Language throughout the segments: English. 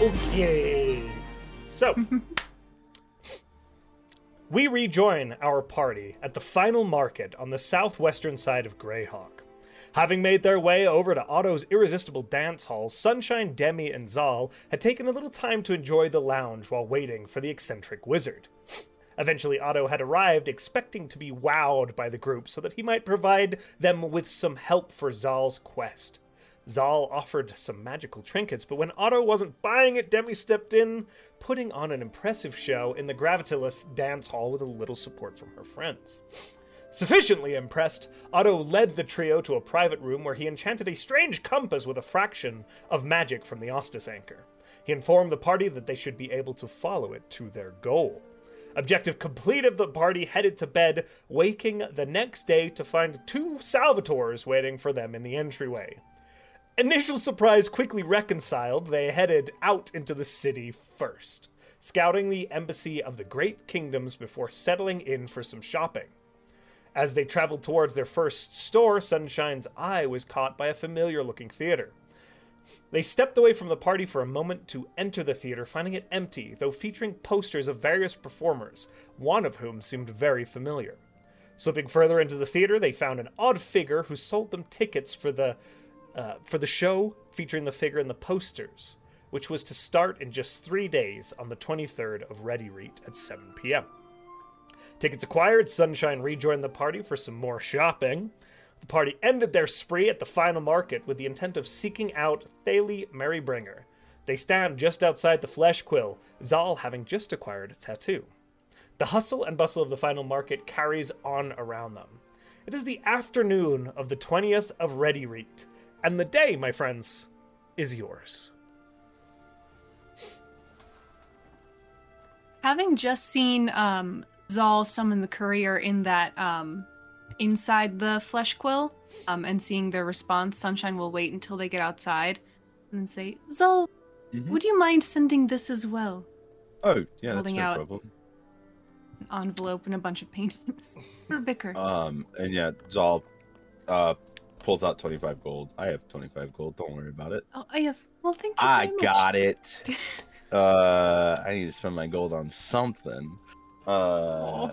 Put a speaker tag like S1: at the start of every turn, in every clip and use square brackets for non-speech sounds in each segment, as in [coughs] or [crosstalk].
S1: Okay. So, we rejoin our party at the final market on the southwestern side of Greyhawk. Having made their way over to Otto's irresistible dance hall, Sunshine, Demi, and Zal had taken a little time to enjoy the lounge while waiting for the eccentric wizard. Eventually, Otto had arrived, expecting to be wowed by the group so that he might provide them with some help for Zal's quest. Zal offered some magical trinkets, but when Otto wasn't buying it, Demi stepped in, putting on an impressive show in the Gravitilis dance hall with a little support from her friends. Sufficiently impressed, Otto led the trio to a private room where he enchanted a strange compass with a fraction of magic from the Ostis anchor. He informed the party that they should be able to follow it to their goal. Objective completed, the party headed to bed, waking the next day to find two Salvators waiting for them in the entryway. Initial surprise quickly reconciled, they headed out into the city first, scouting the embassy of the Great Kingdoms before settling in for some shopping. As they traveled towards their first store, Sunshine's eye was caught by a familiar looking theater. They stepped away from the party for a moment to enter the theater, finding it empty, though featuring posters of various performers, one of whom seemed very familiar. Slipping further into the theater, they found an odd figure who sold them tickets for the uh, for the show featuring the figure in the posters, which was to start in just three days on the 23rd of Ready Reet at 7 p.m. Tickets acquired, Sunshine rejoined the party for some more shopping. The party ended their spree at the final market with the intent of seeking out Thalie Merrybringer. They stand just outside the Flesh Quill, Zal having just acquired a tattoo. The hustle and bustle of the final market carries on around them. It is the afternoon of the 20th of Ready Reet, and the day, my friends, is yours.
S2: Having just seen um, Zal summon the courier in that um, inside the flesh quill, um, and seeing their response, Sunshine will wait until they get outside, and then say, "Zal,
S3: Mhm.
S2: would you mind sending this as well?
S3: Oh, yeah, that's
S2: Holding
S3: no
S2: out.
S3: problem.
S2: An envelope and a bunch of paintings [laughs] for Bicker."
S3: Um, and yeah, Zal uh pulls out 25 gold. I have 25 gold. Don't worry about it.
S2: oh, I have. Well, thank you.
S3: I
S2: very much.
S3: got it.
S2: [laughs]
S3: uh, I need to spend my gold on something. Uh,
S2: Aw.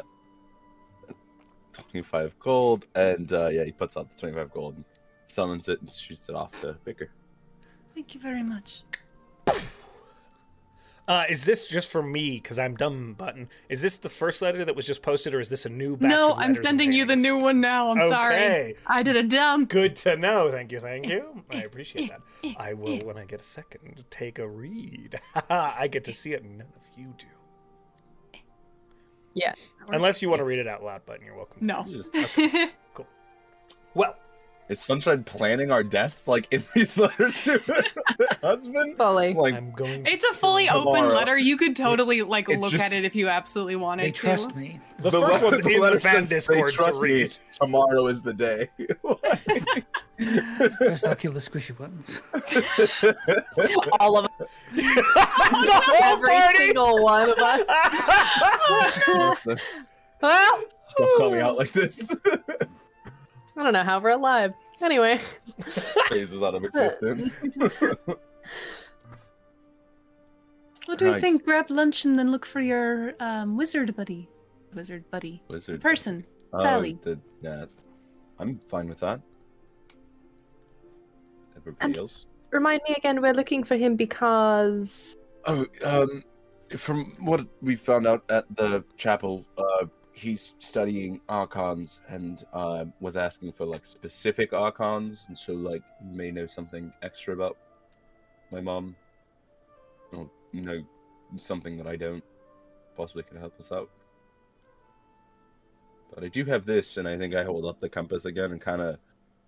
S3: 25 gold, and uh, yeah, he puts out the 25 gold, and summons it, and shoots it off to Bicker.
S2: Thank you very much.
S1: Uh, is this just for me? Because I'm dumb button. Is this the first letter that was just posted, or is this a new batch? of
S2: no, I'm
S1: letters and
S2: sending you the
S1: paintings?
S2: new one now. I'm sorry.
S1: Okay.
S2: I did a dumb.
S1: Good to know. Thank you. Thank you. I appreciate that.
S2: eh, [laughs]
S1: I
S2: eh.
S1: will, when I get a second, take a read. [laughs] I get to see it. None of you do.
S2: Yeah.
S1: Unless you want to read it out loud, button, you're welcome.
S2: No.
S3: It's just-
S2: [laughs]
S1: Well,
S3: Is Sunshine planning our deaths like in these [laughs] letters to her husband?
S4: Fully.
S3: Like,
S1: I'm going. to
S2: It's a fully open
S3: Tomorrow.
S2: letter. You could totally like
S3: it
S2: look at
S3: just-
S2: it if you absolutely wanted
S5: They
S2: to.
S5: trust me.
S1: the first
S3: letter-
S1: one's
S3: the
S1: in
S3: letter
S1: the fan
S3: says, "They
S1: Discord to
S3: trust me.
S1: read. [laughs]
S2: [laughs]
S3: Tomorrow is the day. [laughs]
S5: First, I'll kill the
S3: [laughs]
S5: squishy ones.
S4: [laughs] All of
S2: Oh,
S1: the whole
S4: every
S1: party.
S4: single one of us.
S1: [laughs]
S3: Listen,
S4: Well,
S3: [laughs] Don't call me out like [laughs] this.
S4: I don't know how we're alive. Anyway,
S3: Phases out of existence.
S2: What do we
S3: Right.
S2: think? Grab lunch and then look for your um, wizard buddy. Wizard buddy.
S3: Wizard.
S2: Person.
S3: Oh,
S2: Sally.
S3: the- yeah, I'm fine with that. Everybody
S4: And-
S3: else?
S4: remind me again, we're looking for him because.
S3: Oh, um, from what we found out at the chapel, uh, he's studying archons and uh, was asking for like specific archons, and so like you may know something extra about my mom, or you know something that I don't. Possibly can help us out. But I do have this, and I think I hold up the compass again and kind of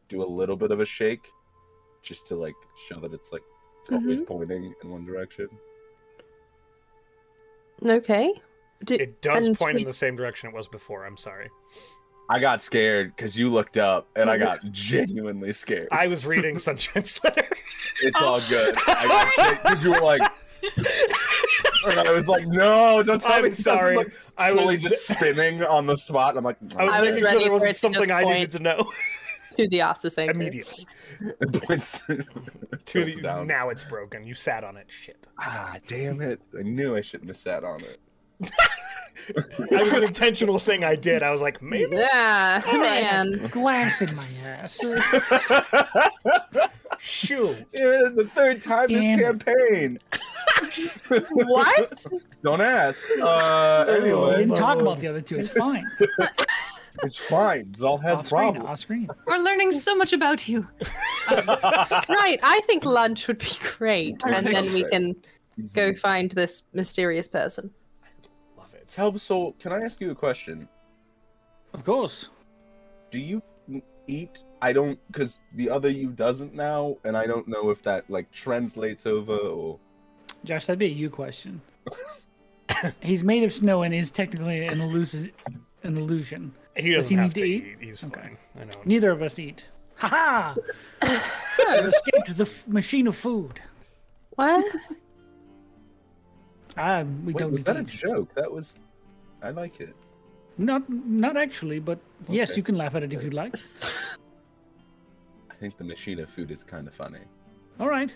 S3: do a little bit of a shake, just to like show that it's like it's always pointing in one direction.
S4: Okay. Do-
S5: [laughs]
S1: It does
S4: And
S1: point in
S4: we-
S1: the same direction it was before. I'm sorry.
S3: I got scared because you looked up, and I
S1: [laughs]
S4: No,
S3: got genuinely scared.
S1: I was
S5: [laughs]
S1: reading Sunshine's [laughs]
S3: [laughs]
S1: letter.
S3: it's all
S1: [laughs]
S3: good. I got scared because you were like, and I was like, no, don't tell
S1: I'm
S3: me. this is,
S1: sorry.
S3: Like,
S1: I
S3: fully
S1: was
S3: just spinning on the spot. and I'm like, "Mm,
S1: I was,
S4: I was
S1: making sure
S4: ready
S1: there
S4: for
S1: wasn't
S4: it to just
S1: something I
S4: point.
S1: needed to know. [laughs]
S4: to the Ossus anchor.
S1: immediately.
S3: [laughs] Points-
S1: To
S3: Goes
S1: the,
S3: down.
S1: now it's broken. You sat on it. Shit.
S3: ah, damn it! I knew I shouldn't have sat on
S1: [laughs]
S3: it.
S1: That
S3: [laughs]
S1: was an intentional thing I did. I was like, maybe.
S4: Yeah,
S1: All right.
S5: [laughs]
S4: man.
S5: Glass in my ass. [laughs]
S1: Shoot.
S3: Damn it, that's the third time this
S5: Damn it.
S3: campaign.
S4: What?
S3: Don't ask. Uh,
S5: we
S3: anyway,
S5: didn't talk about the other two. It's fine.
S3: [laughs] it's fine. Zal has
S5: off screen.
S3: problems.
S5: Off screen.
S2: We're learning so much about you.
S4: Right. I think lunch would be great,
S3: I
S4: and
S3: think
S4: then we
S3: so.
S4: can
S3: Mhm.
S4: go find this mysterious person.
S1: Love it.
S3: Tell so. Can I ask you a question?
S5: Of course.
S3: Do you eat? I don't, because the other you doesn't now, and I don't know if that like translates over or.
S5: Josh, that'd be a
S3: [laughs]
S5: you question. He's made of snow and is technically an illusion. An illusion.
S1: He
S5: Does
S1: doesn't
S5: he
S1: have
S5: need to
S1: to
S5: eat?
S1: eat. He's
S5: Okay.
S1: fine. I know.
S5: Neither of us eat. Ha ha! I've escaped the f- machine of food.
S4: What?
S5: Um, we
S3: Wait,
S5: don't
S3: was
S5: eat.
S3: that a joke? That was. I like it.
S5: Not, not actually, but yes,
S3: Okay.
S5: you can laugh at it if you like.
S3: I think the machine of food is kind of funny.
S5: All right.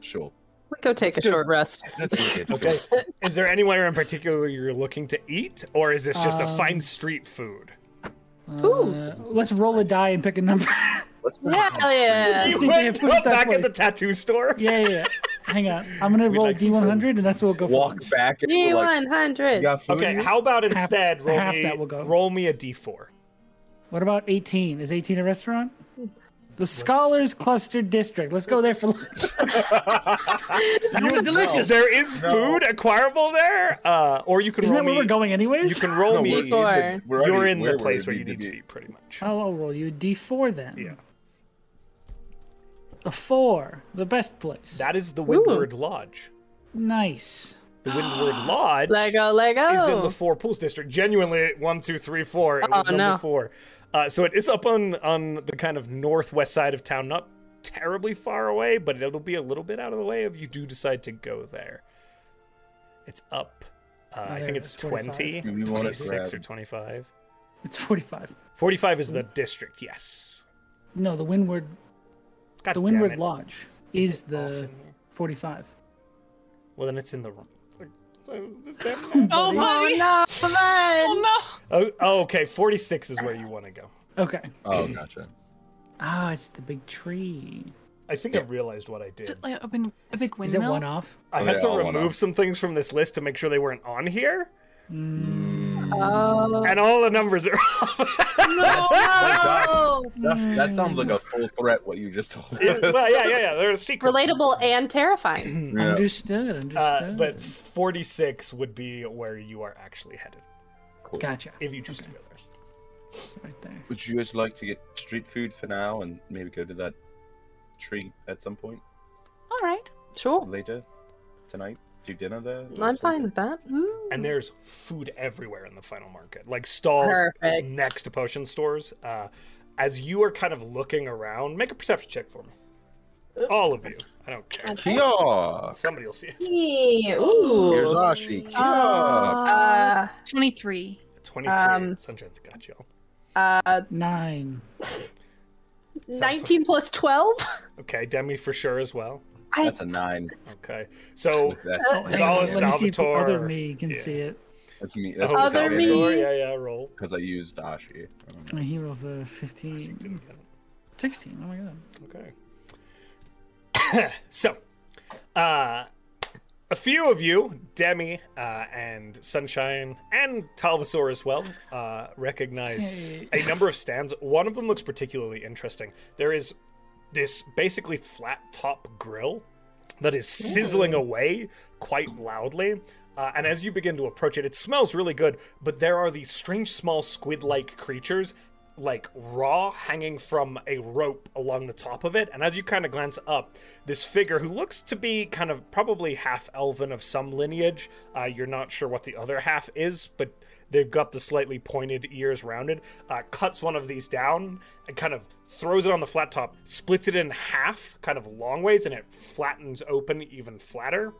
S3: Sure.
S4: We go take a
S3: do it.
S4: short rest.
S3: That's what we did.
S5: [laughs]
S1: Okay. is there anywhere in particular you're looking to eat, or is this just a
S5: Um,
S1: fine street food?
S4: Ooh.
S5: Uh, let's roll a die and pick a number.
S3: Let's move
S4: Yeah,
S3: on.
S4: [laughs] Hell yeah.
S5: Let's
S1: You
S5: uh, see if they
S1: went
S5: have food at
S1: [laughs] back
S5: that
S1: at the
S5: place.
S1: tattoo store.
S5: yeah, yeah, yeah. Hang on. I'm
S1: [laughs]
S5: gonna
S1: We'd
S5: roll
S1: like some
S5: D100, and that's what we'll go for.
S3: Walk
S5: lunch.
S3: back and
S4: D
S3: we're like,
S4: one hundred.
S3: "You got food
S1: Okay,
S3: here?"
S1: how about instead roll
S5: half
S1: me
S5: that will go.
S1: roll me a d4.
S5: What about 18? Is 18 a restaurant? The Scholars Cluster District. Let's go there
S1: [laughs]
S5: for lunch. that was delicious.
S1: Oh, There is food acquirable there, uh, or you can
S5: Isn't
S1: roll
S5: that where
S1: me.
S5: we're going, anyways?
S1: You can roll
S3: No,
S1: me.
S3: we're
S1: You're
S3: in
S1: in,
S4: D4.
S3: the- we're already where
S1: the
S3: we
S1: place where you need to be, pretty much.
S5: I'll, I'll roll you a D4 then.
S1: Yeah.
S5: A four, the best place.
S1: That is the Windward Lodge.
S5: nice. [gasps]
S1: The Windward Lodge
S4: Lego, Lego.
S1: is
S5: oh.
S1: in the Four Pools District. Genuinely, one, two, three, four. It was
S4: Oh,
S1: number
S4: no.
S1: four. Uh, so it is up on on the kind of northwest side of town, not terribly far away, but it'll be a little bit out of the way if you do decide to go there. It's up. Uh, I
S5: there
S1: think
S5: it
S1: it's
S5: is, 45.
S1: 20,
S3: Maybe you wanna
S1: 26 or
S3: grab-
S1: 25.
S5: It's 45.
S1: 45 is the district, yes.
S5: No, the Windward,
S1: God
S5: the
S1: damn
S5: Windward
S1: it.
S5: Lodge is,
S1: it
S5: the
S1: off in here?
S5: 45.
S1: Well, then it's in the wrong. So, does that matter?
S2: Oh, buddy.
S4: Oh no, man.
S2: Oh
S1: [laughs] oh, oh, okay. 46 is where you want to go.
S5: Okay.
S3: Oh, gotcha.
S5: Ah, it's the big tree.
S1: I think I realized what I
S2: no! Is
S1: did.
S2: it like a, bin- a big
S5: Is
S2: windmill?
S5: it one off?
S1: I
S3: Oh,
S1: had
S3: yeah,
S1: to
S3: I'll one
S1: remove
S3: up.
S1: some things from this list to make sure they weren't on here,
S5: Mm,
S4: Oh
S1: and all the numbers are [laughs] off.
S4: no.
S3: That, that sounds like a full threat. What you just told
S1: Yeah,
S3: us.
S1: well, yeah, yeah, yeah. They're secrets.
S4: Relatable and terrifying.
S3: Yeah.
S5: Understood. Understood.
S1: Uh, but 46 would be where you are actually headed
S3: Cool.
S5: gotcha.
S1: if you choose to go there.
S5: Right there.
S3: Would you guys like to get street food for now and maybe go to that tree at some point
S2: All right.
S4: Sure.
S3: later tonight? Do dinner there? or
S4: I'm
S3: something?
S4: fine with that.
S2: Ooh.
S1: And there's food everywhere in the final market, like stalls
S4: Perfect.
S1: next to potion stores. Uh, as you are kind of looking around, make a perception check for me. All of you. I don't care.
S3: Kia!
S1: Somebody will see it.
S4: Yeah, Ooh.
S3: Yurzashi, Kia!
S4: Uh,
S2: 23.
S1: 23.
S4: Um,
S1: Sunshine's got y'all.
S4: uh,
S5: Nine.
S4: 19 plus 12?
S1: Okay, Demi for sure as well.
S4: I, Oh, uh,
S3: That's a
S4: [laughs]
S3: nine.
S1: Okay. So,
S3: With that-
S5: Hang on,
S1: Solid
S5: Let me see if the other
S1: Salvatore.
S5: me can
S1: Yeah.
S5: see it.
S3: That's me. That's
S1: Oh,
S3: what
S4: Other
S1: Salvatore,
S4: me.
S1: Yeah, yeah, roll.
S3: Because I Um, used Ashi. I don't know.
S5: My heroes are
S1: You didn't
S5: 15.
S1: get it.
S5: 16. Oh my god.
S1: Okay. [coughs] so, uh, a few of you, Demi uh, and Sunshine and Talvasaur as well, uh, recognize
S5: Hey.
S1: a number of stands. One of them looks particularly interesting. There is this basically flat top grill that is sizzling away quite loudly. Uh, and as you begin to approach it, it smells really good, but there are these strange, small squid like creatures, like raw, hanging from a rope along the top of it. And as you kind of glance up, this figure who looks to be kind of probably half elven of some lineage, uh, you're not sure what the other half is, but they've got the slightly pointed ears rounded, uh, cuts one of these down and kind of throws it on the flat top, splits it in half, kind of long ways, and it flattens open even flatter.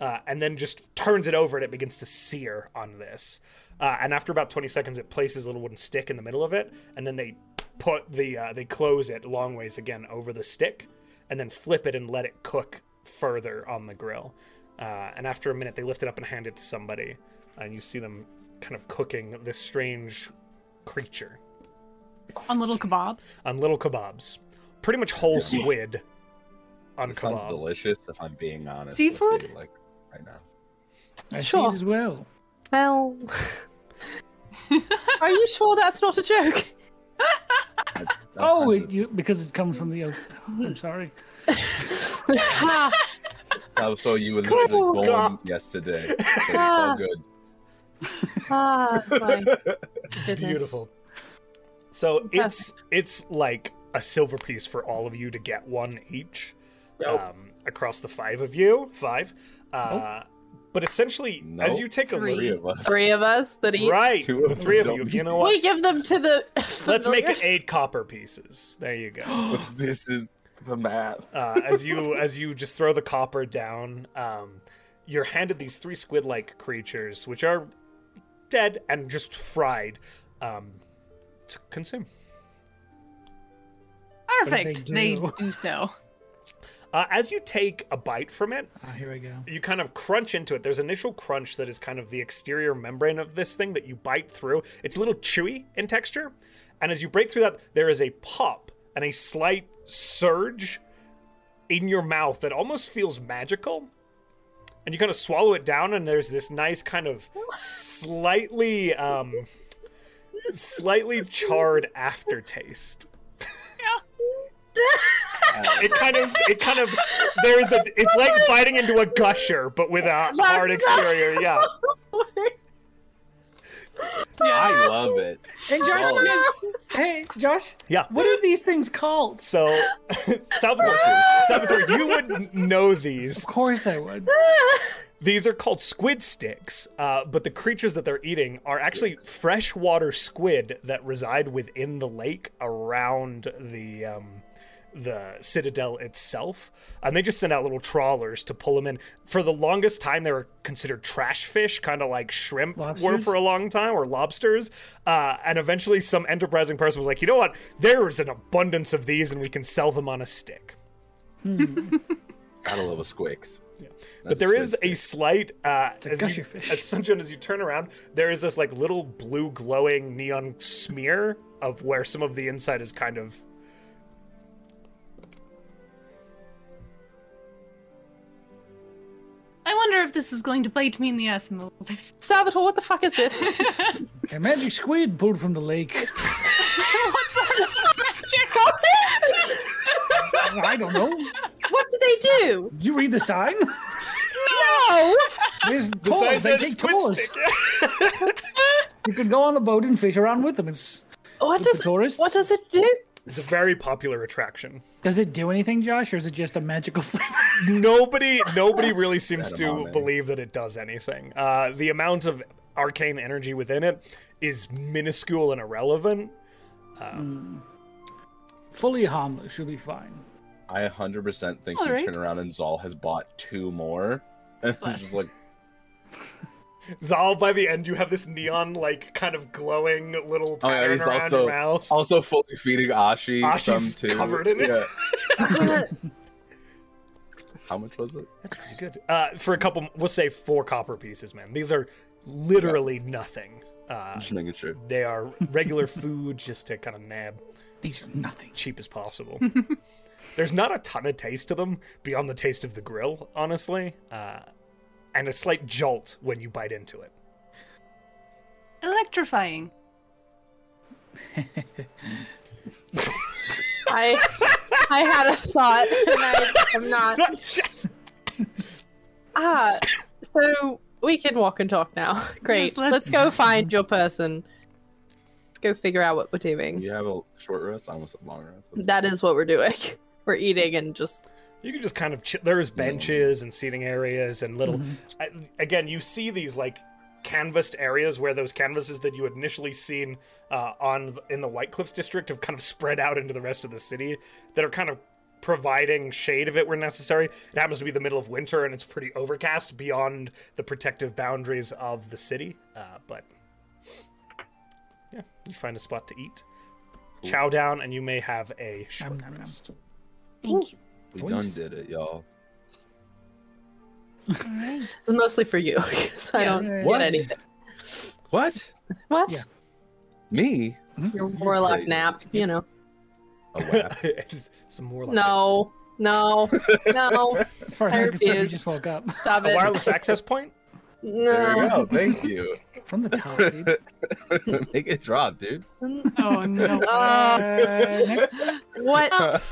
S1: uh, and then just turns it over and it begins to sear on this. Uh, and after about 20 seconds, it places a little wooden stick in the middle of it, and then they put the uh, they close it long ways again over the stick, and then flip it and let it cook further on the grill. Uh, and after a minute, they lift it up and hand it to somebody, and you see them kind of cooking this strange creature
S2: on little kebabs.
S1: on little kebabs, pretty much whole
S3: Yeah.
S1: squid on
S3: It sounds
S1: kebab.
S4: [laughs]
S3: delicious, if I'm being honest. with
S2: Seafood?
S3: you, like right now.
S5: I
S4: Sure.
S5: see it as well.
S4: Well, [laughs] are you sure that's not a [laughs] joke?
S5: Oh,
S3: Sometimes
S5: it, you, because it comes from the. Oh,
S1: [laughs]
S5: I'm sorry.
S4: Ha.
S3: I saw you were literally
S4: Cool.
S3: born
S1: God.
S3: yesterday. So
S4: [laughs]
S3: it's all good.
S4: Ah, my goodness.
S1: Beautiful. So it's it's like a silver piece for all of you to get one each
S3: Nope.
S1: um, across the five of you, five. Uh, But essentially, as
S3: Nope.
S1: you take a
S3: [laughs] Three
S1: look,
S3: of us.
S4: Three of us that eat.
S1: right,
S3: Two of
S1: the
S3: them
S1: three of
S3: don't
S1: you.
S3: need
S1: You know
S3: to
S1: what?
S4: We give them to the.
S1: Let's make it
S4: familiars.
S1: eight copper pieces. There you
S3: [gasps]
S1: go.
S3: [laughs]
S1: [laughs]
S3: this is the map.
S1: uh, as you [laughs] as you just throw the copper down, um, you're handed these three squid-like creatures, which are dead and just fried um, to consume.
S5: do they
S2: Perfect. They
S5: do?
S2: do so.
S1: Uh, as you take a bite from it,
S5: Ah, here we go.
S1: you kind of crunch into it. There's initial crunch that is kind of the exterior membrane of this thing that you bite through. It's a little chewy in texture. And as you break through that, there is a pop and a slight surge in your mouth that almost feels magical. And you kind of swallow it down, and there's this nice kind of slightly, um, slightly charred aftertaste. It kind of, it kind of, there's a, it's like biting into a gusher, but with a hard exterior. Yeah.
S3: I love it.
S5: And Josh,
S3: Solid.
S5: is- hey Josh,
S1: Yeah.
S5: what are these things called?
S1: So, [laughs] Salvatore, Salvatore, you would know these.
S5: Of course I would.
S1: These are called squid sticks, uh, but the creatures that they're eating are actually freshwater squid that reside within the lake around the um, the citadel itself. And they just send out little trawlers to pull them in. For the longest time, they were considered trash fish, kind of like shrimp were
S5: Lobsters?
S1: for a long time, or lobsters. Uh, and eventually, some enterprising person was like, you know what? There's an abundance of these, and we can sell them on a stick.
S3: Gotta love a squix. Yeah.
S1: but there is a slight uh
S5: a
S1: as, you,
S5: gusher fish.
S1: as Sunjun, as you turn around there is this like little blue glowing neon smear of where some of the inside is kind of
S2: I wonder if this is going to bite me in the ass in a little bit.
S4: Salvatore, what the fuck is
S1: [laughs]
S4: this?
S5: A magic squid pulled from the lake.
S2: What's
S5: I don't know.
S4: what do they do?
S5: You read the sign?
S4: No!
S5: There's
S1: the
S5: tours. Oh, They
S1: says
S5: take
S1: squid
S5: tours.
S1: stick.
S5: You can go on a boat and fish around with them. It's
S4: What
S5: With the
S4: does
S5: tourists?
S4: what does it do?
S1: it's a very popular attraction
S5: Does it do anything, Josh, or is it just a magical [laughs] flavor?
S1: nobody nobody
S3: [laughs]
S1: really seems
S3: That
S1: to
S3: amount, eh?
S1: believe that it does anything uh the amount of arcane energy within it is minuscule and irrelevant
S5: Fully harmless, should be fine.
S3: I 100% think
S2: All
S3: you
S2: right.
S3: turn around and Zal has bought two more. [laughs] And I'm just like,
S1: zal by the end you have this neon like kind of glowing little
S3: oh, yeah,
S1: pattern
S3: he's
S1: around
S3: also
S1: your mouth
S3: also fully feeding Ashi.
S1: Ashi's
S3: some too.
S1: covered in it. [laughs]
S3: Yeah. How much was it?
S1: That's pretty good. Uh, for a couple, we'll say four copper pieces, man. These are literally nothing. Uh,
S3: Just making sure.
S1: they are regular food just to kind of nab
S5: These are nothing.
S1: cheap as possible. There's not a ton of taste to them beyond the taste of the grill, honestly, uh, and a slight jolt when you bite into it.
S2: Electrifying.
S4: [laughs] I I had a thought and I am
S1: [laughs]
S4: not Ah so we can walk and talk now. [laughs] Great.
S2: Yes,
S4: let's...
S2: let's-
S4: go find your person. Let's go figure out what we're doing.
S3: You have a short rest, almost a long rest.
S4: That is what we're doing. [laughs] We're eating and just
S1: You can just kind of ch- there's benches and seating areas and little. I, again, you see these like canvassed areas where those canvases that you had initially seen uh, on in the White Cliffs district have kind of spread out into the rest of the city that are kind of providing shade if it were necessary. It happens to be the middle of winter and it's pretty overcast beyond the protective boundaries of the city. Uh, but yeah, you find a spot to eat, chow down, and you may have a short
S5: Nom, nom, nom.
S1: rest.
S2: Thank you.
S3: We
S1: Please.
S3: done did it, y'all.
S2: All right.
S4: It's mostly for you [laughs] because I
S2: Yes.
S4: don't
S3: What?
S4: get anything.
S3: What?
S4: What?
S5: Yeah.
S3: Me?
S4: Your warlock
S3: Right.
S4: nap, you know.
S1: [laughs]
S3: A whack.
S1: it's some more like
S4: No, no, no.
S5: As far as
S4: I
S5: I'm concerned, we
S4: refuse.
S5: just woke up [laughs]
S4: Stop
S1: a
S4: it.
S1: wireless access point.
S3: there you go.
S4: No.
S3: Thank you. [laughs]
S5: from the top. Dude.
S3: Make it drop, dude.
S2: Oh no.
S4: Oh.
S5: Uh, next-
S4: What?
S3: Uh, [laughs]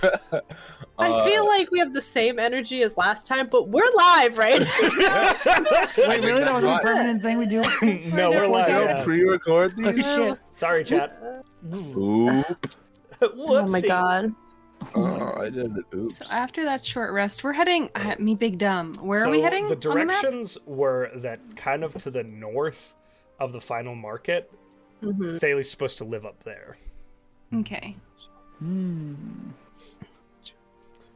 S5: Uh,
S4: I feel like we have the same energy as last time, but we're live,
S5: [laughs]
S4: right? [laughs]
S5: Wait, really? That was a
S3: Right.
S5: permanent thing
S3: [laughs]
S5: we do?
S1: [laughs] no, we're
S4: Wonderful.
S1: live.
S5: Don't
S1: yeah.
S3: pre-record
S5: [laughs]
S3: these.
S5: Shit.
S1: Sorry, chat. [laughs]
S3: Oop.
S4: oh my
S1: Whoopsie.
S4: god.
S3: Oh, I did it. Oops.
S2: So after that short rest, we're heading. Uh, me big dumb. Where
S1: so
S2: are we heading?
S1: The
S2: on map?
S1: directions were that kind of to the north of the final market.
S4: Mhm.
S1: Thales supposed to live up there.
S2: Okay.
S5: Hmm.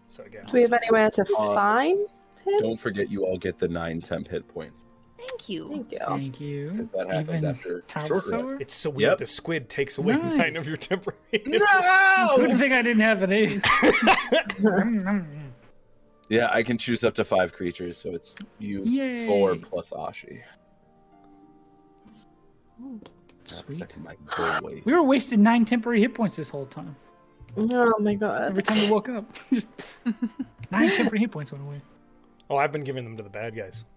S1: So again,
S4: Do we have anywhere to
S3: Uh,
S4: find him?
S3: Don't forget, you all get the nine temp hit points
S2: Thank you.
S4: Thank you.
S5: Thank you.
S3: if that happens
S5: Even
S3: after
S5: Tower
S3: short rest.
S5: Sower?
S1: it's so weird.
S3: Yep.
S1: The squid takes away
S5: Nice.
S1: nine of your temporary.
S5: Good
S3: No!
S5: thing I didn't
S3: [laughs]
S5: have any. [laughs] Nom, nom, nom.
S3: Yeah, I can choose up to five creatures, so it's you
S5: Yay.
S3: four plus Ashi.
S5: Sweet.
S3: Protecting my boy.
S5: We were wasting nine temporary hit points this whole time.
S4: Oh my god.
S5: Every time we woke up, [laughs] just nine temporary hit points went away.
S1: Oh, I've been giving them to the bad guys. [laughs]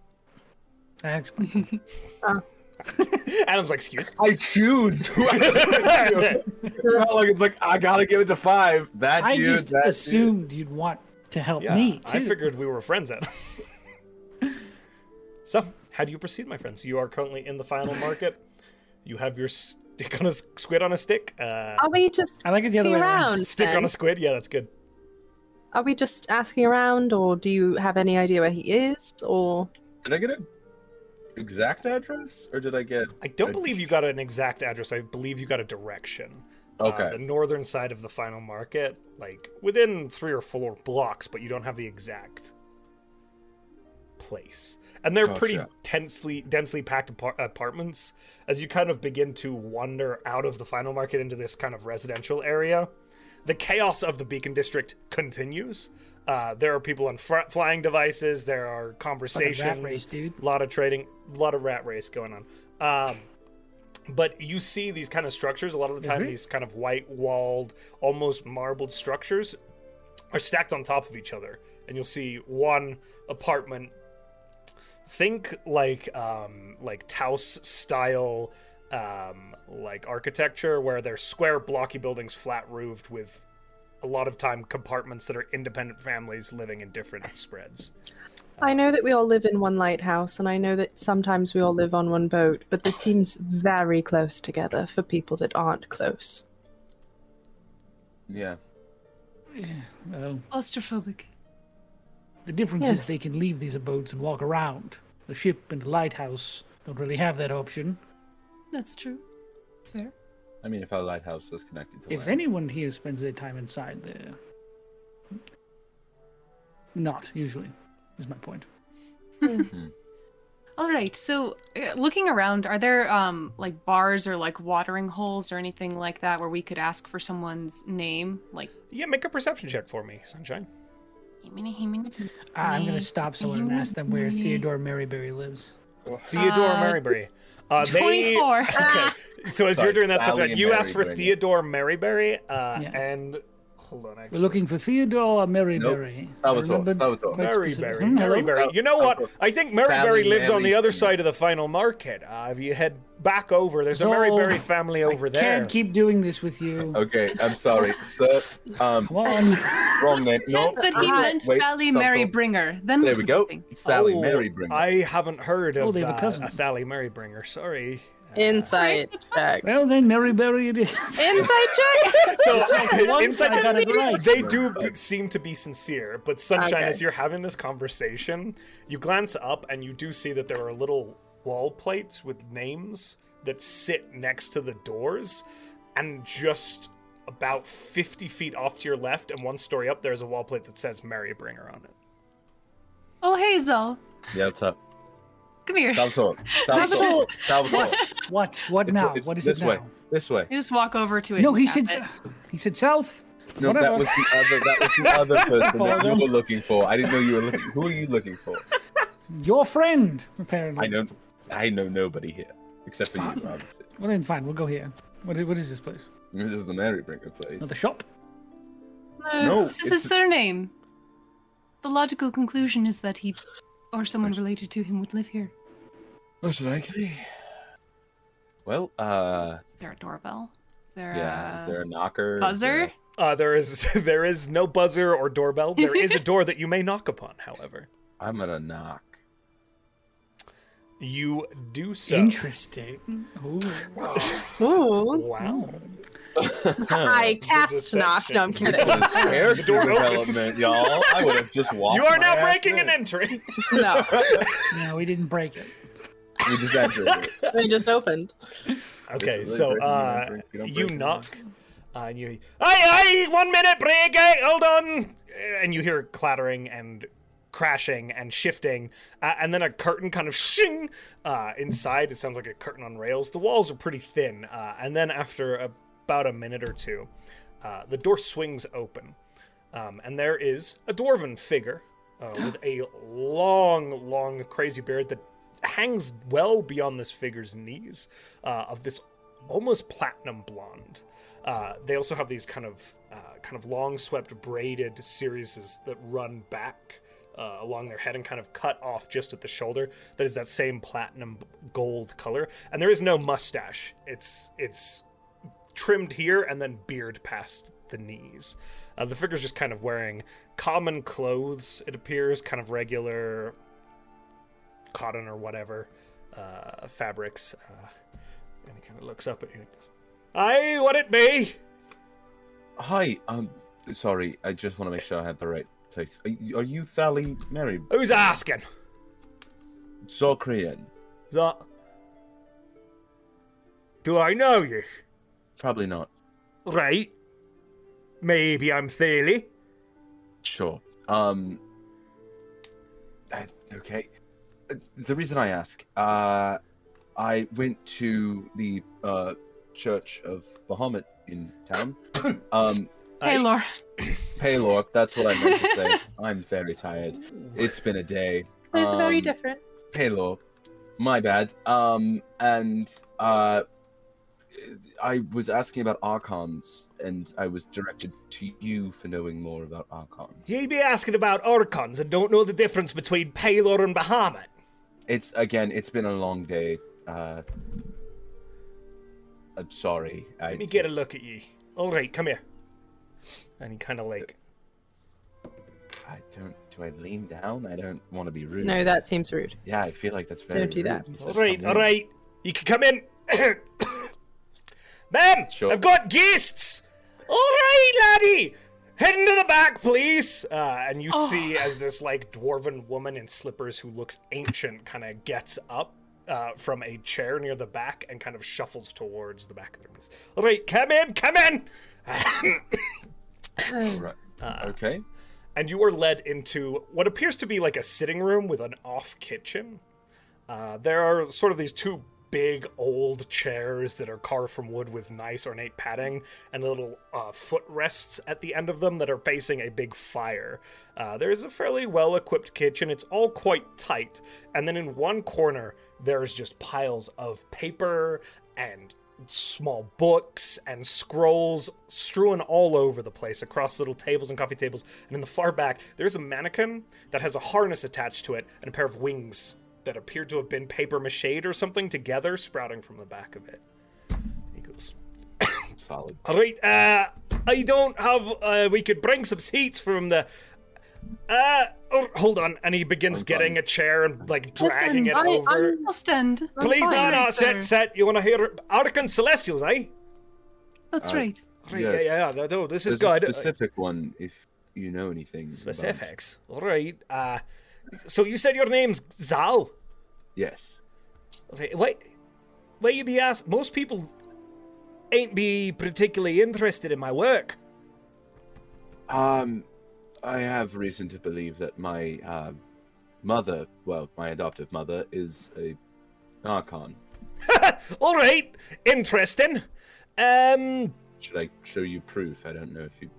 S5: That explains. it.
S1: Adam's like, excuse.
S3: [laughs] I choose. [laughs]
S1: [laughs]
S3: Not like it's like I gotta give it to five. That
S5: I
S3: dude.
S5: just
S3: that dude.
S5: assumed you'd want to help
S1: yeah,
S5: me too.
S1: I figured we were friends, Adam. [laughs] so, how do you proceed, my friends? You are currently in the
S5: [laughs]
S1: final market. You have your stick on a s- squid on a stick. Uh,
S4: Are we just
S5: I like it the other way
S4: asking
S5: around.
S4: around?
S1: stick on
S4: then?
S1: a squid. Yeah, that's good.
S4: Are we just asking around, or do you have any idea where he is? Or
S3: Did I get an exact address, or did I get?
S1: I don't
S3: Uh,
S1: believe you got an exact address. I believe you got a direction. Uh, the
S3: Okay.
S1: northern side of the final market, like within three or four blocks, but you don't have the exact place. And they're pretty
S3: Gotcha.
S1: tensely, densely packed apar- apartments. As you kind of begin to wander out of the final market into this kind of residential area, the chaos of the Beacon District continues. Uh, there are people on fr- flying devices. There are
S5: Fucking
S1: conversations
S5: rat race, dude.
S1: a lot of trading, a lot of rat race going on. Um, but you see these kind of structures a lot of the time.
S5: Mhm.
S1: These kind of white walled, almost marbled structures are stacked on top of each other, and you'll see one apartment. Think like um, like Taos style um, like architecture, where they're square, blocky buildings, flat roofed, with a lot of time compartments that are independent families living in different spreads.
S4: I know that we all live in one lighthouse, and I know that sometimes we all live on one boat, but this seems very close together for people that aren't close.
S3: Yeah.
S5: Yeah, well,
S2: Claustrophobic.
S5: Um, the difference is
S4: Yes.
S5: they can leave these abodes and walk around. The ship and the lighthouse don't really have that option.
S2: That's true. It's fair.
S3: I mean, if our lighthouse is connected to.
S5: If
S3: land.
S5: anyone here spends their time inside there, not usually, is my point.
S2: All right. So, uh, looking around, are there um like bars or like watering holes or anything like that where we could ask for someone's name? Like,
S1: Yeah, make a perception check for me, Sunshine.
S5: Ah, I'm gonna stop someone and ask them where Theodore Maryberry lives.
S1: Theodore
S2: Uh,
S1: Maryberry. Uh, they-
S2: Twenty-four.
S1: [laughs] Okay.
S2: [laughs]
S1: So as
S3: Sorry,
S1: you're doing that,
S3: Sally
S1: Sunshine,
S3: and
S1: you ask for
S3: Maryberry.
S1: Theodore Maryberry, uh,
S5: Yeah.
S1: and hold on, actually.
S5: We're looking for Theodore Maryberry.
S3: That was all-
S5: Remembered
S3: that was all.
S5: quite specific-
S1: Maryberry,
S5: Hmm, hello?
S1: Maryberry. You know what? I think Maryberry
S3: Sally
S1: lives on the other
S3: Maryberry.
S1: side of the final market. Uh, if you head back over, there's a
S5: So,
S1: Maryberry family over
S5: I
S1: there.
S5: Can't keep doing this with you.
S3: [laughs] Okay, I'm
S5: [laughs]
S3: sorry. So, um,
S5: Come on.
S3: [laughs] wrong name. No,
S2: that he
S3: no,
S2: meant
S3: wait,
S2: Sally
S3: stop,
S2: Mary
S3: stop.
S2: Bringer. Then
S3: There
S2: [laughs]
S3: we go. Sally
S1: Oh,
S3: Marybringer.
S1: I haven't heard
S5: Oh,
S1: of
S5: they have a
S1: uh,
S5: cousin.
S1: a Sally Marybringer. Sorry. Uh,
S4: Insight
S2: Alright, that's
S4: check.
S5: Well then, Maryberry it is.
S4: Insight
S1: [laughs]
S4: check.
S2: [laughs]
S1: So
S5: One
S1: inside
S5: side got it right.
S1: They do b- seem to be sincere, but Sunshine,
S4: Okay.
S1: as you're having this conversation, you glance up and you do see that there are little wall plates with names that sit next to the doors, and just about 50 feet off to your left, and one story up, there's a wall plate that says Merrybringer on it.
S2: Oh, hey, Zol.
S3: Yeah, what's up?
S2: Come here. You
S5: [laughs]
S3: Salvatore. Salvatore.
S2: Salvatore.
S3: Salvatore.
S5: What? What
S3: It's-
S5: now?
S3: it's
S5: what is
S3: this
S5: it
S3: way?
S5: now?
S3: This way.
S2: just walk over to it.
S5: No,
S2: and
S5: he
S2: tap
S5: said.
S2: it.
S5: s- He said south.
S3: No,
S5: Whatever.
S3: that was the other. That was
S5: [laughs]
S3: the other person that
S5: Hold on.
S3: you were looking for. I didn't know you were looking. Who are you looking for?
S5: Your friend, apparently.
S3: I know. I know nobody here except for you. Obviously.
S5: Well, then fine. We'll go here. What is, what is this place?
S3: This is the Merrybringer place.
S5: Another shop?
S3: No,
S2: this is
S3: it's-
S2: his surname. The logical conclusion is that he, or someone related to him, would live here.
S3: Most likely. Well, uh,
S2: Is there a doorbell? Is there
S3: yeah.
S2: a
S5: Uh,
S3: Is there a knocker? Is
S2: buzzer?
S3: there-
S1: Uh, there is [laughs] there is no buzzer or doorbell. There is a door that you may knock upon, however.
S3: I'm gonna knock.
S1: You do so.
S5: Interesting. Ooh. Oh.
S4: Ooh.
S1: Wow.
S3: Oh,
S4: I cast
S1: deception.
S4: knock. No, I'm
S3: [laughs]
S4: kidding.
S3: This character
S1: door
S3: development, y'all. I would have just walked.
S1: You are
S3: my
S1: now
S3: ass
S1: breaking
S3: in.
S1: and entering.
S4: No,
S5: No, we didn't break it.
S3: We just entered. it.
S4: they just opened.
S1: Okay,
S3: It's
S1: so
S3: really breaking and
S1: uh,
S3: entering. You don't
S1: you
S3: break and
S1: knock, uh, and you, aye, aye, one minute break, aye, hold on, Uh, and you hear clattering and crashing and shifting, uh, and then a curtain kind of shing uh, inside. It sounds like a curtain on rails. The walls are pretty thin, uh, and then after about a minute or two, uh, the door swings open, um, and there is a dwarven figure uh, with a long, long, crazy beard that hangs well beyond this figure's knees uh, of this almost platinum blonde. Uh, they also have these kind of uh, kind of long swept braided series that run back uh, along their head and kind of cut off just at the shoulder. That is that same platinum b- gold color, and there is no mustache. It's it's trimmed here and then beard past the knees. Uh, the figure's just kind of wearing common clothes. It appears kind of regular cotton or whatever uh, fabrics. Uh, and he kind of looks up at you and goes, Aye, what it be?
S3: Hi. Um. Sorry. I just want to make sure I had the right place. Are you, are you Thali Merry
S1: Who's asking?
S3: Zolkrian?
S1: That. Do I know you?
S3: Probably not.
S1: Right. Maybe I'm Thalie.
S3: Sure. Um. uh, okay. Uh, The reason I ask, uh, I went to the uh, Church of Bahamut in town. um,
S2: Hey,
S1: Aye.
S2: Laura.
S3: Paylork, that's what I meant to say. I'm very tired. It's been a day.
S4: It's very
S3: Um,
S4: different.
S3: Paylor, my bad. Um, and uh, I was asking about archons, and I was directed to you for knowing more about archons.
S1: Ye be asking about Orcons and don't know the difference between Palor and Bahamut.
S3: It's again, it's been a long day. Uh, I'm sorry. I,
S1: Let me get a
S3: it's-
S1: look at ye. All right, come here. And he kind of like
S3: I don't. Do I lean down? I don't want to be rude.
S4: No, that seems rude.
S3: Yeah, I feel like that's very.
S4: Don't do that.
S3: rude. He
S1: All
S3: says,
S1: right,
S3: "Come
S1: all
S3: in."
S1: right. You can come in. [coughs] Ma'am,
S3: Sure.
S1: I've got guests. All right, laddie. Head into the back, please. Uh, and you
S2: Oh.
S1: see as this like dwarven woman in slippers who looks ancient kind of gets up uh, from a chair near the back and kind of shuffles towards the back of the room. All right, come in, come in.
S3: Right.
S1: Uh,
S3: Okay.
S1: and you are led into what appears to be like a sitting room with an off kitchen. Uh, there are sort of these two big old chairs that are carved from wood with nice ornate padding and little uh, footrests at the end of them that are facing a big fire. Uh, there is a fairly well equipped kitchen. It's all quite tight. And then in one corner, there's just piles of paper and small books and scrolls strewn all over the place across little tables and coffee tables and in the far back there's a mannequin that has a harness attached to it and a pair of wings that appear to have been paper mache or something together sprouting from the back of it he goes
S3: Solid.
S1: all right uh i don't have uh we could bring some seats from the uh oh, hold on and he begins
S3: I'm
S1: getting
S3: fine.
S1: a chair and like dragging it
S4: I-
S1: over
S4: I'm-
S2: I'll stand.
S1: please
S2: fine,
S1: no no
S2: thanks,
S1: sit
S2: sir.
S1: sit you want to hear arcan celestials eh
S2: That's
S3: Uh,
S2: right.
S1: Right,
S3: Yes.
S1: yeah, yeah, yeah. No, this is
S3: There's a
S1: good. Uh,
S3: specific one, if you know anything. about-
S1: specifics. All right. Uh, so you said your name's Zal.
S3: Yes.
S1: Right. Why? Why you be asked? Most people ain't be particularly interested in my work.
S3: Um, I have reason to believe that my uh, mother, well, my adoptive mother, is a archon.
S1: All right, interesting. Um,
S3: Should I show you proof? I don't know if you.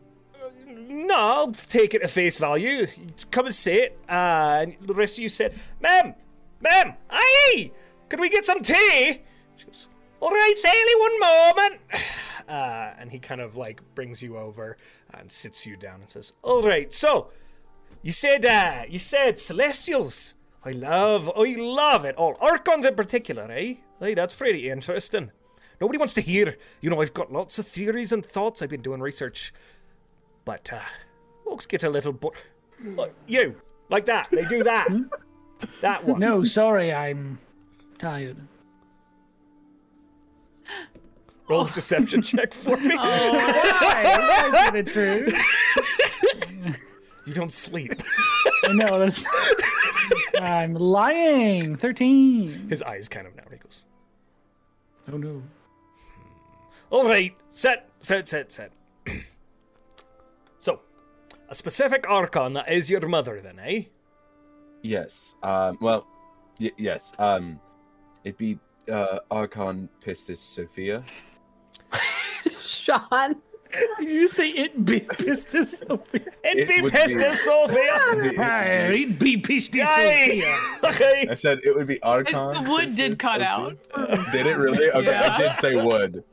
S1: no, I'll take it at face value. Come and see it. Uh, and the rest of you said, "Ma'am, ma'am, aye, could we get some tea?" She goes, "All right, Thaley, one moment." Uh, and he kind of like brings you over and sits you down and says, "All right, so you said uh, you said Celestials. I love, I love it all. Archons in particular, eh? Hey, that's pretty interesting. Nobody wants to hear. You know, I've got lots of theories and thoughts. I've been doing research." But uh, folks get a little bored. Look, you like that? They do that. that one.
S5: No, sorry, I'm tired.
S1: Roll a deception check for me.
S5: Why? the truth. [laughs]
S1: You don't sleep.
S5: I know that's. [laughs] I'm lying. Thirteen.
S1: His eyes kind of now. He goes,
S5: Oh no.
S1: "All right, set, set, set, set." [clears throat] so, a specific archon that is your mother, then, eh?
S3: Yes. Um. Well. Y- yes. Um. It'd be uh, Archon Pistis Sophia.
S4: [laughs] Sean.
S5: Did you say it be pissed to [laughs] Sophia?
S1: It'd
S3: It
S1: be
S3: would be-
S1: Pistis
S3: [laughs]
S1: Sophia.
S5: Hey, it be pissed
S1: [laughs]
S5: to
S1: Yay!
S5: Sophia.
S1: Okay.
S3: I said it would be Archon.
S2: the wood did
S3: Pistis
S2: cut
S3: Sophia. did it really? Okay,
S2: Yeah.
S3: I did say wood.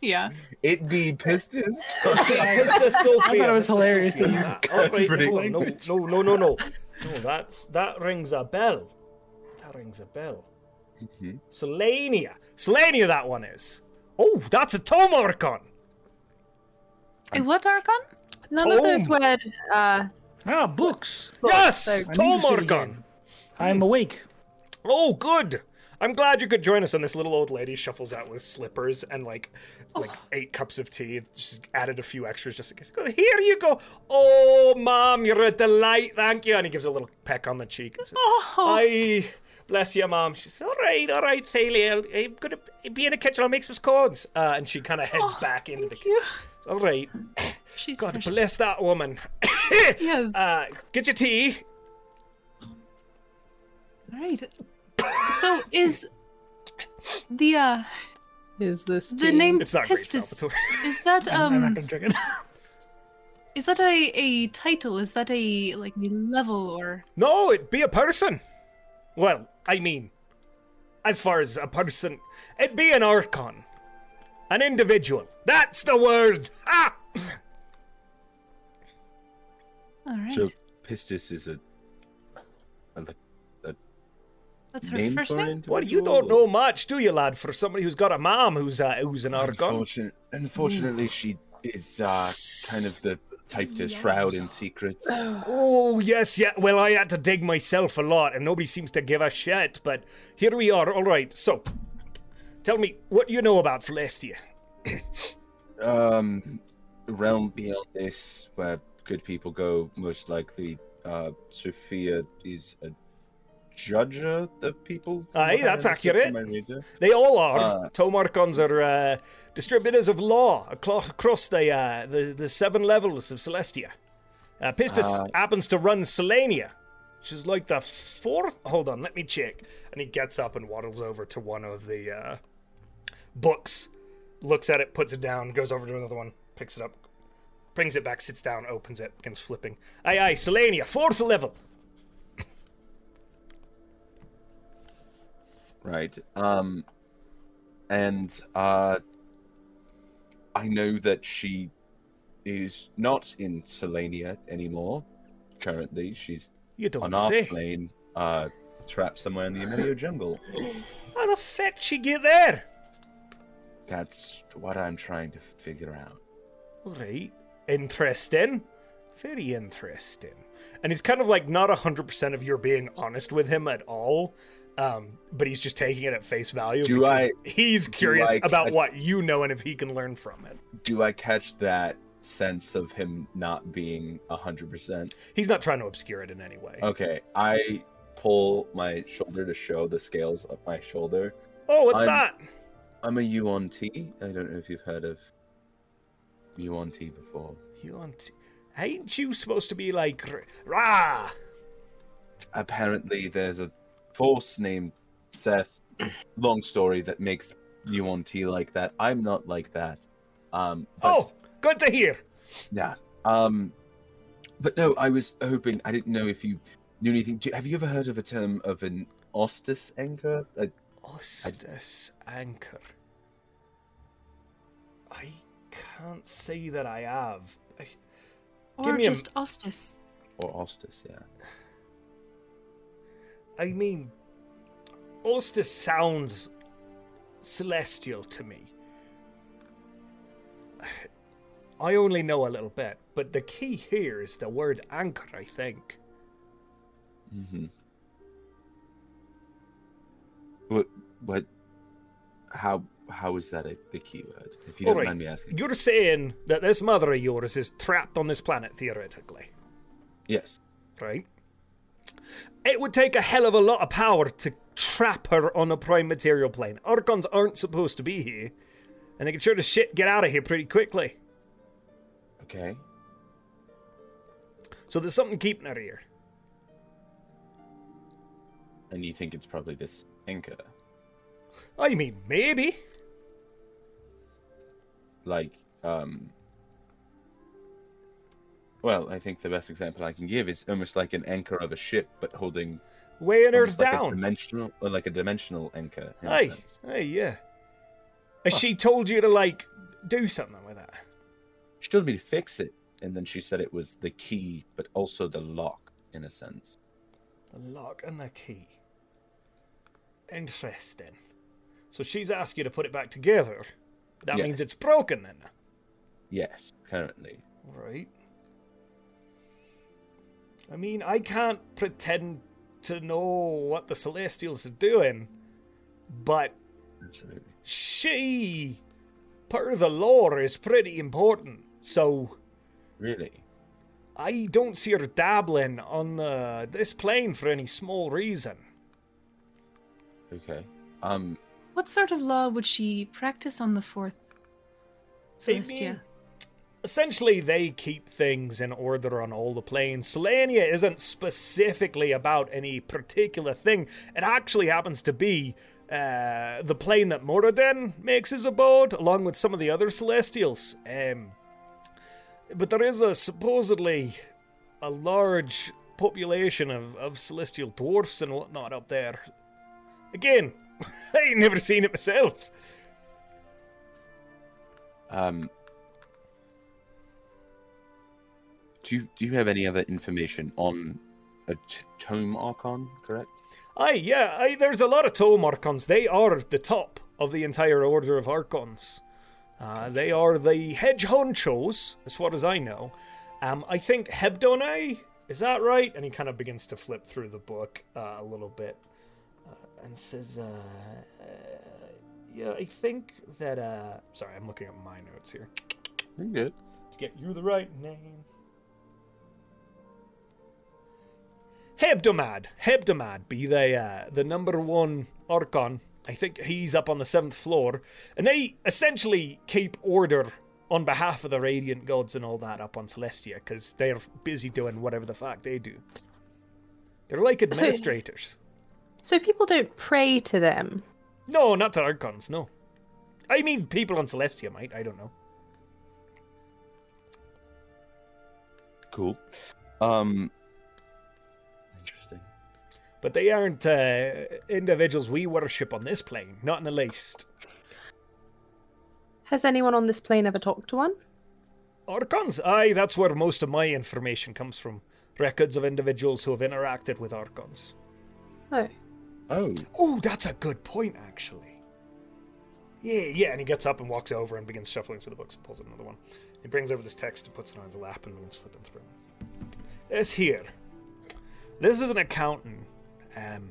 S2: Yeah.
S3: It
S2: [laughs]
S3: be
S1: [laughs]
S3: Pistis.
S1: It'd be Pistis Sophia.
S5: thought it was
S1: Pistis
S5: hilarious that
S1: Sophia.
S5: you
S1: Ah,
S3: cut
S1: alright,
S3: pretty
S1: hold on, No,
S5: language.
S1: no, no, no, no. No, that's that rings a bell. That rings a bell.
S3: Mhm.
S1: Selenia. Selenia, that one is. Oh, that's a Tome Archon.
S2: Hey, what Archon?
S4: None of those
S3: Oh.
S1: Tome.
S4: were. Uh,
S5: Ah, books.
S1: Yes,
S4: so-
S5: I'm
S1: Tome
S5: interested
S1: Archon.
S5: again. I'm awake.
S1: Oh, good. I'm glad you could join us. And this little old lady shuffles out with slippers and like, like
S2: Oh.
S1: eight cups of tea. She's added a few extras just in case. Go, Here you go. Oh, mom, you're a delight. Thank you. And he gives her a little peck on the cheek. And says,
S2: Oh,
S1: I bless you, mom. She says, "All right, all right, Thalia. I'll- I'm gonna be in the kitchen. I'll make some scones." Uh, and she kind of heads
S2: Oh,
S1: back into the
S2: thank
S1: kitchen.
S2: you.
S1: All right,
S2: She's
S1: God
S2: precious.
S1: bless that woman.
S2: Yes.
S1: Uh, get your tea.
S2: All right. So is the uh
S4: is this
S2: the
S4: tea?
S2: name
S1: It's not great,
S2: Pistis?
S1: Salvatore.
S2: Is that
S5: I'm not
S2: um
S5: gonna
S1: [laughs]
S5: drink it.
S2: is that a a title? Is that a like a level or
S1: no, it'd be a person. Well, I mean, as far as a person, it'd be an archon, an individual. That's the word. Ah!
S2: all right?
S3: So Pistis is a, a like
S2: That's her
S3: name
S2: first
S3: for
S2: name.
S3: an
S1: Well, you don't know
S3: individual?
S1: much, do you, lad? For somebody who's got a mom who's uh, who's an archon.
S3: Unfortun- unfortunately, she is uh, kind of the type to shroud in secrets.
S1: Oh, yes, yeah. Well, I had to dig myself a lot, and nobody seems to give a shit, but here we are. All right, so tell me what you know about Celestia.
S3: Um, realm beyond this, where good people go, most likely. Uh, Sophia is a judger of people. from
S1: Aye,
S3: what I
S1: that's
S3: understood from
S1: accurate.
S3: my reader.
S1: They all are.
S3: Uh.
S1: Tomarkons are uh, distributors of law aclo- across the, uh, the the seven levels of Celestia. Uh, Pistis
S3: Uh.
S1: happens to run Selenia, which is like the fourth. Hold on, let me check. And he gets up and waddles over to one of the uh, books, looks at it, puts it down, goes over to another one, picks it up, brings it back, sits down, opens it, begins flipping. Aye, aye, Selenia, fourth level.
S3: Right. Um, and uh, I know that she is not in Selenia anymore. Currently, she's
S1: You don't
S3: on our
S1: say.
S3: plane, uh, trapped somewhere in the Emilio jungle.
S1: How the fuck she get there?
S3: That's what I'm trying to figure out.
S1: Right. Interesting. Very interesting. And he's kind of like not 100% of you're being honest with him at all. Um, but he's just taking it at face value.
S3: Do
S1: because
S3: I-
S1: He's curious
S3: I-
S1: about
S3: I-
S1: what you know and if he can learn from it.
S3: Do I catch that sense of him not being hundred percent?
S1: He's not trying to obscure it in any way.
S3: Okay, I pull my shoulder to show the scales up my shoulder.
S1: oh, what's
S3: I'm-
S1: that?
S3: I'm a Yuan T. I don't know if you've heard of Yuan T before.
S1: You want? Ain't you supposed to be like r- rah?
S3: Apparently, there's a force named Seth. Long story that makes Yuan T like that. I'm not like that. Um, but
S1: Oh, good to hear.
S3: Yeah. Um, but no, I was hoping. I didn't know if you knew anything. Do, have you ever heard of a term of an ostis anchor? Uh,
S1: Ostis anchor. I can't say that I have. I,
S2: Or
S1: Give me a-
S2: just Ostis.
S3: or ostis, yeah.
S1: I mean, Ostis sounds celestial to me. [sighs] I only know a little bit, but the key here is the word anchor, I think.
S3: Mm-hmm. What? What? How? How is that a, the key word? If you don't
S1: Alright,
S3: mind me asking.
S1: You're saying that this mother of yours is trapped on this planet theoretically,
S3: Yes.
S1: right? It would take a hell of a lot of power to trap her on a prime material plane. Archons aren't supposed to be here, and they can sure as shit get out of here pretty quickly.
S3: Okay.
S1: So there's something keeping her here.
S3: And you think it's probably this anchor?
S1: I mean, maybe.
S3: like um well i think the best example i can give is almost like an anchor of a ship but holding
S1: Weighing her
S3: almost like a
S1: down.
S3: dimensional or like a dimensional anchor in a
S1: Hey,
S3: sense.
S1: hey, yeah. And she told you to, like, do something with that.
S3: she told me to fix it and then she said it was the key but also the lock in a sense
S1: The lock and the key. Interesting. So she's asked you to put it back together. That
S3: Yeah.
S1: means it's broken then.
S3: yes currently
S1: Right. I mean, I can't pretend to know what the Celestials are doing, but
S3: absolutely
S1: she, per the lore, is pretty important. So
S3: really
S1: I don't see her dabbling on the, this plane for any small reason.
S3: okay um
S2: What sort of law would she practice on the fourth
S1: I mean,
S2: Celestia?
S1: essentially, they keep things in order on all the planes. Selenia isn't specifically about any particular thing. It actually happens to be uh, the plane that Moradin makes his abode, along with some of the other Celestials. Um, but there is a supposedly a large population of, of celestial dwarfs and whatnot up there. Again, [laughs] I ain't never seen it myself.
S3: um do you, do you have any other information on a t- tome archon correct
S1: Aye, yeah, aye, there's a lot of Tome Archons. They are the top of the entire Order of Archons. Uh, they are the hedge honchos, as far as I know. Um, I think Hebdonai, is that right? And he kind of begins to flip through the book uh, a little bit uh, and says, uh, uh, Yeah, I think that. Uh... Sorry, I'm looking at my notes here
S3: Very good
S1: to get you the right name. Hebdomad, Hebdomad, be the uh, the number one Archon. I think he's up on the seventh floor, and they essentially keep order on behalf of the Radiant Gods and all that up on Celestia because they're busy doing whatever the fuck they do. They're like administrators.
S4: So people don't pray to them.
S1: No, not to Archons, no. I mean, people on Celestia might. I don't know.
S3: Cool. Um. Interesting.
S1: But they aren't uh, individuals we worship on this plane, not in the least.
S4: Has anyone on this plane ever talked to one?
S1: Archons, aye, that's where most of my information comes from. Records of individuals who have interacted with Archons.
S4: Oh.
S3: Oh,
S1: Oh, that's a good point, actually. Yeah, yeah, and he gets up and walks over and begins shuffling through the books and pulls out another one. He brings over this text and puts it on his lap and begins flipping through it. This here. This is an accountant um,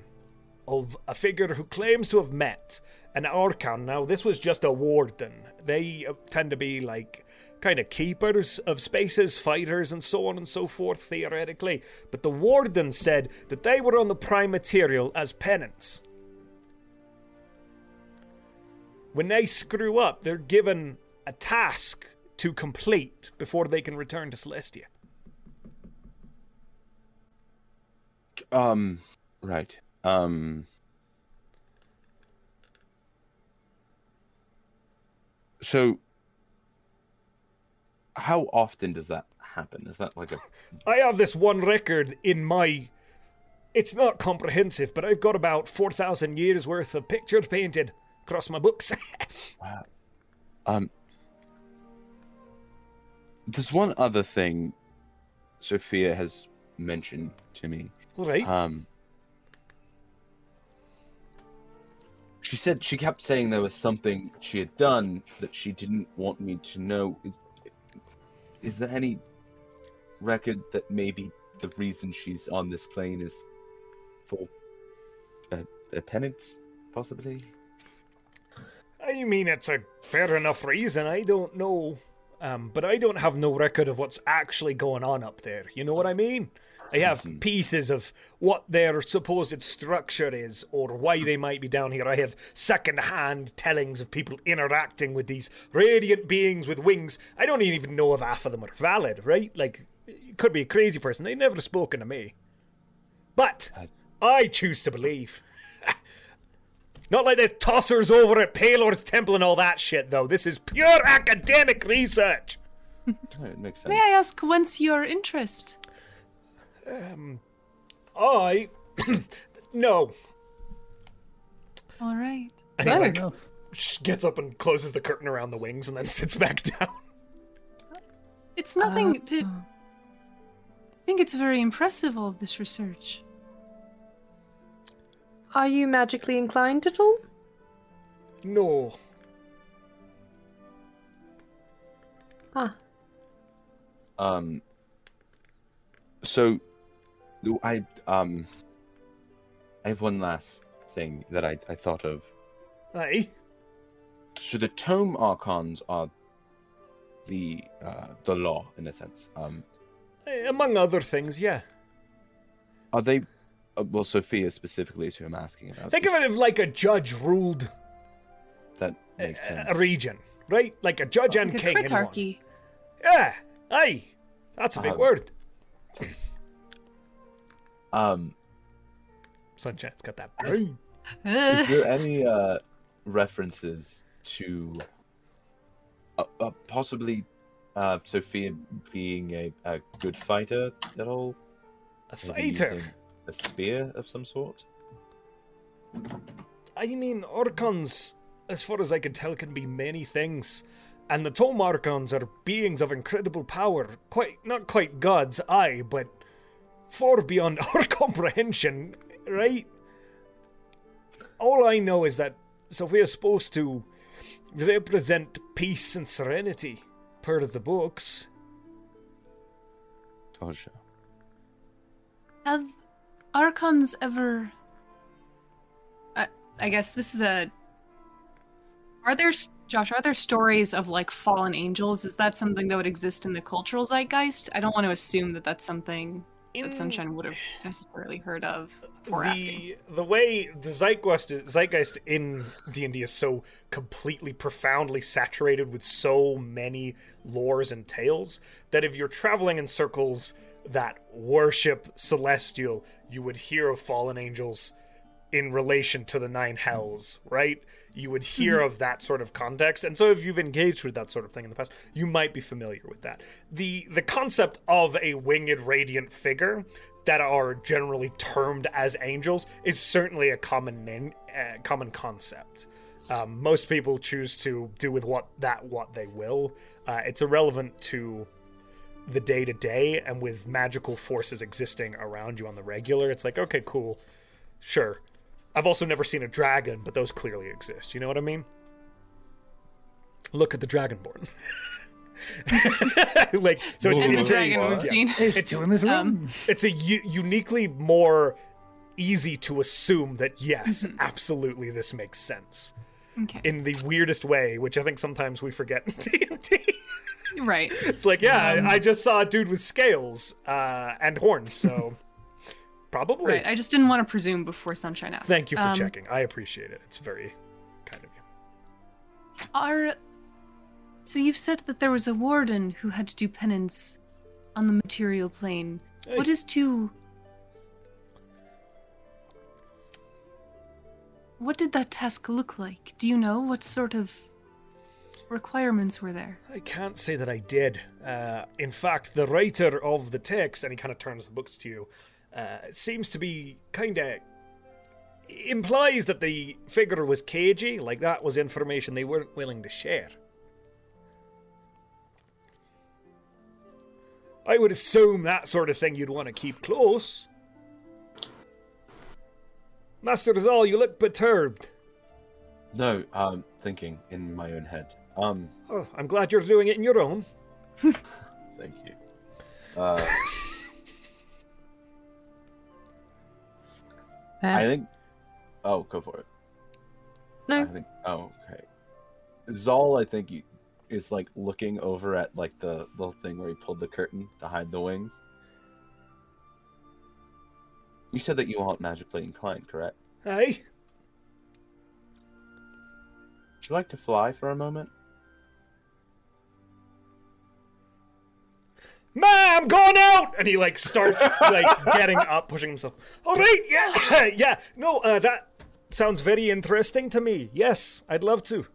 S1: of a figure who claims to have met an Archon. Now, this was just a warden. They uh, tend to be like kind of keepers of spaces, fighters, and so on and so forth, theoretically. But the warden said that they were on the prime material as penance. When they screw up, they're given a task to complete before they can return to Celestia.
S3: Um, right. Um. So, how often does that happen? Is that like a
S1: I have this one record in my. It's not comprehensive, but I've got about 4,000 years worth of pictures painted across my books. [laughs]
S3: Um, there's one other thing Sophia has mentioned to me.
S1: All right.
S3: Um, she said she kept saying there was something she had done that she didn't want me to know. Is, is there any record that maybe the reason she's on this plane is for a, a penance, possibly?
S1: I mean, it's a fair enough reason. I don't know. Um, but I don't have no record of what's actually going on up there. You know what I mean? I have
S3: Mhm.
S1: pieces of what their supposed structure is or why they might be down here. I have second hand tellings of people interacting with these radiant beings with wings. I don't even know if half of them are valid, right? Like, it could be a crazy person. They've never spoken to me. But
S3: I-
S1: I choose to believe. Not like there's tossers over at Paylor's Temple and all that shit, though. This is pure academic research.
S3: No, it makes sense.
S2: May I ask whence your interest?
S1: Um, I. [clears throat] no.
S2: All right.
S1: And he,
S4: Oh.
S1: like,
S5: No.
S1: sh- gets up and closes the curtain around the wings and then [laughs] sits back down.
S2: It's nothing
S4: Uh,
S2: to. I think it's very impressive, all of this research.
S4: Are you magically inclined at all?
S1: No.
S4: Ah,
S3: Um. So, do I um. I have one last thing that I, I thought of.
S1: Aye.
S3: So the tome archons are the uh, the law in a sense. Um,
S1: Eh, Among other things, yeah.
S3: are they? Uh, well, Sophia specifically is who I'm asking about.
S1: Think of it as like a judge ruled
S3: that
S1: a,
S3: makes sense.
S1: a region, right? Like a judge and
S2: Like a
S1: king. in one.
S2: critarchy.
S1: Yeah. Aye. That's a big
S3: Um,
S1: word.
S3: um,
S1: Sunshine's got that.
S3: Yes.
S1: brain.
S2: Uh,
S3: is there
S1: [laughs]
S3: any uh, references to uh, uh, possibly uh, Sophia being a, a good fighter at all?
S1: A
S3: Maybe
S1: fighter.
S3: using A spear of some sort?
S1: I mean, Orcons, as far as I can tell, can be many things. And the Tome Archons are beings of incredible power. Quite, not quite gods, aye, but far beyond [laughs] our comprehension, right? All I know is that Sophia's supposed to represent peace and serenity, per the books.
S3: Gotcha.
S2: Have archons ever? I, I guess this is a. Are there, s- Josh? Are there stories of like fallen angels? Is that something that would exist in the cultural zeitgeist? I don't want to assume that that's something
S1: In
S2: that Sunshine would have necessarily heard of. Before
S1: the
S2: asking.
S1: the way the zeitgeist zeitgeist in D and D is so completely profoundly saturated with so many lores and tales that if you're traveling in circles that worship celestial, you would hear of fallen angels in relation to the nine hells, right? You would hear of that sort of context. And so if you've engaged with that sort of thing in the past, you might be familiar with that. The the concept of a winged radiant figure that are generally termed as angels is certainly a common name, uh, common concept. Um, most people choose to do with what that what they will. Uh, it's irrelevant to the day to day, and with magical forces existing around you on the regular, it's like okay, cool, sure. I've also never seen a dragon, but those clearly exist. You know what I mean? Look at the dragonborn. [laughs] like so, it's,
S3: Whoa,
S2: Any
S1: it's
S3: whoa,
S1: a,
S2: dragon we've
S3: Yeah.
S2: seen.
S5: There's
S1: It's-
S5: two in this room.
S2: um,
S1: it's a u- uniquely more easy to assume that yes
S2: Mm-hmm.
S1: absolutely this makes sense
S2: [laughs] Okay.
S1: in the weirdest way which i think sometimes we forget in [laughs] d&d
S2: right.
S1: it's like yeah
S2: Um,
S1: I, I just saw a dude with scales uh, and horns so
S2: [laughs]
S1: probably
S2: Right. I Um, just didn't want to presume before Sunshine asked.
S1: thank you for
S2: Um,
S1: checking i appreciate it it's very kind of you
S2: Are so you've said that there was a warden who had to do penance on the material plane. What
S1: Hey.
S2: is to What did that task look like? Do you know what sort of requirements were there?
S1: I can't say that I did. Uh, in fact, the writer of the text, and he kind of turns the books to you, uh, seems to be kind of implies that the figure was cagey, like that was information they weren't willing to share. I would assume that sort of thing you'd want to keep close. Master Zal, you look perturbed.
S3: No, um, thinking in my own head. Um,
S1: Oh, I'm glad you're doing it in your own.
S3: thank you. Uh, I
S4: Eh,
S3: think. Oh, go for it. I
S4: no,
S3: think. Oh, okay. Zal, I think, he- is like looking over at like the little thing where he pulled the curtain to hide the wings. You said that you aren't magically inclined, correct?
S1: Aye.
S3: Would you like to fly for a moment?
S1: Ma, I'm going out! And he like starts
S3: [laughs]
S1: like getting up, pushing himself. All right, yeah, [laughs] yeah. No, uh, that sounds very interesting to me. Yes, I'd love to.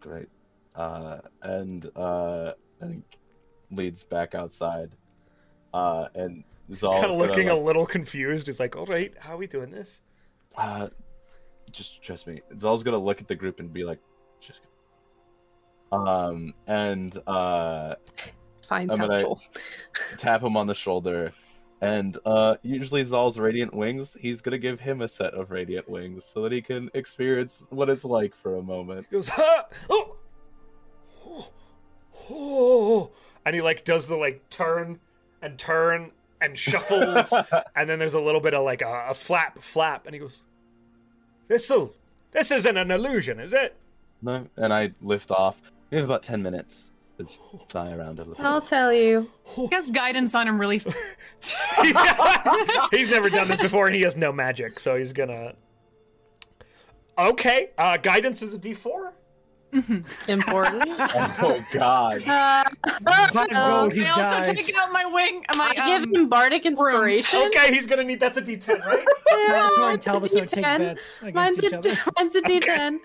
S3: Great. Uh, and uh, I think leads back outside. Uh, and Zal
S1: Kind
S3: is
S1: of
S3: gonna,
S1: looking
S3: like,
S1: a little confused. He's like, all right, how are we doing this?
S3: Uh, just trust me. Zal's gonna look at the group and be like, just. Um, and uh,
S4: fine,
S3: I'm gonna-
S4: Satchel.
S3: tap him on the shoulder, and uh, usually Zal's radiant wings. He's gonna give him a set of radiant wings so that he can experience what it's like for a moment.
S1: He goes, ha! Oh! Oh! oh. And he like does the like turn and turn and
S3: [laughs]
S1: shuffles. and then there's a little bit of like a, a flap, flap. And he goes, this'll, this isn't an illusion, is it?
S3: no, and I lift off. We have about ten minutes to fly around a little.
S4: I'll tell you.
S2: Cast guidance on him
S1: [laughs]
S2: really
S1: he's never done this before and he has no magic, so he's gonna. Okay, uh, guidance is a d4?
S4: Important.
S3: [laughs] oh God!
S5: Five
S2: Oh,
S5: gold, he
S2: they also
S5: dies.
S2: taking out my wing. Am I,
S4: [laughs] I
S2: um,
S4: give him bardic [laughs] inspiration.
S1: Okay, he's gonna need that's a d10, right?
S5: Yeah,
S4: Yeah,
S5: that's why
S4: it's a
S5: Talbot take
S4: D10.
S5: bets
S4: Mine's
S5: against
S4: a,
S5: each
S1: [laughs]
S5: other.
S4: [laughs]
S5: [laughs]
S4: mine's a D10.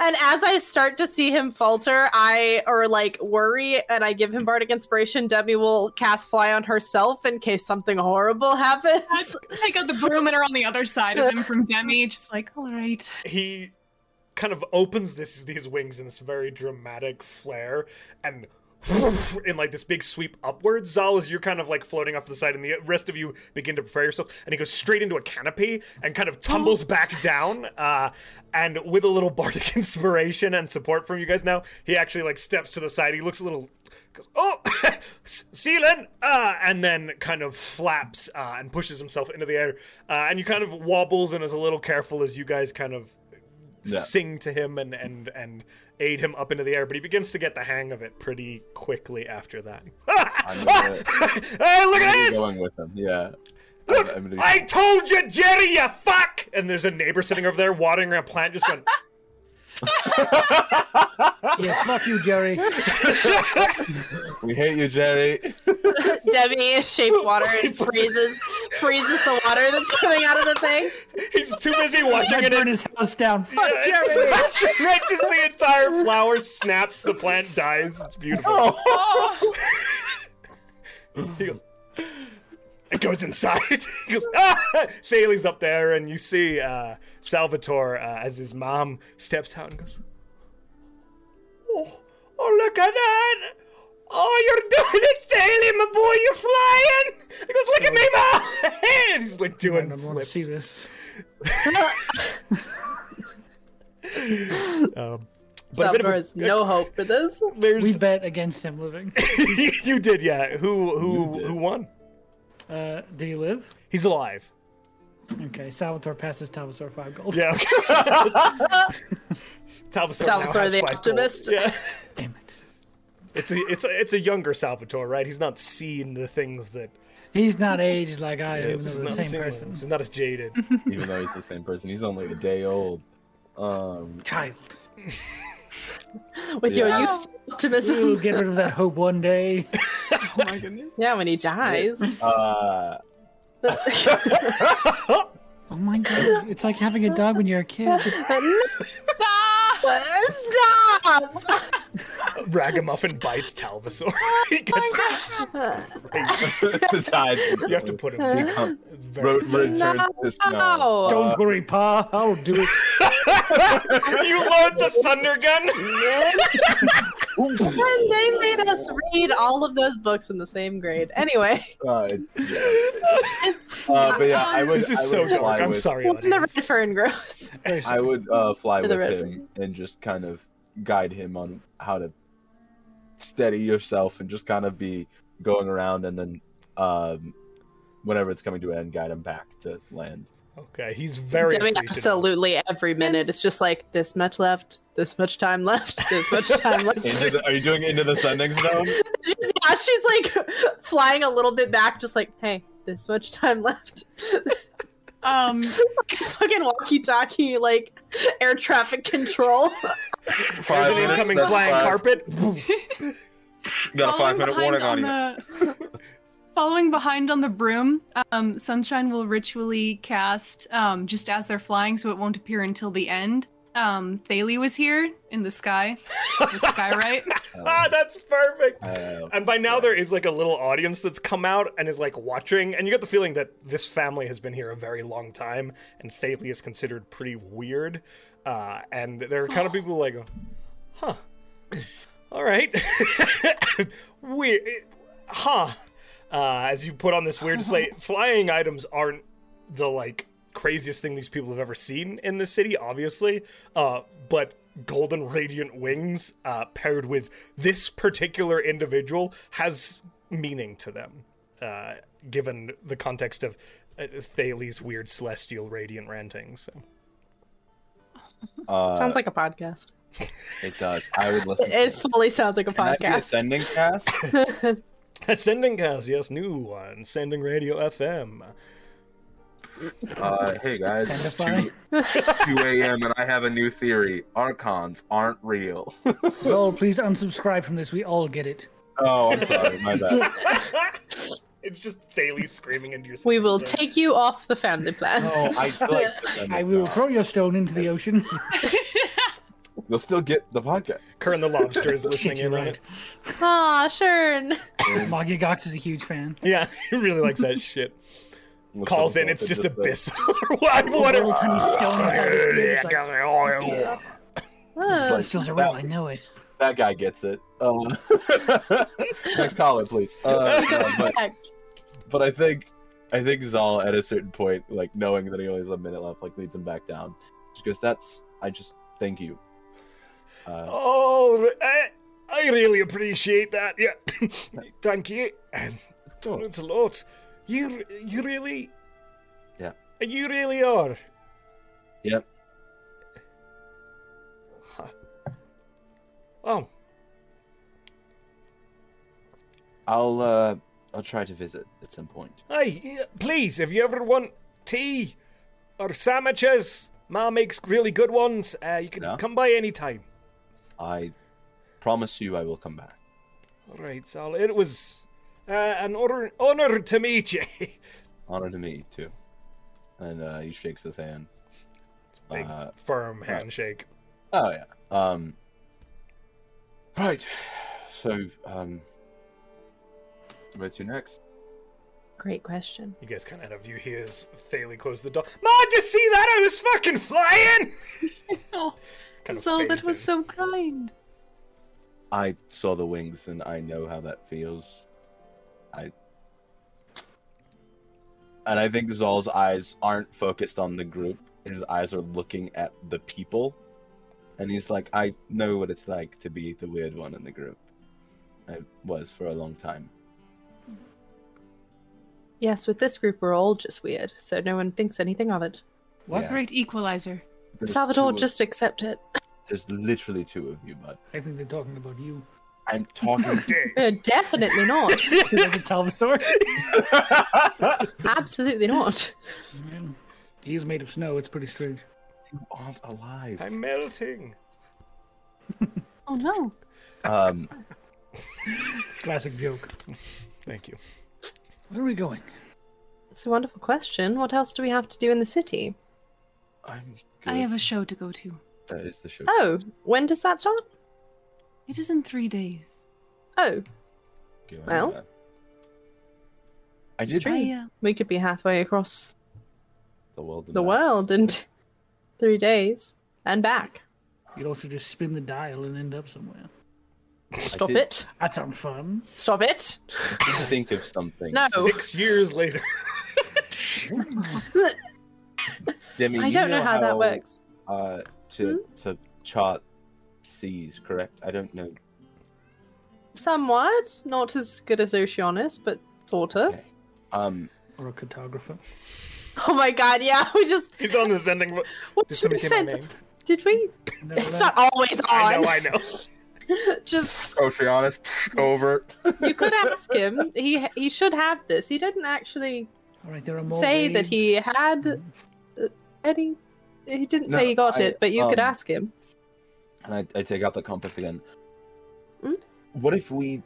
S4: And as I start to see him falter, I or like worry, and I give him bardic inspiration. Debbie will cast fly on herself in case something horrible [laughs] happens.
S2: I got the broom and are on the other side of him from Demi, just like, all right.
S1: he kind of opens this these wings in this very dramatic flare and [laughs] in like this big sweep upwards zal as you're kind of like floating off the side and the rest of you begin to prepare yourself and he goes straight into a canopy and kind of tumbles back down uh, and with a little [laughs] bardic inspiration and support from you guys now he actually like steps to the side he looks a little goes oh [laughs] ceiling uh, and then kind of flaps uh, and pushes himself into the air uh, and he kind of wobbles and is a little careful as you guys kind of
S3: Yeah.
S1: sing to him and and and aid him up into the air but he begins to get the hang of it pretty quickly after that
S3: I'm gonna-
S1: [laughs] hey look
S3: Where
S1: at
S3: are you
S1: this
S3: Going with them, yeah.
S1: Look,
S3: I'm- I'm gonna-
S1: i told you jerry you fuck and there's a neighbor sitting over there watering a plant just going
S5: yeah, fuck you, Jerry.
S3: we hate you, Jerry.
S4: Debbie
S5: [laughs]
S4: shaped water and freezes freezes the water that's coming out of the
S5: [laughs]
S4: thing.
S1: he's too busy
S5: I
S1: watching it
S5: burn his house down. Fuck
S1: Yeah, it's-
S5: Jerry.
S1: Right, [laughs] just the entire flower snaps, the plant dies. It's beautiful.
S5: Oh.
S1: He goes, it goes inside. [laughs] he goes, ah! Thales up there, and you see uh, Salvatore uh, as his mom steps out and goes, Oh, oh look at that! Oh, you're doing it, Thales, my boy, you're flying! He goes, Look at me, mom! [laughs] and he's like
S5: I
S1: doing
S5: don't want to
S1: flips.
S5: see this.
S1: Um, but a bit of
S4: There
S1: a- [laughs]
S4: is no hope for this.
S1: there's
S5: We bet against him living.
S1: [laughs] you did, yeah. Who
S3: You
S1: who
S3: did.
S1: who won?
S5: Uh, did he live?
S1: He's alive.
S5: Okay, Salvatore passes Talbot five gold.
S1: Yeah.
S4: [laughs]
S1: Okay. Talvasor now
S4: Salvatore
S1: has
S4: the
S1: five gold.
S4: optimist.
S1: Yeah.
S5: Damn it.
S1: It's a it's a, it's a younger Salvatore, right? He's not seen the things that [laughs]
S5: He's not aged like I am,
S3: this
S5: even though
S3: is
S5: we're
S1: not
S5: the same
S1: seen-
S5: person.
S1: He's not as
S5: [laughs]
S1: jaded. [laughs] [laughs]
S3: Even though he's the same person, he's only a day old. Um,
S5: Child.
S4: with your
S3: Yeah.
S4: youth
S5: Ooh,
S4: optimism.
S5: get rid of that hope
S1: [laughs]
S5: one day.
S6: Oh my goodness.
S4: [laughs] Yeah, when
S5: [laughs]
S4: he dies.
S3: Uh,
S5: Oh my god, it's like having a dog when you're a kid.
S1: [laughs]
S2: Ah!
S4: Stop!
S1: Ragamuffin bites Talvasaur. [laughs] he
S4: Oh
S5: Oh
S1: gets
S3: [laughs]
S4: [laughs]
S3: to die.
S1: You have to put him.
S3: He
S1: in.
S3: come-
S1: It's
S3: Ro-
S1: very.
S3: Ro- turns to snow.
S5: Don't worry, Pa. I'll do it.
S1: [laughs] you load the thunder gun.
S3: [laughs]
S1: [laughs]
S4: And they made us read all of those books in the same grade.
S3: [laughs]
S4: Anyway,
S3: Uh, yeah. Uh, but yeah, I would.
S1: This
S3: I
S1: is
S3: would
S1: so
S3: fly
S1: dark. I'm
S3: with-
S1: sorry.
S4: when [laughs] the
S1: audience.
S4: red fern grows.
S5: Very sorry.
S3: I would uh, fly
S4: To
S3: with
S4: the red
S3: him and just kind of guide him on how to steady yourself and just kind of be going around and then um, whenever it's coming to an end, guide him back to land.
S1: Okay, he's very.
S4: Doing
S1: appreciative.
S4: absolutely every minute. It's just like this much left, this much time [laughs] left, this much time left.
S3: Into
S4: [laughs]
S3: the, are you doing into the sun next zone?
S4: She's- yeah, she's like flying a little bit back, just like, hey, this much time left. [laughs]
S2: Um,
S4: Fucking walkie-talkie, like air traffic control.
S1: There's
S3: Five
S1: an
S3: minutes,
S1: incoming
S3: that's
S1: flying
S3: five.
S1: carpet.
S3: Got a five
S2: following
S3: minute
S2: behind
S3: warning on you.
S2: the-
S3: [laughs]
S2: Following behind on the broom, um, Sunshine will ritually cast um, just as they're flying, so it won't appear until the end. Um, Thalie was here in the sky, the
S3: [laughs]
S2: sky right.
S1: ah, that's perfect.
S3: Uh,
S1: And by now there is like a little audience that's come out and is like watching, and you get the feeling that this family has been here a very long time, and Thalia is considered pretty weird. Uh, and there are kind of people like, huh, all right, [laughs] weird, huh? Uh, as you put on this weird display, flying items aren't the like craziest thing these people have ever seen in this city, obviously. Uh, but golden radiant wings uh, paired with this particular individual has meaning to them, uh, given the context of uh, Thales' weird celestial radiant rantings. So. [laughs]
S3: uh,
S4: sounds like a podcast.
S3: it does. I would
S4: [laughs]
S3: listen.
S4: It,
S3: to
S4: it fully sounds like a
S3: Can I be
S4: podcast.
S3: ascending cast.
S1: Ascending cast, yes, new one. Sending radio FM. [laughs]
S3: Uh, hey guys, it's
S5: Sendify.
S3: 2, [laughs] 2 a.m. and I have a new theory. Archons aren't real.
S5: Zol, please unsubscribe from this. We all get it.
S3: Oh, I'm sorry, my bad.
S1: it's just Thales screaming into your. uh,
S4: We will take you off the family plan.
S3: No, [laughs]
S1: [laughs]
S3: I like the Sendify.
S5: I will throw your stone into the ocean.
S3: You'll still get the podcast.
S1: Kern the lobster
S5: [laughs]
S1: is listening
S5: Shit, you're
S1: in on
S5: right.
S1: it.
S4: [laughs] Aw, Shern.
S5: Foggy Gox is a huge fan.
S1: Yeah, [laughs] he really likes that shit.
S3: Looks
S1: Calls
S3: like
S1: in, it's
S3: it
S1: just
S3: says,
S1: abyssal [laughs] or whatever.
S5: Little tiny stone inside his skin,
S1: [laughs]
S5: it's like,
S4: Uh,
S5: "Those stones are real. I know it.
S3: That guy gets it. Um, [laughs] next caller, please. Uh, no, but,
S4: heck.
S3: but I think I think Zal at a certain point, like knowing that he only has a minute left, like leads him back down. She goes, "That's I just thank you." Uh,
S1: Oh, I, I really appreciate that.
S3: [laughs]
S1: Yeah, thank you. Um,
S3: oh,
S1: it's a lot. You, you really.
S3: Yeah.
S1: You really are.
S3: Yep.
S1: Huh. Oh,
S3: I'll uh, I'll try to visit at some point.
S1: aye. yeah, Please, if you ever want tea or sandwiches, Ma makes really good ones. Uh, you can
S3: Yeah?
S1: come by any time.
S3: I promise you I will come back.
S1: All right, Sal. It was uh, an honor, honor to meet you. [laughs]
S3: Honor to me too. And uh, he shakes his hand.
S1: Big,
S3: Uh,
S1: firm handshake.
S3: oh yeah. Um. Right. So um. Where to next?
S4: Great question.
S1: You guys kind of had a view. He is Thalie closed the door. Ma, did you see that? I was fucking
S4: [laughs]
S1: flying.
S2: Oh,
S1: Kind of
S2: so that
S1: fainted.
S2: was so kind.
S3: I saw the wings and I know how that feels. I. And I think Zol's eyes aren't focused on the group. His eyes are looking at the people. And he's like, I know what it's like to be the weird one in the group. I was for a long time.
S4: Yes, with this group, we're all just weird, so no one thinks anything of it.
S5: What?
S3: Yeah.
S2: Great equalizer.
S3: There's
S4: Salvador,
S3: two of-
S4: just accept it. [laughs]
S3: There's literally two of you, bud.
S5: I think they're talking about you. [laughs]
S3: I'm talking.
S1: Dang.
S4: Uh, definitely not.
S5: Is that the
S4: [laughs]
S5: Talvasaur?
S4: Absolutely not.
S5: Man, He is made of snow. It's pretty strange.
S3: you aren't alive.
S1: I'm melting.
S2: Oh Oh no.
S3: [laughs] Um,
S5: Classic joke.
S1: Thank you.
S5: Where are we going?
S4: It's a wonderful question. What else do we have to do in the city?
S3: I'm
S2: I
S3: good.
S2: have a show to go to.
S3: That is the show.
S4: Oh, when does that start?
S2: It is in three days.
S4: Oh,
S3: Okay, I know
S4: well.
S3: that. I
S4: It's
S3: did
S4: true.
S2: I, uh,
S4: we could be halfway across
S3: the world. in
S4: the
S3: that.
S4: world in [laughs] t- three days and back.
S5: You'd also just spin the dial and end up somewhere.
S4: Stop
S3: did-
S4: it.
S5: That sounds fun.
S4: Stop it.
S3: I did think of something.
S4: No. Oh.
S1: Six years later. [laughs]
S3: Demi,
S4: I
S3: you
S4: don't know, how, that works. Hmm?
S3: Uh, to to chart seas, correct? I don't know.
S4: Somewhat. Not as good as Oceanus, but sort of.
S3: Okay. Um,
S5: [laughs] Or a cartographer.
S4: [laughs] Oh my god, yeah, we just.
S1: He's on this ending. ro- Did
S4: What should we
S1: somebody say my
S4: sense?
S1: name?
S4: Did we?
S5: Never
S4: It's
S5: know.
S4: not always
S1: I know,
S4: on.
S1: I know.
S4: [laughs] Just
S3: Oceanus, over.
S4: you could ask him. He he should have this. He didn't actually
S5: All right, there are more
S4: say
S5: waves.
S4: that he had- any. He didn't
S3: No,
S4: say he got
S3: I-
S4: it, but you could
S3: um,
S4: ask him.
S3: And I, I take out the compass again.
S4: Hmm?
S3: What if we?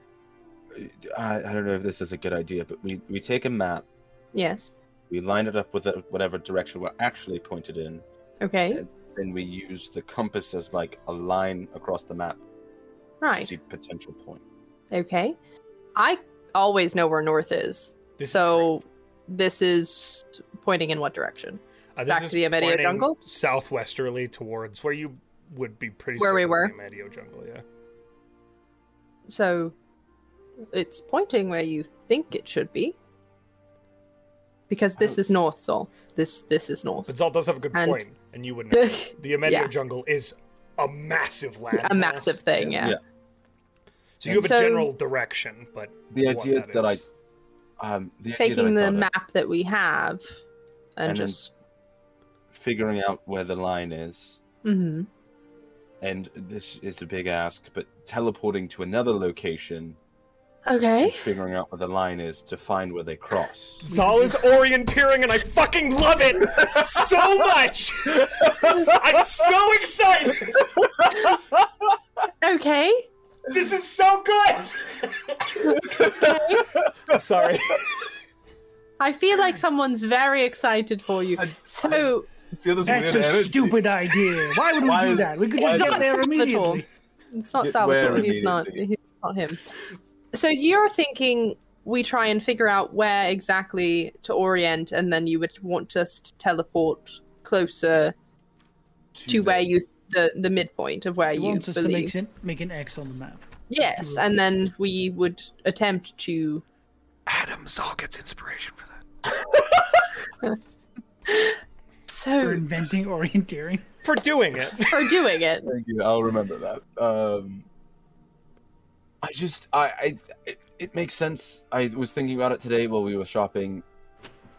S3: uh, I, I don't know if this is a good idea, but we we take a map,
S4: Yes.
S3: we line it up with the, whatever direction we're actually pointed in,
S4: Okay.
S3: Yeah. then we use the compass as like a line across the map to
S4: Right.
S3: see potential point.
S4: Okay. I always know where north is,
S1: This
S4: so this is pointing in what direction?
S1: is, uh, this
S4: back
S1: is
S4: to the Amedio
S1: pointing
S4: jungle?
S1: southwesterly towards where you would be pretty.
S4: Where we
S1: certain
S4: were.
S1: is the Amedio jungle. Yeah.
S4: So it's pointing where you think it should be. Because
S3: I
S4: this
S3: don't-
S4: is north, Sol. This this is north.
S1: But Zal does have a good
S4: And-
S1: point, and you would
S4: [laughs]
S1: know. The Amedio
S4: Yeah.
S1: jungle is a massive land.
S4: a massive thing, yeah.
S1: So you have a
S4: So-
S1: general direction, but
S3: The
S1: what
S3: idea that, I
S1: is-
S3: um the idea that I
S4: Taking the
S3: thought of-
S4: map that we have and,
S3: and
S4: just
S3: then figuring out where the line is.
S4: hmm
S3: And this is a big ask, but teleporting to another location, and
S4: Okay.
S3: figuring out where the line is to find where they cross.
S1: Zal is orienteering, and I fucking love it so much. I'm so excited.
S4: Okay.
S1: This is so good. I'm sorry.
S4: I feel like someone's very excited for you.
S3: I-
S4: So
S3: Feel this
S5: That's a stupid idea. Why would we
S3: Why
S5: do
S3: is-
S5: that? We could
S3: why
S5: just
S3: is
S5: get
S4: it-
S5: there
S4: It's not
S5: immediately.
S4: It's not
S3: Get
S4: Salvatore.
S3: where
S4: He's not.
S3: immediately?
S4: He's not him. So you're thinking we try and figure out where exactly to orient, and then you would want us to teleport closer to, where you the the midpoint of where
S5: He
S4: you
S5: wants us to make,
S4: believe.
S5: sen- make an X on the map.
S4: yes, and then we would attempt
S5: [laughs]
S4: to.
S1: Adam Zal gets inspiration for that.
S5: We're
S4: So
S5: inventing [laughs] orienteering.
S1: For doing it.
S4: for doing it,
S3: Thank you. I'll remember that. Um, I just, I, I it, it makes sense. I was thinking about it today while we were shopping.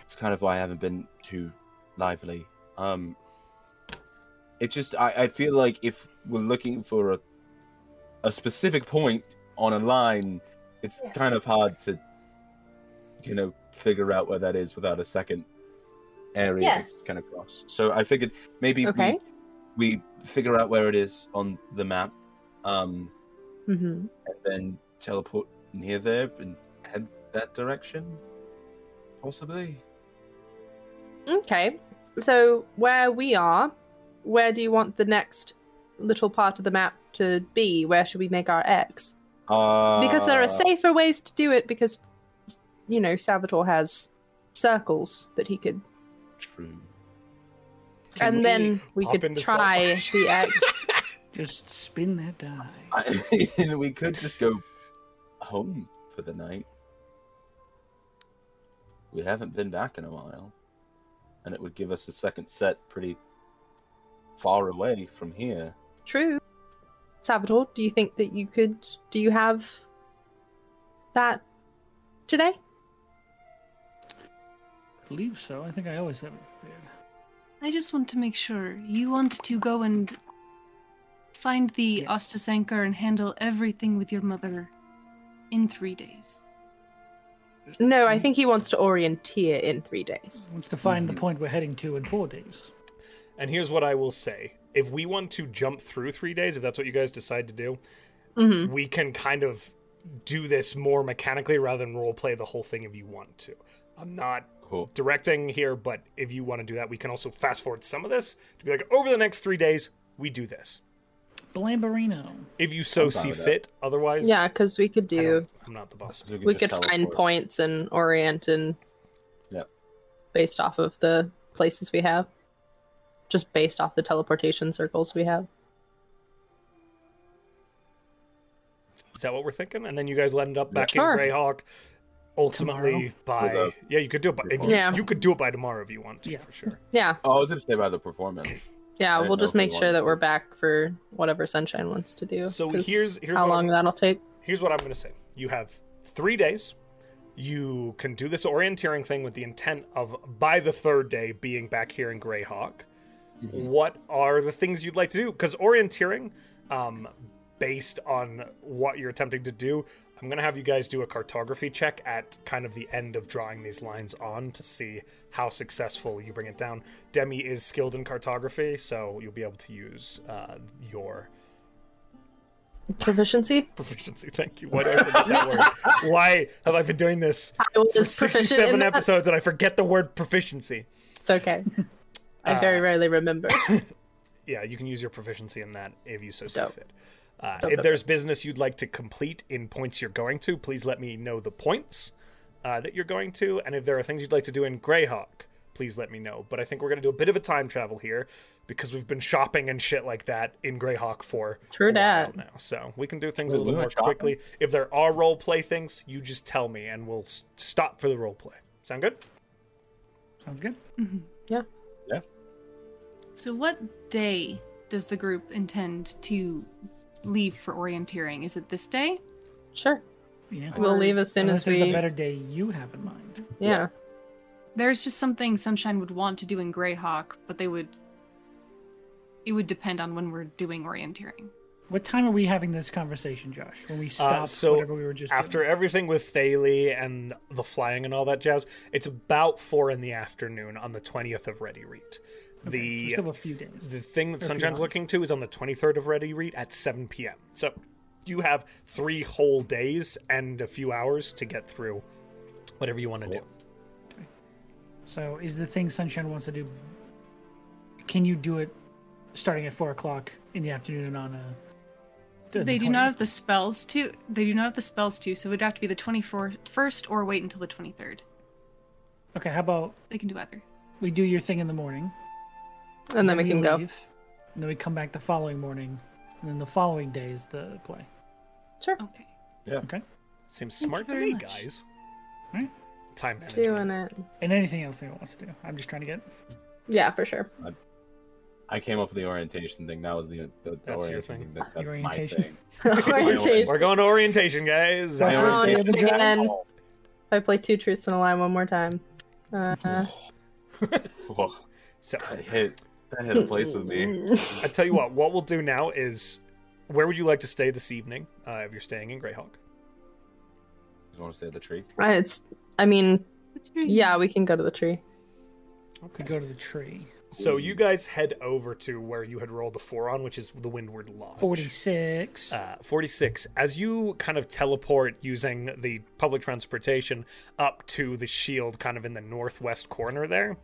S3: It's kind of why I haven't been too lively. Um, it just, I, I feel like if we're looking for a, a specific point on a line, it's
S4: Yeah.
S3: kind of hard to, you know, figure out where that is without a second area
S4: Yes.
S3: to kind of cross. So I figured maybe we
S4: okay.
S3: we figure out where it is on the map, um,
S5: Mm-hmm.
S4: hmm
S3: and then teleport near there and head that direction, possibly.
S4: Okay. So where we are, where do you want the next little part of the map to be? Where should we make our X?
S3: Uh,
S4: because there are safer ways to do it because you know salvatore has circles that he could
S3: True. [laughs]
S1: Can we
S4: and then we
S1: pop
S4: could
S1: into Sal-
S4: try
S1: [laughs]
S4: the x
S5: Just spin that die.
S3: I mean, we could just go home for the night. We haven't been back in a while, and it would give us a second set pretty far away from here.
S4: true salvatore do you think that you could do you have that today
S5: I believe so. I think I always have it prepared.
S2: I just want to make sure you want to go and find the
S5: Yes.
S2: Ostas anchor and handle everything with your mother in three days.
S4: no
S1: Mm.
S4: i think he wants to orienteer in three days
S5: Wants to find
S4: Mm-hmm.
S3: Mhm.
S5: the point we're heading to in four days.
S1: And here's what I will say if we want to jump through three days, if that's what you guys decide to do,
S4: Mm-hmm.
S2: Mhm.
S1: we can kind of do this more mechanically rather than role play the whole thing if you want to. I'm not
S3: Cool.
S1: directing here, but if you want to do that, we can also fast forward some of this to be like, over the next three days, we do this.
S5: Blamborino.
S1: If you so
S3: I'm fine
S1: see
S3: with that.
S1: fit, otherwise,
S4: Yeah, because we could
S1: I
S4: do.
S1: don't- I'm not the boss.
S3: So
S4: We
S3: just
S4: could find
S3: teleport.
S4: points and orient and.
S3: Yeah.
S4: Based off of the places we have. Just based off the teleportation circles we have.
S1: Is that what we're thinking? And then you guys end up back
S4: Sure.
S1: in Greyhawk. Ultimately, by
S3: With a-
S1: yeah, you could do it. By, if you,
S4: Yeah.
S1: you could do it by tomorrow if you want to,
S5: Yeah.
S1: for sure.
S4: Yeah,
S3: Oh, I was gonna say about the performance. I
S4: yeah.
S3: didn't
S4: We'll
S3: know
S4: just
S3: if we
S4: make sure
S3: wanted
S4: that
S3: to.
S4: we're back for whatever Sunshine wants to do.
S1: So
S4: 'cause
S1: here's- here's
S4: how
S1: what I-
S4: long that'll take.
S1: Here's what I'm going to say: you have three days. You can do this orienteering thing with the intent of by the third day being back here in Greyhawk.
S3: Mhm.
S1: what are the things you'd like to do because orienteering um, based on what you're attempting to do i'm going to have you guys do a cartography check at kind of the end of drawing these lines on to see how successful you bring it down demi is skilled in cartography so you'll be able to use uh, your [laughs]
S4: Proficiency.
S1: proficiency thank you why, do I forget that word? why have i been doing this
S4: I
S1: for
S4: was proficient in
S1: 67
S4: that.
S1: episodes and i forget the word proficiency
S4: [laughs] It's okay. I very
S1: Uh,
S4: rarely remember.
S1: yeah, you can use your proficiency in that if you so see
S4: Dope.
S1: fit. Uh,
S4: Dope,
S1: if
S4: dope,
S1: there's business you'd like to complete in points you're going to, please let me know the points uh, that you're going to. And if there are things you'd like to do in Greyhawk, please let me know. But I think we're going to do a bit of a time travel here because we've been shopping and shit like that in Greyhawk for
S4: True
S1: a while
S4: dat.
S1: now. So we can do things a
S3: Wait,
S1: little
S3: we
S1: more
S3: went shopping?
S1: quickly. If there are role play things, you just tell me and we'll s- stop for the role play. Sound good?
S5: Sounds good.
S2: Mhm.
S4: Yeah.
S3: Yeah.
S2: So, what day does the group intend to leave for orienteering? Is it this day?
S4: Sure.
S5: Yeah.
S3: I-
S4: We'll leave as soon
S5: Unless
S4: as
S5: there's a
S4: we.
S5: better day you have in mind.
S4: Yeah.
S2: There's just something Sunshine would want to do in Greyhawk, but they would. It would depend on when we're doing orienteering.
S5: What time are we having this conversation, Josh? When
S4: Uh,
S5: we stop
S1: so
S5: whatever we were just doing?
S1: after everything with Thaley and the flying and all that jazz, it's about four in the afternoon on the twentieth of Ready Reet.
S5: Okay, so we
S1: The
S5: still have a few days.
S1: the thing that
S5: few
S1: Sunshine's
S5: hours.
S1: looking to is on the twenty third of Ready Reet at seven p.m. So you have three whole days and a few hours to get through whatever you want to do.
S5: So is the thing Sunshine wants to do? Can you do it starting at four o'clock in the afternoon on a? on the
S2: They do not
S5: 20th?
S2: have the spells to. They do not have the spells to, so it would have to be the 24th first or wait until the 23rd.
S5: Okay, how about
S2: They can do either.
S5: we do your thing in the morning,
S4: And then we can go.
S5: leave, and then we come back the following morning, and then the following day is the play.
S4: Sure.
S2: Okay.
S5: Okay,
S1: Seems
S2: Thank
S1: smart
S2: you
S1: to
S2: very
S1: me,
S2: much.
S1: guys.
S5: Alright.
S1: Time management.
S4: Doing it.
S5: and anything else anyone wants to do. I'm just trying to get.
S4: Yeah,
S3: [laughs]
S4: for sure.
S3: I came up with the orientation thing. That was the, the, the
S1: That's
S3: orientation
S1: your thing.
S3: That,
S5: The
S3: that's
S5: orientation.
S3: my thing.
S4: Orientation.
S1: We're going to orientation, guys.
S5: My
S3: My
S5: first day of the
S3: orientation.
S5: job.
S4: Again. If I play two truths and a lie one more time. [laughs] Uh,
S3: [laughs] Whoa,
S1: So
S3: that hit. That hit a place
S2: [laughs]
S3: with me.
S1: I tell you what, what we'll do now is, where would you like to stay this evening? Uh, if you're staying in Greyhawk.
S3: You want to stay at the tree?
S4: Uh, It's. I mean, yeah, we can go to the tree.
S5: We go to the tree.
S1: So you guys head over to where you had rolled the four on, which is the Windward Lodge.
S5: Forty-six.
S1: Uh, 46. As you kind of teleport using the public transportation up to the shield, kind of in the northwest corner there,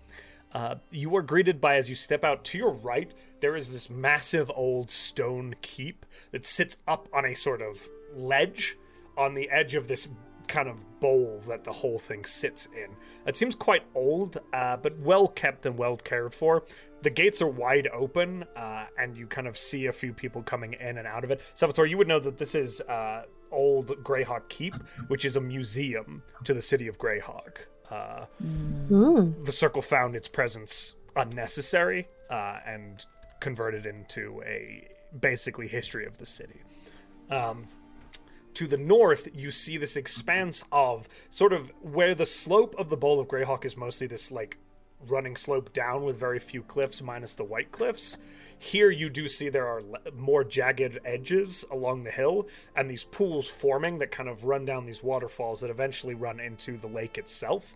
S1: uh, you are greeted by, as you step out to your right, there is this massive old stone keep that sits up on a sort of ledge on the edge of this kind of bowl that the whole thing sits in. It seems quite old, uh, but well kept and well cared for. The gates are wide open, uh, and you kind of see a few people coming in and out of it. Salvatore, you would know that this is uh, old Greyhawk Keep, which is a museum to the city of Greyhawk. Uh,
S4: Ooh.
S1: the circle found its presence unnecessary uh, and converted into a basically history of the city. Um, to the north, you see this expanse of sort of where the slope of the Bowl of Greyhawk is mostly this like running slope down with very few cliffs, minus the white cliffs. Here, you do see there are le- more jagged edges along the hill and these pools forming that kind of run down these waterfalls that eventually run into the lake itself.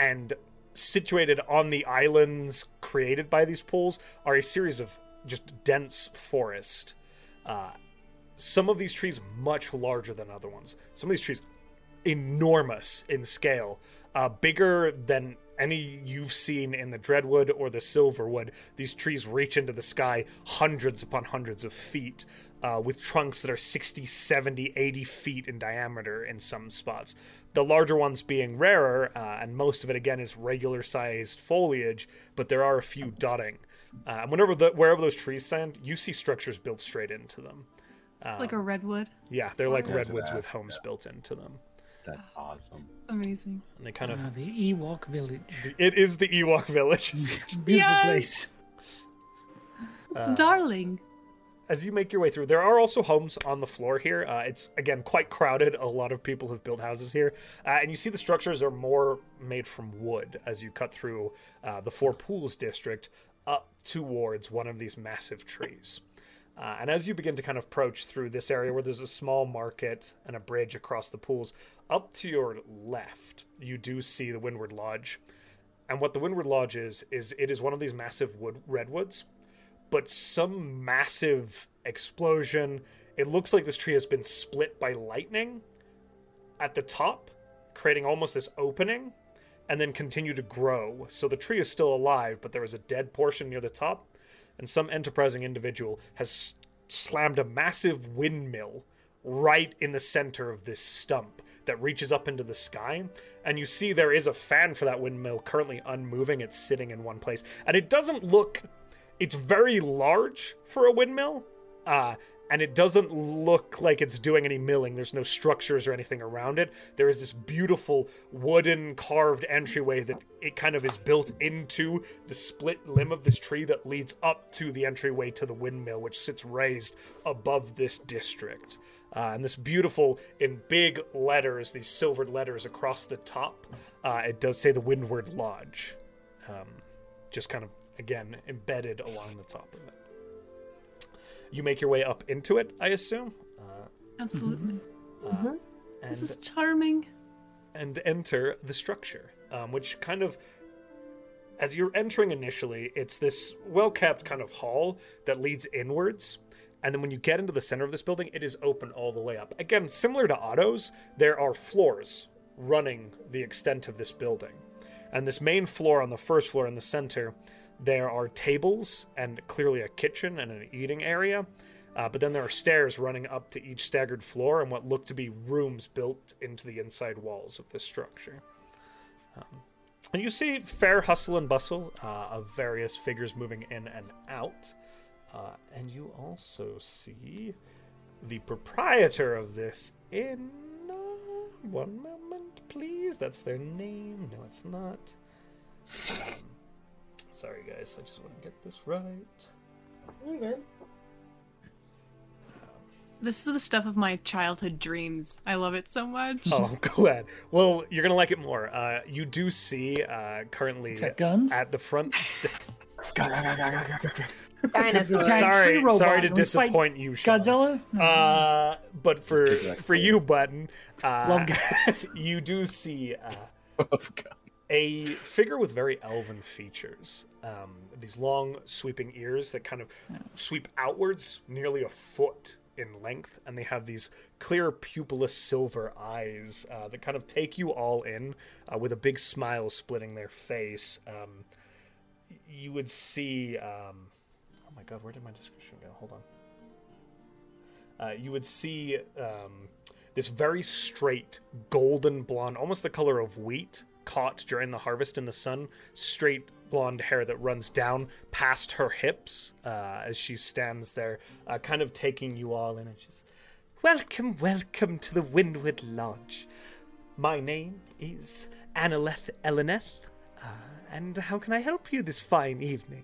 S1: And situated on the islands created by these pools are a series of just dense forest. Uh, some of these trees much larger than other ones. Some of these trees enormous in scale, uh, bigger than any you've seen in the Dreadwood or the Silverwood. These trees reach into the sky hundreds upon hundreds of feet uh, with trunks that are 60, 70, 80 feet in diameter in some spots. The larger ones being rarer, uh, and most of it again is regular sized foliage, but there are a few dotting. Uh, and whenever the, wherever those trees stand, you see structures built straight into them. Um,
S2: like a redwood.
S1: yeah, they're like
S2: Yeah.
S1: redwoods with homes built into them.
S3: That's
S2: [laughs]
S3: awesome.
S2: It's amazing.
S1: And they kind of.
S5: Ah, the Ewok village.
S1: It is the Ewok village. [laughs]
S5: Beautiful
S2: Yes!
S5: place.
S2: It's
S1: Uh,
S2: darling.
S1: as you make your way through, there are also homes on the floor here. Uh, it's again quite crowded. A lot of people have built houses here, uh, and you see the structures are more made from wood as you cut through uh, the Four Pools district up towards one of these massive trees. Uh, and as you begin to kind of approach through this area where there's a small market and a bridge across the pools, up to your left, you do see the Windward Lodge. And what the Windward Lodge is, is it is one of these massive wood redwoods but some massive explosion. It looks like this tree has been split by lightning at the top, creating almost this opening, and then continue to grow. So the tree is still alive, but there is a dead portion near the top, and some enterprising individual has s- slammed a massive windmill right in the center of this stump that reaches up into the sky and you see there is a fan for that windmill currently unmoving it's sitting in one place and it doesn't look it's very large for a windmill, uh, and it doesn't look like it's doing any milling. There's no structures or anything around it. There is this beautiful wooden carved entryway that it kind of is built into the split limb of this tree that leads up to the entryway to the windmill, which sits raised above this district. Uh, and this beautiful, in big letters, these silvered letters across the top, uh, it does say the Windward Lodge. Um, just kind of again embedded along the top of it. You make your way up into it, I assume, uh,
S2: Absolutely.
S1: uh,
S4: Mhm.
S1: and,
S2: This is charming.
S1: and enter the structure, um, which kind of. As you're entering initially, it's this well kept kind of hall that leads inwards. And then when you get into the center of this building, it is open all the way up. Again, similar to Otto's, there are floors running the extent of this building. And this main floor on the first floor in the center, there are tables and clearly a kitchen and an eating area. Uh, but then there are stairs running up to each staggered floor and what look to be rooms built into the inside walls of this structure. Um, and you see fair hustle and bustle uh, of various figures moving in and out. Uh, and you also see the proprietor of this in. Uh, one moment, please. That's their name. No, it's not. Um, sorry, guys. I just want to get this right.
S2: This is the stuff of my childhood dreams. I love it so much.
S5: [laughs]
S1: Oh, I'm glad. Well, you're gonna like it more. Uh, you do see uh, currently
S5: Tech guns.
S1: at the
S5: [sighs]
S1: front.
S3: [laughs]
S4: Dinosaurs.
S5: Giant
S1: sorry,
S5: tree robot.
S1: sorry to
S5: It was like
S1: disappoint you, Sean.
S5: Godzilla.
S1: Uh, but for
S3: Just kidding,
S1: for
S3: actually.
S1: you, Button, uh, [laughs]
S5: Love guns.
S1: you do see uh,
S3: Of Oh, God.
S1: a figure with very elven features. Um, these long, sweeping ears that kind of sweep outwards nearly a foot in length, and they have these clear, pupilless silver eyes uh, that kind of take you all in uh, with a big smile splitting their face. Um, y- you would see. Um, oh my god, where did my description go? Hold on. Uh, you would see um, this very straight, golden blonde, almost the color of wheat, caught during the harvest in the sun, straight blonde hair that runs down past her hips uh, as she stands there, uh, kind of taking you all in. And she's, Welcome, welcome to the Windward Lodge. My name is Annaleth Eleneth, uh, and how can I help you this fine evening?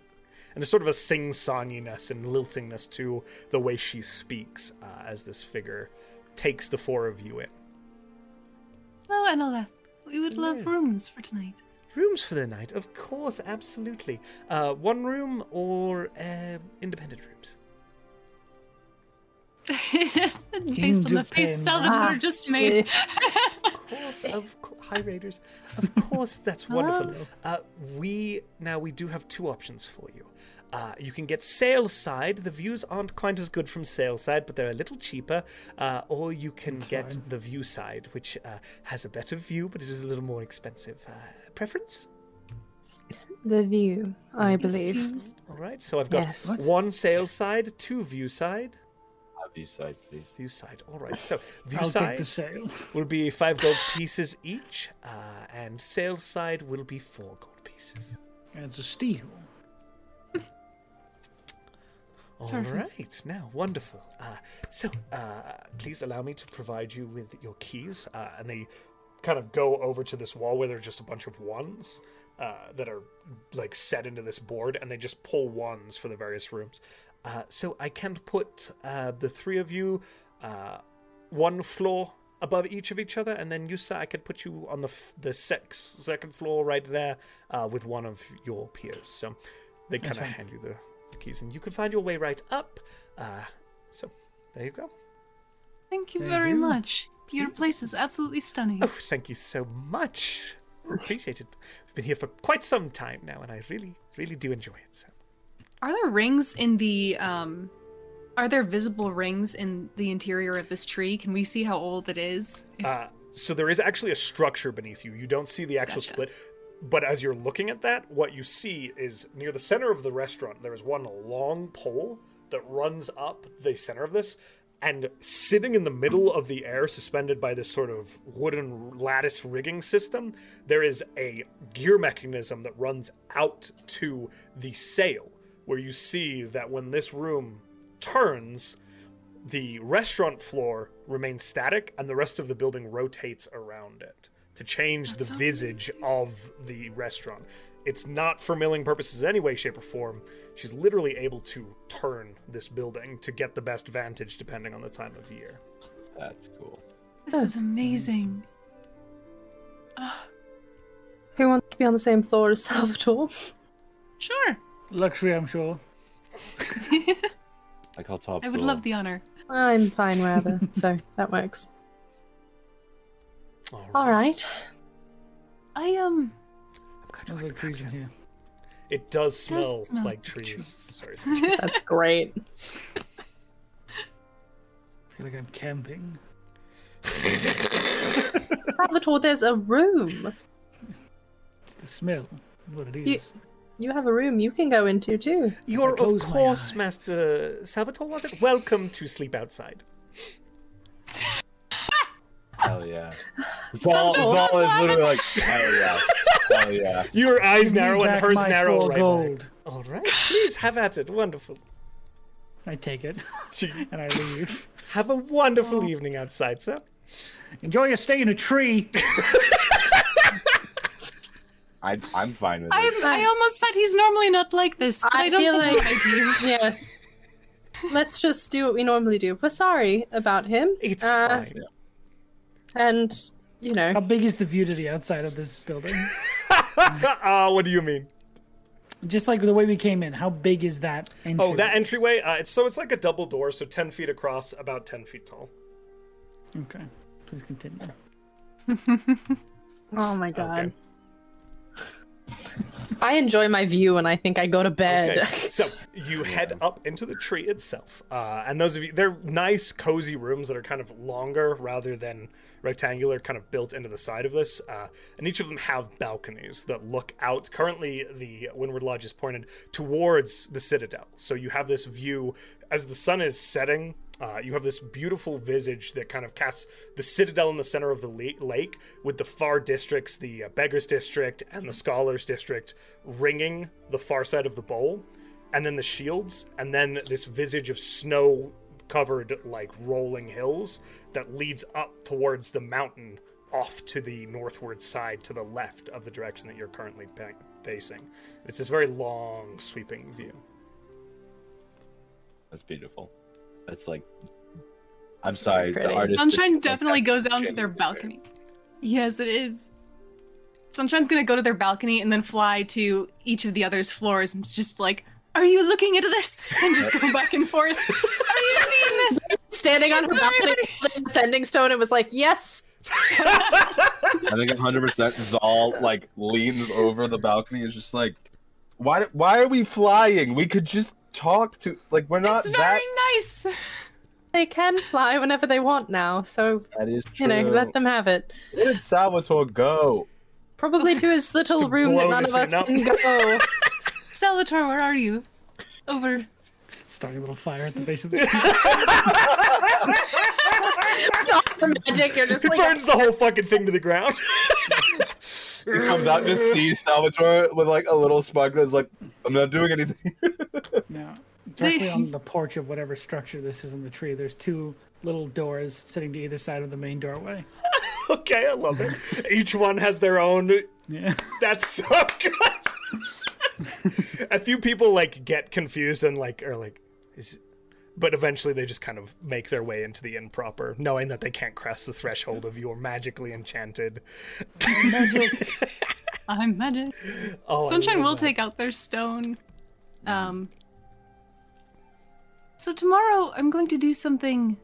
S1: and there's sort of a sing-songiness and liltingness to the way she speaks uh, as this figure takes the four of you in.
S2: Hello, Anola. We would love
S1: Yeah.
S2: rooms for tonight. [laughs]
S1: Rooms for the night, of course, absolutely. Uh, one room or uh, independent rooms?
S2: Based on the face
S5: Independent.
S2: Salvatore just made.
S1: Of course,
S5: Eh.
S1: of co- hi Raiders. [laughs] Of course, that's wonderful. Uh, we now we do have two options for you. Uh, you can get sail side. The views aren't quite as good from sail side, but they're a little cheaper. Uh, or you can
S5: That's
S1: get
S5: fine.
S1: the view side, which uh, has a better view, but it is a little more expensive. Uh, preference?
S4: The view, I
S2: Excuse-
S1: All right. So I've got
S4: Yes.
S5: What?
S1: one sail side, two view side.
S3: Have you side, please?
S1: View side. All right.
S5: [laughs]
S1: So view
S5: I'll
S1: side
S5: take the sail.
S1: will be five gold pieces each, uh, and sail side will be four gold pieces.
S5: And it's a steal.
S1: All right,
S2: Perfect.
S1: now wonderful. Uh, so, uh, please allow me to provide you with your keys, uh, and they kind of go over to this wall where there are just a bunch of ones uh, that are like set into this board, and they just pull ones for the various rooms. Uh, so I can put uh, the three of you uh, one floor above each of each other, and then you, sir, I could put you on the f- the sex second floor right there uh, with one of your peers. So they kind
S5: That's
S1: of
S5: fine.
S1: hand you the, the keys, and you can find your way right up. Uh, so there you go.
S2: Thank you
S5: Thank
S2: very
S5: you.
S2: much. Your
S1: Please.
S2: place is absolutely stunning.
S1: Oh, thank you so much. Appreciate it. I've been here for quite some time now, and I really, really do enjoy it. So.
S2: Are there rings in the um are there visible rings in the interior of this tree? Can we see how old it is? If-
S1: Uh, so there is actually a structure beneath you. You don't see the actual
S2: Gotcha.
S1: split, but as you're looking at that, what you see is near the center of the restaurant. There is one long pole that runs up the center of this, and sitting in the middle of the air, suspended by this sort of wooden lattice rigging system, there is a gear mechanism that runs out to the sail, where you see that when this room turns, the restaurant floor remains static and the rest of the building rotates around it to change the visage of the restaurant. It's not for milling purposes any way, shape, or form. She's literally able to turn this building to get the best vantage depending on the time of year.
S3: That's cool.
S2: this is amazing. Ah,
S4: Who wants to be on the same floor as Salvatore?
S2: Sure.
S5: Luxury, I'm sure.
S2: [laughs]
S3: Like I'll top.
S2: I would love the honor.
S4: I'm fine wherever, so that works.
S1: All right.
S4: All right.
S2: I um
S5: Smells like trees in here.
S1: It does
S2: It does
S1: smell,
S2: smell
S1: like
S2: like
S1: trees.
S2: trees.
S1: Sorry, sorry.
S4: That's great.
S5: I feel like I'm camping.
S4: Salvatore, there's a room.
S5: It's the smell. is What it
S4: You-
S5: is.
S4: You have a room you can go into too.
S1: [laughs] You're, of
S5: close my
S1: course,
S5: eyes.
S1: Master Salvatore, was it? Welcome to sleep outside.
S2: [laughs]
S3: Hell yeah. Zal,
S2: Such a
S3: Zal is
S2: awesome-
S3: literally like, hell
S2: [laughs]
S3: yeah, hell yeah.
S1: Your eyes
S5: Give me
S1: narrow and
S5: back
S1: hers
S5: my
S1: narrow
S5: four
S1: right
S5: gold.
S1: back. All right, please have at it. Wonderful.
S5: I take it
S1: [laughs] She-
S5: [laughs] and I leave.
S1: Have a wonderful evening outside, sir.
S5: Enjoy your stay in a tree.
S3: I, I'm fine with
S2: I
S3: it.
S2: I almost said he's normally not like this, but I,
S4: I
S2: don't
S4: feel
S2: think [laughs]
S4: like-
S2: I do.
S4: [laughs] Yes. Let's just do what we normally do. We're sorry about him. Uh,
S1: It's fine.
S4: And, you
S5: How
S4: know,
S5: big is the view to the outside of this building?
S1: Ah, what do you mean?
S5: Just like the way we came in. How big is that entry?
S1: Oh, that entryway. Uh, it's so it's like a double door, so ten feet across, about ten feet tall.
S5: Okay. Please continue.
S4: oh my god. I enjoy my view and I think I go to bed.
S1: Okay.
S4: [laughs]
S1: so you head up into the tree itself, uh, and those of you, they're nice, cozy rooms that are kind of longer rather than rectangular, kind of built into the side of this. Uh, and each of them have balconies that look out. Currently, the Windward Lodge is pointed towards the Citadel, so you have this view as the sun is setting. Uh, you have this beautiful visage that kind of casts the citadel in the center of the le- lake, with the far districts, the uh, beggars district and the scholars district, ringing the far side of the bowl, and then the shields, and then this visage of snow covered, like rolling hills that leads up towards the mountain off to the northward side to the left of the direction that you're currently pe- facing. It's this very long, sweeping view.
S3: That's beautiful. That's like, I'm sorry, the
S4: Pretty.
S3: artist.
S2: Sunshine
S3: is-
S2: definitely
S3: that's
S2: goes out to their
S3: genuinely
S2: balcony. Yes, it is. Sunshine's gonna go to their balcony and then fly to each of the others' floors and just like, "Are you looking into this?" [laughs] and just go back and forth. Are you seeing this?
S4: Standing on
S2: It's
S4: [laughs] her
S2: very
S4: balcony, with the sending stone, it was like, yes.
S3: great. I think 100% Zal like leans over the balcony and is just like, Why? do- Why are we flying? We could just talk to. Like we're not
S2: it's
S3: that.
S2: very nice. [laughs]
S4: They can fly whenever they want now, so
S3: That is
S4: you
S3: true.
S4: know, let them have it.
S3: Where did Salvatore go?
S4: Probably to his little
S1: To
S4: room that
S1: blow
S4: none of
S1: this
S4: us
S1: thing
S4: can go.
S1: [laughs]
S2: Salvatore, where are you? Over.
S5: Starting a little fire at the base
S1: [laughs]
S5: of the.
S4: Magic, you're just
S1: He
S4: like
S1: burns the whole fucking thing to the ground. [laughs]
S3: He comes out and just sees Salvatore with like a little spark and is like, I'm not doing anything.
S5: No. Directly on the porch of whatever structure this is in the tree, there's two little doors sitting to either side of the main doorway.
S1: okay, I love it. Each one has their own.
S5: Yeah.
S1: That's so good. [laughs] A few people like get confused and like are like, is, but eventually they just kind of make their way into the inn proper, knowing that they can't cross the threshold of your magically enchanted. [laughs]
S2: I'm magic.
S1: Oh, I
S2: Sunshine will
S1: love that. Mm-hmm.
S2: take out their stone. Um. So tomorrow I'm going to do something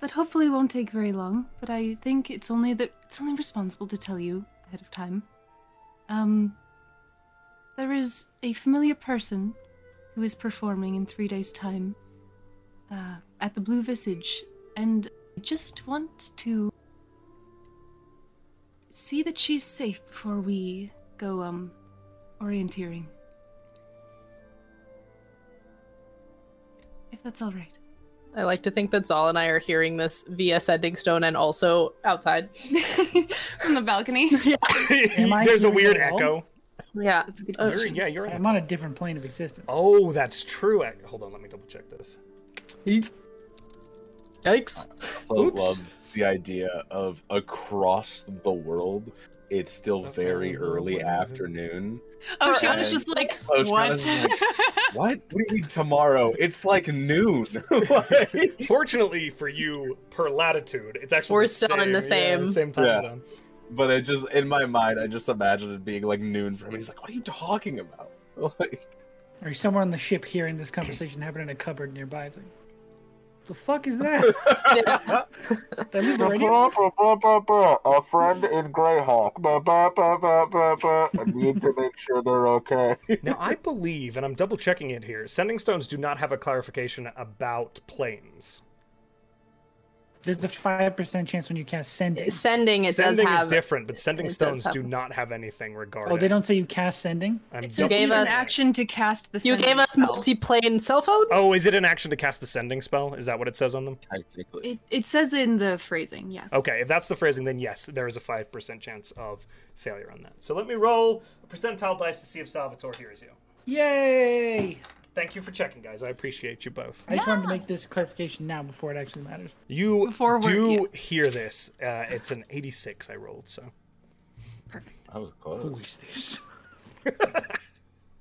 S2: that hopefully won't take very long, but I think it's only that it's only responsible to tell you ahead of time. Um there is a familiar person who is performing in 3 days time uh, at the Blue Visage and I just want to see that she's safe before we go um orienteering. If that's all [laughs] right.
S4: I like to think that Zal and I are hearing this via Sending Stone and also outside.
S2: From the
S4: [laughs]
S2: balcony.
S5: Am I
S1: There's a
S5: hearing
S1: weird
S5: it all?
S1: echo.
S4: Yeah.
S2: That's a good
S4: Uh,
S1: You're-
S2: question.
S1: yeah, you're. in
S5: [laughs] I'm on a different plane of existence.
S1: Oh, that's true. I- Hold on, let me double check this.
S3: He
S4: Yikes.
S3: so
S1: Oops.
S3: loves the idea of across the world. It's still
S1: Okay,
S3: very
S1: well,
S3: early
S1: well, well.
S3: afternoon.
S2: Oh, she
S3: Alright.
S2: was just like,
S3: Oh, she
S2: what?
S3: was like-
S4: [laughs]
S3: What? What do you mean tomorrow? It's like noon. Like-
S1: Fortunately for you, per latitude, it's actually
S4: We're
S1: the
S4: still in the
S1: same. yeah,
S4: same.
S1: same time
S3: Yeah.
S1: zone.
S3: but it just in my mind, I just imagine it being like noon for him. He's like, "What are you talking about?" [laughs] Like,
S5: Or someone on the ship hearing this conversation happen in a cupboard nearby. It's like, the fuck is that?
S1: [laughs]
S5: Did I leave the radio?
S3: a friend in Greyhawk. I need to make sure they're okay.
S1: Now, I believe, and I'm double checking it here, sending stones do not have a clarification about planes.
S5: There's a five percent chance when you cast sending.
S4: Sending it
S1: sending
S4: does
S1: is
S4: have
S1: different, but sending
S4: it does
S1: stones
S4: have-
S1: do not have anything regarding.
S5: Oh, they don't say you cast sending.
S1: I'm
S2: It
S1: double-
S2: says
S4: gave
S2: he's an
S4: us-
S2: action to cast the
S4: You
S2: sending
S4: gave us
S2: spell.
S4: multi-plane cell phones?
S1: oh, is it an action to cast the sending spell? Is that what it says on them?
S3: Technically,
S2: It, it says in the phrasing, yes.
S1: Okay, if that's the phrasing, then yes, there is a 5% chance of failure on that. So let me roll a percentile dice to see if Salvatore hears you.
S5: Yay!
S1: Thank you for checking, guys. I appreciate you both.
S5: I just wanted to make this clarification now before it actually matters.
S1: You
S2: Before we're-
S1: do hear this. Uh, it's an 86 I rolled, so.
S3: I was close.
S5: Who is this?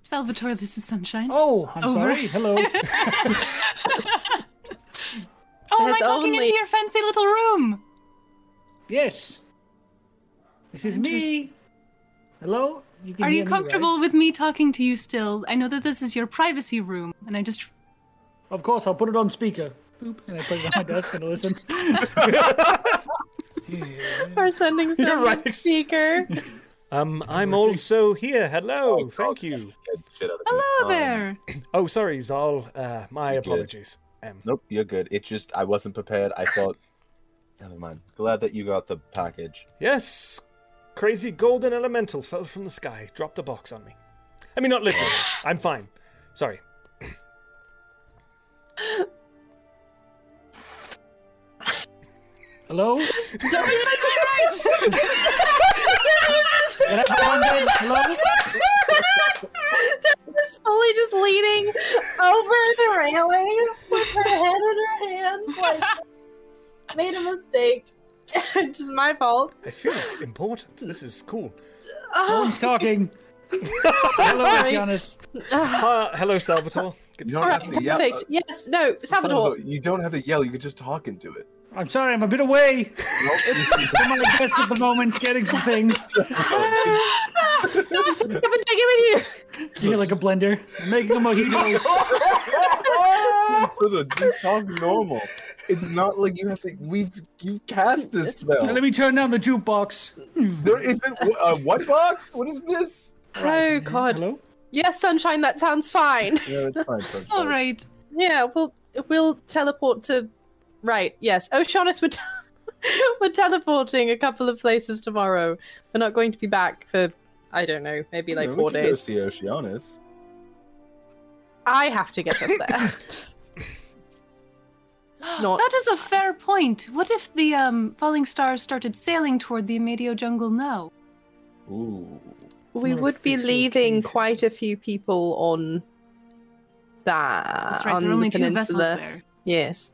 S2: Salvatore, this is Sunshine. Oh,
S5: [laughs] Oh, I'm
S2: Over.
S5: sorry. Hello.
S2: Oh, am I
S4: There's
S2: talking
S4: only-
S2: into your fancy little room?
S5: yes. This is me. Hello. You can
S2: Are
S5: hear
S2: you
S5: me, right?
S2: comfortable with me talking to you still? I know that this is your privacy room, and I just
S5: Of course. I'll put it on speaker. Boop, and I put it on my desk and I listen.
S4: Our Sending Stone
S1: right.
S3: [laughs]
S4: speaker.
S1: Um, I'm also here. Hello. Thank you.
S3: Get the shit out of me.
S2: hello
S3: Um,
S2: there.
S1: Oh, sorry, Zal. Uh, my
S3: You good?
S1: apologies. Um,
S3: Nope, you're good. It just I wasn't prepared. I thought. [laughs] Never mind. Glad that you got the package.
S1: yes, crazy golden elemental fell from the sky, dropped a box on me. I mean, not literally. I'm fine. Sorry.
S5: Hello.
S4: [laughs]
S5: Can I put on that? Hello.
S4: [laughs] Just fully just leaning over the railing with her head in her hands, like made a mistake. [laughs] It's just my fault.
S1: I feel important. This is cool.
S5: No
S4: Oh,
S5: one's talking. Hello,
S4: Sorry.
S5: Giannis.
S1: Uh, hello, Salvatore. Good to
S3: You
S1: see
S3: don't
S1: you.
S3: have to yell.
S4: perfect. Yes, no, Salvatore.
S3: Sounds like- You don't have to yell. You can just talk
S2: [laughs]
S3: into it.
S5: I'm sorry. I'm a bit away.
S3: [laughs]
S5: I'm on a desk at the moment, getting some things.
S4: I've been checking with you.
S5: You hear like a blender. I'm making a mojito.
S3: [laughs] Listen, just talk normal. It's not like you have to. We've you cast this
S5: Now
S3: spell.
S5: Let me turn down the jukebox.
S2: [laughs]
S3: There isn't a what box. What is this?
S4: Oh god.
S5: Hello?
S4: Yes, sunshine. That sounds fine.
S3: No, it's fine. Sunshine.
S2: All right.
S4: yeah, we'll we'll teleport to. Right. Yes, Oceanus. We're, t- [laughs] we're teleporting a couple of places tomorrow. We're not going to be back for I don't know, maybe like
S3: No, we
S4: four
S3: can
S4: days.
S3: Go see Oceanus.
S4: [laughs] I have to get us
S3: [laughs]
S4: there. Not
S2: That is a fair point. What if the um, falling stars started sailing toward the Amadio jungle now?
S3: Ooh.
S4: we
S5: not a
S4: would be
S5: fixed
S4: leaving
S5: location.
S4: quite a few people on that.
S2: That's right.
S4: Uh, on
S2: there are
S4: the
S2: only two vessels
S4: peninsula.
S2: there.
S4: Yes.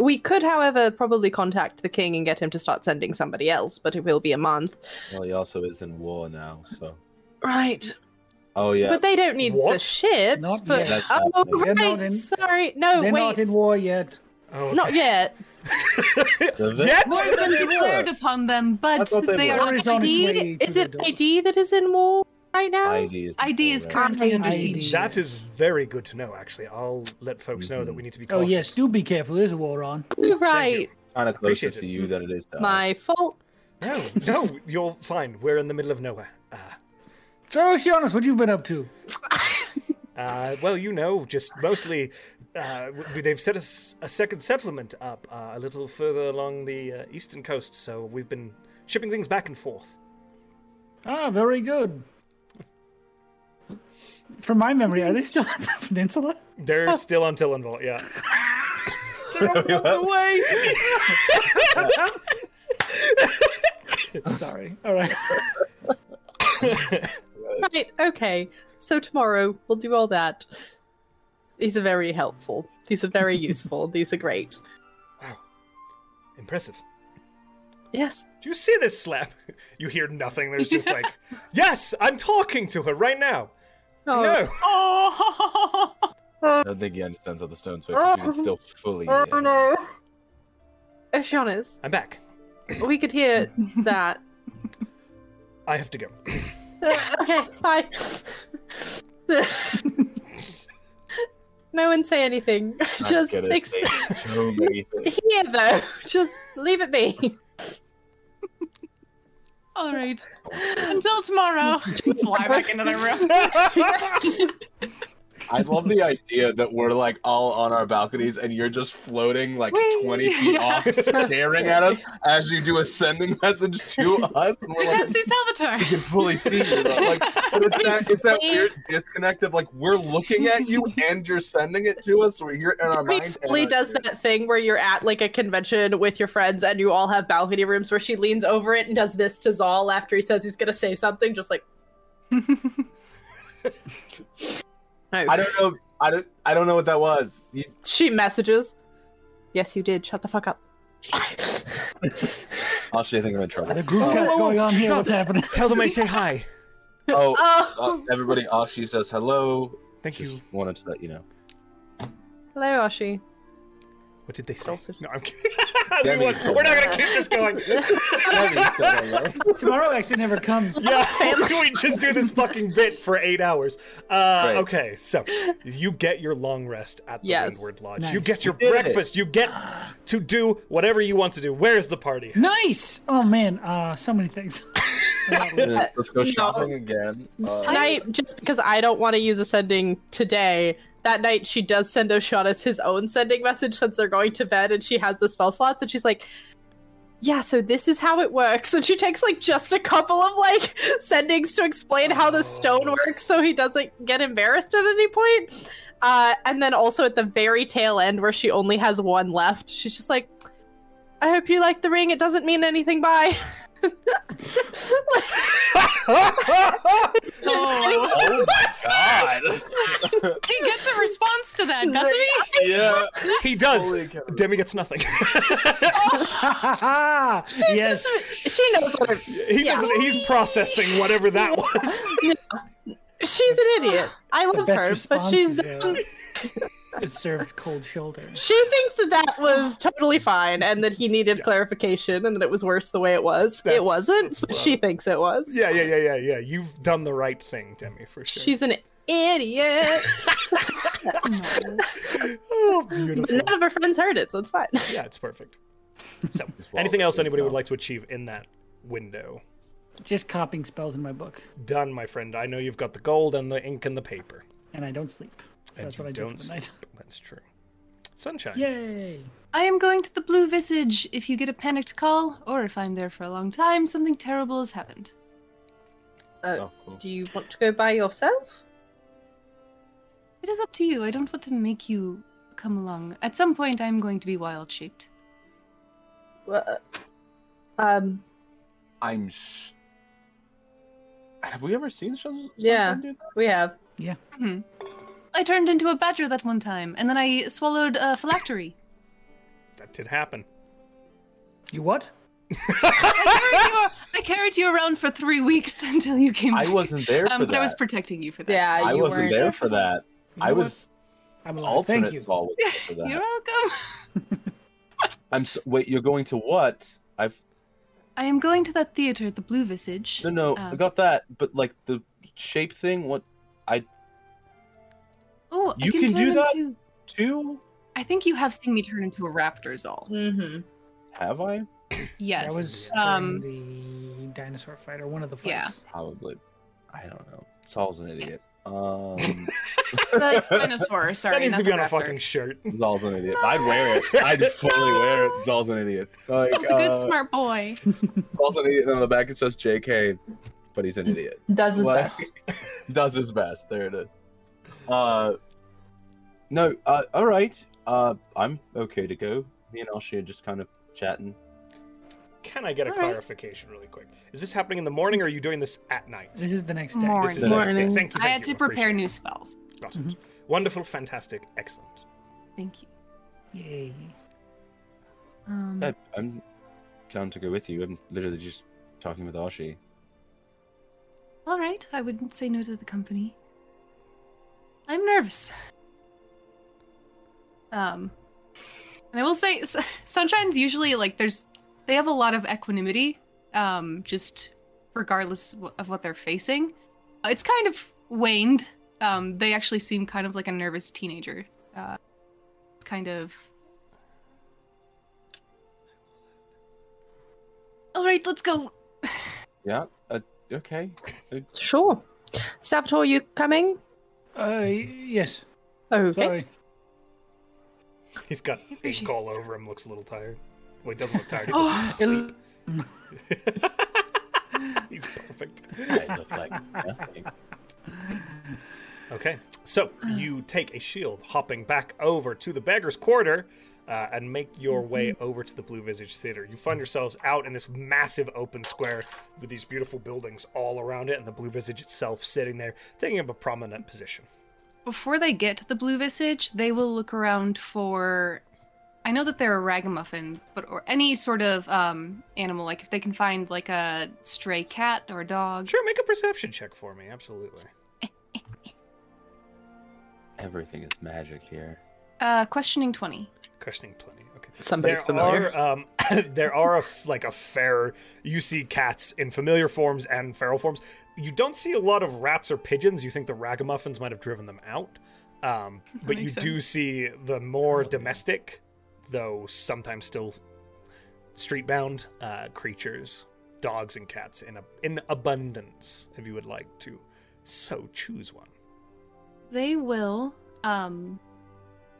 S4: We could, however, probably contact the king and get him to start sending somebody else, but it will be a month.
S3: Well, he also is in war now, so.
S4: Right.
S3: Oh yeah.
S4: But they don't need the
S1: What?
S4: ships.
S5: Not
S4: but
S3: yet.
S4: oh,
S5: They're
S4: right.
S5: not in-
S4: Sorry. No,
S5: They're
S4: Oh, wait.
S5: not in war yet.
S1: Oh, okay.
S4: Not yet.
S3: The ve-
S1: Yet?
S2: War has been
S3: They were.
S2: declared upon them,
S3: I
S2: but
S3: thought they
S2: they
S3: were.
S2: are
S5: War is on [laughs] its
S2: indeed
S5: way. to
S4: Is
S5: the
S4: it
S5: door.
S4: ID that is in war right [laughs] now?
S3: ID is.
S2: ID
S3: before
S2: is
S3: that.
S2: currently under
S5: ID.
S2: siege.
S1: That is very good to know, actually. I'll let folks know that
S3: Mhm.
S1: we need to be
S5: Oh
S1: cautious.
S5: yes, do be careful. There's a war on.
S4: You're
S1: Thank you.
S4: right.
S3: Kind of closer
S1: Appreciate
S3: to
S1: it.
S3: you than it is to
S4: My
S3: us.
S4: fault.
S1: No, no, you're fine. We're in the middle of nowhere. Uh,
S5: So Oceanus, what you been up to?
S1: uh, well, you know, just mostly uh, w- they've set a, s- a second settlement up uh, a little further along the uh, eastern coast, so we've been shipping things back and forth.
S5: Ah, very good. From my memory, are they still on the peninsula?
S1: They're still on Tillenvolt, yeah.
S3: [laughs]
S5: Away. [laughs] Sorry. All right.
S4: Right. Okay. So tomorrow we'll do all that. These are very helpful. These are very useful. These are great.
S1: Wow. Impressive.
S4: Yes.
S1: Do you see this slap? [laughs] You hear nothing. There's just like, yes, I'm talking to her right now.
S4: Oh.
S1: No.
S2: Oh,
S3: I don't think he understands how the stones work. 'cause you can still fully.
S4: Oh,
S3: uh,
S4: Oceanus,
S1: I'm back.
S4: we could hear that.
S1: I have to
S3: [laughs]
S1: go.
S4: Uh, [laughs] okay. Bye. no one say anything.
S3: I
S4: [laughs] Just
S3: get it.
S4: ex-
S3: They so many things.
S4: here though. [laughs] Just leave it be.
S2: all right. Until
S4: [laughs]
S2: tomorrow. Fly back into the room.
S3: I love the idea that we're like all on our balconies and you're just floating like
S2: Whee!
S3: 20 feet
S2: Yeah.
S3: off, staring at us as you do a sending message to us. And
S2: We
S3: we're
S2: can't
S3: like,
S2: see
S3: we
S2: Salvatore.
S3: can fully see you. though.
S4: [laughs]
S3: Like, but it's that, it's that
S4: Please.
S3: weird disconnect of like we're looking at
S4: [laughs]
S3: you and you're sending it to us. So we hear it in our
S4: Tommy
S3: mind.
S4: fully does that thing where you're at like a convention with your friends and you all have balcony rooms where she leans over it and does this to Zal after he says he's gonna say something,
S3: [laughs]
S4: just like [laughs] no.
S3: I don't know. I don't. I don't know what that was. You,
S4: she messages. Yes, you did. Shut the fuck up.
S3: I'll actually think I'm in
S5: The
S3: trouble.
S5: group chat's
S1: whoa,
S5: going on
S1: she's
S5: here.
S1: on-
S5: What's happening?
S1: [laughs] Tell them I say
S3: [laughs]
S1: hi.
S3: Oh, uh,
S4: [laughs] oh,
S3: everybody. Ashi says hello.
S1: Thank you.
S3: Just wanted to let you know. [laughs]
S4: hello, Ashi.
S1: What did they say?
S4: Sausage.
S1: No, I'm kidding. [laughs] we
S3: Demi
S1: won't-
S3: said
S1: we're not
S3: hello.
S1: going to keep this
S3: [laughs]
S1: going.
S3: Demi said hello.
S5: Tomorrow actually never comes.
S1: Yeah, [laughs] we just do this fucking bit for eight hours. Uh,
S3: Great.
S1: okay, so you get your long rest at the
S4: Yes.
S1: Windward Lodge.
S5: Nice.
S1: You get your
S3: We did it.
S1: breakfast. You get to do whatever you want to do. Where's the party?
S5: Nice. Oh man. Uh, so many things. [laughs]
S3: Yeah, Let's go
S4: No.
S3: shopping again. Uh,
S4: Night, just because I don't want to use a sending today. That night, she does send Oshanis his own sending message since they're going to bed, and she has the spell slots, and she's like, "Yeah, so this is how it works." [laughs] And she takes like just a couple of like [laughs] sendings to explain how the stone
S1: Oh.
S4: works, so he doesn't get embarrassed at any point. Uh, and then also at the very tail end, where she only has one left, she's just like, "I hope you like the ring. It doesn't mean anything. Bye."
S2: Oh,
S3: oh my god!
S2: he gets a response to that,
S4: [laughs]
S2: doesn't he?
S3: [laughs] yeah.
S4: Oh,
S1: he does.
S3: Holy cow.
S1: Demi gets nothing. [laughs]
S5: yes.
S4: She knows what. Her-
S1: he
S4: Yeah.
S1: doesn't. He's processing whatever
S5: [laughs]
S1: that
S4: [laughs]
S1: was.
S4: She's an idiot. I
S5: The
S4: love
S5: best
S4: her, but
S5: response
S4: she's
S5: is, uh, is served cold shoulder.
S4: she thinks that that was totally fine and that he needed clarification and that it was worse the way it was.
S1: That's-
S4: it wasn't.
S1: that's
S4: but
S1: wild.
S4: She thinks it was.
S1: yeah, yeah, yeah, yeah, yeah. You've done the right thing, Demi, for sure.
S4: She's an idiot.
S1: oh,
S4: but
S1: beautiful.
S4: none of her friends heard it, so it's fine.
S1: Yeah, it's perfect. So,
S3: Well,
S1: anything else anybody would
S3: yeah.
S1: like to achieve in that window?
S5: Just copying spells in my book,
S1: Done, my friend. I know you've got the gold and the ink and the paper.
S5: and I don't sleep. So
S1: And
S5: that's
S1: you
S5: what I do for
S1: don't
S5: the night.
S1: sleep. [laughs] That's true. Sunshine.
S5: Yay!
S2: I am going to the Blue Visage. If you get a panicked call, or if I'm there for a long time, something terrible has happened.
S4: Uh,
S3: Oh, cool.
S4: [laughs] do you want to go by yourself?
S2: It is up to you. I don't want to make you come along. At some point, I am going to be wild shaped.
S4: Uh, um,
S3: I'm. Sh- Have we ever seen Shun?
S4: Yeah.
S3: Do
S4: we have.
S2: hmm I turned into a badger that one time, and then I swallowed
S1: [laughs]
S2: a phylactery.
S1: That did happen.
S5: You what?
S2: I, carried you, I carried you around for three weeks [laughs] until you came
S3: that?
S2: back.
S3: I wasn't there for
S2: Um, but
S3: that.
S2: I was protecting you for that.
S4: Yeah,
S3: I
S4: you
S3: wasn't
S4: weren't.
S3: there for that.
S5: You
S3: I
S5: know what?
S3: was
S5: I'm alive. Thank
S3: alternate
S5: you.
S3: Saul was there
S2: [laughs]
S3: for that.
S2: You're welcome.
S3: I'm s wait. You're going to what? I've
S2: I am going to that theater, the Blue Visage.
S3: no no. I
S2: Um,
S3: got that. But like the shape thing. What
S2: Oh, I
S3: You
S2: can,
S3: can
S2: turn
S3: do that?
S2: Into...
S3: two?
S2: I think you have seen me turn into a raptor, Zol.
S4: Mm-hmm.
S3: Have I?
S2: Yes.
S5: That was
S2: um,
S5: during the dinosaur fight or one of the fights.
S2: yeah.
S3: Probably. I don't know. Saul's an idiot. Um,
S2: the Spinosaurus.
S1: [laughs]
S2: Sorry,
S1: that needs
S2: not
S1: to be
S2: the
S1: on a
S2: raptor.
S1: fucking shirt. [laughs]
S3: Saul's an idiot. I'd wear [laughs] it. I'd fully wear it. Saul's an idiot. Like,
S2: Zol's a good
S3: uh,
S2: smart boy.
S3: Saul's an idiot. And on the back it says J.K.
S2: [laughs]
S3: But he's an idiot.
S4: Does his
S3: Like,
S4: best.
S3: [laughs] does his best. There it is. Uh, no. Uh, all right. Uh, I'm okay to go. Me and Ashi are just kind of chatting.
S1: Can I get a
S2: All right.
S1: clarification really quick? Is this happening in the morning or are you doing this at night?
S5: This is the next day.
S2: More.
S1: This is the next day.
S4: Morning.
S1: Thank you.
S2: I
S1: thank
S2: had
S1: you.
S2: to prepare
S1: Appreciate
S2: new
S1: it.
S2: spells.
S1: Got it. Wonderful, fantastic, excellent.
S2: Thank you.
S5: Yay.
S2: Um,
S4: Mm-hmm.
S3: I, I'm down to go with you. I'm literally just talking with Ashi.
S2: all right, I wouldn't say no to the company. I'm nervous. Um, and I will say, S- Sunshine's usually like there's they have a lot of equanimity, um, just regardless w- of what they're facing. Uh, It's kind of waned. Um, they actually seem kind of like a nervous teenager. Uh, it's kind of. All right, let's go.
S3: Yeah. Uh, okay. Uh,
S4: Sure. Saboteur, you coming?
S5: Uh, y- yes.
S4: Okay.
S5: Sorry.
S1: He's got ink
S2: Appreciate
S1: all over him, looks a little tired. Well, he doesn't look tired. He
S2: Oh.
S1: doesn't
S5: It'll-
S1: sleep. He's perfect.
S3: I look like [laughs] nothing.
S1: Okay, so you take a shield, hopping back over to the Beggar's Quarter, uh, and make your way over to the Blue Visage Theater. You find yourselves out in this massive open square with these beautiful buildings all around it, and the Blue Visage itself sitting there, taking up a prominent position.
S2: before they get to the blue visage they will look around for i know that there are ragamuffins but or any sort of um animal like if they can find like a stray cat or a dog
S1: Sure, make a perception check for me, absolutely.
S3: Everything is magic here.
S2: uh questioning 20
S1: Questioning 20, okay.
S4: Somebody's
S1: there
S4: familiar.
S1: Are, um, [coughs] there are a f like a fair. You see cats in familiar forms and feral forms. You don't see a lot of rats or pigeons. You think the ragamuffins might have driven them out,
S2: [laughs]
S1: um, but you
S2: makes
S1: do
S2: sense.
S1: see the more domestic, though sometimes still street-bound uh, creatures, dogs and cats in a, in abundance. If you would like to, so choose one.
S2: they will um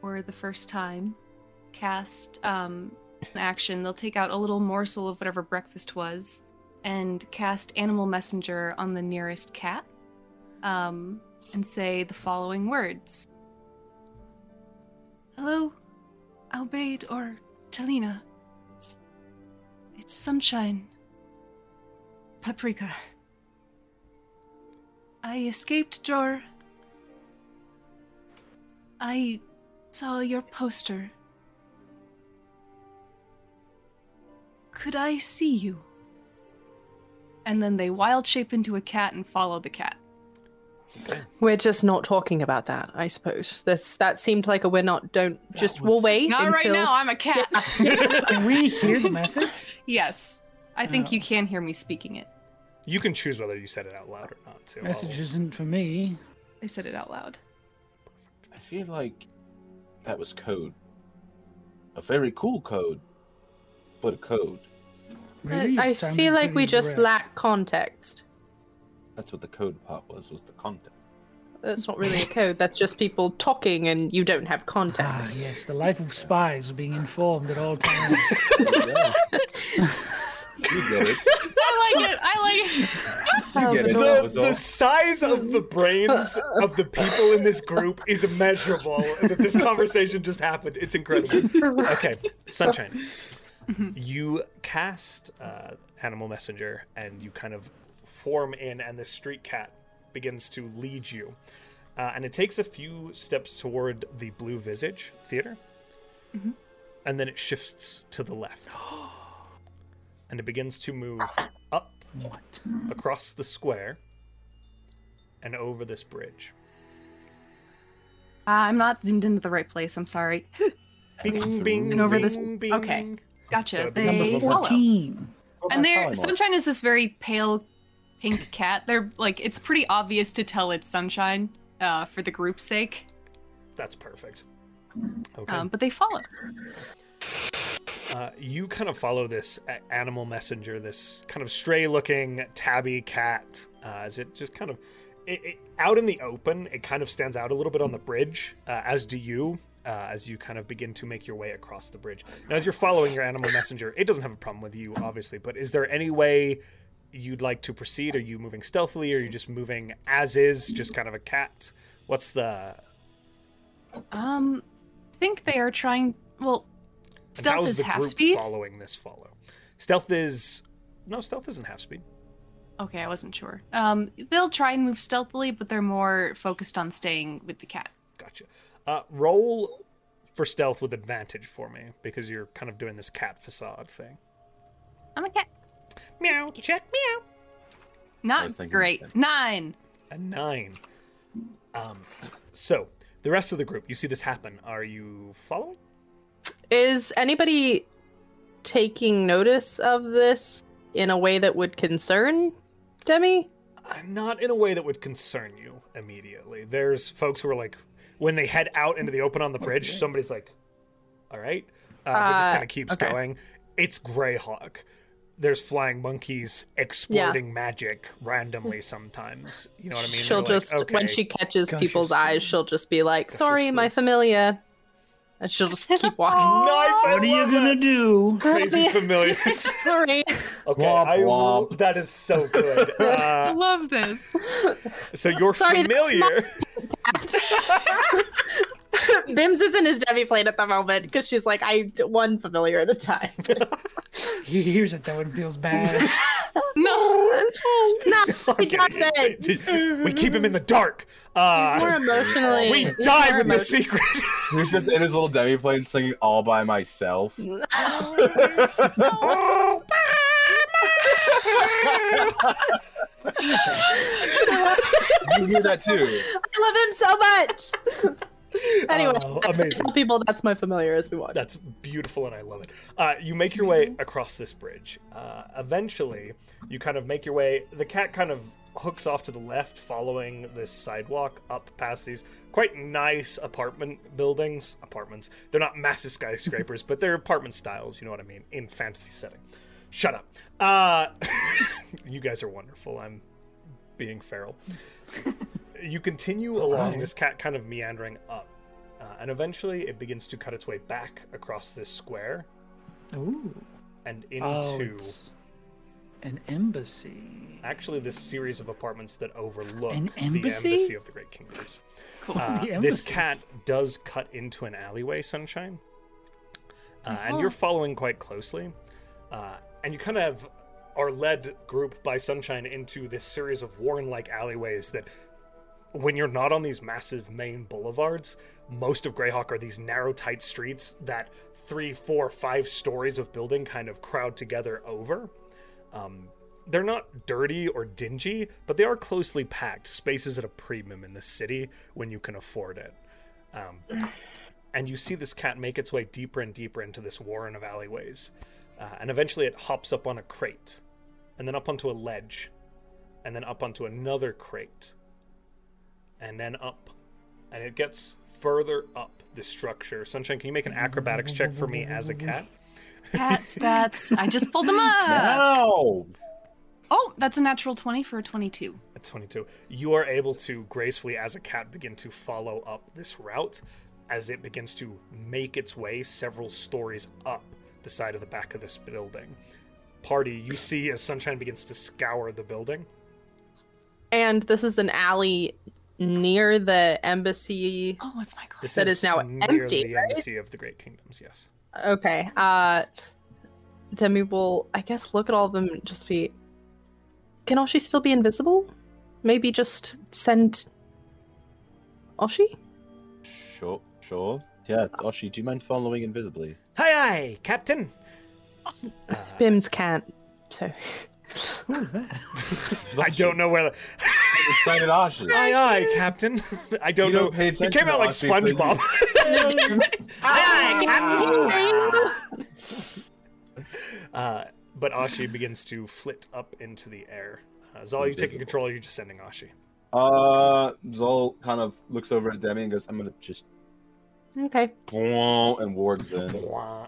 S2: for the first time cast um an action they'll take out a little morsel of whatever breakfast was and cast animal messenger on the nearest cat um and say the following words hello albaid or talina it's sunshine paprika i escaped jor I saw your poster. Could I see you? And then they wild shape into a cat and follow the cat.
S4: We're just not talking about that, I suppose. This that seemed like a we're not don't just we'll
S3: was-
S4: wait.
S2: Not right
S4: until...
S2: now, I'm a cat. [laughs]
S5: Can we
S1: [laughs]
S5: hear the message?
S2: yes. I think
S5: Oh.
S2: you can hear me speaking it.
S1: You can choose whether you said it out loud or not. Too.
S5: message isn't for me.
S2: I said it out loud.
S3: I feel like that was code. A very cool code, but a code.
S5: Maybe
S4: I
S5: it sounded
S4: feel like we
S5: pretty
S4: just
S5: direct.
S4: lack context.
S3: That's what the code part was. Was the content.
S4: That's
S5: [laughs]
S4: not really a code. That's just people talking, and you don't have
S5: Ah,
S4: context.
S5: yes, the life of spies being informed at
S3: [laughs]
S5: all times.
S3: Yeah. you get
S4: [laughs]
S3: it.
S2: I like it. I [laughs] like it.
S4: Oh,
S3: get it.
S1: The,
S3: was
S1: the
S3: all-
S1: size of the brains of the people in this group is immeasurable. and that this conversation just happened. It's incredible. Okay, Sunshine. you cast uh, Animal Messenger and you kind of form in, and the street cat begins to lead you. Uh, and it takes a few steps toward the Blue Visage Theater. And then it shifts to the left. and it begins to move up
S5: what?
S1: across the square and over this bridge.
S2: Uh, I'm not zoomed into the right place. I'm sorry.
S1: Bing, bing,
S2: And over
S1: bing,
S2: this-
S1: bing.
S2: okay. Gotcha.
S1: So it becomes a
S2: they
S1: little
S2: follow.
S5: Fourteen.
S2: And
S3: Time
S2: they're
S3: on.
S2: Sunshine is this very pale pink cat. They're like it's pretty obvious to tell it's Sunshine uh, for the group's sake.
S1: That's perfect. Okay.
S2: Um, but they follow.
S1: uh, you kind of follow this a- animal messenger, this kind of stray-looking tabby cat, uh, as it just kind of it, it, out in the open. It kind of stands out a little bit on the bridge, uh, as do you, uh, as you kind of begin to make your way across the bridge. Now, as you're following your animal messenger, it doesn't have a problem with you, obviously. But is there any way you'd like to proceed? Are you moving stealthily? Or are you just moving as is, just kind of a cat? What's the
S2: Um, I think they are trying. Well,
S1: And
S2: stealth
S1: how's
S2: is
S1: the
S2: half
S1: group
S2: speed.
S1: Following this follow, stealth is no stealth isn't half speed.
S2: Okay, I wasn't sure. Um, they'll try and move stealthily, but they're more focused on staying with the cat.
S1: Gotcha. Uh, roll for stealth with advantage for me because you're kind of doing this cat facade thing.
S2: I'm a cat.
S1: Meow. Check meow.
S3: I
S2: Not
S3: was thinking
S2: great.
S3: that.
S2: Nine.
S1: A nine. Um, so the rest of the group, you see this happen. Are you following?
S4: Is anybody taking notice of this in a way that would concern Demi?
S1: Uh, Not in a way that would concern you immediately. There's folks who are like, when they head out into the open on the bridge, somebody's like, all right. Uh, it just
S4: Uh,
S1: kind of keeps
S4: okay.
S1: going. It's Greyhawk. There's flying monkeys exploding magic randomly sometimes. You know what I mean?
S4: she'll
S1: They're like,
S4: just when
S1: "Okay."
S4: she catches
S5: Gushers.
S4: people's eyes, she'll just be like,
S1: Gushers,
S4: "Sorry, my
S1: please."
S4: familiar," and she'll
S5: [laughs]
S4: just keep walking.
S1: Nice. I
S5: What are you
S1: love
S5: gonna
S1: that.
S5: do?
S4: [laughs]
S1: Crazy familiars.
S4: Sorry.
S1: Okay,
S3: Womp
S1: I will-
S3: womp.
S1: that is so
S4: [laughs]
S1: good.
S2: I
S1: Uh,
S2: love this.
S1: so you're
S4: Sorry, that's
S1: familiar.
S4: [laughs] Bims isn't his Demi plate at the moment because she's like, I d- one familiar at
S1: [laughs]
S4: a time.
S5: He hears it though and feels bad.
S2: No.
S4: [laughs] no, he
S1: Okay. [laughs]
S4: doesn't.
S1: we keep him in the dark.
S4: More
S1: Uh,
S4: emotionally.
S1: we
S4: he's
S1: die
S4: more
S1: with the
S4: emotion-
S1: secret.
S3: He was just in his little demi plane singing all by myself. [laughs] You hear that too.
S4: I love him so much.
S1: [laughs]
S4: anyway,
S1: Oh,
S4: that's-
S1: amazing.
S4: tell people that's my familiar as we
S1: [laughs]
S4: watch.
S1: That's beautiful, and I love it. Uh, you make your way across this bridge. Uh, eventually, you kind of make your way. The cat kind of hooks off to the left, following this sidewalk up past these quite nice apartment buildings. Apartments. They're not massive [laughs] skyscrapers, but they're apartment styles. You know what I mean? In fantasy setting. Shut up. Uh, [laughs] you guys are wonderful. I'm being [laughs] feral. you continue along this cat kind of meandering up. Uh, and eventually it begins to cut its way back across this square
S5: Ooh.
S1: and into
S5: Oh, it's an embassy.
S1: actually this series of apartments that overlook
S5: An
S1: the
S5: embassy?
S1: embassy of the Great Kingdoms. Uh,
S5: [laughs] The
S1: this
S5: embassies.
S1: cat does cut into an alleyway, Sunshine, uh, and
S2: Uh-huh.
S1: you're following quite closely. Uh, and you kind of are led group by Sunshine into this series of Warren-like alleyways that, when you're not on these massive main boulevards, most of Greyhawk are these narrow, tight streets that three, four, five stories of building kind of crowd together over. Um, they're not dirty or dingy, but they are closely packed. Space is at a premium in this city when you can afford it. Um, and you see this cat make its way deeper and deeper into this warren of alleyways. Uh, and eventually it hops up on a crate, and then up onto a ledge, and then up onto another crate, and then up. And it gets further up this structure. Sunshine, can you make an acrobatics check for me as a cat?
S2: Cat stats. I just pulled them up.
S1: Uh,
S3: No.
S2: Oh, that's a natural 20 for a 22.
S1: At 22, you are able to gracefully, as a cat, begin to follow up this route as it begins to make its way several stories up the side of the back of this building. Party, you see as Sunshine begins to scour the building.
S4: And this is an alley near the embassy.
S2: Oh, what's my class?
S1: This
S4: That is now
S1: near
S4: empty,
S1: the
S4: right?
S1: embassy of the Great Kingdoms. Yes.
S4: Okay. Uh Demi will I guess look at all of them and just be Can Oshi still be invisible? Maybe just send Oshi?
S3: Sure, sure. Yeah, Oshi, do you mind following invisibly?
S1: Hi, hi, Captain.
S4: Bims can't, so
S5: Who is that?
S1: I don't know where. The...
S3: Excited Oshi.
S1: Aye, aye, Captain. [laughs] I don't
S3: You
S1: know.
S3: don't pay
S1: he came
S3: attention
S1: out
S3: to
S1: like
S3: us, basically.
S1: SpongeBob. [laughs]
S3: [laughs]
S1: aye, aye, Captain. Uh, but Ashi begins to flit up into the air. Uh, Zal, you taking
S3: Invisible.
S1: control? Or you're just sending Ashi.
S3: Uh, Zol kind of looks over at Demi and goes, "I'm gonna just
S4: Okay.
S3: and wards in." [laughs]
S1: Blah.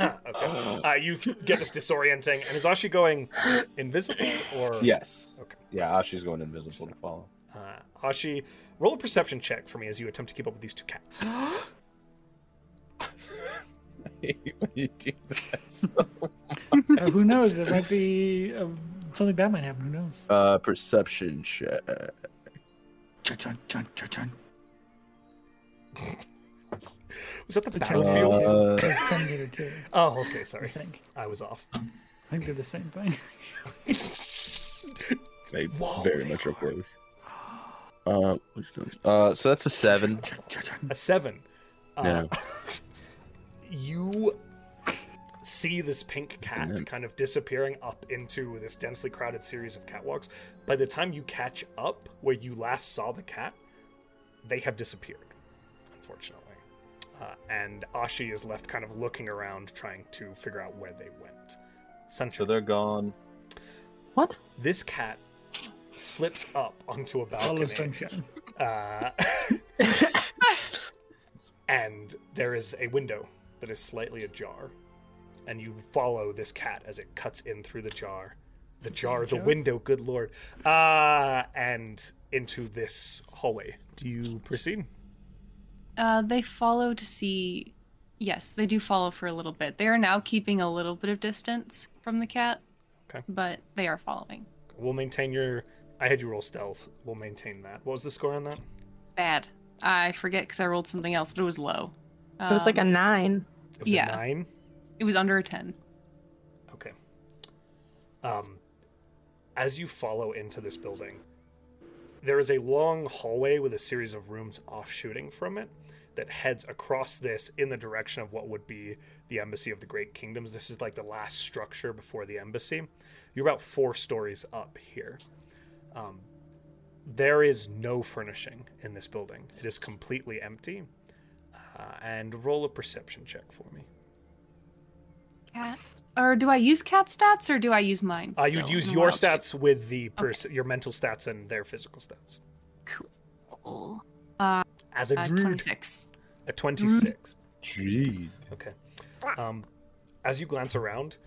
S3: Oh.
S1: okay. Uh, you get this disorienting, and is Ashi going invisible or?
S3: [gasps] Yes.
S1: Okay.
S3: Yeah, Oshi's going invisible to follow. [laughs]
S1: Uh, Ashi, roll a perception check for me as you attempt to keep up with these two
S3: [gasps]
S1: cats.
S3: when you do that. so-
S5: Uh, who knows? It might be uh, something bad might happen. Who knows?
S3: Uh, perception check.
S5: Chun, chun, chun, chun, chun.
S1: Was that the
S5: The
S1: battlefield?
S3: Uh,
S5: It's ten meter too.
S1: oh, okay. Sorry,
S5: I think.
S1: I was off.
S5: I think they're the same thing.
S3: They
S1: Whoa,
S3: very
S1: they
S3: much are close. Uh, wisdom. Uh, so that's a seven.
S5: Chun, chun, chun.
S1: A seven. Uh,
S3: No.
S1: [laughs] you see this pink cat
S3: Mhm.
S1: kind of disappearing up into this densely crowded series of catwalks. By the time you catch up where you last saw the cat, they have disappeared, unfortunately. Uh, and Ashi is left kind of looking around, trying to figure out where they went.
S3: So
S1: Sunshine,
S3: they're gone.
S4: What?
S1: this cat slips up onto a
S5: All
S1: balcony.
S5: of sunshine.
S1: Uh, and there is a window that is slightly ajar, and you follow this cat as it cuts in through the jar, the jar, the
S5: Jar?
S1: window. Good lord! Uh, and into this hallway. Do you proceed?
S2: Uh, they follow to see. Yes, they do follow for a little bit. They are now keeping a little bit of distance from the cat.
S1: Okay.
S2: But they are following.
S1: We'll maintain your. I had you roll stealth. We'll maintain that. What was the score on that?
S2: Bad. I forget because I rolled something else, but it was low.
S4: It was like a
S2: Um,
S4: nine.
S1: It was
S2: Yeah.
S1: a nine.
S2: It was under a ten.
S1: Okay. Um, as you follow into this building, there is a long hallway with a series of rooms offshooting from it that heads across this in the direction of what would be the embassy of the Great Kingdoms. This is like the last structure before the embassy. You're about four stories up here. Um, there is no furnishing in this building. It is completely empty. Uh, and roll a perception check for me.
S2: Cat. Or do I use cat stats or do I use mine?
S1: Uh, you'd
S2: still
S1: use
S2: in
S1: your
S2: wild shape?
S1: stats with the pers- your mental stats and their physical stats.
S2: Cool.
S1: As a
S2: Uh,
S1: druid,
S2: Twenty-six.
S1: a twenty-six.
S3: Jeez.
S1: Okay. Um, as you glance around,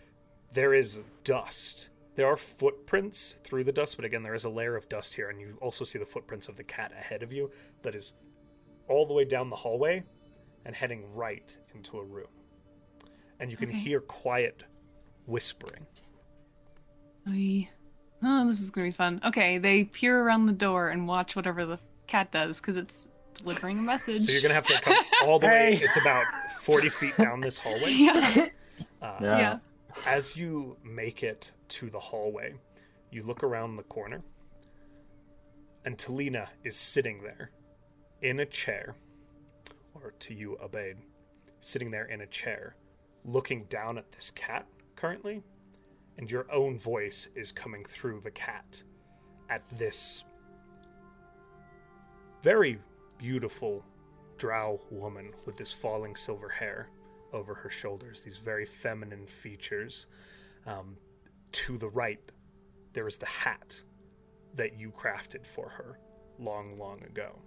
S1: there is dust. There are footprints through the dust, but again, there is a layer of dust here, and you also see the footprints of the cat ahead of you that is all the way down the hallway and heading right into a room. And you can
S2: Okay.
S1: hear quiet whispering.
S2: Oy. Oh, this is gonna be fun. Okay, they peer around the door and watch whatever the cat does because it's delivering a message.
S1: So you're gonna have to come all the way.
S5: Hey.
S1: It's about forty feet down this hallway.
S2: yeah,
S1: Uh,
S3: Yeah.
S2: yeah.
S1: As you make it to the hallway, you look around the corner, and Talina is sitting there in a chair, or to you, Abade, sitting there in a chair, looking down at this cat currently, and your own voice is coming through the cat at this very beautiful drow woman with this falling silver hair over her shoulders, these very feminine features. Um, to the right, there is the hat that you crafted for her long, long ago.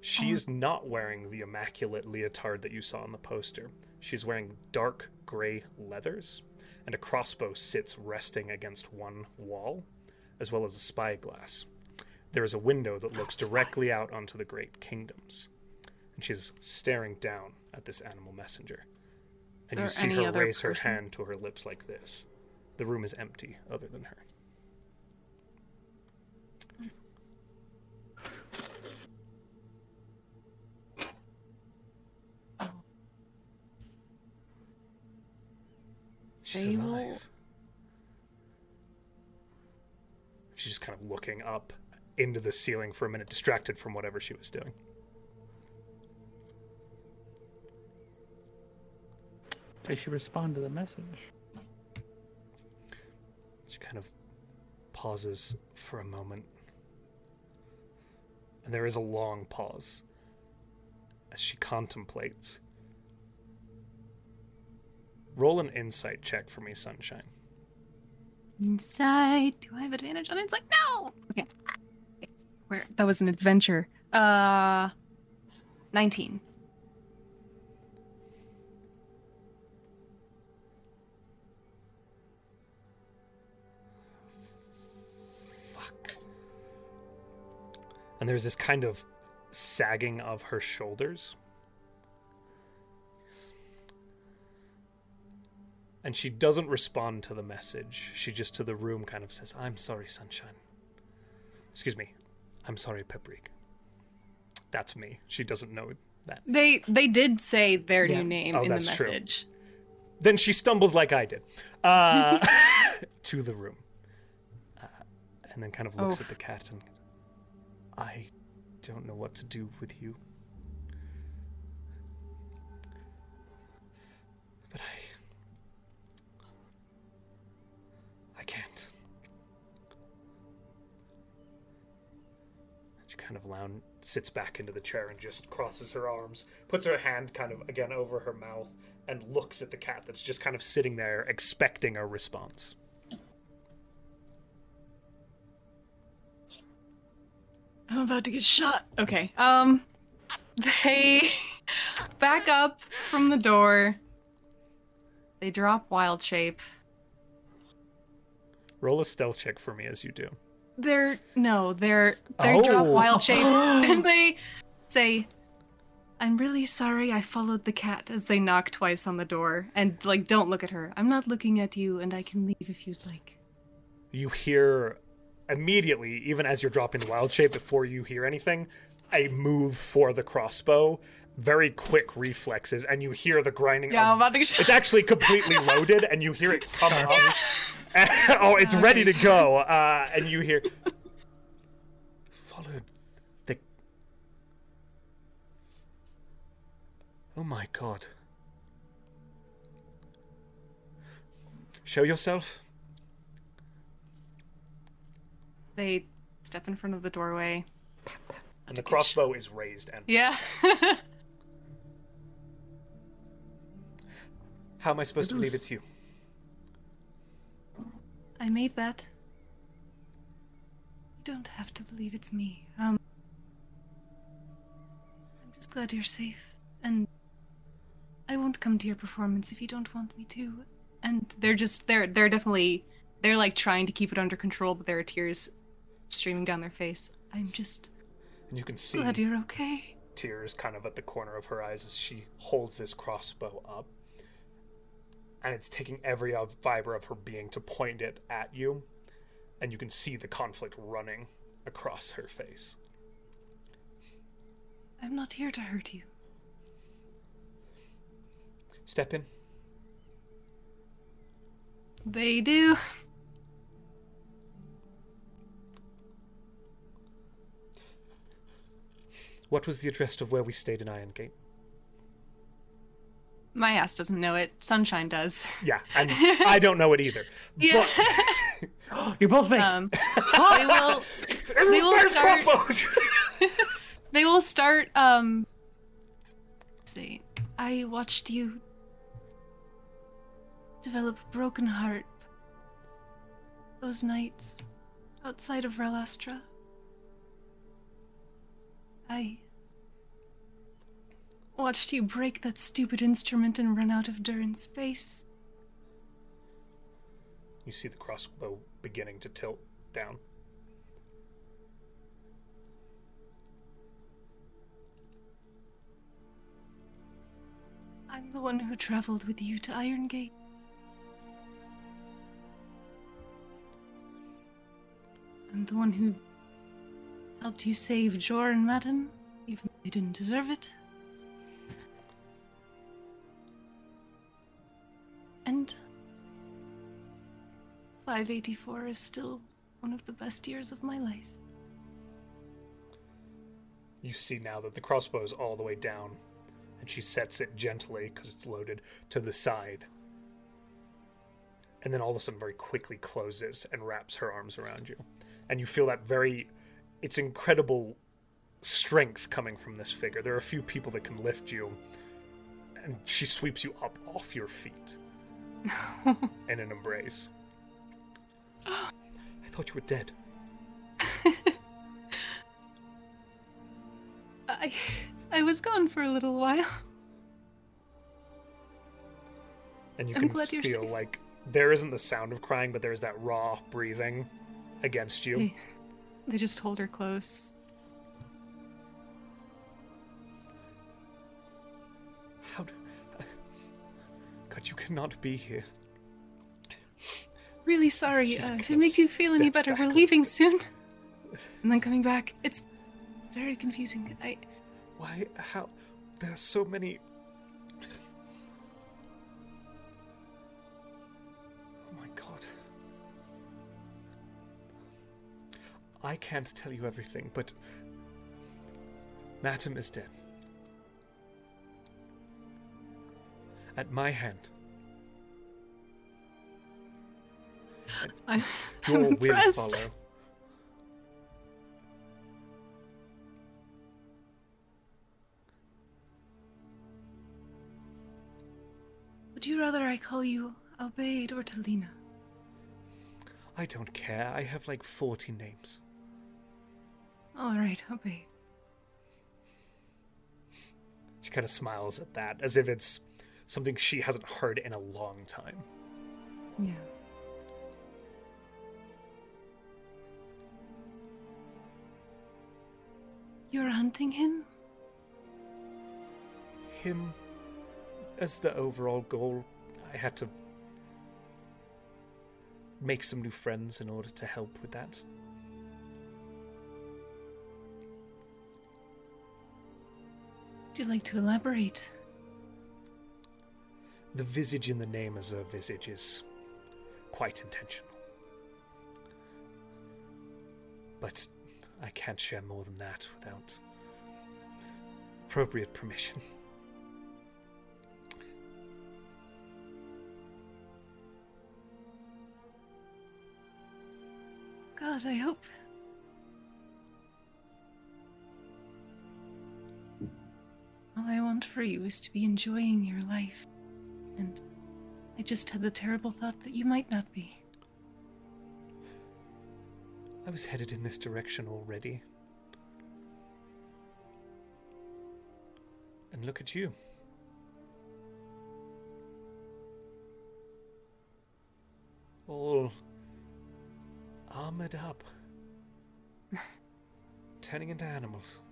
S1: She is not wearing the immaculate leotard that you saw on the poster. She's wearing dark gray leathers, and a crossbow sits resting against one wall, as well as a spyglass. There is a window that
S2: Oh,
S1: looks directly out onto the Great Kingdoms, and she's staring down at this animal messenger. And you
S2: Or
S1: see
S2: any
S1: her
S2: other
S1: raise
S2: person.
S1: her hand to her lips like this. The room is empty, other than her. She's
S2: Baylor.
S1: alive. She's just kind of looking up into the ceiling for a minute, distracted from whatever she was doing.
S5: Does she respond to the message? [gasps]
S1: She kind of pauses for a moment. And there is a long pause as she contemplates. Roll an insight check for me, Sunshine.
S2: Inside. Do I have advantage on it? It's like, no! Okay. Where? That was an adventure. Uh, 19.
S1: Fuck. And there's this kind of sagging of her shoulders. And she doesn't respond to the message. She just to the room kind of says, I'm sorry, Sunshine. Excuse me. I'm sorry, Pepperig. That's me. She doesn't know that.
S2: They they did say their
S5: Yeah.
S2: new name
S1: Oh,
S2: in the
S1: that's true.
S2: message.
S1: Then she stumbles like I did uh, [laughs] to the room. Uh, and then kind of looks
S2: Oh.
S1: at the cat and I don't know what to do with you. But I. I can't. She kind of loun sits back into the chair and just crosses her arms, puts her hand kind of again over her mouth, and looks at the cat that's just kind of sitting there expecting a response.
S2: I'm about to get shot. Okay. Um, they [laughs] back up from the door. They drop wild shape.
S1: Roll a stealth check for me as you do.
S2: They're no, they're they drop
S1: Oh.
S2: wild shape and they say, "I'm really sorry. I followed the cat." As they knock twice on the door and like, don't look at her. I'm not looking at you, and I can leave if you'd like.
S1: you hear immediately, even as you're dropping the wild shape, before you hear anything, a move for the crossbow, very quick reflexes, and you hear the grinding.
S2: Yeah, I'm
S1: of-
S2: about to get shot.
S1: it's actually completely loaded, and you hear
S2: [laughs]
S1: it come
S5: Starved.
S1: out. [laughs] oh, it's
S2: Oh,
S1: ready to
S2: geez.
S1: go, uh, and you hear followed the. Oh my god! Show yourself.
S2: They step in front of the doorway.
S1: And the crossbow is raised. And
S2: Yeah. [laughs]
S1: how am I supposed to believe it's you?
S2: I made that. You don't have to believe it's me. Um, I'm just glad you're safe, and I won't come to your performance if you don't want me to. And they're just they're they're definitely they're like trying to keep it under control, but there are tears streaming down their face. I'm just
S1: And you can see
S2: glad you're okay.
S1: tears kind of at the corner of her eyes as she holds this crossbow up. And it's taking every uh, fiber of her being to point it at you. And you can see the conflict running across her face.
S2: I'm not here to hurt you.
S1: Step in.
S2: They do.
S1: What was the address of where we stayed in Iron Gate?
S2: My ass doesn't know it. Sunshine does.
S1: Yeah,
S2: [laughs]
S1: and I don't know it either.
S2: Yeah.
S5: You're both fake.
S2: [laughs]
S4: Uh,
S2: um,
S1: [laughs]
S2: [laughs] they will.
S1: But
S2: We will
S1: there's
S2: start-
S1: crossbows! [laughs]
S2: They will start um say I watched you develop a broken heart those nights outside of Relastra. I Watched you break that stupid instrument and run out of Durin space.
S1: You see the crossbow beginning to tilt down.
S2: I'm the one who traveled with you to Irongate. I'm the one who helped you save Joran, madam, even though you didn't deserve it. And 584 is still one of the best years of my life.
S1: You see now that the crossbow is all the way down, and she sets it gently, because it's loaded, to the side. And then all of a sudden, very quickly closes and wraps her arms around you. And you feel that very. It's incredible strength coming from this figure. There are a few people that can lift you, and she sweeps you up off your feet in an embrace. [gasps] I thought you were dead.
S2: I I was gone for a little while.
S1: and you
S2: I'm
S1: can
S2: glad you're
S1: feel
S2: safe.
S1: like there isn't the sound of crying, but there's that raw breathing against you.
S2: They, they just hold her close.
S1: How? Do, God, you cannot be here.
S2: Really sorry.
S1: She's
S2: Uh, if it
S1: gonna
S2: makes you feel any
S1: step
S2: better,
S1: back a
S2: we're
S1: little
S2: leaving soon. [laughs] And then coming back. It's very confusing. I
S1: Why? How? There are so many. Oh my God. I can't tell you everything, but Matam is dead. At my hand.
S2: I'm, [laughs] I'm
S1: Joel will
S2: impressed.
S1: follow.
S2: Would you rather I call you Albaid or Talina?
S1: I don't care. I have like 40 names.
S2: All right, Albaid.
S1: She kind of smiles at that, as if it's something she hasn't heard in a long time.
S2: Yeah. You're hunting him?
S1: Him as the overall goal, I had to make some new friends in order to help with that.
S2: Would you like to elaborate?
S1: The visage in the name as a visage is quite intentional. But I can't share more than that without appropriate permission.
S2: God, I hope. All I want for you is to be enjoying your life. And I just had the terrible thought that you might not be.
S1: I was headed in this direction already. And look at you. All armored up. Turning into animals.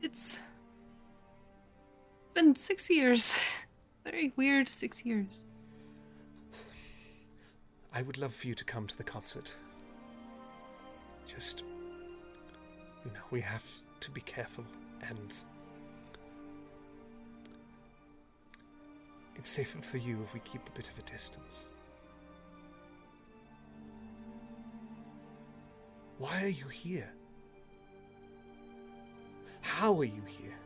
S2: It's been six years. [laughs] Very weird six years.
S1: I would love for you to come to the concert. Just. You know, we have to be careful and. It's safer for you if we keep a bit of a distance. Why are you here? How are you here?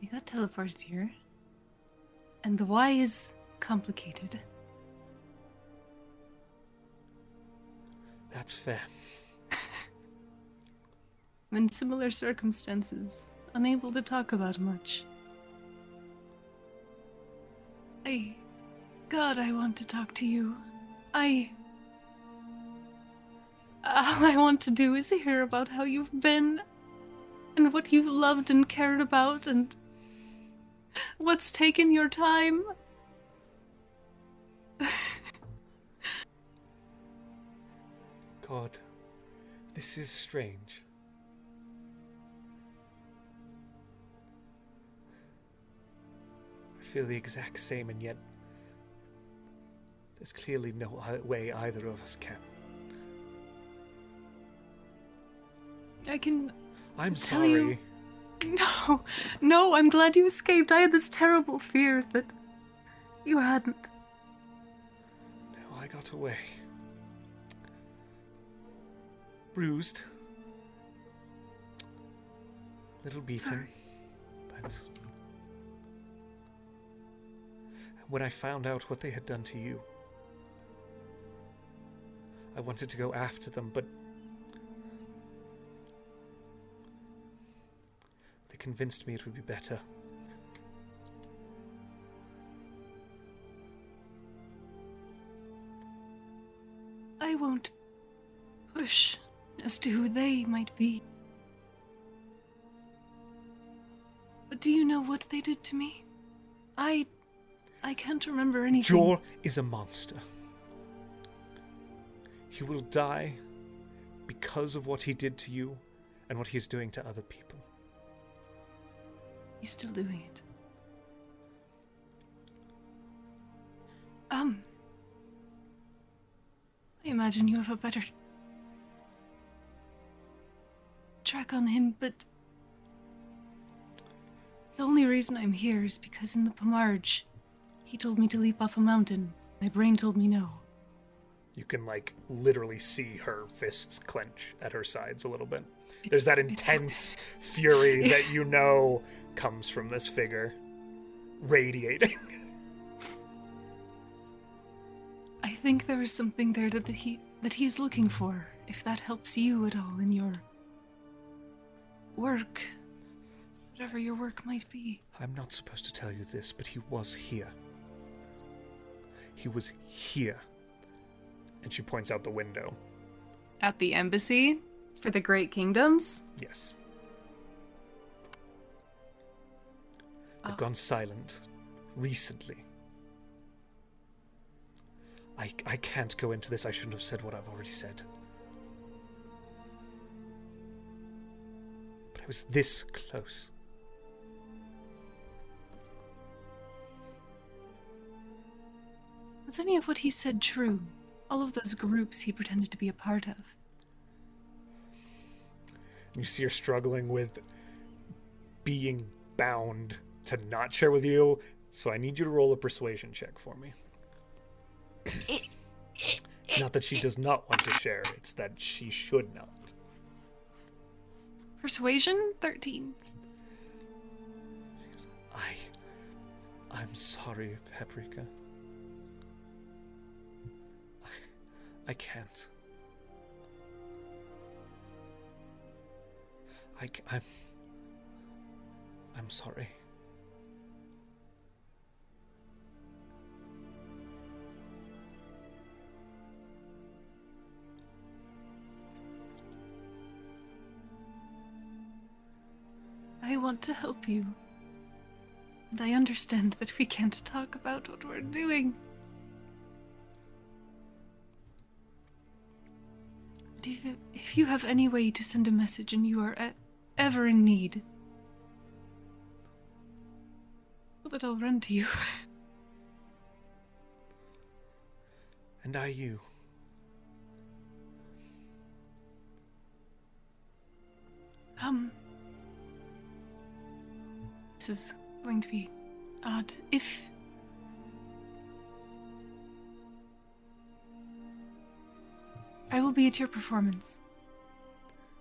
S2: You got teleported here. And the why is complicated.
S1: That's fair.
S2: I'm in similar circumstances, unable to talk about much. I. God, I want to talk to you. I. all I want to do is hear about how you've been and what you've loved and cared about and what's taken your time. [laughs]
S1: God, this is strange. I feel the exact same, and yet there's clearly no o- way either of us can.
S2: I can
S1: I'm
S2: Tell
S1: sorry.
S2: you- No, no, I'm glad you escaped. I had this terrible fear that you hadn't.
S1: No, I got away. Bruised. Little beaten.
S2: Sorry.
S1: But. When I found out what they had done to you, I wanted to go after them, but. They convinced me it would be better.
S2: I won't push as to who they might be. But do you know what they did to me? I. I can't remember anything.
S1: Jor is a monster. He will die because of what he did to you and what he is doing to other people.
S2: He's still doing it. Um. I imagine you have a better track on him, but the only reason I'm here is because in the Pomarge, he told me to leap off a mountain. My brain told me no.
S1: You can, like, literally see her fists clench at her sides a little bit.
S2: It's-
S1: There's that
S2: it's not-
S1: intense
S2: [laughs]
S1: fury that you know comes from this figure radiating. [laughs]
S2: I think there is something there that that he that he's looking for. If that helps you at all in your work, whatever your work might be.
S1: I'm not supposed to tell you this, but he was here. He was here. And she points out the window.
S2: At the embassy for the Great Kingdoms.
S1: Yes.
S2: Oh.
S1: They've gone silent recently. I, I can't go into this. I shouldn't have said what I've already said. But I was this close.
S2: Was any of what he said true? All of those groups he pretended to be a part of.
S1: You see her struggling with being bound to not share with you, so I need you to roll a persuasion check for me. it's not that she does not want to share, it's that she should not.
S2: Persuasion thirteen.
S1: I. I'm sorry, Paprika. I, I can't. I, ca- I'm. I'm sorry.
S2: I want to help you. And I understand that we can't talk about what we're doing. But if, if you have any way to send a message and you are e- ever in need, well, that I'll run to you.
S1: And I you.
S2: Um. This is going to be odd. If. I will be at your performance.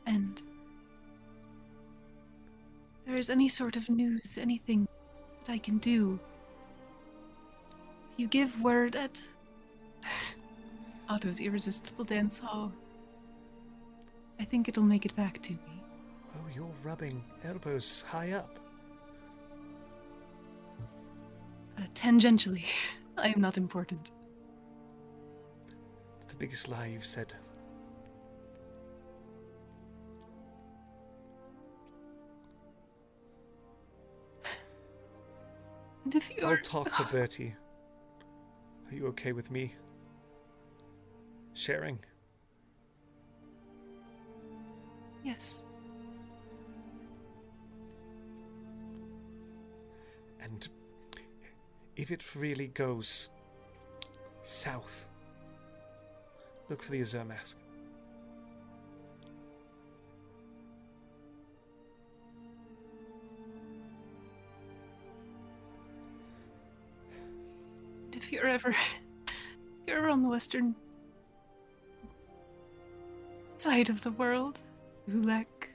S2: And. There is any sort of news, anything that I can do. You give word at. [sighs] Otto's Irresistible Dance Hall. I think it'll make it back to me.
S1: Oh, you're rubbing elbows high up.
S2: Uh, tangentially, [laughs] I am not important.
S1: It's the biggest lie you've said.
S2: And if Ah, you
S1: I'll
S2: are
S1: talk
S2: [laughs]
S1: to Bertie. Are you okay with me sharing?
S2: yes,
S1: And if it really goes south, look for the Azure Mask.
S2: and if you're ever, [laughs] if you're ever on the western side of the world, Ulek,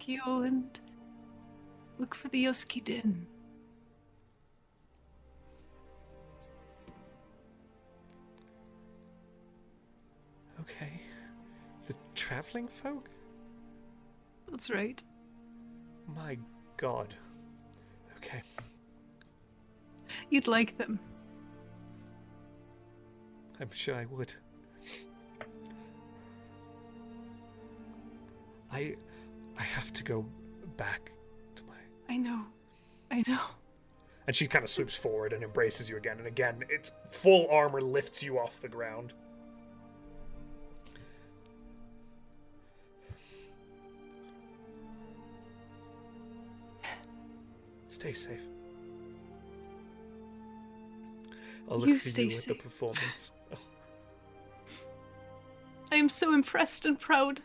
S2: Kioland, look for the Yoski Din.
S1: Okay. The traveling folk?
S2: That's right.
S1: My god. Okay.
S2: You'd like them.
S1: I'm sure I would. I I have to go back to my
S2: I know. I know.
S1: and she kind of swoops forward and embraces you again and again its full armor lifts you off the ground stay safe i'll look
S2: You
S1: for
S2: stay
S1: you at
S2: safe.
S1: the performance
S2: I am so impressed and proud.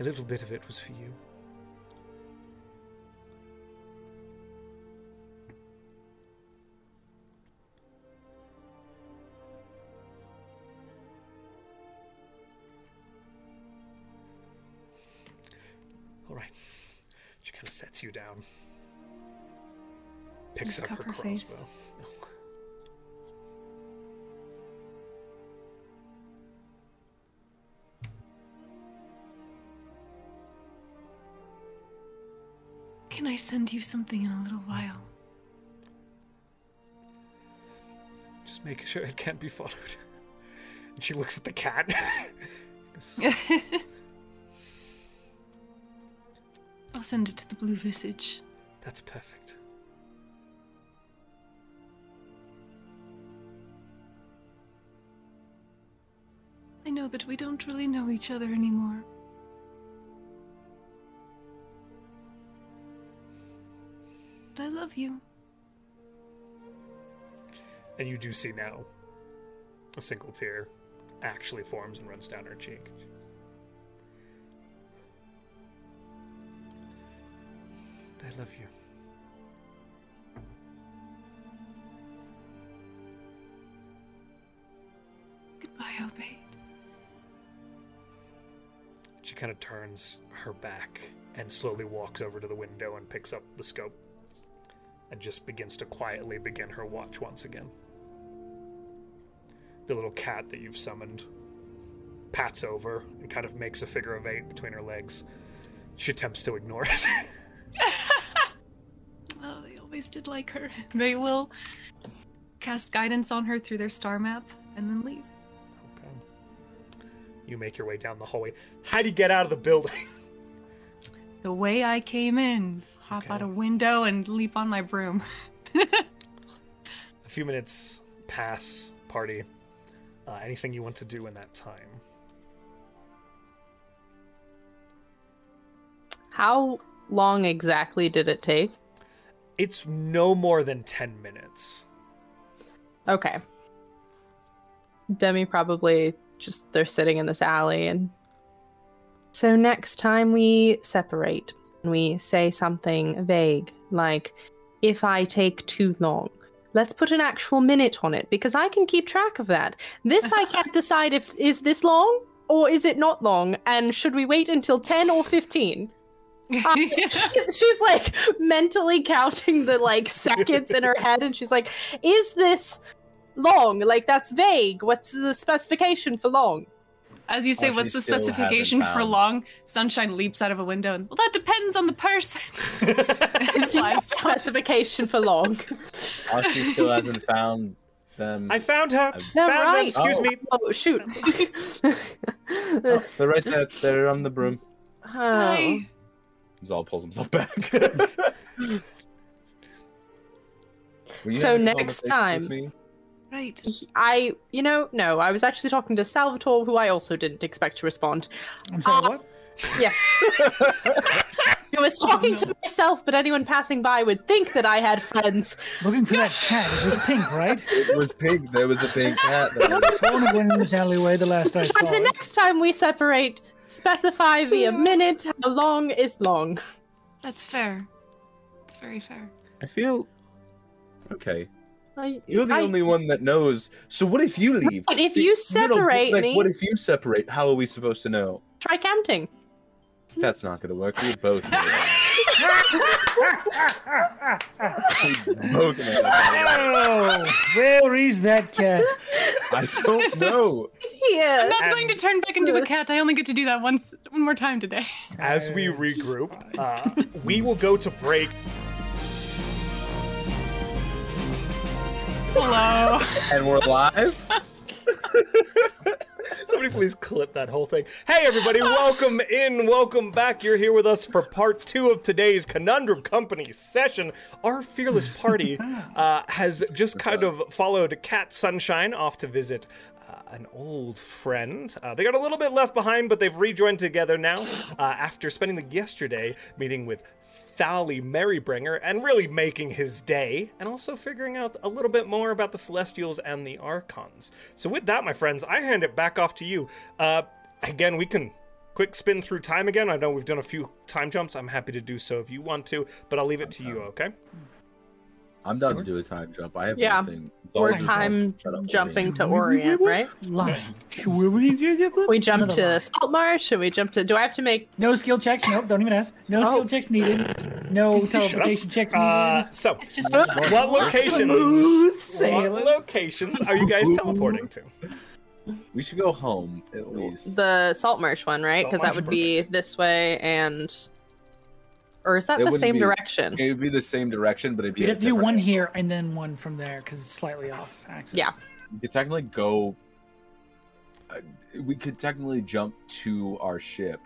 S1: a little bit of it was for you all right she kind of sets you down picks
S2: Just
S1: up her
S2: cover her face.
S1: crossbow
S2: Can I send you something in a little while? [laughs]
S1: Just making sure it can't be followed. [laughs] And she looks at the cat. [laughs] Goes,
S2: I'll send it to the Blue Visage.
S1: That's perfect.
S2: I know that we don't really know each other anymore. But I love you.
S1: And you do see now a single tear actually forms and runs down her cheek. I love you.
S2: Goodbye, Obey.
S1: She kind of turns her back and slowly walks over to the window and picks up the scope and just begins to quietly begin her watch once again. The little cat that you've summoned pats over and kind of makes a figure of eight between her legs. She attempts to ignore it. [laughs]
S2: Oh, they always did like her. [laughs] They will cast guidance on her through their star map and then leave.
S1: okay. You make your way down the hallway. How do you get out of the building? [laughs]
S2: The way I came in, hop
S1: Okay.
S2: out a window and leap on my broom. [laughs]
S1: A few minutes pass, party. Uh, anything you want to do in that time?
S4: How long exactly did it take?
S1: It's no more than 10 minutes. [laughs]
S4: Okay. Demi probably just they're sitting in this alley and so next time we separate and we say something vague like if I take too long. Let's put an actual minute on it because I can keep track of that. This I [laughs] can't decide if is this long or is it not long and should we wait until 10 or 15? She's- [laughs] she's like mentally counting the like seconds in her head and she's like is this long like that's vague what's the specification for long
S2: As you say,
S3: Or
S2: what's
S3: she
S2: the
S3: still hasn't
S2: specification for
S3: found-
S2: long? Sunshine leaps out of a window and, well, that depends on the person. [laughs] It
S4: [laughs]
S2: flies down.
S4: specification for long
S3: Archie still hasn't found them.
S1: I found her.
S4: no,
S1: found them.
S4: right
S1: Excuse
S3: Oh.
S1: me.
S4: oh shoot [laughs] Oh.
S3: they're right there. They're on the broom.
S2: Hi.
S3: Zal pulls himself back.
S4: [laughs]
S3: Were you
S4: So
S3: having a
S4: next
S3: conversation with
S4: time-
S3: me?
S2: Right.
S4: He- I, you know, no, I was actually talking to Salvatore, who I also didn't expect to respond.
S5: I'm sorry,
S4: Uh,
S5: what?
S4: Yes. I was talking
S2: no.
S4: to myself, but anyone passing by would think that I had friends.
S5: Looking for
S4: [laughs]
S5: that cat. It was pink, right?
S3: It was pink. There was a pink cat. There.
S4: [laughs]
S5: Someone went in this alleyway the last I saw.
S4: But the
S5: it.
S4: next time we separate, specify via minute how long is long.
S2: That's fair. That's very fair.
S3: I feel okay.
S4: I,
S3: You're the
S4: I-
S3: only one that knows. So what if you leave?
S4: Right, if you
S3: no, no, but,
S4: separate
S3: like,
S4: me,
S3: What if you separate? How are we supposed to know?
S4: try counting.
S3: That's not gonna work. We both know. We both know that.
S5: Oh, where is that
S4: [laughs]
S5: cat?
S3: I don't know.
S4: Yeah.
S2: I'm not
S1: And-
S2: going to turn
S1: [laughs]
S2: back into a cat. I only get to do that once, one more time today.
S1: As we regroup, uh, we will go to break.
S2: Hello.
S3: And we're live.
S1: Somebody please clip that whole thing. Hey, everybody, welcome in, welcome back. You're here with us for part two of today's Conundrum Company session. Our fearless party uh, has just kind of followed Cat Sunshine off to visit. uh, An old friend. Uh, they got a little bit left behind, but they've rejoined together now uh, after spending the yesterday meeting with Thali Merrybringer and really making his day, and also figuring out a little bit more about the Celestials and the Archons. So, with that, my friends, I hand it back off to you. Uh, again, we can quick spin through time again. I know we've done a few time jumps. I'm happy to do so if you want to, but I'll leave it to you, okay?
S3: I'm down to do a time jump. I have
S4: Yeah.
S3: nothing. It's all
S4: We're
S3: just-
S4: time
S3: Shut up,
S4: jumping
S3: Orient.
S4: to Orient, right?
S5: Line.
S4: We jump
S5: Another
S4: to
S5: line.
S4: Saltmarsh, and we jump to. Do I have to make?
S5: No skill checks. Nope, don't even ask. No skill checks needed. No teleportation checks needed.
S1: Uh, so, [laughs]
S2: It's just
S1: what locations?
S5: Smooth
S1: What
S5: sailing.
S1: locations are you guys teleporting to?
S3: We should go home at least.
S4: The Saltmarsh one, right? Because that
S1: Saltmarsh,
S4: would be this way and. Or is that
S3: It
S4: the
S3: wouldn't
S4: same
S3: be- [laughs]
S4: direction?
S3: It would be the same direction, but it'd be.
S5: You'd
S3: a
S5: have to do
S3: different
S5: one
S3: angle.
S5: here and then one from there because it's slightly off axis.
S4: Yeah.
S3: We could technically go. Uh, we could technically jump to our ship,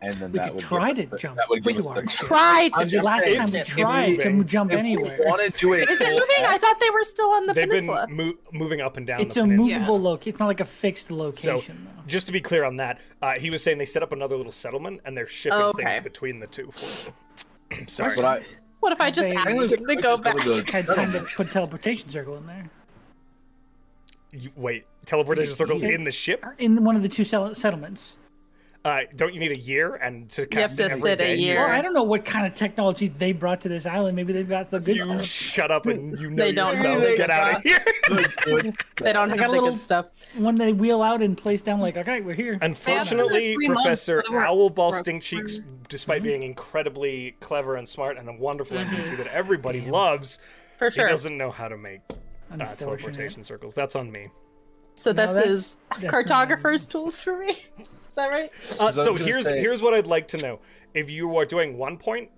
S3: and then
S5: We
S3: that
S5: could
S3: would
S5: try
S3: give us
S5: to
S3: the-
S5: jump
S3: that would give
S5: to
S3: us
S5: our
S3: the-
S5: ship.
S4: Try to.
S3: I'm just
S5: Last
S3: saying,
S5: time we
S1: it's
S5: tried to
S1: moving.
S5: jump
S3: If we
S5: anywhere.
S3: want to do it,
S4: Is it moving? I thought they were still on the
S1: They've
S4: peninsula.
S1: been mo- moving up and down
S5: It's
S1: the
S5: a
S1: peninsula.
S5: movable location. It's not like a fixed location. though.
S1: Just to be clear on that, uh, he was saying they set up another little settlement and they're shipping
S4: Oh, okay.
S1: things between the two [clears throat] for them. Sorry.
S3: But I,
S4: What if I just
S5: They-
S4: asked
S5: Let's
S4: him to go back?
S3: [laughs]
S5: Had time to put teleportation circle in there.
S1: You- wait, teleportation circle in the ship?
S5: In one of the two sell- settlements.
S1: Uh, don't you need a year and to
S4: You have
S1: cast
S4: to
S1: it every
S4: sit
S1: day?
S4: a
S5: Or I
S4: year.
S5: don't know what kind of technology they brought to this island. Maybe they've got the good
S1: You
S5: stuff.
S1: shut up and you know
S4: They
S1: your
S4: don't
S1: spells.
S3: know.
S1: Get out of here. [laughs]
S4: They
S5: I
S4: don't
S5: got a
S4: have the
S5: little-
S4: good stuff.
S5: When they wheel out and place down, like, okay, we're here.
S1: Unfortunately,
S2: three months
S1: Professor
S2: before-
S1: Owlball
S2: before-
S1: Stinkcheeks,
S4: Mm-hmm.
S1: despite being incredibly clever and smart and a wonderful NPC that everybody loves,
S4: For
S1: he
S4: Mm-hmm. sure.
S1: doesn't know how to make uh,
S5: Unfortunate.
S1: teleportation circles. That's on me.
S4: So
S5: No,
S4: this
S5: that's-
S4: is
S5: that's
S4: cartographer's tools for me. [laughs] Is that right?
S1: Uh,
S3: Because I
S1: so
S3: was gonna
S1: here's
S3: say-
S1: here's what I'd like to know. If you are doing one point,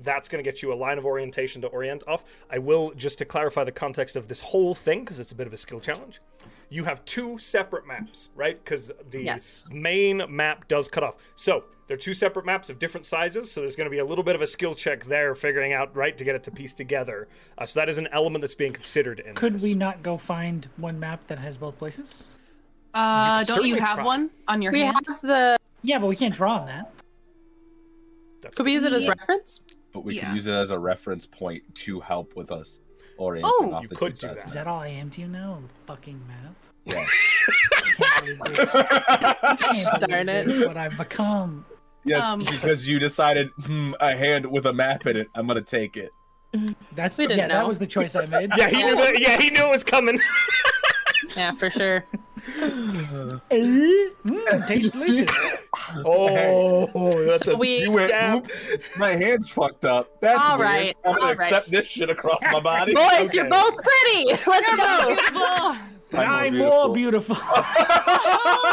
S1: that's going to get you a line of orientation to orient off. I will just to clarify the context of this whole thing because it's a bit of a skill challenge. You have two separate maps, right? Because the
S4: Yes.
S1: main map does cut off. So they're two separate maps of different sizes. So there's going to be a little bit of a skill check there, figuring out right to get it to piece together. Uh, so that is an element that's being considered in.
S5: Could
S1: this.
S5: we not go find one map that has both places?
S1: You
S2: Uh,
S1: can
S2: don't you
S1: certainly
S2: have
S1: try.
S2: one on your
S4: We
S2: hand?
S4: have the.
S5: Yeah, but we can't draw on that.
S1: That's-
S4: Could we use it as reference?
S3: but we
S2: Yeah.
S3: can use it as a reference point to help with us orienting
S2: Oh!
S3: off
S1: You
S3: the
S1: could
S3: two
S1: do
S5: Is
S3: sides.
S5: that all I am to you now? on the Fucking map.
S3: Yeah.
S5: Can't believe
S1: [laughs]
S5: this. Can't believe
S4: Darn it.
S5: this, What I've become.
S3: yes,
S2: Um.
S3: because you decided hmm, a hand with a map in it. I'm gonna take it.
S5: That's
S4: We didn't
S5: yeah. That
S4: know.
S5: was the choice I made.
S1: Yeah,
S4: Oh.
S1: he knew that. Yeah, he knew it was coming.
S3: [laughs]
S4: Yeah, for sure.
S5: Mm, tastes delicious.
S1: Oh, that's
S4: So
S1: a
S4: we-
S1: you
S4: You
S1: went,
S3: went,
S1: stab.
S3: "Oop, my hand's fucked up. That's
S4: All
S3: weird.
S4: right,
S3: I'm gonna
S4: all right.
S3: accept this shit across my body.
S4: [laughs] Boys,
S1: Okay.
S4: you're both pretty. [laughs] Let's go.
S2: [laughs] Beautiful.
S5: I'm more beautiful.
S2: All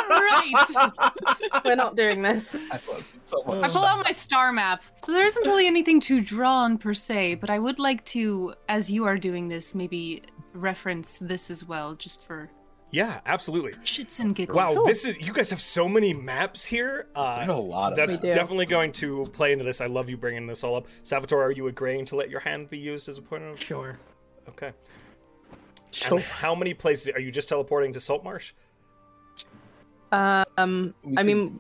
S2: right.
S4: We're not doing this.
S3: I love you so
S2: I
S3: much.
S2: pull out my star map. So there isn't really anything to draw on per se, but I would like to, as you are doing this, maybe reference this as well, just for
S1: Yeah, absolutely.
S2: Shits and giggles.
S1: Wow, this is you guys have so many maps here. Uh,
S3: There's a lot of
S1: That's
S4: We do.
S1: definitely going to play into this. I love you bringing this all up. Salvatore, are you agreeing to let your hand be used as a point of?
S5: Sure.
S1: Okay. And how many places are you just teleporting to Saltmarsh?
S4: Um,
S3: We
S4: I
S3: could-
S4: mean,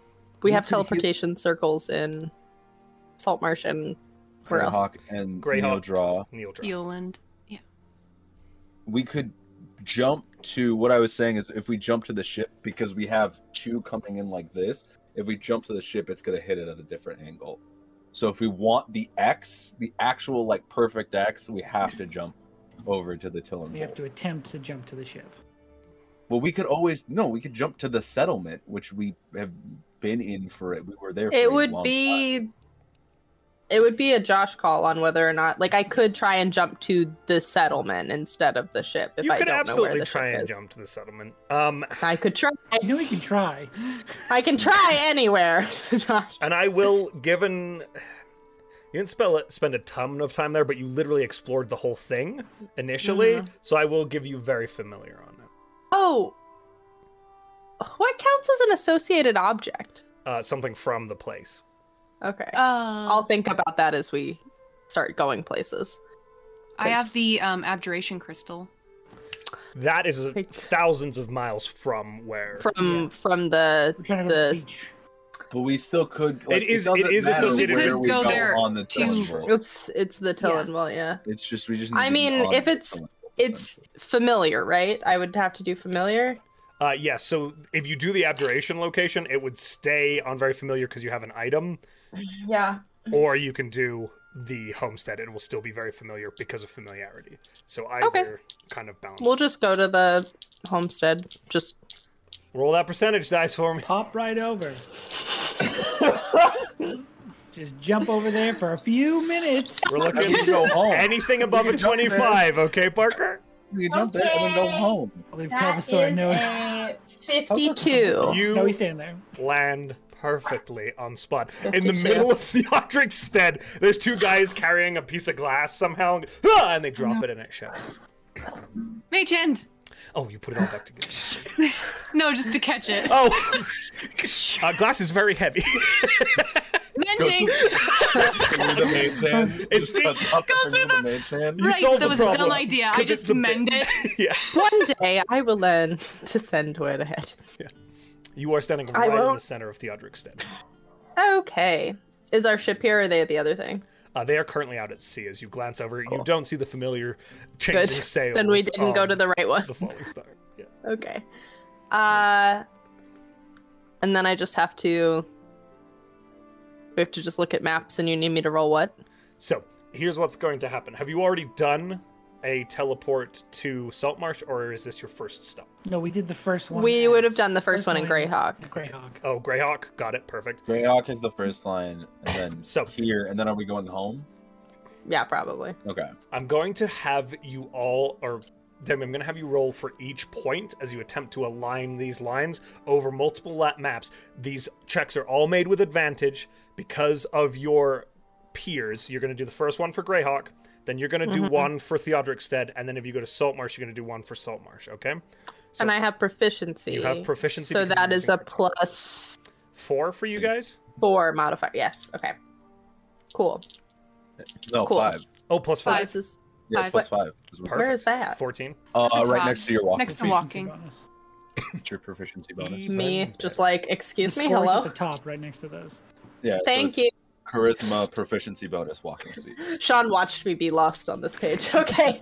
S4: we
S3: we
S4: have
S3: could hit-
S4: teleportation circles in Saltmarsh and where else?
S3: Greyhawk and
S1: Greyhawk.
S3: Greyhawk. Draw.
S1: Neil Drum.
S2: Eoland.
S3: we could jump to what I was saying is if we jump to the ship because we have two coming in like this, if we jump to the ship, it's gonna hit it at a different angle. So if we want the X, the actual like perfect X, we have to jump over to the Tillum.
S5: We have to attempt to jump to the ship.
S3: Well, we could always no, we could jump to the settlement, which we have been in for it. We were there. For
S4: It
S3: a
S4: would
S3: long time.
S4: be. It would be a Josh call on whether or not, like, I could try and jump to the settlement instead of the ship if
S1: You
S4: I
S1: could
S4: don't know where
S1: absolutely
S4: the
S1: try
S4: ship
S1: and
S4: is.
S1: jump to the settlement. Um,
S4: I could try.
S5: I know we can try.
S4: I can try anywhere. [laughs] Josh.
S1: and I will, given [sighs] you didn't spell it, spend a ton of time there, but you literally explored the whole thing initially.
S4: Mm-hmm.
S2: Mhm.
S1: So I will give you very familiar on it.
S4: Oh, what counts as an associated object?
S1: Uh, something from the place.
S4: Okay,
S2: Uh,
S4: I'll think about that as we start going places.
S2: I have
S4: Cause-
S2: the um, abjuration crystal.
S1: That is uh,
S4: Like-
S1: thousands of miles from where.
S4: From from the
S5: We're trying to go to
S4: The-
S5: the beach.
S3: but we still could. Like,
S1: is- it
S3: doesn't
S1: is
S3: matter
S1: associated
S3: where
S2: with-
S3: we
S2: Go there
S3: on the
S2: to-
S3: Tillum.
S4: it's it's the
S2: Yeah.
S4: Tillenwell, yeah.
S3: It's just we just. Need
S4: I
S3: to be
S4: mean,
S3: on
S4: if
S3: the
S4: it's-
S3: Tillum,
S4: It's familiar, right? I would have to do familiar.
S1: Uh, yeah, so if you do the abjuration location, it would stay on very familiar because you have an item,
S4: Yeah.
S1: or you can do the homestead. It will still be very familiar because of familiarity. So either
S4: Okay.
S1: kind of balance.
S4: We'll just go to the homestead. Just
S1: Roll that percentage dice for me.
S5: Pop right
S4: [laughs]
S5: over. Just jump over there for a few minutes.
S3: [laughs]
S1: We're
S3: I
S1: looking
S3: would
S1: [laughs]
S3: go home.
S1: anything above a
S3: Don't matter.
S1: 25, okay, Parker?
S3: You jump there and then go
S4: Okay.
S3: home.
S5: I'll leave
S4: that is
S5: Telvasaur no.
S6: Eh,
S4: a
S3: Oh,
S4: fifty-two.
S5: No,
S1: You
S5: he's staying there.
S1: land perfectly on spot. In the middle of the Odricstead, there's two guys carrying a piece of glass somehow, ah, and they
S4: Mm-hmm.
S1: drop it and it shatters.
S2: Mage hand.
S1: Oh, you put it all back together.
S2: No, just to catch
S1: [laughs]
S2: it.
S1: Oh, uh, glass is very heavy. [laughs]
S2: Mending.
S3: through the
S4: [laughs]
S3: mage hand.
S1: It's-
S3: Just cuts up
S2: goes through
S3: the mage hand.
S1: You
S2: right,
S1: solved the
S2: that was a
S1: problem,
S2: dumb idea. I
S1: 'cause it's
S2: just
S1: a bit-
S2: mend
S1: [laughs]
S2: it.
S1: yeah,
S4: One day I will learn [laughs] to send word ahead.
S1: you are standing
S4: I
S1: right in the
S4: won't.
S1: center of Theodricstead.
S4: Okay. Is our ship here or are they at the other thing?
S1: Uh, they are currently out at sea. As you glance over, you don't see the familiar changing sails. um,
S4: Then we didn't go
S1: of
S4: to the right one.
S1: the falling star. Yeah.
S4: Okay. Uh and then I just have to We have to just look at maps and you need me to roll what?
S1: So here's what's going to happen. Have you already done a teleport to Saltmarsh, or is this your first stop?
S5: No, we did the first one.
S4: We
S5: at-
S4: would have done the first one in Greyhawk.
S5: Greyhawk.
S1: Oh, Greyhawk, got it, perfect.
S3: Greyhawk is the first line, and then
S1: So-
S3: here, and then are we going home?
S4: Yeah, probably.
S3: Okay.
S1: I'm going to have you all, or Demi, I'm going to have you roll for each point as you attempt to align these lines over multiple lap maps. These checks are all made with advantage because of your peers. You're going to do the first one for Greyhawk, then you're going to do
S4: Mhm.
S1: one for Theodricstead, and then if you go to Saltmarsh, you're going to do one for Saltmarsh, okay? So-
S4: and I have proficiency.
S1: You have proficiency
S4: So
S1: because
S4: that
S1: you're
S4: is
S1: using
S4: a
S1: Greyhawk.
S4: plus
S1: Four for you guys?
S4: four modifier. Yes. Okay. Cool.
S3: No,
S4: Cool.
S3: five.
S1: Oh, plus
S4: So
S1: five.
S4: this is
S3: Yeah,
S2: Five.
S3: it's plus five. 'cause we're-
S1: Perfect.
S4: Where is that?
S1: 14.
S3: Uh,
S2: It's
S3: right
S2: five.
S3: next to your walk.
S2: Next to
S5: Proficiency
S2: walking.
S5: bonus.
S3: It's your [laughs] proficiency bonus.
S4: me just like excuse
S5: The
S4: me,
S5: score's
S4: hello.
S5: at the top, right next to those.
S3: Yeah. so
S4: [laughs]
S3: it's
S4: Thank you.
S3: Charisma, proficiency bonus, walking speed.
S4: Sean watched me be lost on this page.
S1: [laughs]
S4: [laughs] Okay.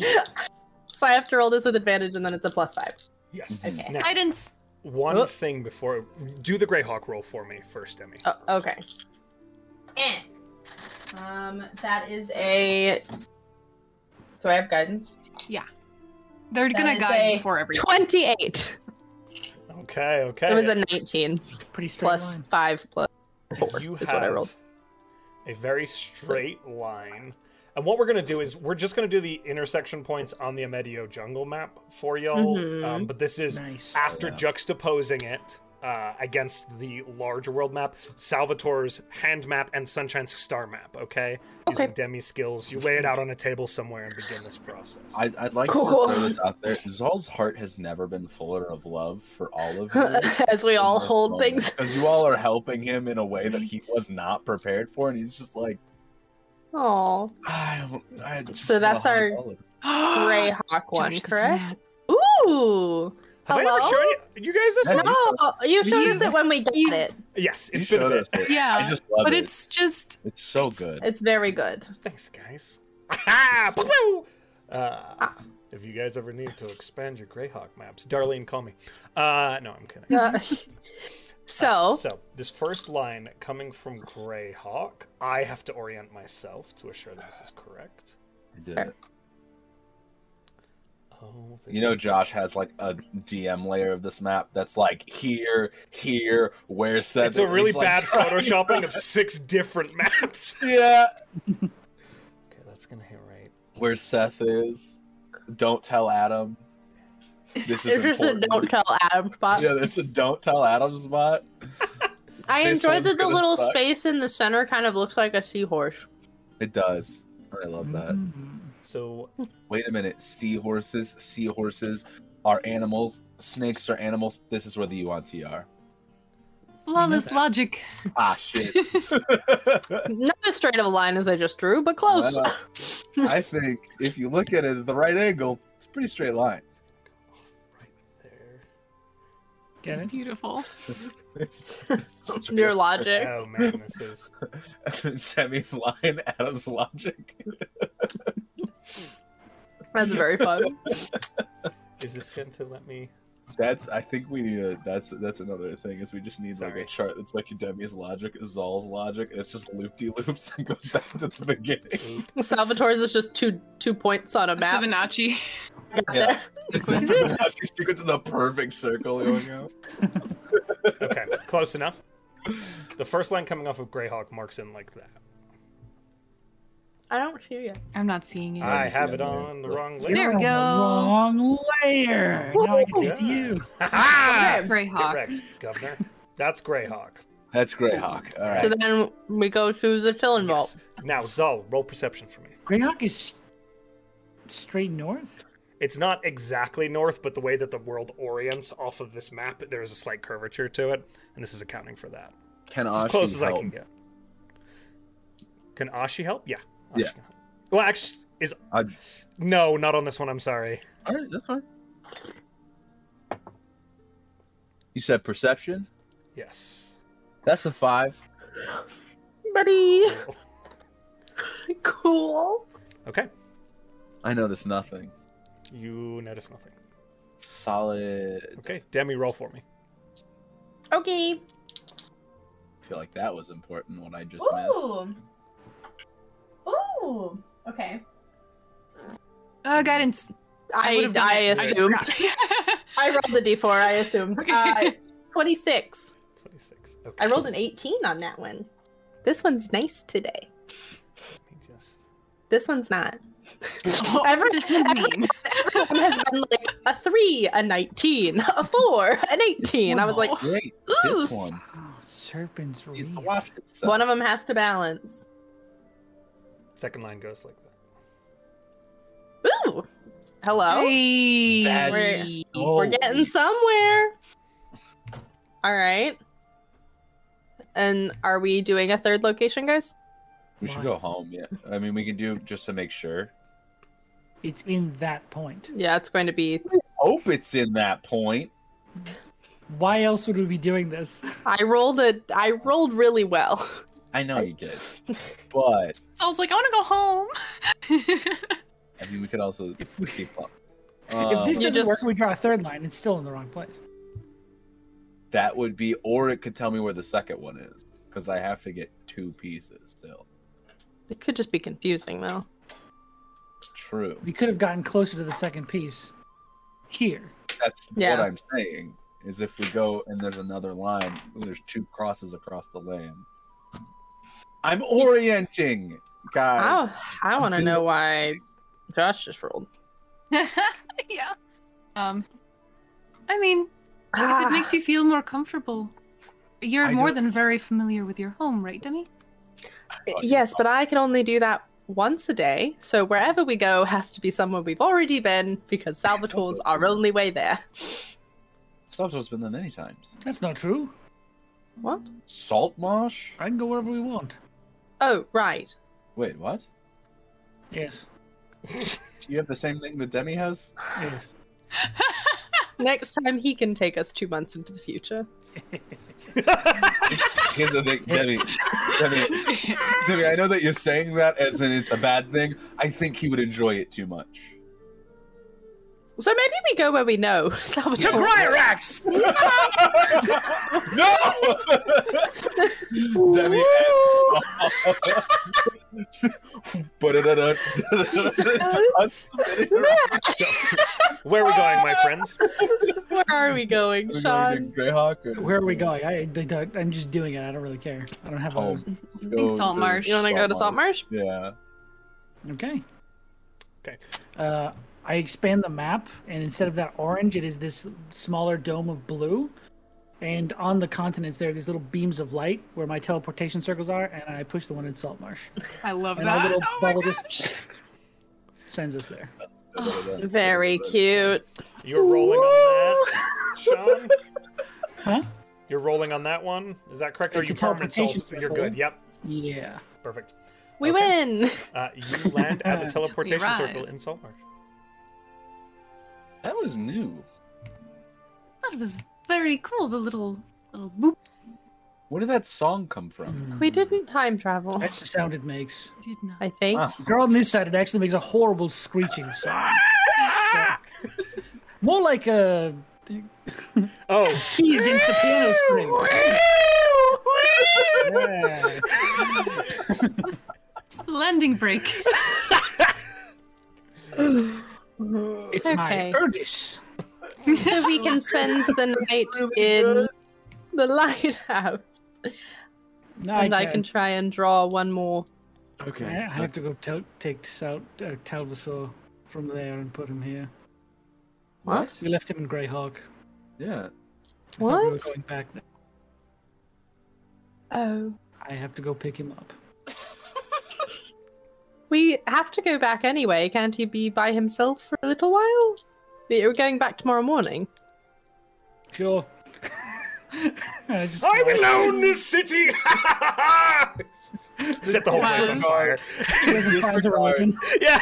S4: so I have to roll this with advantage and then it's a plus five.
S1: Yes.
S3: Mhm.
S4: Okay.
S1: Now,
S2: Guidance.
S1: one
S4: Oh.
S1: thing before. Do the Greyhawk roll for me first, Demi.
S4: Oh, okay. Eh. Um, that is a. Do I have guidance?
S2: They're
S4: That
S2: gonna
S4: is
S2: guide
S4: a
S2: you for [gasps] everything.
S4: Twenty-eight.
S1: Okay, okay.
S4: Oh. It was a nineteen
S5: Pretty straight
S4: plus
S5: line.
S4: five plus four
S1: you
S4: is
S1: have
S4: what I rolled.
S1: a very straight line. And what we're going to do is we're just going to do the intersection points on the Amedio jungle map for y'all.
S4: Mhm.
S1: Um, but this is
S5: Nice.
S1: after
S3: Yeah.
S1: juxtaposing it uh, against the larger world map, Salvatore's hand map and Sunshine's star map. Okay,
S4: Okay.
S1: using demi skills, you lay it out on a table somewhere and begin this process.
S3: I'd, I'd like
S4: Cool.
S3: to just throw this out there. Zol's heart has never been fuller of love for all
S4: [laughs]
S3: of you.
S4: As we all hold things.
S3: Because you all are helping him in a way that he was not prepared for, and he's just like,
S4: Oh,
S3: I don't. I just
S4: So
S3: wanna
S4: that's
S3: hug
S4: our-
S3: all of you."
S4: Grey Hawk one,
S2: Josh the
S4: correct?
S2: Snap.
S4: Ooh.
S1: Have I ever
S4: hello?
S1: shown you, you guys this?
S3: Yeah.
S1: one?
S4: No, you
S3: We
S4: showed
S3: did-
S4: us it when we got
S2: you-
S4: it.
S1: Yes,
S3: You
S1: it's been a
S3: showed
S1: bit.
S3: us it. I
S2: Yeah,
S3: just love
S2: but
S3: it.
S2: it's just
S3: It's so good.
S4: It's very good.
S1: Thanks, guys. [laughs] Ah, poo-poo! uh,
S4: Ah.
S1: if you guys ever need to expand your Greyhawk maps, Darlene, call me. Uh, no, I'm kidding.
S2: [laughs]
S4: Uh, so,
S1: [laughs] So, this first line coming from Greyhawk, I have to orient myself to assure that this is correct.
S3: I did it.
S1: Oh,
S3: You know, Josh has like a DM layer of this map that's like here, here, where said.
S1: it's a really bad photoshopping of six different maps.
S3: [laughs] Yeah,
S1: okay, that's gonna hit right.
S3: where Seth is. Don't tell Adam. This is
S4: there's just a
S3: important.
S4: don't tell Adam
S2: Uh,
S4: spot.
S3: Yeah, there's a don't tell
S2: [laughs]
S3: Adam spot.
S4: I
S3: This one's
S4: enjoyed that the
S3: gonna
S4: little
S3: suck.
S4: space in the center kind of looks like a seahorse.
S3: It does. I love that.
S5: Mm.
S1: [laughs] So,
S2: Mm-hmm.
S3: Wait a minute. Seahorses, seahorses are animals. Snakes are animals. This is where the UNT are.
S2: flawless logic.
S3: Ah,
S1: [laughs]
S3: shit.
S4: Not as straight of a line as I just drew, but close.
S3: Well, I think if you look at it at the right angle, it's a pretty straight line.
S1: it's gonna go off right there.
S5: Get it?
S2: Beautiful.
S3: It's-
S4: [laughs]
S3: it's
S4: Your
S3: straight.
S4: logic.
S1: Oh man, this is.
S3: Demi's line, Adam's logic.
S4: That's
S3: [laughs]
S4: very fun.
S1: Is this going to let me?
S3: That's. I think we need a. That's. That's another thing. Is we just need like
S1: Sorry.
S3: a chart that's like Demi's logic, Zol's logic. and It's just loop de loops and goes back to the
S1: [laughs]
S3: beginning.
S1: Oop.
S4: Salvatore's is just two two points on a map.
S2: Fibonacci. [laughs]
S3: Yeah. It's [laughs] the Fibonacci sequence in the perfect circle going out.
S1: Okay, close enough. The first line coming off of Greyhawk marks in like that.
S4: I don't hear you.
S2: I'm not seeing it.
S3: Ah,
S1: I have it
S3: yeah,
S1: on the
S3: yeah.
S1: wrong
S5: You're
S1: layer.
S2: There we
S5: on the
S2: go.
S5: Wrong layer. Now I can see
S1: Yeah.
S5: it to you.
S1: [laughs] Ha-ha!
S2: That's Greyhawk.
S1: Correct, Governor. That's Greyhawk.
S3: That's Greyhawk. All right.
S4: So then we go to the fill in vault.
S1: Yes. Now, Zol, roll perception for me.
S5: Greyhawk is s- straight north.
S1: It's not exactly north, but the way that the world orients off of this map, there is a slight curvature to it, and this is accounting for that.
S3: Can
S1: It's as
S3: Ashi
S1: close as I
S3: help?
S1: can get. Can Ashi help? Yeah. Ashi
S3: Yeah.
S1: can help. Well, actually, is
S3: I'm-
S1: no, not on this one. I'm sorry.
S3: All right, that's fine. You said perception. [laughs]
S1: Yes.
S3: That's a five.
S4: Buddy,
S1: Cool.
S4: [laughs] cool.
S1: Okay.
S3: I noticed nothing.
S1: You notice nothing.
S3: Solid.
S1: Okay. Demi, roll for me.
S4: Okay.
S3: I feel like that was important. What I just missed.
S4: Ooh. Ooh. Okay.
S2: Uh, guidance.
S4: I
S2: would've done
S4: I
S2: it. just
S4: assumed. [laughs]
S2: forgot.
S4: I rolled the d4. I assumed.
S2: Okay.
S4: Uh, 26.
S1: 26. Okay.
S4: I rolled an 18 on that one. This one's nice today.
S1: Let me just.
S4: This one's [laughs] not.
S2: Oh,
S4: Ever-
S2: [laughs] this one's
S4: [laughs]
S2: mean.
S4: Everyone has been like a 3, a 19, a 4, an 18. I was like,
S3: Great.
S4: Ooh.
S3: This one.
S5: Oh, Serpent's
S3: Needs
S5: Reef.
S3: to watch itself.
S4: one of them has to balance.
S1: Second line goes like that.
S4: Ooh. Hello.
S2: Hey.
S3: That's
S4: Oh. We're-
S3: so
S4: We're getting
S3: weird.
S4: somewhere. All right. And are we doing a third location, guys?
S3: We should go home. Yeah. I mean, we can do just to make sure.
S5: It's in that point.
S4: Yeah, it's going to be.
S3: Hope it's in that point.
S5: Why else would we be doing this?
S4: I rolled a. I rolled really well.
S3: I know you
S4: [laughs]
S3: did, but
S2: So I was like, I [laughs] want to go home.
S3: I mean, we could also
S5: If we-
S3: see.
S5: [laughs] if
S3: Um,
S5: this
S4: You
S5: doesn't
S4: just-
S5: work, we draw a third line. It's still in the wrong place.
S3: That would be, or it could tell me where the second one is, because I have to get two pieces still.
S4: It could just be confusing, though.
S3: True.
S5: We could have gotten closer to the second piece here.
S3: That's
S4: Yeah.
S3: what I'm saying. Is if we go and there's another line, there's two crosses across the land. I'm orienting, guys.
S4: I, I want to know why Josh just rolled.
S2: yeah. Um, I mean,
S4: Ah.
S2: If it makes you feel more comfortable, you're
S3: I
S2: more
S3: don't-
S2: than very familiar with your home, right, Demi?
S4: yes, but I can only do that once a day. So wherever we go has to be somewhere we've already been because Salvatore's [laughs] our only way there.
S3: Salvatore's been there many times.
S5: That's not true.
S4: What?
S3: Salt marsh?
S5: I can go wherever we want.
S4: Oh, right.
S3: Wait, what?
S5: Yes.
S3: Do you have the same thing that Demi has? [laughs]
S5: Yes.
S4: Next time he can take us two months into the [laughs] future.
S3: Here's the thing, Demi. Demi, Demi, I know that you're saying that as in it's a bad thing. I think he would enjoy it too much.
S4: So maybe we go where we know, [laughs] Salvatore.
S5: Briarax!
S3: No! Demi
S1: Where are we going, my friends?
S4: Where are we going, Sean?
S3: Greyhawk?
S5: Where are we going? I, I don't- I'm just doing it. I don't really care. I don't have
S3: Home. Let's
S2: think
S3: go
S2: salt marsh.
S4: You want to go to Saltmarsh?
S3: Yeah.
S5: a. Okay.
S1: Okay.
S5: Uh, I expand the map, and instead of that orange, it is this smaller dome of blue. And on the continents, there are these little beams of light where my teleportation circles are, and I push the one in Saltmarsh.
S2: I love
S5: And our
S2: that.
S5: little
S2: Oh my
S5: bubble just
S2: gosh.
S5: sends us there.
S4: Oh, Very cute. [laughs]
S1: You're rolling on that, Sean.
S5: Huh?
S1: You're rolling on that one. Is that correct? Or
S5: It's
S1: you
S5: a
S1: permanent souls?
S5: teleportation
S1: You're
S5: circle.
S1: good. Yep.
S5: Yeah.
S1: Perfect.
S4: We
S1: Okay.
S4: win. [laughs]
S1: Uh, you land at the teleportation
S2: arrived.
S1: circle in Saltmarsh.
S3: That was new.
S2: That was very cool. The little little boop
S3: Where did that song come
S5: Mm,
S3: from?
S4: We didn't time travel.
S5: That's the sound it makes.
S2: did not.
S4: I think.
S3: Ah.
S5: If you're on this side, it actually makes a horrible screeching sound. Yeah. More like a
S1: Oh,
S5: key against the piano
S4: [laughs]
S5: string. Yeah.
S2: It's the landing
S5: [laughs]
S2: break.
S5: It's
S4: Okay.
S5: my Urdis.
S4: so we can [laughs] spend the night in the [laughs] lighthouse.
S5: No,
S4: And I can try and draw one more.
S3: Okay.
S5: I have to go to- take Sal- uh, Talvasaur from there and put him here.
S3: What?
S5: We left him in Greyhawk.
S3: Yeah.
S5: I thought We were
S4: What?
S5: going back there.
S4: Oh.
S5: I have to go pick him up.
S4: We have to go back anyway. Can't he be by himself for a little while? We're going back tomorrow morning.
S5: Sure. [laughs] I just- uh,
S1: I will own this city! [laughs] Set the whole place on
S2: Yes.
S1: fire.
S5: He doesn't find the religion.
S1: Yeah.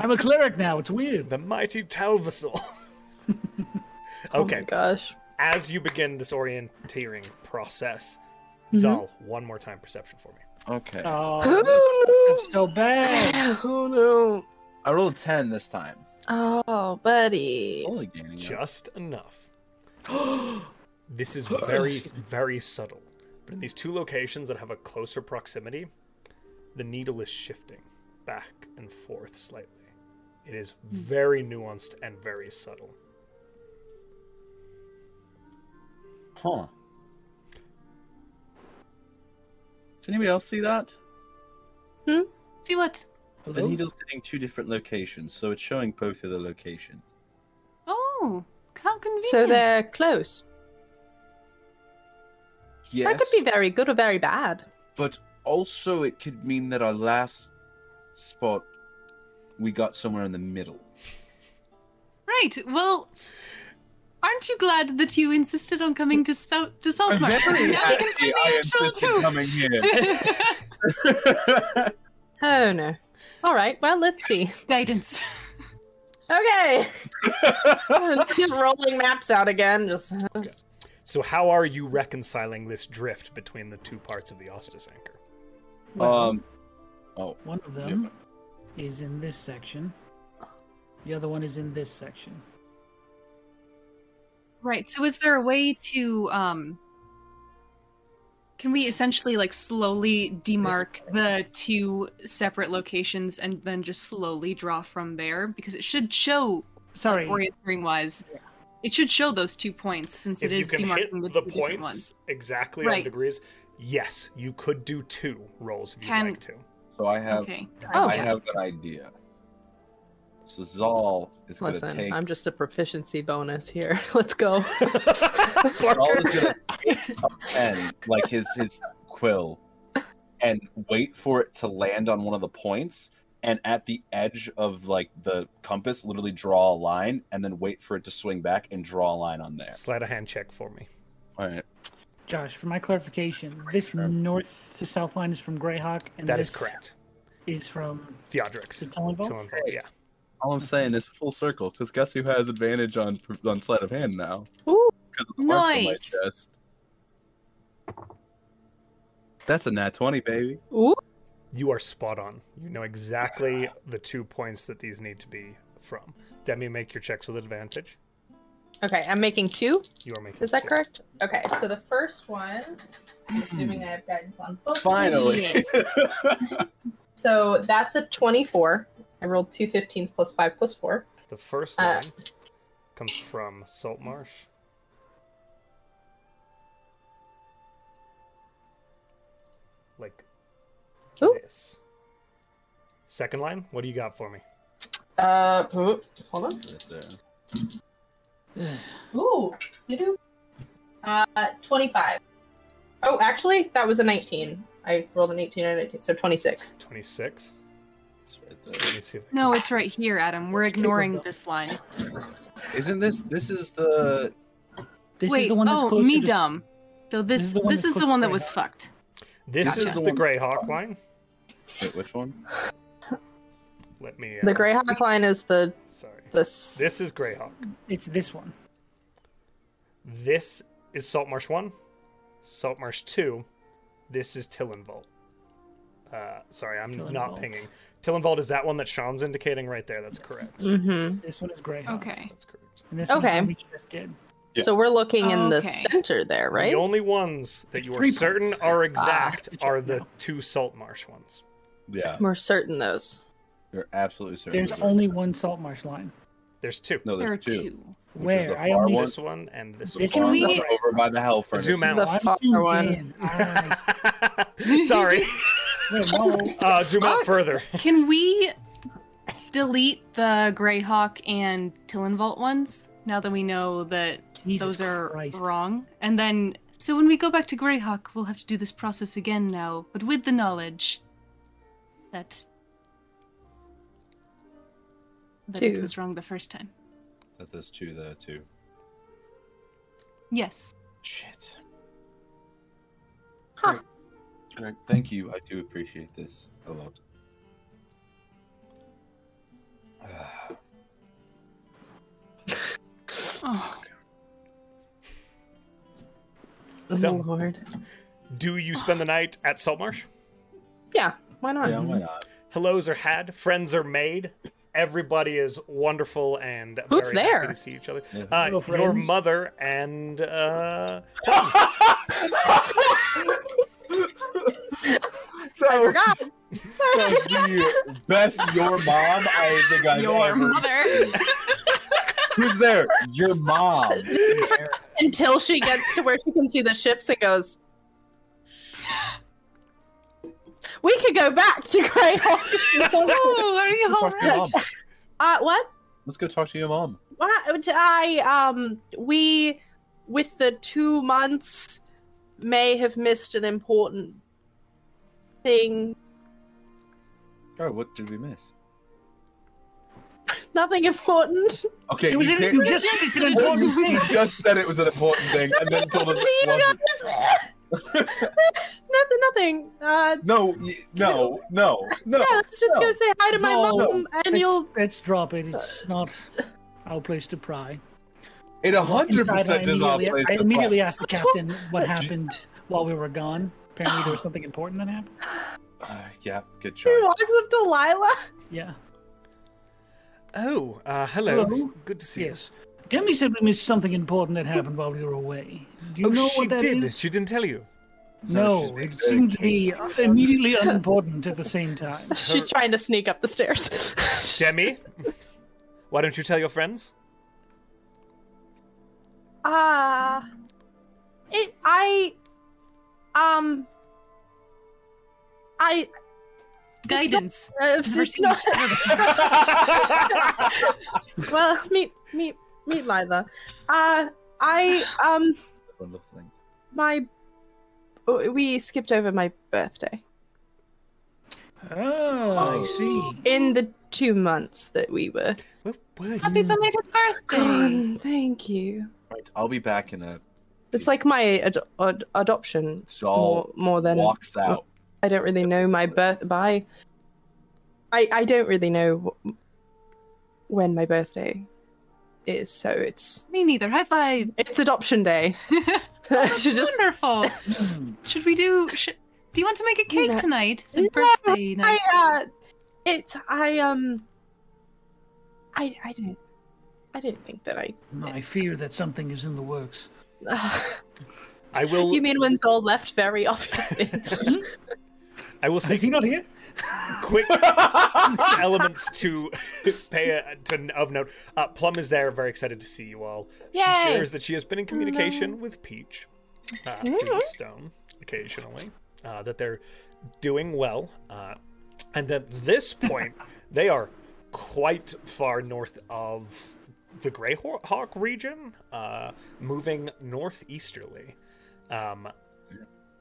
S5: I'm a cleric now. It's weird.
S1: The mighty Talvasol.
S4: Oh my
S1: [laughs] okay.
S4: gosh.
S1: As you begin this orienteering process, Zal, one more time perception for me.
S3: Okay.
S5: Oh, that's so bad.
S3: Oh no. I rolled a 10 this time.
S4: Oh, buddy.
S3: It's only gaining. up.
S1: Just enough. this is very, very subtle. But in these two locations that have a closer proximity, the needle is shifting back and forth slightly. It is very nuanced and very subtle.
S3: Huh. Does anybody else see that?
S2: See what?
S3: The
S5: Hello?
S3: needle's hitting two different locations, so it's showing both of the locations.
S2: Oh, how convenient.
S4: So they're close.
S3: Yes.
S4: That could be very good or very bad.
S3: But also, it could mean that our last spot, we got somewhere in the middle.
S2: Right. Well, aren't you glad that you insisted on coming to so- to Saltmarsh? now you can come to
S3: I
S2: Asheville
S3: insisted
S2: too.
S3: coming here.
S4: [laughs] Oh no. All right. Well, let's see.
S2: Guidance. [laughs]
S3: [laughs]
S4: Okay. just rolling maps out again. Just.
S1: So, how are you reconciling this drift between the two parts of the Ostis anchor?
S5: Well,
S3: [laughs] um. Oh.
S5: one of
S3: yeah.
S5: them. is in this section. The other one is in this section.
S2: Right. So is there a way to um can we essentially like slowly demarc the two separate locations and then just slowly draw from there because it should show
S5: Sorry.
S2: orienteering wise it should show those two points since
S1: if
S2: it
S1: you
S2: is
S1: can hit
S2: demarking the,
S1: the
S2: two different ones.
S1: points exactly on
S2: Right.
S1: degrees, yes, you could do two rolls if you'd
S2: Can-
S1: like to.
S2: Oh,
S4: Oh,
S3: So I have.
S2: Okay.
S3: I
S2: yeah.
S3: have an idea. So Zal is going to
S4: Listen,
S3: take.
S4: I'm just a proficiency bonus here. [laughs]
S3: [laughs]
S4: Let's go.
S3: Zal
S1: Barker.
S3: is
S4: [laughs]
S3: going to pen like his his quill and wait for it to land on one of the points, and at the edge of like the compass, literally draw a line, and then wait for it to swing back and draw a line on there.
S1: Slide a hand check for me.
S3: All right.
S5: Josh, for my clarification, this
S3: Sure.
S5: north to south line is from Greyhawk, and
S1: That
S5: this
S1: is correct.
S5: Is from
S1: Theodric's.
S5: the Televolt?
S1: Till I'm- Yeah.
S3: All I'm saying is full circle, because guess who has advantage on on sleight of hand now?
S4: Ooh,
S3: Because of the marks on my
S2: Nice.
S3: chest. That's a nat twenty, baby.
S4: ooh.
S1: You are spot on. You know exactly the two points that these need to be from. Demi, make your checks with advantage.
S4: Okay, I'm making two.
S1: You are making.
S4: Is that
S1: two.
S4: correct? Okay, so the first one, assuming I have guidance on both.
S3: Finally.
S4: [laughs] So that's a 24. I rolled two 15s plus 5 plus 4.
S1: The first
S4: Uh,
S1: one comes from Saltmarsh. Like
S4: Ooh.
S1: this. Second line, what do you got for me?
S4: Uh, oop, hold on. Ooh, you do? Uh, 25. Oh, actually, that was a 19. I rolled an 18 and a 19, so 26.
S1: 26. Let me see if I
S2: No,
S1: can-
S2: it's right here, Adam. We're
S5: Let's take
S2: ignoring
S5: those out.
S2: this line.
S3: Isn't this this is the
S5: This
S2: Wait,
S5: is the one that's
S2: oh,
S5: closer
S2: me
S5: to-
S2: dumb. So this this
S5: is the one that's
S2: is the
S5: close
S2: one
S5: to
S2: that was
S5: Greyhawk.
S2: fucked.
S1: This
S3: Gotcha.
S1: is the Greyhawk line.
S3: wait, which one?
S1: Let me.
S4: The
S1: uh,
S4: Greyhawk line is the
S1: Sorry.
S4: this.
S1: This is Greyhawk.
S5: It's this one.
S1: This is Saltmarsh 1, Saltmarsh 2. This is Tillenvolt. Uh, sorry, I'm not
S5: Tillenvolt.
S1: pinging. Tillenvolt is that one that Sean's indicating right there. That's correct.
S4: Mm-hmm.
S5: This one is Greyhawk.
S2: Okay.
S1: That's correct.
S5: And this one's the
S4: Okay.
S5: one we just did.
S3: Yeah.
S4: So we're looking in the
S2: Okay.
S4: center there, right?
S1: The only ones that
S5: It's
S1: you are
S5: three points.
S1: certain
S3: Ah,
S1: are exact
S5: good job,
S1: are the
S5: no.
S1: two Saltmarsh ones.
S3: Yeah,
S4: We're certain those.
S3: you're absolutely certain.
S5: There's
S3: it's the-
S5: only one salt marsh line.
S1: There's two.
S3: no,
S2: There are
S3: Oh, there's two.
S2: two.
S3: Which is
S5: Where
S3: the
S5: I
S3: far
S5: only
S3: one?
S1: This one and this
S5: This
S1: one.
S2: Can
S3: Farm
S2: we-
S3: up over by the hell furnace.
S1: Zoom out.
S4: The
S5: I'm
S4: far
S5: zoomed
S4: one.
S5: in.
S1: [laughs]
S5: Ah,
S4: [laughs]
S5: [laughs]
S1: sorry.
S5: wait, no.
S1: Uh, zoom out
S2: Fuck.
S1: further.
S2: Can we delete the Greyhawk and Tillenvolt ones now that we know that
S5: Jesus
S2: those are
S5: Christ.
S2: wrong? And then, so when we go back to Greyhawk, we'll have to do this process again now, but with the knowledge that that
S4: Two.
S2: it was wrong the first time.
S3: That there's two there too.
S2: Yes.
S3: Shit.
S4: Huh.
S3: Greg, thank you. I do appreciate this a lot.
S2: Oh,
S1: So-
S4: oh, Lord.
S1: Do you spend the night at Saltmarsh?
S4: Yeah, why not?
S3: yeah,
S1: Hmm. [laughs]
S3: why not?
S1: hellos are had, friends are made. Everybody is wonderful and
S4: Who's
S1: very happy
S4: there?
S1: to see each other.
S3: Yeah.
S1: Uh,
S5: Hello,
S1: your
S5: friends.
S1: mother and uh,
S4: I forgot.
S3: the best your mom I think I've
S2: your
S3: ever.
S2: mother.
S3: Who's there?
S2: [laughs]
S3: Your mom.
S4: [laughs] Until she gets to where she can see the ships and goes, We could go back to [laughs] Greyhawk.
S2: Oh, are you
S3: Let's
S2: all
S3: talk to your mom.
S2: right?
S4: uh, what?
S3: Let's go talk to your mom.
S4: What? I, um, we, with the two months, may have missed an important thing.
S3: Oh, what did we miss? [laughs]
S4: Nothing important.
S3: Okay,
S5: It was
S3: you
S5: in,
S3: can't-
S5: you just said it's an
S3: [laughs]
S5: important thing.
S3: you just said it was an important thing, and then told us
S4: [laughs] Do
S3: it
S4: you
S3: wasn't.
S4: notice? [laughs] nothing, nothing. Uh,
S3: No, y- no, no, no.
S4: yeah, let's just
S3: no.
S4: go say hi to my
S5: No.
S4: mom and
S5: Let's,
S4: you'll.
S5: let's drop it. It's not our place to pry.
S3: It a hundred
S5: Inside, I
S3: percent is our
S5: immediately,
S3: place.
S5: I
S3: to
S5: immediately asked the captain what happened while we were gone. Apparently, there was something important that happened.
S3: put- Uh, yeah, good
S4: She
S3: try.
S4: walks up to Lila.
S5: Yeah.
S1: oh, uh, hello.
S5: Hello.
S1: good to see
S5: Yes. Demi said we missed something important that happened while we were away. Do
S1: you.
S5: you
S1: oh,
S5: know
S1: she
S5: what that is?
S1: did. She didn't tell you.
S3: No,
S5: No,
S3: she's being
S5: it seemed to be immediately
S1: [laughs]
S5: unimportant at the same time.
S4: [laughs] She's trying to sneak up the stairs.
S1: Demi, [laughs] why don't you tell your
S5: [laughs]
S1: friends?
S4: Ah, it. I. Um. I.
S2: Guidance.
S4: Uh, it's not- [laughs] well, meet meet meet Lila. Uh, I um
S3: One of the things.
S4: my oh, we skipped over my birthday
S5: Oh, I see.
S4: in the two months that we were
S1: Where were
S2: Happy
S1: you?
S2: belated birthday.
S4: gone. Thank you.
S3: Right, I'll be back in a.
S4: It's like my ad- ad- adoption
S3: Saul
S4: more more than
S3: walks out.
S4: I don't really know my birth by. I I don't really know wh- when my birthday is, so it's
S2: Me neither. High five.
S4: it's adoption day. [laughs] I should just
S2: Wonderful.
S5: Hmm.
S2: Should we do? Sh- do you want to make a cake
S4: No.
S2: tonight? It's a
S4: No,
S2: birthday night.
S4: [laughs] I uh, it's I um, I I don't, I don't think that I. [sighs]
S5: I fear that something is in the works.
S1: I will.
S4: you mean when Zol left? Very obviously. [laughs]
S1: I will say
S5: Is he not here?
S1: quick elements to pay a, to, of note. Uh, Plum is there, very excited to see you all. She
S4: Yay.
S1: shares that she has been in communication with Peach, uh, through the stone, occasionally, uh, that they're doing well, uh, and at this point they are quite far north of the Greyhawk region, uh, moving northeasterly. Um,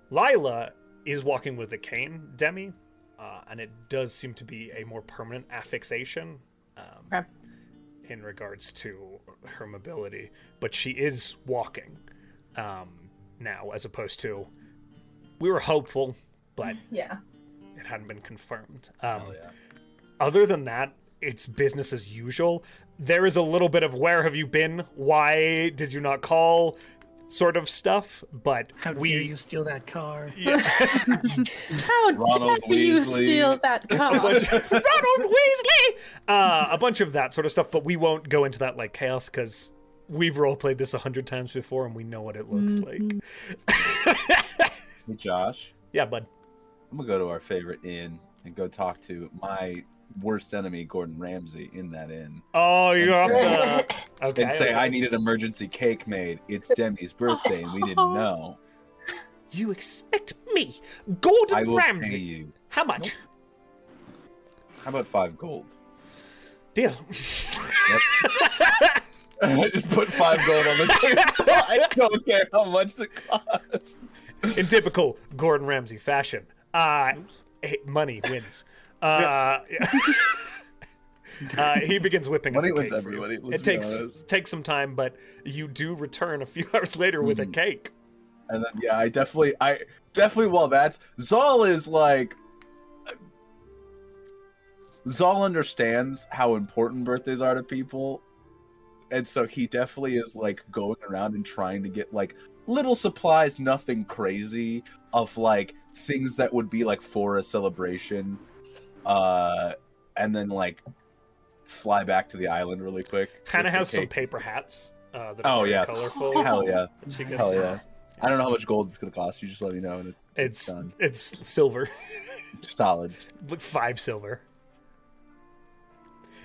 S1: Lila is walking with a cane, Demi, uh, and it does seem to be a more permanent affixation um,
S4: Okay.
S1: in regards to her mobility. But she is walking um, now, as opposed to we were hopeful, but
S6: Yeah.
S1: it hadn't been confirmed. Um,
S3: Hell yeah.
S1: Other than that, it's business as usual. There is a little bit of where have you been? Why did you not call? Sort of stuff, but
S5: How dare
S1: we
S5: you steal that car?
S4: How
S3: Ronald
S4: dare you
S3: Weasley.
S4: steal that
S1: a
S4: car?
S1: bunch of, [laughs] Ronald Weasley, uh, a bunch of that sort of stuff. But we won't go into that like chaos because we've role played this a hundred times before and we know what it looks like.
S3: Hey, Josh.
S1: Yeah, bud.
S3: I'm gonna go to our favorite inn and go talk to my worst enemy, Gordon Ramsay, in that inn,
S1: Oh, you have
S3: And say-
S1: to. Okay.
S3: and say
S1: okay.
S3: I need an emergency cake made. It's Demi's birthday, and we didn't know.
S1: You expect me,
S3: I
S1: Gordon
S3: will pay
S1: Ramsay?
S3: you.
S1: How much?
S3: How about five gold?
S1: Deal.
S3: [laughs] I just put five gold on the table. [laughs] I don't care how much it costs.
S1: in typical Gordon Ramsay fashion. Uh, hey, money wins. Uh, [laughs] uh, he begins whipping.
S3: Money
S1: up the
S3: wins
S1: cake for you.
S3: everybody, let's
S1: it
S3: be
S1: takes
S3: honest.
S1: takes some time, but you do return a few [laughs] hours later with a
S3: Mhm.
S1: cake.
S3: And then yeah, I definitely, I definitely. While that's Zal is like, Zal understands how important birthdays are to people, and so he definitely is like going around and trying to get like little supplies, nothing crazy, of like things that would be like for a celebration, uh, and then like fly back to the island really quick. with
S1: Hannah
S3: the
S1: has some
S3: cake.
S1: paper hats. Uh, that
S3: Oh,
S1: are very
S3: yeah.
S1: colorful.
S3: [laughs] Hell yeah!
S1: She gets-
S3: Hell yeah! I don't know how much gold it's gonna cost. You just let me know, and it's
S1: It's
S3: done.
S1: it's silver, [laughs]
S3: solid.
S1: like five silver.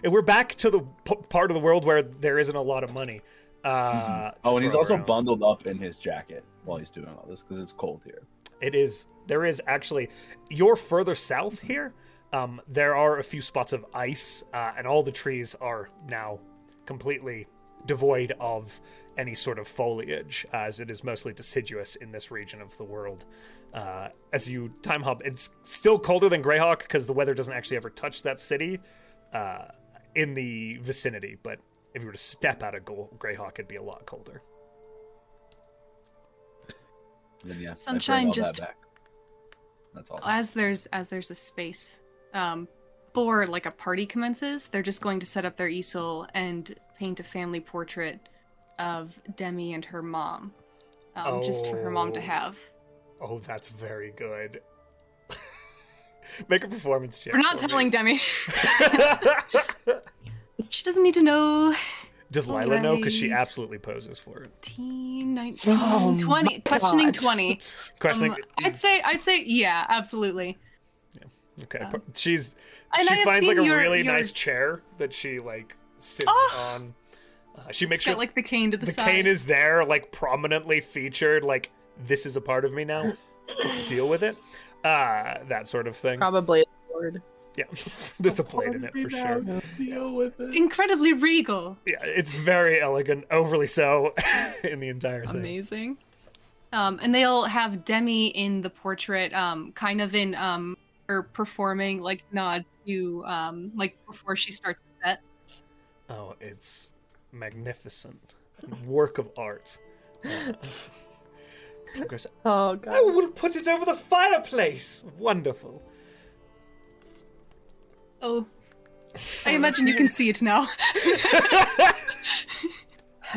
S1: And we're back to the p- part of the world where there isn't a lot of money. Uh,
S3: Mhm.
S1: to
S3: oh, and he's
S1: throw
S3: also
S1: around.
S3: bundled up in his jacket while he's doing all this because it's cold here.
S1: It is. There is actually. You're further south here. Um, there are a few spots of ice, uh, and all the trees are now completely devoid of any sort of foliage, as it is mostly deciduous in this region of the world. Uh, as you time hop, it's still colder than Greyhawk because the weather doesn't actually ever touch that city uh, in the vicinity. But if you were to step out of Go- Greyhawk, it'd be a lot colder.
S3: And then, yeah, I bring
S2: Sunshine
S3: all that
S2: just-
S3: back. That's all.
S2: as there's as there's a space um for like a party commences they're just going to set up their easel and paint a family portrait of demi and her mom um, just for her mom to
S1: Oh.
S2: have
S1: Oh, that's very good. [laughs] Make a performance check.
S2: we're not
S1: for me.
S2: telling demi [laughs] she doesn't need to know
S1: [laughs] Does
S2: All
S1: Lila know? Because she
S2: right.
S1: absolutely poses for it.
S2: 18 19
S4: Oh my
S2: 20 questioning
S4: God.
S2: 20
S1: [laughs] Questioning.
S2: Um, i'd say i'd say yeah absolutely
S1: Okay.
S2: um,
S1: per- She's.
S2: and I
S1: She
S2: have
S1: finds like a
S2: seen your-
S1: really
S2: your-
S1: nice chair that she like sits
S2: Oh!
S1: on. Uh, she makes
S2: it's
S1: sure
S2: got like the cane to the,
S1: the
S2: side
S1: cane is there, like prominently featured. Like
S2: [laughs]
S1: this is a part of me now. Deal with it. Uh, that sort of thing.
S4: Probably Lord.
S1: Yeah, [laughs] there's a plate in it for sure.
S3: Deal with it.
S2: Incredibly regal.
S1: Yeah, it's very elegant, overly so, [laughs] in the entire thing.
S2: Amazing. Um, and they'll have Demi in the portrait, um, kind of in um, her performing like nod to um, like before she starts the set.
S1: Oh, it's magnificent. Work of [laughs] art. Uh, progress.
S4: Oh
S1: I
S4: god.
S1: will put it over the fireplace. Wonderful.
S2: Oh, I imagine you can see it now.
S4: [sighs] [laughs]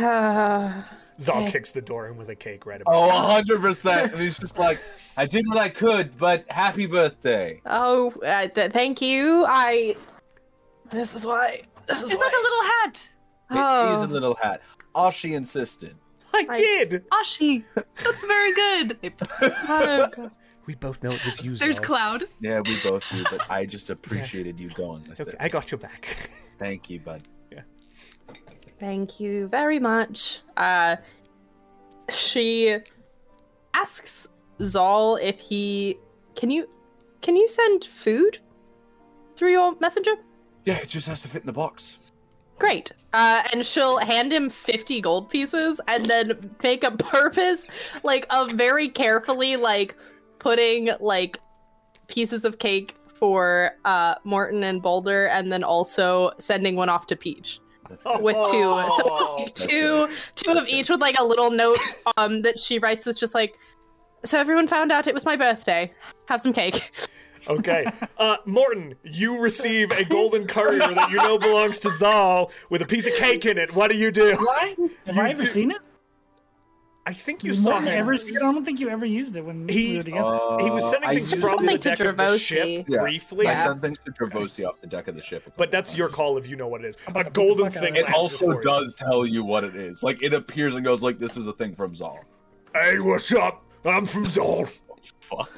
S1: Zal kicks the door in with a cake right about.
S3: Oh, 100%. And he's just like, I did what I could, but happy birthday.
S4: oh, uh, th- thank you. I. This is why. This
S2: it's like a little hat.
S3: It is
S4: Oh.
S3: a little hat. Ashi insisted.
S1: Oh. I
S4: I-
S1: did.
S2: Ashi, that's very good. They put-
S4: Oh, God.
S1: We both know it was you.
S2: There's
S1: Zal.
S2: Cloud.
S3: Yeah, we both do, but I just appreciated you going with
S1: Okay,
S3: it.
S1: I got your back.
S3: Thank you, bud.
S4: Thank you very much. Uh, she asks Zol if he can you can you send food through your messenger?
S3: Yeah, it just has to fit in the box.
S4: Great. Uh, and she'll hand him 50 gold pieces and then make a [laughs] purpose, like, of very carefully, like, putting, like, pieces of cake for uh, Morton and Boulder and then also sending one off to Peach
S3: That's
S1: Oh,
S3: good.
S4: with two. So
S1: Oh.
S4: it's like
S3: That's
S4: two, two of
S3: That's
S4: each with, like, a little note um, that she writes that's just like, so everyone found out it was my birthday. Have some cake.
S1: [laughs]
S4: [laughs]
S1: Okay. Uh, Morton, you receive a golden courier that you know belongs to Zal with a piece of cake in it. What do you do?
S5: Why? Have
S1: You
S5: I ever
S1: do-
S5: seen it?
S1: I think you saw
S5: Morton
S1: him.
S5: ever seen it? I don't think you ever used it when
S1: He- Oh.
S5: we were together.
S1: He was sending
S3: Uh, I
S1: things from
S3: used
S1: the
S4: Something to
S1: deck of the
S4: Dravosi.
S1: ship
S3: Yeah.
S1: briefly,
S3: I sent things to Dravosi off the deck of the ship. a couple
S1: but that's your
S3: times.
S1: call if you know what it is.
S5: I'm
S1: A
S5: about to beat the
S1: golden
S5: fuck out
S1: thing.
S5: of him.
S3: It
S1: lands
S3: also
S1: before you.
S3: does tell you what it is. Like it appears and goes like this is a thing from Zol.
S1: Hey, what's up? I'm from Zol.
S5: [laughs]
S3: Fuck.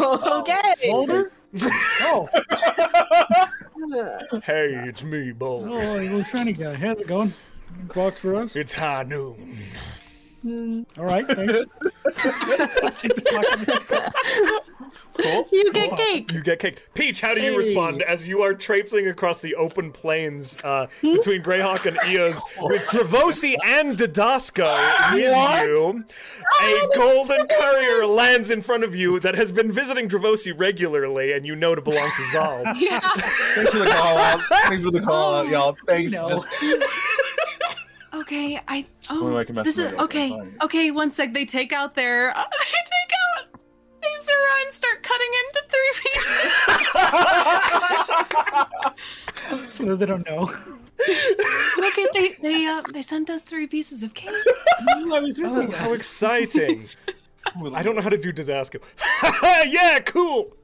S4: okay.
S3: [laughs]
S5: Boulder? oh,
S1: Hey, it's me, Bo.
S5: oh, little shiny guy. How's
S1: [laughs]
S5: it going? Box for us.
S1: It's high noon.
S5: All
S1: [laughs]
S5: right, thanks. [laughs] Take the fuck out of here.
S3: Cool.
S4: [laughs] You get cake.
S1: You get kicked. Peach, how do you
S5: Hey.
S1: respond as you are traipsing across the open plains uh,
S5: Hmm?
S1: between Greyhawk and
S3: [laughs]
S1: Eos with Dravosi and Dodasco with you?
S3: Oh,
S1: A golden courier lands in front of you that has been visiting Dravosi regularly and you know to belong to
S3: [laughs]
S1: Zal.
S2: Yeah.
S3: Thanks for the call out. Thanks for the call [laughs] out, y'all. Thanks.
S5: No.
S3: Just-
S2: Okay, I.
S3: Well,
S2: Oh,
S3: I can mess
S2: this
S3: with
S2: is
S3: it.
S2: okay.
S3: Fine.
S2: Okay, one sec. They take out their. [laughs] I take out Azura and start cutting into three pieces.
S5: so that they don't know.
S2: okay, they they uh, they sent us three pieces of cake.
S5: [laughs] I was with you
S1: How
S3: [laughs]
S5: guys.
S1: exciting! I don't know how to do Dodasco. [laughs] yeah, cool!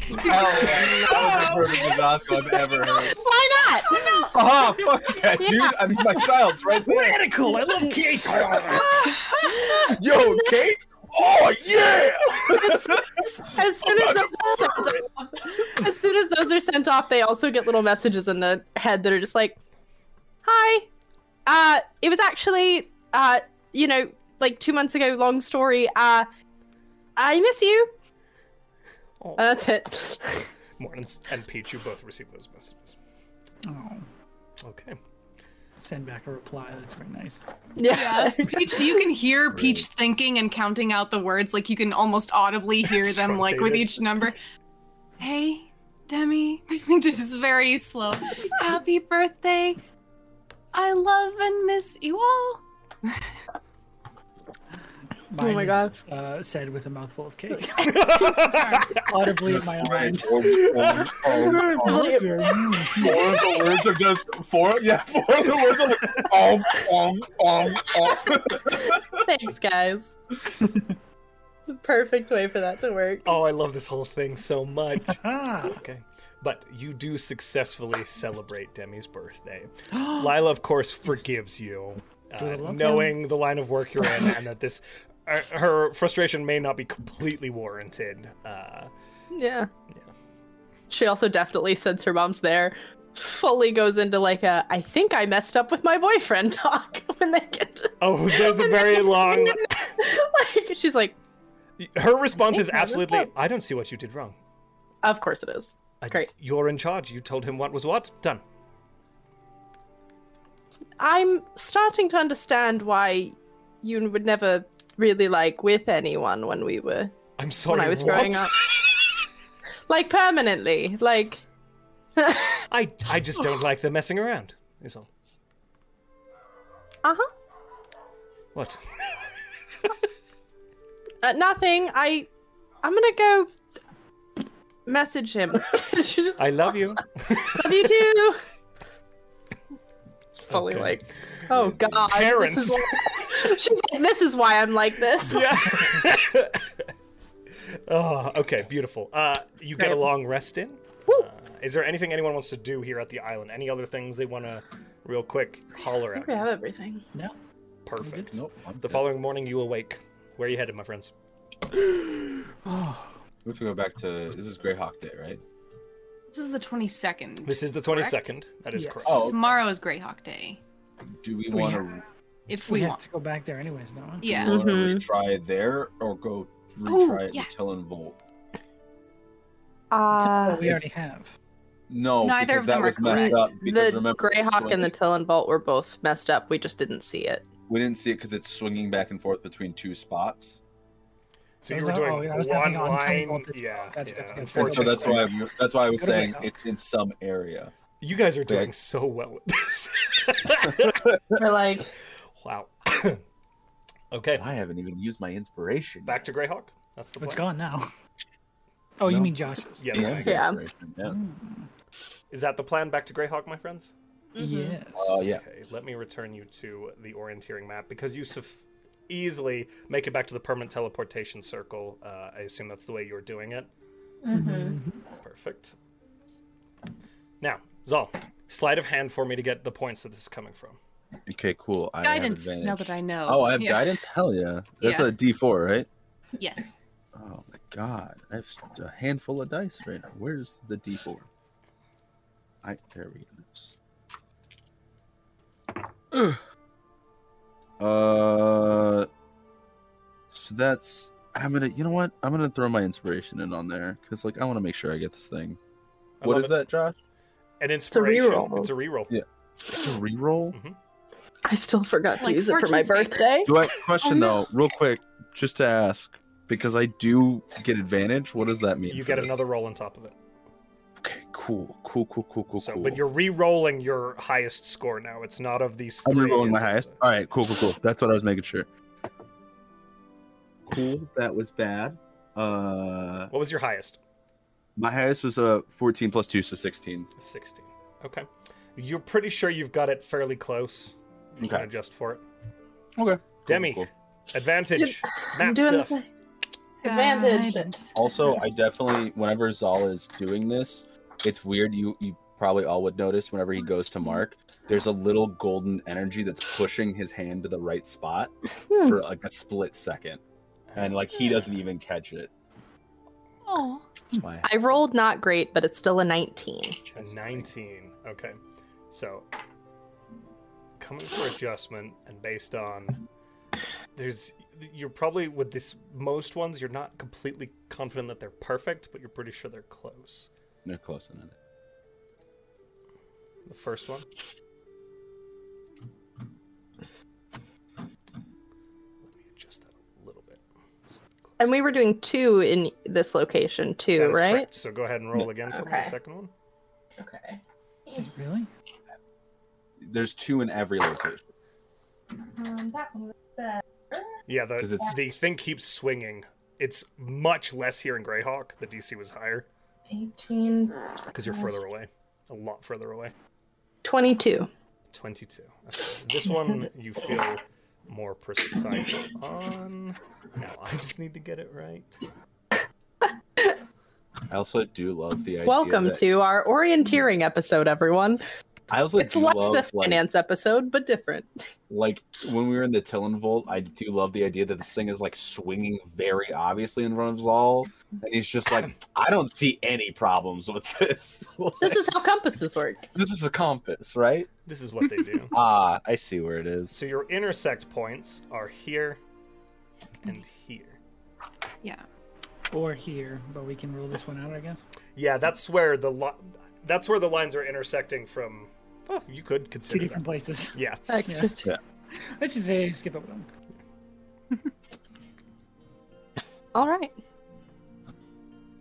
S3: Hell yeah. That was the [laughs] perfect Dodasco I've ever heard.
S4: Why not?
S3: Ah, fuck yeah, dude. I mean, my child's right there.
S5: Radical. I love cake.
S3: Yo, Kate. Oh yeah.
S4: as, soon as- as soon as those are sent off, as soon as those are sent off, they also get little messages in the head that are just like, "Hi, uh, it was actually, uh, you know, like two months ago. Long story. Uh, I miss you."
S1: Oh.
S4: And that's it.
S1: Morton and Peach, you both received those messages.
S5: Oh,
S4: [laughs]
S1: Okay.
S5: send back a reply. That's very nice.
S4: [laughs] yeah.
S2: Peach, you can hear Peach thinking and counting out the words. Like you can almost
S3: [laughs]
S2: audibly hear
S1: It's
S2: them, like with
S1: truncated.
S2: each number. Hey, Demi. [laughs] this is very slow. Happy birthday. I love and miss you all.
S5: Mine
S4: my
S5: is,
S4: God.
S5: Uh, said with a mouthful of cake. [laughs] Audibly in my mind.
S3: Oh,
S5: [laughs]
S3: oh, oh.
S5: Look, you're immune.
S3: Four of the words are just four. Yeah, four of the words are like um, um, um, um.
S4: Thanks, guys. the perfect way for that to work.
S1: Oh, I love this whole thing so much.
S5: Ah.
S1: Okay. But you do successfully celebrate Demi's birthday. Lila, of course, forgives you,
S5: Do I
S1: uh,
S5: love
S1: knowing the line of work you're in and that this. her- Her frustration may not be completely warranted. Uh,
S4: Yeah. She also definitely, since her mom's there, fully goes into like a I think I messed up with my boyfriend [laughs] talk when they get to
S1: oh, there's
S4: [laughs]
S1: a very long.
S4: like she's like,
S1: Her response is
S4: Yeah, that's
S1: absolutely,
S4: fine.
S1: I don't see what you did wrong.
S4: Of course it is.
S1: Uh,
S4: Great.
S1: You're in charge. You told him what was what. Done.
S4: I'm starting to understand why you would never really like with anyone when we were
S1: I'm sorry.
S4: when I was
S1: what?
S4: growing up. like permanently. Like
S1: I, I just don't like the messing around. Is all.
S4: Uh-huh.
S1: What?
S4: Uh, nothing. I I'm gonna go message him. [laughs] She just-
S1: I love
S5: [laughs]
S1: you.
S4: love you too. It's fully
S1: Okay.
S4: like, oh god, This
S1: Parents.
S4: is why- [laughs] She's like, this is why I'm like this.
S1: yeah. [laughs] oh, okay, beautiful. Uh, you get a
S4: Great.
S1: long rest in.
S4: Woo.
S1: Uh, is there anything anyone wants to do here at the island? Any other things they want to, real quick, holler
S4: I think we have
S1: at?
S4: everything.
S5: No.
S1: Perfect.
S3: Nope. I'm
S1: The
S3: good.
S1: following morning, you awake. Where are you headed, my friends?
S5: Oh,
S3: We have to go back to this is Greyhawk Day, right?
S2: This is the 22nd.
S1: This is the 22nd. That is
S5: Yes.
S1: correct.
S3: Oh.
S2: Tomorrow is Greyhawk Day.
S3: Do we
S5: We
S3: want
S5: have-
S3: to
S2: If
S5: we
S2: we
S5: have
S2: want.
S5: to go back there anyways, no?
S2: Yeah.
S3: want to
S4: Mhm.
S3: retry it there or go
S2: Mm-hmm. Oh,
S3: retry it
S2: yeah.
S3: until in Volt?
S5: Well,
S4: Uh,
S5: we already have.
S3: No,
S2: Neither
S3: because
S2: of
S3: that
S2: them are
S3: was messed
S2: correct.
S3: up. Because
S4: the
S3: remember, it's
S4: Greyhawk and the
S3: swinging-
S4: Tillen Bolt were both messed up. We just didn't see it.
S3: we didn't see it because it's swinging back and forth between two spots.
S1: So
S5: I
S1: you
S5: was
S1: were
S5: like,
S1: doing
S5: oh, yeah, I was
S1: one
S5: thinking on
S1: line.
S5: Temple at this point.
S1: yeah, yeah,
S5: Gotcha, gotcha, gotcha.
S3: And so
S1: Unfortunately,
S3: Oh, that's why I, that's why I was
S5: Go to
S3: saying
S5: Greyhawk.
S3: it's in some area.
S1: you guys are doing
S3: Like-
S1: so well with this.
S4: We're like,
S1: wow. [coughs] okay,
S3: I haven't even used my inspiration.
S1: back to Greyhawk. That's the plan.
S5: It's gone now. Oh, you
S3: No.
S5: mean Josh's?
S1: Yeah.
S3: Yeah.
S1: okay.
S4: Yeah.
S3: inspiration, yeah.
S5: Mm,
S1: Is that the plan? Back to Greyhawk, my friends.
S4: mhm.
S5: Yes.
S3: Uh, yeah.
S1: Okay, let me return you to the orienteering map because you suff- easily make it back to the permanent teleportation circle. Uh, I assume that's the way you're doing it.
S4: Mhm.
S1: Perfect. Now, Zal, sleight of hand for me to get the points that this is coming from.
S3: Okay, cool. I
S2: Guidance,
S3: Have
S2: now that I know.
S3: Oh, I have
S2: Yeah.
S3: guidance. Hell yeah! That's
S2: Yeah.
S3: a D four, right?
S2: Yes.
S3: Oh my god, I have just a handful of dice right now. Where's the D4? I there we go. Ugh. Uh, so that's I'm gonna. You know what? I'm gonna throw my inspiration in on there because like I want to make sure I get this thing.
S1: I
S3: what
S1: love
S3: is
S1: it.
S3: that, Josh?
S1: An
S4: a
S1: inspiration.
S4: reroll.
S1: It's a reroll.
S3: Yeah. It's a reroll.
S4: I still forgot to
S2: Like
S4: use it for my
S2: fortune's favorite.
S4: birthday.
S3: Do I question
S4: no.
S3: though, real quick, just to ask because I do get advantage. What does that mean?
S1: You
S3: for
S1: get
S3: this?
S1: another roll on top of it.
S3: Okay, cool, cool, cool, cool, cool,
S1: so,
S3: cool.
S1: but you're re-rolling your highest score now. It's not of these.
S3: I'm
S1: three,
S3: re-rolling my
S1: it's of
S3: highest.
S1: the-
S3: All right, cool, cool, cool. That's what I was making sure. Cool. That was bad. Uh,
S1: What was your highest?
S3: my highest was a 14 plus two, so 16.
S1: 16. Okay. You're pretty sure you've got it fairly close. You
S3: Okay.
S1: can adjust for it.
S3: Okay.
S1: Demi,
S3: cool.
S1: advantage,
S4: I'm
S1: map
S4: doing
S1: stuff.
S4: okay. Advantage.
S2: Guidance.
S3: Also, I definitely, whenever Zal is doing this, it's weird. You you probably all would notice whenever he goes to mark, there's a little golden energy that's pushing his hand to the right spot
S4: Hmm.
S3: for like a split second, and like he doesn't even catch it.
S2: Oh.
S3: That's why
S4: I rolled not great, but it's still a 19.
S1: A 19. Okay. So, coming for adjustment and based on. There's. You're probably, with this most ones, you're not completely confident that they're perfect, but you're pretty sure they're close.
S3: they're close enough.
S1: The first one. Let me adjust that a little bit.
S4: And we were doing two in this location too,
S1: That is
S4: right?
S1: correct. So go ahead and roll again for me, the
S4: Okay.
S1: second one.
S4: Okay.
S5: Mm-hmm. Really?
S3: There's two in every location.
S4: Um, that one was bad.
S1: Yeah,
S3: Because
S1: the
S3: it's-
S1: the thing keeps swinging. It's much less here in Greyhawk. The DC was higher
S4: 18.
S1: because you're further away, a lot further away.
S4: 22.
S1: Twenty-two. Okay. This
S5: [laughs]
S1: one you feel more precise on. Now I just need to get it right.
S3: I also do love the idea.
S4: Welcome
S3: that-
S4: to our orienteering episode, everyone.
S3: I also
S4: It's
S3: do
S4: like
S3: love
S4: the
S3: like,
S4: finance episode, but different.
S3: like when we were in the Tillen Vault. I do love the idea that this thing is like swinging very obviously in front of Zal, and he's just [clears throat] like, I don't see any problems with this. [laughs]
S4: This is how
S3: Like,
S4: compasses work. [laughs]
S3: This is a compass, right?
S1: This is what they
S5: [laughs]
S1: do.
S3: Ah, I see where it is.
S1: so your intersect points are here and here.
S2: Yeah.
S5: or here, but we can rule this one out, I guess.
S1: Yeah, that's where the li- that's where the lines are intersecting from. Oh, you could
S5: Two
S1: consider
S5: different
S1: that.
S5: places. [laughs]
S1: Yeah.
S4: Excellent.
S5: Let's just say skip it one.
S4: All right.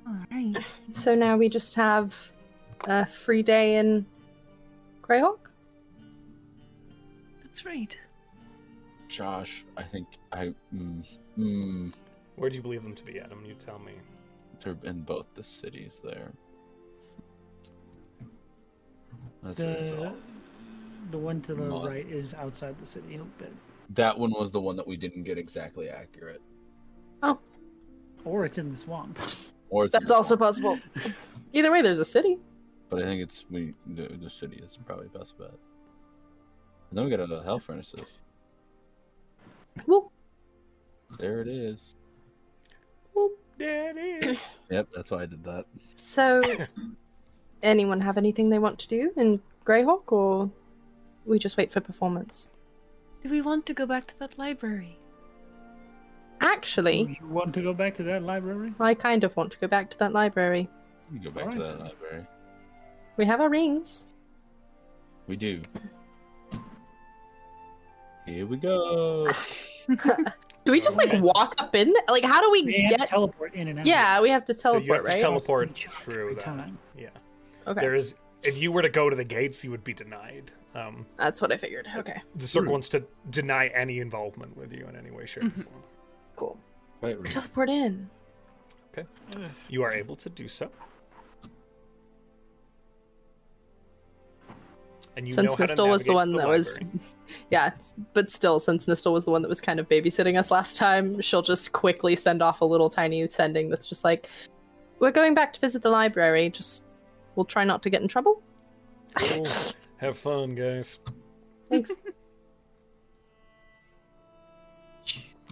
S2: All right.
S4: So now we just have a free day in Greyhawk.
S2: That's right.
S3: Josh, I think I mm, mm,
S1: Where do you believe them to be, Adam? You tell me.
S3: they're in both the cities there. That's what it's
S5: The
S3: all.
S5: the one to the
S3: Mod.
S5: right is outside the city a little bit,
S3: That one was the one that we didn't get exactly accurate.
S5: or it's in the
S4: [laughs]
S5: swamp.
S3: Or it's in
S4: That's
S3: the
S4: also
S3: swamp,
S4: possible. [laughs] Either way, there's a city.
S3: But I think it's we the, the city is probably best bet. And then we got to the hell furnaces.
S4: Woo.
S3: There it is.
S1: Whoop, there it is.
S4: [laughs]
S3: Yep, that's why I did that.
S4: So, anyone have anything they want to do in Greyhawk, or we just wait for performance?
S2: Do we want to go back to that library?
S4: Actually,
S5: You want to go back to that library?
S4: I kind of want to go back to that library.
S3: We can go back to
S5: Alright
S3: that
S5: then.
S3: library.
S4: We have our rings.
S3: We do. Here we [laughs] go.
S4: Do we just like
S5: Okay.
S4: walk up in there? Like, how do we
S5: We have to
S4: get?
S5: teleport in and out.
S4: Yeah, we have to
S1: so you have
S4: teleport,
S1: to
S4: right?
S1: teleport
S5: Each other
S1: through
S5: every
S1: that.
S5: time.
S1: Yeah.
S4: okay,
S1: There's if you were to go to the gates, you would be denied. Um,
S4: that's what I figured. Okay,
S1: the circle
S3: Hmm.
S1: wants to deny any involvement with you in any way, shape,
S4: Mm-hmm.
S1: or
S2: Mhm.
S1: form.
S4: cool.
S3: Quite rude.
S4: Teleport in.
S1: You are able to do so. And you know
S4: Since
S1: how to
S4: Mistle was the
S1: navigate to
S4: one that was,
S1: library.
S4: [laughs] yeah, s- but still, since Nistel was the one that was kind of babysitting us last time, she'll just quickly send off a little tiny sending that's just like, "We're going back to visit the library. Just, we'll try not to get in trouble." [laughs]
S1: Cool. Have fun, guys.
S4: Thanks.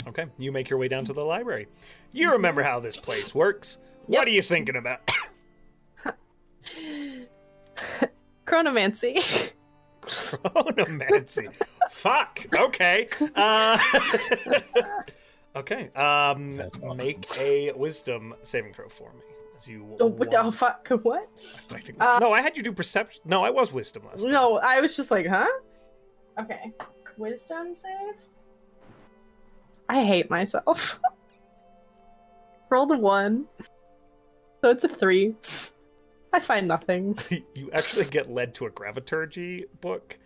S1: Okay, you make your way down to the library. You remember how this place works.
S4: Yep.
S1: What are you thinking about? [laughs]
S4: Chronomancy.
S1: Chronomancy. Fuck. Okay. Uh, [laughs] okay. Um,
S3: That's awesome.
S1: make a wisdom saving throw for me. As you.
S4: oh, [laughs] what, oh
S1: walk-
S4: fuck! What?
S1: I think-
S4: uh,
S1: no, I had you do perception. No, I was wisdom last. time. [laughs]
S4: No, I was just like, huh? Okay. Wisdom save? I hate myself. [laughs] Rolled a one. So it's a three. I find nothing.
S1: you actually get led to a graviturgy book.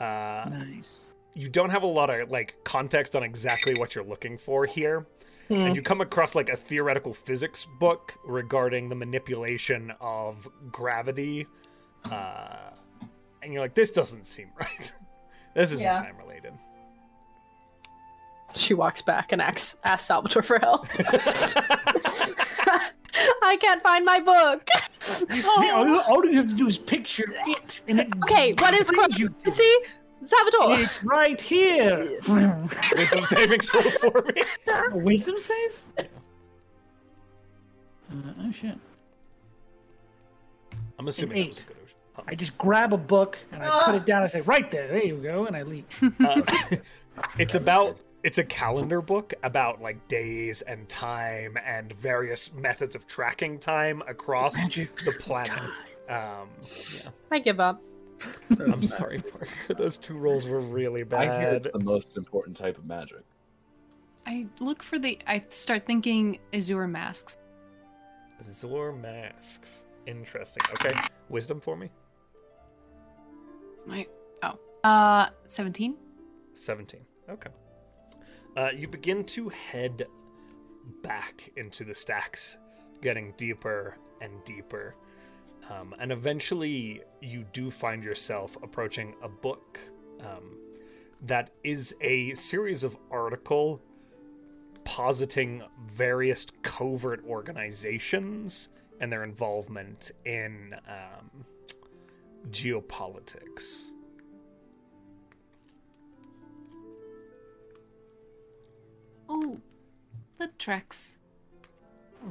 S1: Uh,
S4: [laughs]
S5: Nice.
S1: you don't have a lot of like context on exactly what you're looking for here,
S4: Hmm.
S1: and you come across like a theoretical physics book regarding the manipulation of gravity, uh, and you're like, this doesn't seem [laughs] right. this isn't
S4: Yeah.
S1: time related.
S4: [laughs]
S1: [laughs]
S4: She walks back and asks, asks Salvatore for help. [laughs] I can't find my book.
S5: See, all, you, all you have to do is
S4: [laughs]
S5: picture it, and it
S4: Okay, what is
S5: brings you to it.
S4: See? Salvatore.
S5: It's right here.
S1: Wisdom saving throw for me.
S5: [laughs] A wisdom save? Uh, oh shit!
S1: I'm assuming that was a
S5: eight.
S1: good.
S5: I just grab a book and I put
S4: Ah.
S5: it down. I say, "Right there, there you go," and I
S4: [laughs]
S5: leave.
S1: Uh, it's about it's a calendar book about like days and time and various methods of tracking time across the planet. Um, yeah.
S4: I give up.
S1: [laughs] I'm sorry, Parker. Those two rolls were really
S3: I hear
S1: bad.
S3: it's the most important type of magic.
S2: I look for the. I start thinking Azure masks.
S1: Zor masks. Interesting. Okay, wisdom for me.
S2: My oh, uh, seventeen.
S1: 17. Okay. Uh, you begin to head back into the stacks, getting deeper and deeper. Um, and eventually, you do find yourself approaching a book um, that is a series of article positing various covert organizations and their involvement in um, geopolitics.
S2: Oh, the tracks.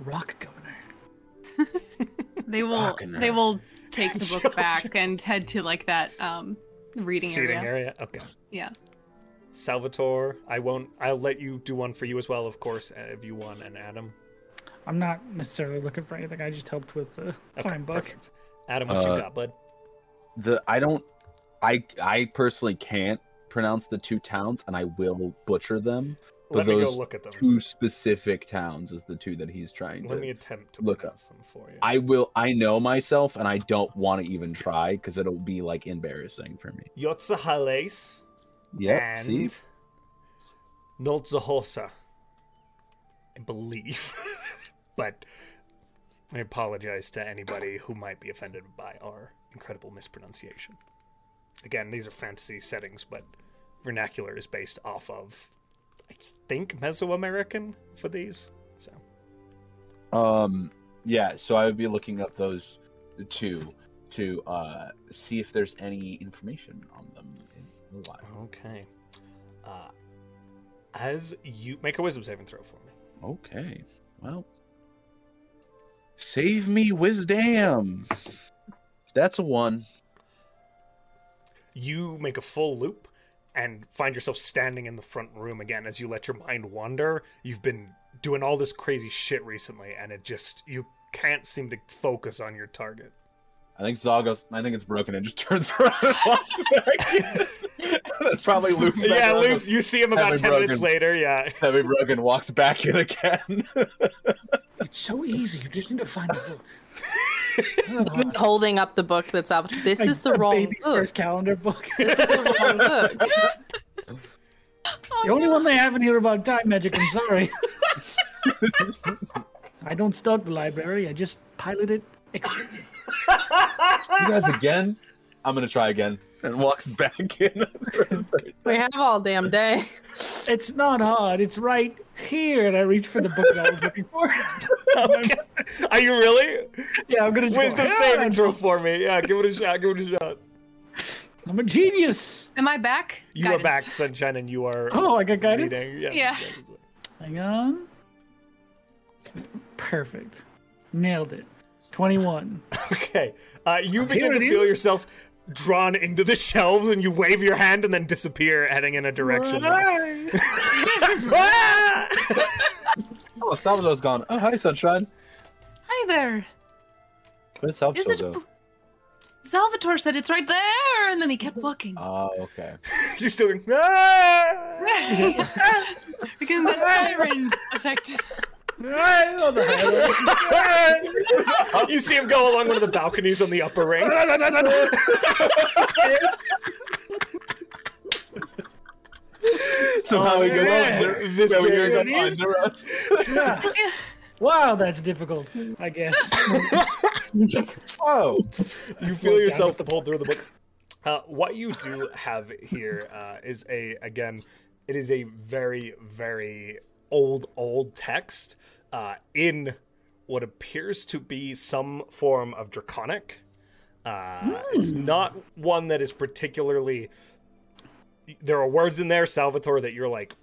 S5: Rock governor.
S2: They will.
S3: Fucking
S2: They [laughs]
S3: hell.
S2: will take the
S1: Jojo.
S2: book back and head to like that um reading
S1: Seating
S2: area.
S1: area. Okay.
S2: Yeah.
S1: uh, Salvatore, I won't. I'll let you do one for you as well, of course, if you want. And Adam,
S5: I'm not necessarily looking for anything. I just helped with the
S1: Okay,
S5: time book.
S1: perfect. Adam, what
S3: Uh,
S1: you got, bud?
S3: the I don't I I personally can't pronounce the two towns and I will butcher them.
S1: Let
S3: But
S1: me go
S3: those
S1: look at them.
S3: Two specific towns is the two that he's trying to
S1: Let me attempt to
S3: look
S1: pronounce them for you.
S3: I will I know myself and I don't want to even try because it'll be like embarrassing for me.
S1: Yotzahales
S3: Yeah. See?
S1: and Nolzahosa. I believe. [laughs] but I apologize to anybody who might be offended by our incredible mispronunciation. Again, these are fantasy settings, but vernacular is based off of, I think, Mesoamerican for these. So,
S3: Um yeah, so I would be looking up those two to uh see if there's any information on them in real life.
S1: okay. Uh, as you make a wisdom saving throw for me.
S3: Okay. Well, save me, Wizdam. That's a one.
S1: you make a full loop and find yourself standing in the front room again as you let your mind wander. You've been doing all this crazy shit recently, and it just you can't seem to focus on your
S5: [laughs]
S1: target.
S3: I think Zagos. I think it's broken and just [laughs] turns around and walks back. in. [laughs] That's probably Luke.
S1: yeah, Luce, you see him about
S3: Having
S1: ten minutes
S3: broken.
S1: later.
S5: [laughs]
S1: Yeah, [laughs]
S3: Heavy broken walks back in again. [laughs]
S5: It's so easy. You just need to find a
S4: [laughs]
S5: book. Oh,
S4: holding up the book that's up. This is the
S5: A
S4: wrong
S5: baby's
S4: book.
S5: first calendar book.
S4: This is the wrong book.
S5: [laughs] the only one they have in here about time magic. I'm sorry. [laughs] I don't stock the library. I just pilot it. Ex-
S3: you guys again? I'm gonna try again. And walks back in.
S4: We have all damn day.
S5: It's not hard. It's right here. And I reach for the book that I was looking for. [laughs]
S1: Okay. Are you really?
S5: yeah, I'm gonna just go, "Ah,
S1: Wisdom
S5: "Yeah,
S1: saving throw for me. Yeah, give it a shot. Give it a shot.
S5: I'm a genius.
S2: Am I back?
S1: You are
S2: Guidance.
S1: back, sunshine, and you are
S5: Oh, I got guidance.
S1: leading. Yeah.
S2: Yeah.
S5: Hang on. Perfect. Nailed it. 21.
S1: Okay. Uh, you begin
S5: here
S1: to
S5: it
S1: feel
S5: is.
S1: yourself drawn into the shelves, and you wave your hand and then disappear, heading in a direction.
S5: Alright.
S1: Ah!
S3: [laughs] oh, Salvador's gone. Oh, hi, sunshine.
S2: Hi there.
S3: Where's
S2: Is
S3: Salvador?
S2: it?
S3: though?
S2: Salvatore said it's right there, and then he kept walking. [laughs]
S3: Oh, [laughs] okay.
S1: [laughs] She's doing. Ah!
S2: because that siren effect.
S1: you see him go along one of the balconies on the upper ring.
S3: Somehow we go.
S1: yeah.
S3: "Oh,
S1: This
S3: yeah, we
S1: game
S3: go
S1: it
S3: "Oh,
S1: is."
S3: they're us." [laughs]
S5: Yeah. [laughs] Wow, that's difficult, I guess.
S3: Oh.
S1: You feel yourself pulled through the book. [laughs] Uh, what you do have here uh, is a again, it is a very very old old text uh, in what appears to be some form of draconic. Uh, It's not one that is particularly. There are words in there, Salvatore, that you're like,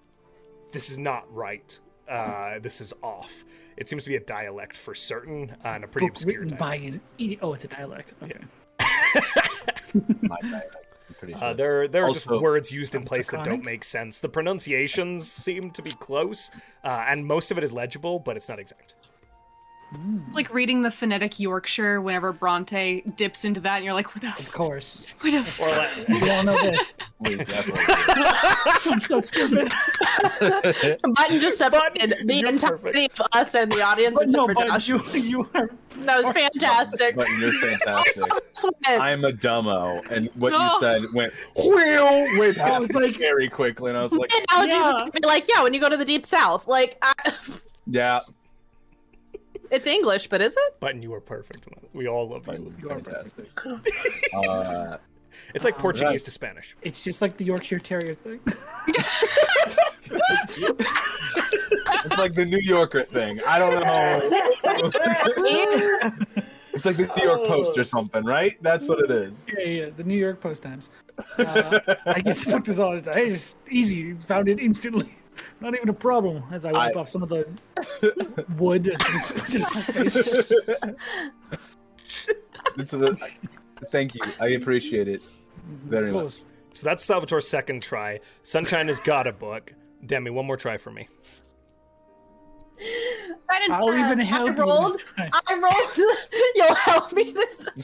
S1: this is not right. Uh, this is off. It seems to be a dialect for certain, uh, and a pretty
S5: Book
S1: obscure
S5: written
S1: dialect.
S5: by an idiot. Oh, it's a dialect. Okay.
S3: My bad. I'm pretty sure.
S1: Uh, there, there are just
S3: Also-
S1: words used in place that don't
S5: Draconic?
S1: make sense. The pronunciations seem to be close, uh, and most of it is legible, but it's not exact.
S2: It's like reading the phonetic Yorkshire whenever Bronte dips into that, and you're like, what the?
S5: Of
S2: F-
S5: course.
S2: what the? F-?
S1: Or like,
S5: We all know this.
S3: We definitely-
S5: I'm so stupid.
S4: [laughs] Button just separated
S1: Button,
S4: the
S1: you're
S4: entirety of us and the
S5: [laughs]
S4: audience
S5: But
S4: except
S5: no,
S4: for
S5: but
S4: Josh.
S5: you, you are.
S4: That was fantastic.
S3: but you're fantastic. I'm a dumbo, and what
S2: Duh.
S3: you said [laughs] went wheel way past
S5: was
S3: me
S5: like-
S3: very quickly, and I was like,
S4: analogy
S5: Yeah.
S4: was gonna be like, yeah, when you go to the deep south, like I, [laughs]
S3: yeah,
S4: it's English, but is it?
S1: Button, you are perfect. We all love you.
S3: you are fantastic. Uh,
S1: It's like
S5: Um,
S1: Portuguese
S3: right.
S1: to Spanish.
S5: It's just like the Yorkshire Terrier thing.
S3: it's like the New Yorker thing. I don't [laughs] know. it's like the New York Post or something, right? That's what it is.
S5: Yeah, yeah, the New York Post Times. Uh, I get [laughs] fucked as all the time. It's easy. You found it instantly. [laughs] Not even a problem. As I wipe
S3: I-
S5: off some of the wood. and it's fucking-
S3: [laughs] It's a, thank you. I appreciate it very
S5: Of
S3: much.
S5: course.
S1: So that's Salvatore's second try. Sunshine has got a book. Demi, one more try for me.
S6: Guidance,
S5: I'll
S6: uh,
S5: even
S6: I
S5: help you.
S6: rolled.
S5: this
S4: [laughs]
S5: time.
S6: I rolled.
S4: You'll help me this time.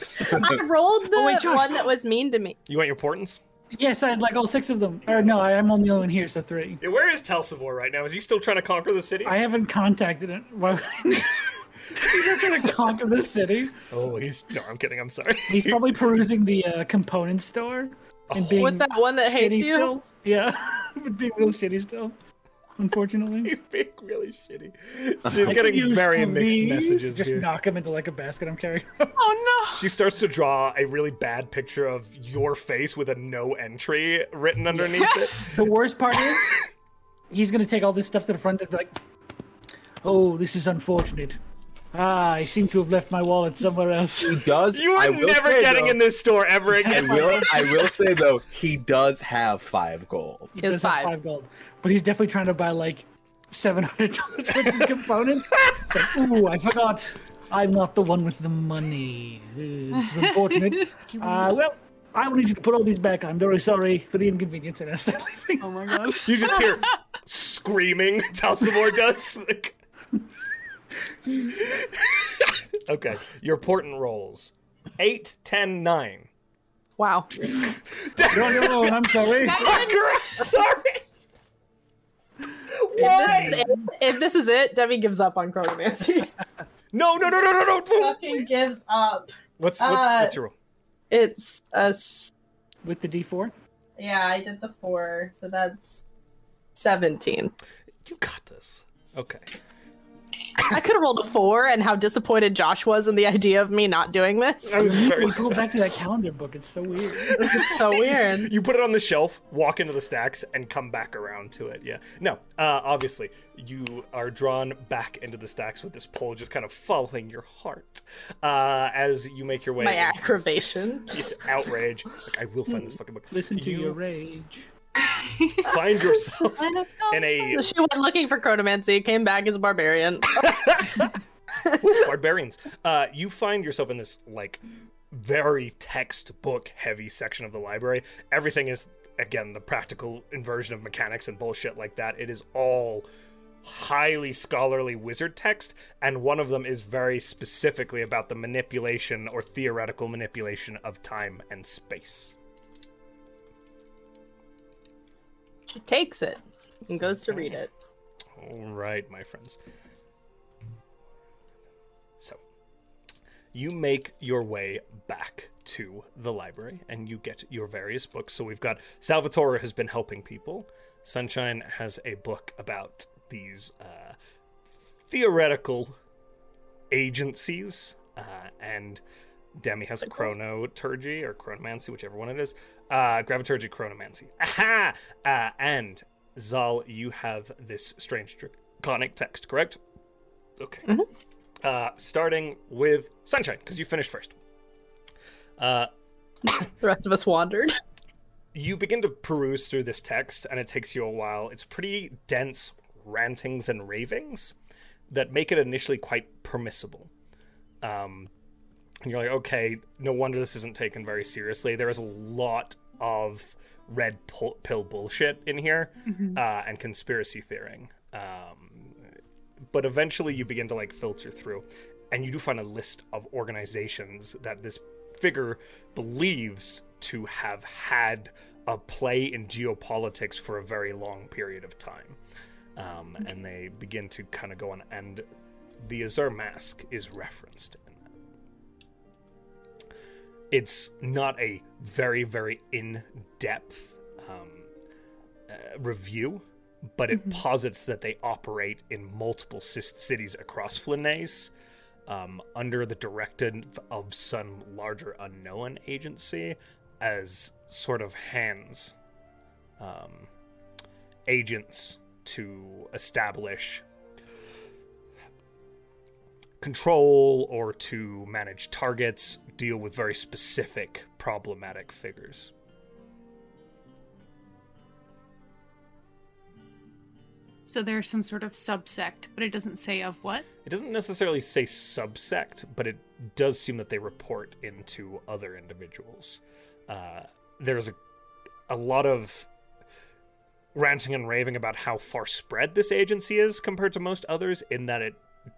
S5: [laughs]
S3: That's
S4: I rolled the
S5: Oh, wait, Josh.
S4: one that was mean to me.
S1: You want your portents?
S5: Yes, I had like all six of them. Or no, I, I'm only the only one here, so three.
S1: Yeah, where is Telsivore right now? Is he still trying to conquer the city?
S5: I haven't contacted it. Why would He's not gonna conquer the city.
S1: Oh, he's. No, I'm kidding. I'm sorry. [laughs]
S5: He's probably perusing the uh, component store and being
S4: With that one that
S5: shitty
S4: hates you.
S5: still. Yeah, [laughs] but being real shitty still. Unfortunately,
S1: He's being really shitty. She's
S5: I could
S1: getting
S5: use
S1: very
S5: some of
S1: mixed
S5: these,
S1: messages
S5: Just
S1: here.
S5: knock him into like a basket. I'm carrying.
S2: Oh no!
S1: She starts to draw a really bad picture of your face with a no entry written underneath [laughs] it.
S5: The worst part is, he's gonna take all this stuff to the front desk. Like, oh, this is unfortunate. Ah, I seem to have left my wallet somewhere else.
S3: He does.
S1: You
S3: I
S1: are
S3: will
S1: never
S3: say,
S1: getting
S3: though,
S1: in this store ever
S3: I
S1: again.
S3: will. I will say though, he does have five gold.
S5: He
S4: He has
S5: does have
S4: five.
S5: five gold, but he's definitely trying to buy like seven hundred dollars worth of components. It's like, ooh, I forgot. I'm not the one with the money. Ooh, This is unfortunate. uh, well, I will need you to put all these back. I'm very sorry for the inconvenience, and I start [laughs] leaving.
S2: Oh my
S5: [laughs]
S2: god!
S1: You just [laughs] hear screaming. [laughs] Talsivore does. Like... [laughs] okay, your portent rolls. Eight, ten, nine.
S4: [laughs] Wow.
S5: You're on your own. I'm sorry.
S1: Fucker, I'm [laughs] sorry.
S4: If this, is it, if this is it, Debbie gives up
S5: [laughs]
S4: on chronomancy.
S1: No, no, no, no, no, no, no.
S6: fucking gives up.
S1: What's what's,
S6: Uh,
S1: what's your roll?
S4: it's a s-
S5: With the D4,
S6: Yeah, I did the four, so that's
S4: 17.
S1: You got this. Okay.
S4: I could have rolled a four, and how disappointed Josh was in the idea of me not doing this.
S1: I was very
S5: we go back to that calendar book. It's so weird.
S4: It's so weird.
S1: You put it on the shelf, walk into the stacks, and come back around to it. Yeah. No, uh, obviously, you are drawn back into the stacks with this pole just kind of following your heart uh, as you make your way.
S4: My
S1: into this-
S4: aggravation.
S1: It's outrage. Like, I will find this fucking book.
S5: Listen to
S1: You-
S5: your rage.
S1: Find yourself
S2: Let's go.
S1: in a
S4: She went looking for chronomancy, came back as a barbarian.
S1: Ooh, barbarians. Uh, you find yourself in this like very textbook heavy section of the library. Everything is again the practical inversion of mechanics and bullshit like that. It is all highly scholarly wizard text, and one of them is very specifically about the manipulation or theoretical manipulation of time and space.
S4: She takes it and goes to read it.
S1: All right, my friends. So, you make your way back to the library and you get your various books. So, we've got Salvatore has been helping people, Sunshine has a book about these uh, theoretical agencies, uh, and Demi has chronoturgy or chronomancy, whichever one it is. Uh, graviturgy, chronomancy. Aha! Uh, and Zal, you have this strange draconic text, correct? Okay. Uh, starting with Sunshine, because you finished first. Uh,
S4: The rest of us wandered.
S1: you begin to peruse through this text and it takes you a while it's pretty dense rantings and ravings that make it initially quite permissible um, and you're like okay no wonder this isn't taken very seriously there is a lot of red pul- pill bullshit in here
S2: Mhm.
S1: uh, and conspiracy theoring um, but eventually you begin to like filter through and you do find a list of organizations that this figure believes to have had a play in geopolitics for a very long period of time. Um, And they begin to kind of go on, and the Azure Mask is referenced in that. It's not a very, very in depth um, uh, review, but it posits that they operate in multiple cis- cities across Flanace um, under the directive of some larger unknown agency as sort of hands, um, agents to establish control or to manage targets, deal with very specific problematic figures.
S2: So there's some sort of subsect, but it doesn't say of what.
S1: It doesn't necessarily say subsect, but it does seem that they report into other individuals. Uh, there's a, a lot of ranting and raving about how far spread this agency is compared to most others, in that it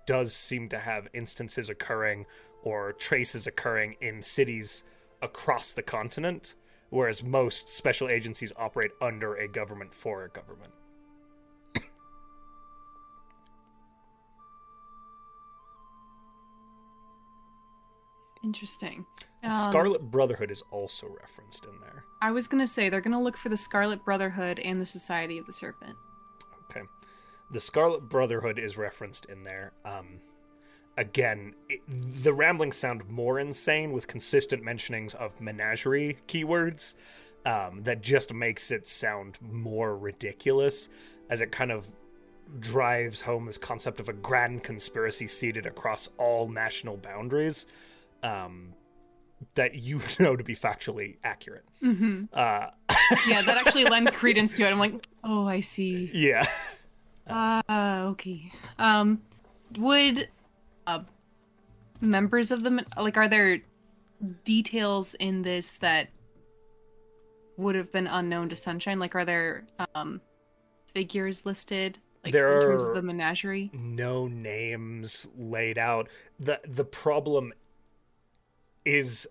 S1: does seem to have instances occurring or traces occurring in cities across the continent, whereas most special agencies operate under a government for a government.
S2: Interesting.
S1: The
S2: Um,
S1: Scarlet Brotherhood is also referenced in there.
S2: I was gonna say they're gonna look for the Scarlet Brotherhood and the Society of the Serpent.
S1: Okay. The Scarlet Brotherhood is referenced in there. Um, again, it, the ramblings sound more insane with consistent mentionings of menagerie keywords. Um, that just makes it sound more ridiculous as it kind of drives home this concept of a grand conspiracy seated across all national boundaries um, that you [laughs] know to be factually accurate.
S2: Mm-hmm.
S1: Uh,
S2: Yeah, that
S1: [laughs]
S2: actually lends credence to it. I'm like, oh, I see.
S1: yeah.
S2: Ah, okay. Um, would uh, members of the men- like are there details in this that would have been unknown to Sunshine? Like, are there um figures listed like
S1: There
S2: in terms
S1: are-
S2: of the menagerie?
S1: no names laid out. The the problem is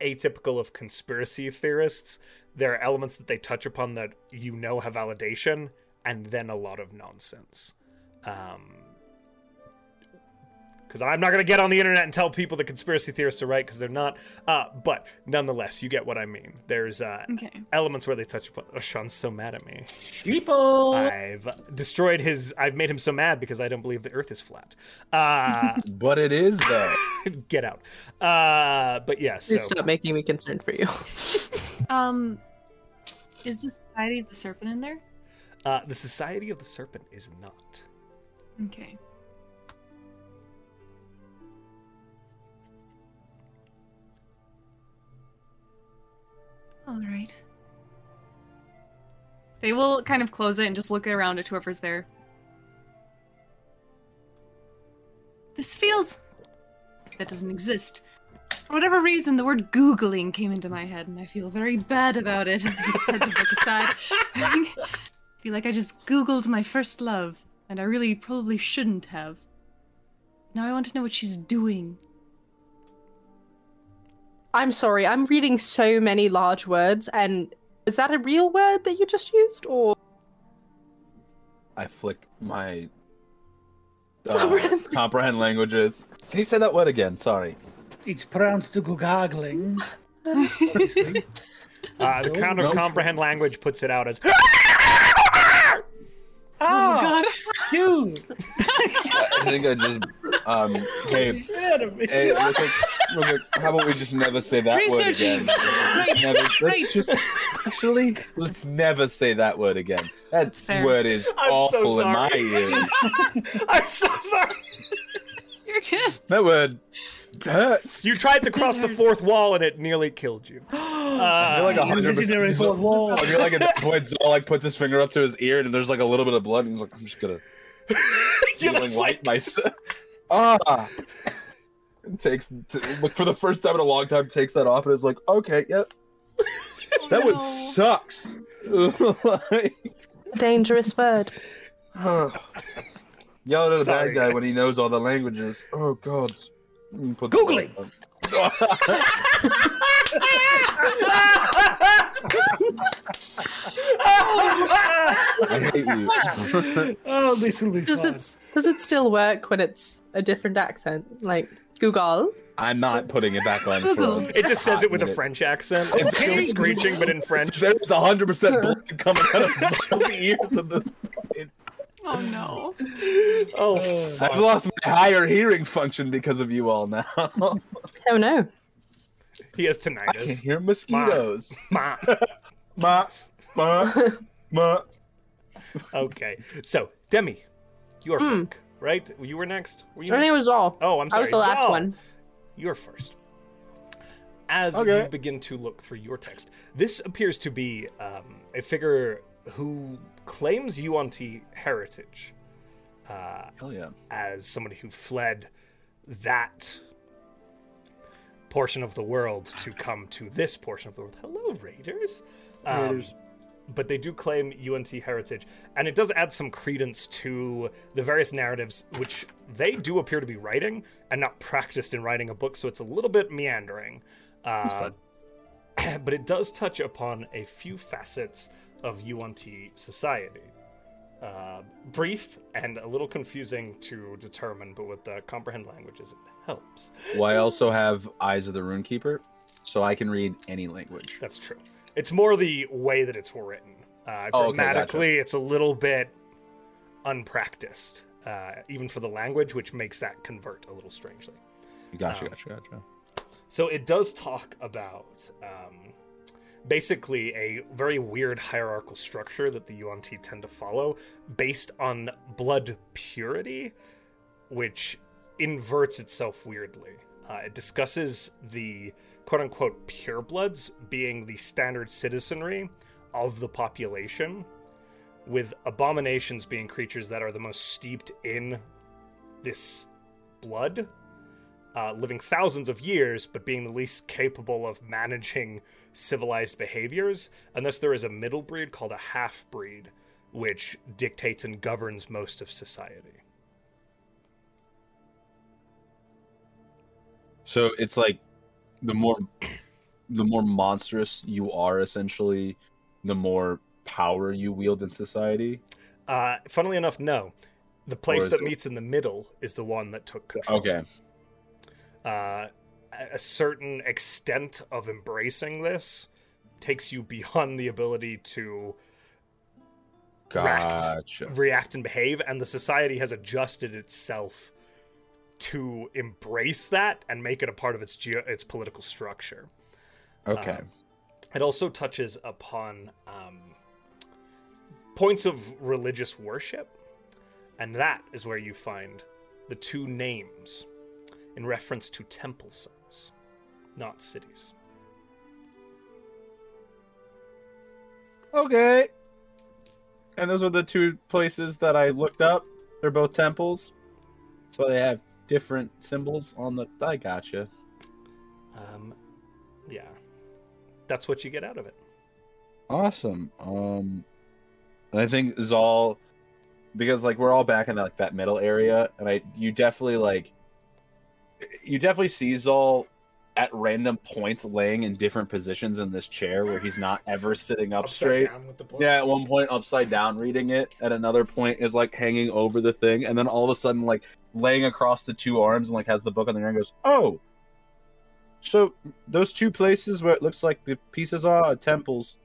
S1: atypical of conspiracy theorists. There are elements that they touch upon that you know have validation, and then a lot of nonsense. Um because I'm not going to get on the internet and tell people the conspiracy theorists are right because they're not. Uh, but nonetheless, you get what I mean. There's uh,
S2: Okay.
S1: elements where they touch upon. Oh, Sean's so mad at me.
S5: People.
S1: I've destroyed his. I've made him so mad because I don't believe the Earth is flat. Uh, [laughs]
S3: But it is though.
S1: get out. Uh, but yeah, so
S4: Please stop making me concerned for you.
S2: Um, is the Society of the Serpent in there?
S1: uh, the Society of the Serpent is not.
S2: Okay. All right. They will kind of close it and just look around at whoever's there. This feels. That doesn't exist. For whatever reason, the word Googling came into my head, and I feel very bad about it. [laughs] I just had to look aside. I feel like I just Googled my first love, and I really probably shouldn't have. Now I want to know what she's doing.
S4: I'm sorry, I'm reading so many large words, and is that a real word that you just used, or
S3: I flick my uh, comprehend languages. Can you say that word again? Sorry.
S5: It's pronounced googling.
S1: Uh, the
S5: No,
S1: Count of
S3: Oh, no.
S1: Comprehend Language puts it out as "Ah,
S5: Oh,
S2: God.
S5: dude!
S3: I I think I just um hey,
S5: Shit, I'm- [laughs]
S3: hey real quick,
S2: [laughs]
S3: real quick, how about we just never say that word
S2: Researching.
S3: again? Let's never- let's just actually let's never say that word again. That
S2: That's fair.
S3: word is
S1: I'm so
S3: awful in my
S1: sorry.
S3: ears.
S1: I'm so sorry.
S2: You're good.
S3: That word hurts.
S1: You tried to
S3: [laughs]
S1: cross the fourth wall and it nearly killed you.
S3: [gasps]
S1: [laughs]
S3: I feel like a
S1: Uh,
S3: hundred
S5: Legendary
S3: percent.
S5: fourth wall.
S3: I feel like
S1: [laughs]
S3: at that point Zol like puts his finger up to his ear and there's like a little bit of blood and he's like, I'm
S1: [laughs]
S3: just gonna
S1: you know,
S3: feeling
S1: it's
S3: like
S1: like,
S3: myself. Ah. It takes t- like for the first time in a long time takes that off and is like, okay, yep.
S2: Oh,
S3: That one sucks. [laughs] Like,
S4: a dangerous word?
S3: huh. Yell at the
S1: Sorry,
S3: bad guy when
S1: guys.
S3: he knows all the languages. Oh god. Mm, put-
S5: Googling.
S3: I hate you.
S5: oh, this will be
S2: Does
S5: fun.
S2: it?
S4: Does it still work when it's a different accent, like Google?
S3: [laughs] I'm not putting it back on.
S2: Google.
S3: For
S1: [laughs] it just says it with a French accent. It's still
S5: Okay.
S1: screeching, but
S3: [laughs]
S1: in French.
S3: There's 100% blood coming out of Zol's ears at this point.
S2: Oh no.
S1: Oh,
S3: [laughs] I've lost my higher hearing function because of you all now. [laughs]
S4: Oh no!
S1: he has
S3: I can
S1: tinnitus.
S3: hear mosquitoes.
S1: Ma.
S3: Ma, ma, ma.
S1: Okay, so Demi, you're fuck, right? You were next. Were you?
S4: Her name
S1: next?
S4: was all.
S1: Oh, I'm
S4: Hmm. I
S1: sorry.
S4: was the last
S1: Zal,
S4: one.
S1: You're first. As
S3: Okay.
S1: you begin to look through your text, this appears to be um, a figure who claims Yuan-Ti heritage uh,
S3: Hell yeah.
S1: as somebody who fled that portion of the world to come to this portion of the world. Hello, Raiders. Um,
S3: Raiders.
S1: But they do claim UNT heritage, and it does add some credence to the various narratives which They do appear to be writing and not practiced in writing a book, so it's a little bit meandering. Uh, [clears throat] but it does touch upon a few facets of UNT society. Uh, brief and a little confusing to determine, but with the comprehend languages, it helps.
S3: Well, I also have Eyes of the Runekeeper, so I can read any language.
S1: That's true. It's more the way that it's written. Uh,
S3: Oh, okay, gotcha.
S1: grammatically, it's a little bit unpracticed, uh, even for the language, which makes that convert a little strangely.
S3: Gotcha,
S1: Um,
S3: gotcha, gotcha.
S1: So it does talk about um, basically a very weird hierarchical structure that the UNT tend to follow based on blood purity, which inverts itself weirdly. Uh, it discusses the quote unquote purebloods being the standard citizenry of the population, with abominations being creatures that are the most steeped in this blood uh, living thousands of years, but being the least capable of managing civilized behaviors. And thus, there is a middle breed called a half breed, which dictates and governs most of society.
S3: So it's like the more the more monstrous you are, essentially, the more power you wield in society.
S1: Uh, funnily enough, no. The place
S3: is
S1: that
S3: it-
S1: meets in the middle is the one that took control.
S3: Okay,
S1: Uh, a- a certain extent of embracing this takes you beyond the ability to Correct.
S3: gotcha.
S1: react and behave, and the society has adjusted itself to embrace that and make it a part of its geo- its political structure. Um,
S3: Okay,
S1: It also touches upon um, points of religious worship, and that is where you find the two names in reference to temple sites, not cities.
S3: Uh, okay. And those are the two places that I looked up. They're both temples, so they have different symbols on the. I gotcha.
S1: Um, yeah, that's what you get out of it.
S3: Awesome. Um, and I think Zal, because like we're all back in like that middle area, and I you definitely like you definitely see Zal at random points laying in different positions in this chair where he's not ever sitting up straight.
S1: down with the book.
S3: Yeah, at one point upside down reading it, at another point is like hanging over the thing, and then all of a sudden like laying across the two arms and like has the book on the ground and goes, Oh. So those two places where it looks like the pieces are, are temples.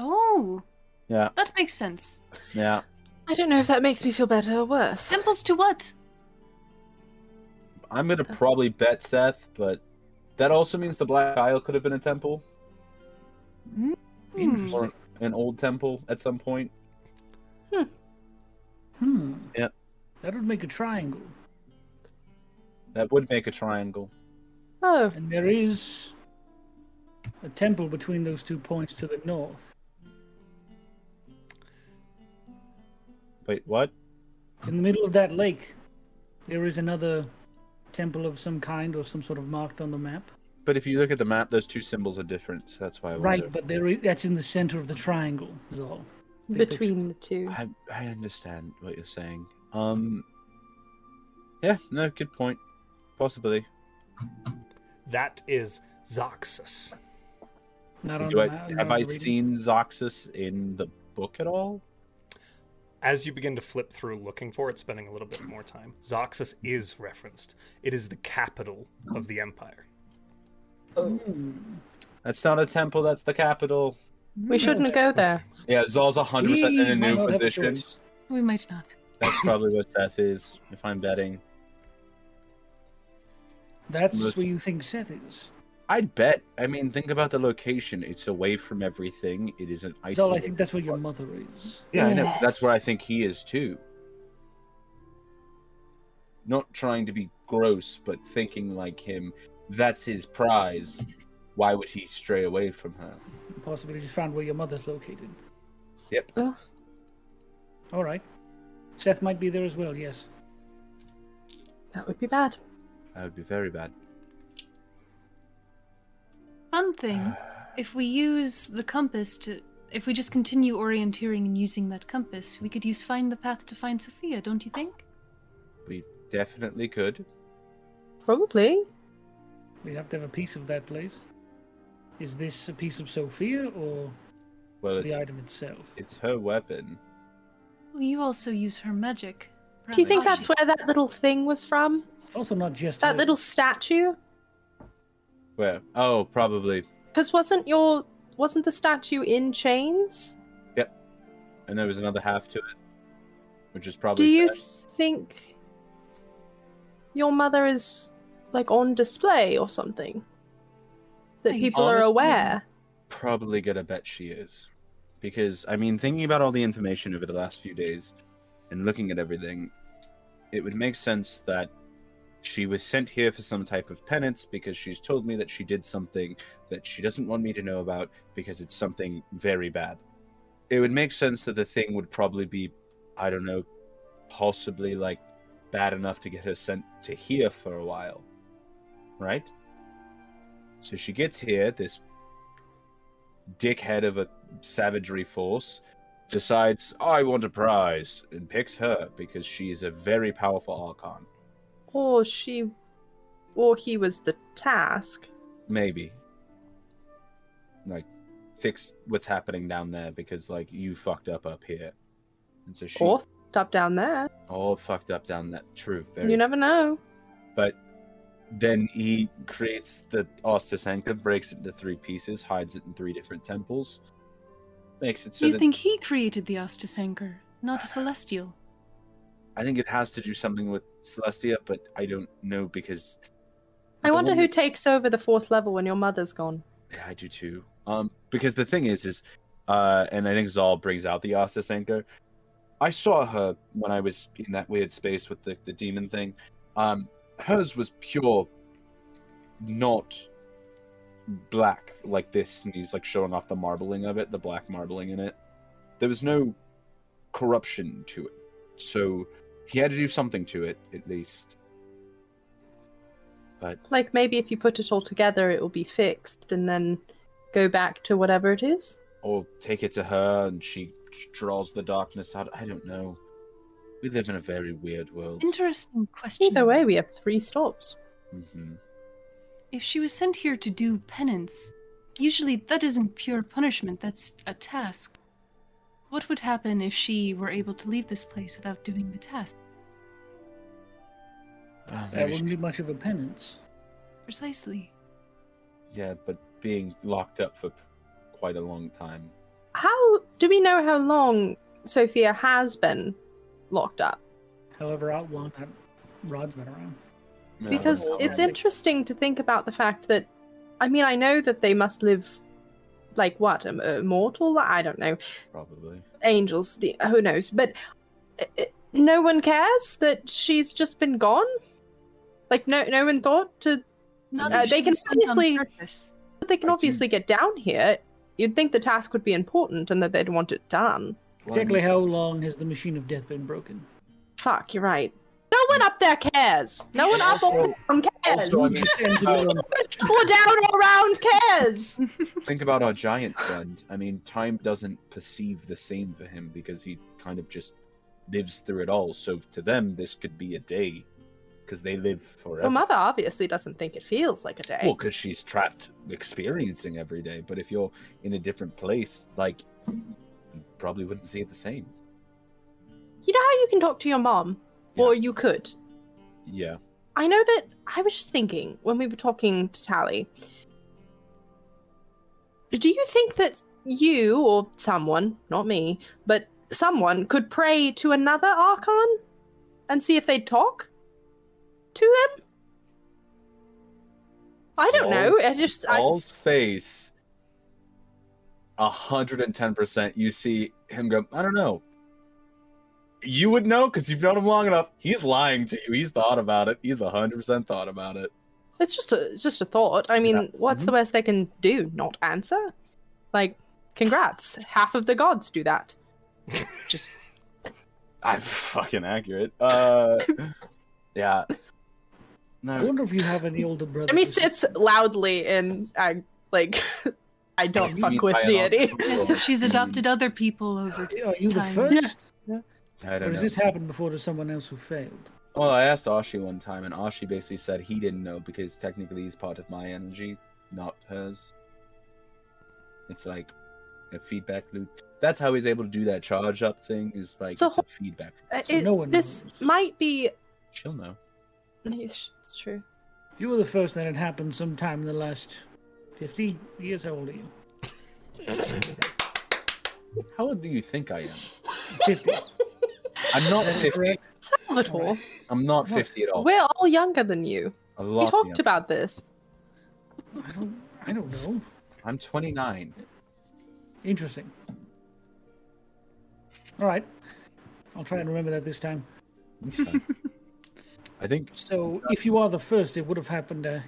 S2: Oh,
S3: Yeah,
S2: that makes sense.
S3: yeah.
S4: I don't know if that makes me feel better or worse.
S2: Temples to what?
S3: I'm gonna probably bet Seth, but that also means the Black Isle could have been a temple
S2: Hmm.
S5: Interesting.
S3: or an old temple at some point.
S5: Hmm.
S3: Yep.
S5: That would make a triangle.
S3: That would make a triangle.
S4: Oh,
S5: And there is a temple between those two points to the north.
S3: Wait, what?
S5: In the middle of that lake, there is another temple of some kind or some sort of marked on the map.
S3: But if you look at the map, those two symbols are different. That's why I
S5: Right,
S3: wonder.
S5: but there i- that's in the center of the triangle, is all. Big picture.
S4: between the two.
S3: I, I understand what you're saying. Um. Yeah. No. Good point. Possibly.
S1: That is Zoxus.
S5: Not on
S3: Do
S5: the
S3: I
S5: map, not
S3: have
S5: on
S3: I
S5: the reading.
S3: seen Zoxus in the book at all?
S1: As you begin to flip through looking for it, spending a little bit more time, Zoxus is referenced. It is the capital of the empire.
S5: Hmm.
S3: That's not a temple. That's the capital.
S4: We shouldn't go there.
S3: Yeah, Zal's 100% in
S5: We
S3: a
S5: might
S3: new
S5: not have a
S3: position.
S5: choice.
S2: We might not.
S3: That's probably what Seth is, if I'm betting.
S5: That's
S3: Most-
S5: where you think Seth is.
S3: I'd bet. I mean, think about the location. It's away from everything. It isn't isolated.
S5: So I think that's where your mother is.
S3: Yeah, I know. That's where I
S6: Yes.
S3: think he is too. Not trying to be gross, but thinking like him. That's his prize. Why would he stray away from her?
S5: Possibly just found where your mother's located.
S3: Yep.
S5: All right. Seth might be there as well, yes.
S4: That would be bad.
S3: That would be very bad.
S2: Fun thing, if we use the compass to. If we just continue orienteering and using that compass, we could use Find the Path to find Sophia, don't you think?
S3: We definitely could.
S4: Probably.
S5: We'd have to have a piece of that place. Is this a piece of Sophia or
S3: Well,
S5: the
S3: it,
S5: item itself?
S3: it's her weapon.
S2: Well, you also use her magic. Oh,
S4: Do you think
S2: Perhaps-
S4: that's where that little thing was from?
S5: It's also not just
S4: That
S5: a-
S4: little statue?
S3: Where? Oh, probably.
S4: Because wasn't your wasn't the statue in chains?
S3: And there was another half to it, which is probably.
S4: Do you
S3: fair.
S4: think your mother is like on display or something? That
S2: Like,
S4: people are
S3: honestly,
S4: aware.
S3: probably gonna bet she is. Because I mean, thinking about all the information over the last few days and looking at everything, it would make sense that she was sent here for some type of penance because she's told me that she did something that she doesn't want me to know about because it's something very bad. It would make sense that the thing would probably be, I don't know, possibly like bad enough to get her sent to here for a while. Right? So she gets here, this dickhead of a savagery force decides I want a prize and picks her because she is a very powerful archon.
S4: Or she or he was the task.
S3: Maybe. Like fix what's happening down there because like you fucked up up here. And so she
S4: Or fucked up down there.
S3: all fucked up down that true. Very
S4: you
S3: true.
S4: never know.
S3: But then he creates the Ostis anchor, breaks it into three pieces, hides it in three different temples, makes it so
S2: you
S3: that
S2: think he created the Ostis anchor, not a celestial?
S3: I think it has to do something with Celestia, but I don't know because
S4: I
S3: the
S4: wonder
S3: one
S4: who
S3: that-
S4: takes over the fourth level when your mother's gone.
S3: Yeah, I do too. Um, because the thing is, is uh, and I think Zal brings out the Ostis anchor. I saw her when I was in that weird space with the, the demon thing. Um, hers was pure, not black like this, and he's like showing off the marbling of it, the black marbling in it. There was no corruption to it, so he had to do something to it at least. But
S4: Like maybe if you put it all together it will be fixed and then go back to whatever it is.
S3: or take it to her and she draws the darkness out. I don't know. We live in a very weird world.
S2: Interesting question.
S4: Either way we have three stops.
S3: hmm
S2: If she was sent here to do penance, usually that isn't pure punishment, that's a task. What would happen if she were able to leave this place without doing the task?
S5: That wouldn't be much of a penance.
S2: Precisely.
S3: Yeah, but being locked up for quite a long time.
S4: How do we know how long Sophia has been locked up?
S5: However, out long that rod's been around.
S3: Yeah, I don't
S4: Because
S3: know.
S4: it's interesting to think about the fact that, I mean, I know that they must live like what, im- immortal? I don't know.
S3: probably.
S4: Angels, the- who knows? But uh, uh, no one cares that she's just been gone? Like, no, no one thought to.
S2: Not
S3: Uh,
S2: if she
S4: they can
S2: was sent on
S4: obviously-
S2: purpose.
S4: They can
S3: I do-
S4: obviously get down here. You'd think the task would be important and that they'd want it done.
S5: Exactly how long has the machine of death been broken?
S4: Fuck, you're right. No one up there cares. No one up or down cares.
S3: also, [laughs] I mean,
S5: And to the other one,
S4: or down or
S3: [laughs]
S4: around cares.
S3: think about our giant friend. I mean, time doesn't perceive the same for him because he kind of just lives through it all. So to them, this could be a day because they live forever.
S4: Well, mother obviously doesn't think it feels like a day.
S3: Well, because she's trapped experiencing every day. But if you're in a different place, like, you probably wouldn't see it the same.
S4: You know how you can talk to your mom, or you could.
S3: Yeah.
S4: I know that I was just thinking when we were talking to Tally. Do you think that you or someone, not me, but someone could pray to another archon and see if they'd talk to him? I don't know. I just I,
S3: Paul's face, 110%. You see him go, I don't know. You would know because you've known him long enough. He's lying to you. He's thought about it. He's 100% thought about it.
S4: It's just a it's just a thought. I mean,
S3: Yeah.
S4: what's the worst they can do? Not answer? Like, congrats. Half of the gods do that.
S3: I'm fucking accurate. Uh, [laughs] yeah.
S5: I
S3: No,
S5: wonder if you have any older brothers.
S4: I mean,
S5: or
S4: sits loudly and I like [laughs] I
S3: You
S4: don't
S3: mean
S4: fuck with E.
S3: by an
S4: deity.
S3: archon?
S4: [laughs]
S2: Yes, if she's
S3: Mm.
S2: adopted other people over
S5: sisters. Are you the
S2: Time.
S5: first?
S3: I
S5: Or
S3: don't
S5: has
S3: know.
S5: this happened before to someone else who failed?
S3: Well, I asked Ashi one time, and Ashi basically said he didn't know because technically he's part of my energy, not hers. It's like a feedback loop. That's how he's able to do that charge up thing. Is like
S4: So
S3: it's a feedback.
S4: Uh,
S5: So
S4: it-
S5: no one
S4: this
S5: knows.
S4: might be.
S3: She'll know.
S4: It's, it's true.
S5: You were the first that had happened sometime in the last 50 years. How old are you?
S3: How old do you think I am?
S5: 50.
S3: I'm not fifty.
S5: correct?
S4: Salvatore,
S3: I'm not fifty at all.
S4: we're all younger than you.
S3: A
S4: We
S3: lot.
S4: talked
S3: younger.
S4: about this.
S5: I don't, I don't know.
S3: I'm 29.
S5: Interesting. All right. I'll try and remember that this time.
S3: It's fine. I think
S5: So, if you are the first, it would have happened. Uh,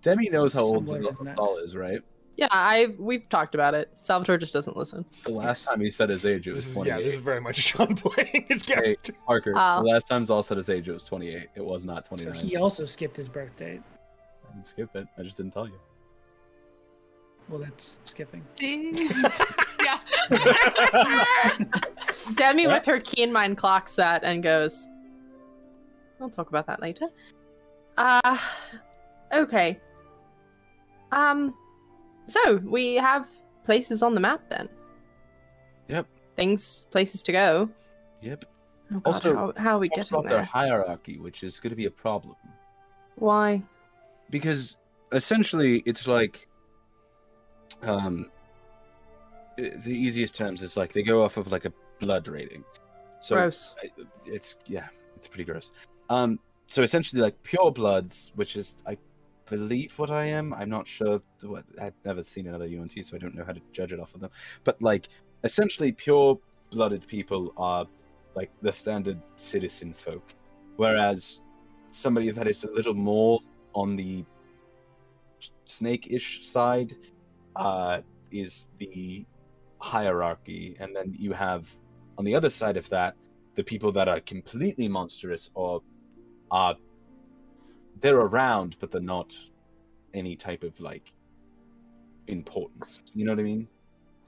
S3: Demi knows how old
S5: Somewhere in that.
S3: Zal is, right?
S4: Yeah, I we've talked about it. Salvatore just doesn't listen.
S3: The last time he said his age, it
S1: This
S3: was
S1: is,
S3: 28.
S1: yeah, this is very much Sean [laughs] playing his
S3: Hey,
S4: [laughs]
S1: character.
S3: Parker,
S4: Oh.
S3: the last time Zal said his age, it was 28. It was not
S5: so
S3: 29.
S5: he also skipped his birthday.
S3: I didn't skip it. I just didn't tell you.
S5: Well, that's skipping.
S2: See?
S3: [laughs]
S2: yeah.
S4: Demi, with her keen mind, clocks that and goes, We'll talk about that later. Uh, okay. Um, so we have places on the map then.
S3: Yep.
S4: Things, places to go.
S3: Yep.
S4: Oh God,
S3: Also,
S4: how, how are we
S3: Talks
S4: getting
S3: about their
S4: there?
S3: hierarchy, which is going to be a problem
S4: Why?
S3: because essentially it's like, um, i- the easiest terms is like they go off of like a blood rating. So
S4: Gross.
S3: I- it's yeah, it's pretty gross. Um, so essentially, like pure bloods, which is I believe what I am. I'm not sure what I've never seen another UNT, so I don't know how to judge it off of them. But like essentially, pure blooded people are like the standard citizen folk, whereas somebody that is a little more on the snake-ish side uh, is the hierarchy, and then you have on the other side of that the people that are completely monstrous or are they're around but they're not any type of like importance you know what i mean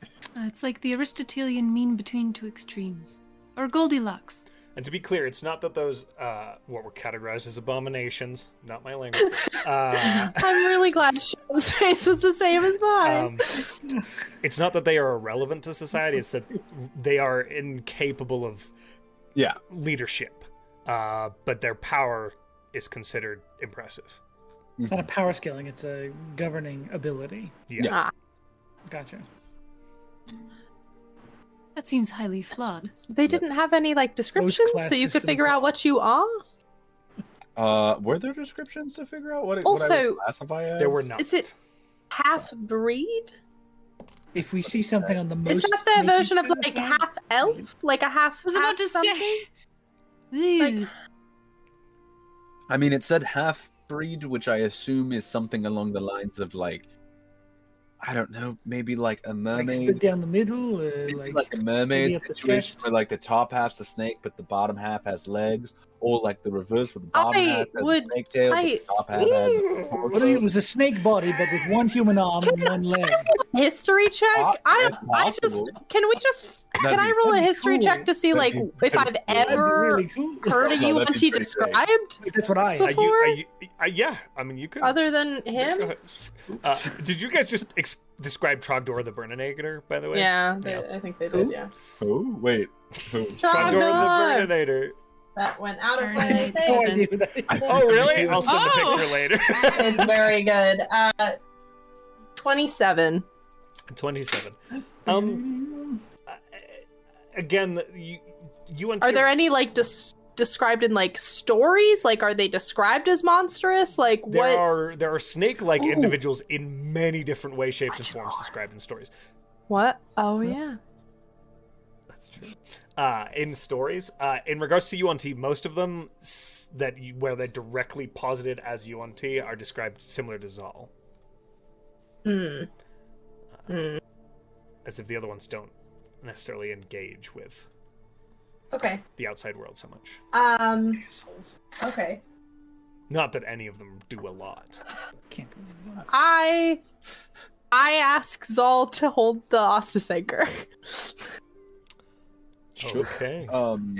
S2: [laughs] Uh, it's like the Aristotelian mean between two extremes. Or Goldilocks.
S1: And to be clear, it's not that those uh, what were categorized as abominations, not my language.
S3: [laughs]
S1: Uh,
S4: [laughs] I'm really glad Sean's [laughs] face was the same as mine.
S1: um, it's not that they are irrelevant to society. It's that they are incapable of
S3: Yeah.
S1: leadership, uh, but their power is considered impressive.
S5: It's not a power scaling, it's a governing ability.
S1: Yeah.
S3: Yeah.
S4: Ah,
S5: Gotcha.
S2: That seems highly flawed.
S4: they didn't have any like descriptions, so
S5: class
S4: you could
S5: systems
S4: figure
S5: are-
S4: out what you are.
S3: uh were there descriptions to figure out what it what I would
S4: Also-
S3: classify as?
S1: There were not.
S4: Is it- Half breed.
S5: If we see something on the most.
S4: Is that their
S5: sneaky
S4: version of
S5: thing I
S4: like
S5: found-
S4: half elf? Like a half.
S2: I was about
S4: half
S2: to
S4: something?
S2: [laughs] say.
S4: Like-
S3: i mean it said half breed which i assume is something along the lines of like i don't know maybe like a
S5: Like
S3: mermaid
S5: split down the middle, uh,
S3: Maybe
S5: like,
S3: like, a mermaid
S5: up the
S3: situation
S5: chest.
S3: where like the top half's a snake but the bottom half has legs, or like the reverse where the bottom
S4: I
S3: half has
S4: would-
S3: a snake tail,
S4: I-
S3: but the top half has a
S5: What if it
S3: torso.
S5: was a snake body, but with one human arm and one leg?
S4: history check?
S3: Po-
S4: I
S3: that's
S4: I just
S3: possible.
S4: can we just can
S3: That'd
S4: I
S3: be-
S4: roll a
S5: that'd be
S4: history
S5: cool.
S4: check to see like
S3: That'd be-
S4: if I've
S3: that'd be
S5: That'd be
S4: ever
S5: really cool. [laughs]
S4: heard of
S3: No, that'd
S4: you once
S3: be pretty
S4: he
S3: great.
S4: described
S5: Wait, That's what I.
S1: Are
S5: I
S1: you,
S4: before?
S1: are you, uh, yeah, I mean, you could.
S4: other than him?
S1: [laughs] Uh, did you guys just ex- describe Trogdor the Burninator, by the way?
S4: Yeah,
S1: they-
S4: I think they
S6: did, yeah.
S3: Oh wait, oh,
S1: Trogdor
S4: Trogdor!
S1: the Burninator.
S6: That went out of
S2: Turn
S6: play.
S2: it.
S5: have no
S6: Thanks.
S5: idea who that is.
S1: Oh, really? I'll send a
S2: Oh.
S1: picture later.
S4: [laughs]
S1: [laughs]
S6: It's very good. Uh,
S4: Twenty-seven.
S1: 27. Um, uh, again, you, you and
S4: Are there any like dis- described in like stories? Like, are they described as monstrous? Like,
S1: there
S4: what?
S1: are there are snake-like
S3: Ooh.
S1: individuals in many different ways, shapes, and forms described in stories.
S4: What? Oh yeah.
S1: That's true. Uh, in stories, uh, in regards to UNT, most of them s- that you, where they're directly posited as UNT are described similar to Zal,
S4: Hmm. Hmm.
S1: as if the other ones don't necessarily engage with
S6: okay.
S1: the outside world so much.
S6: Um. Okay.
S1: Not that any of them do a lot.
S5: Can't believe it.
S4: I I ask Zal to hold the Ostis anchor. [laughs]
S3: sure.
S1: Okay.
S3: Um,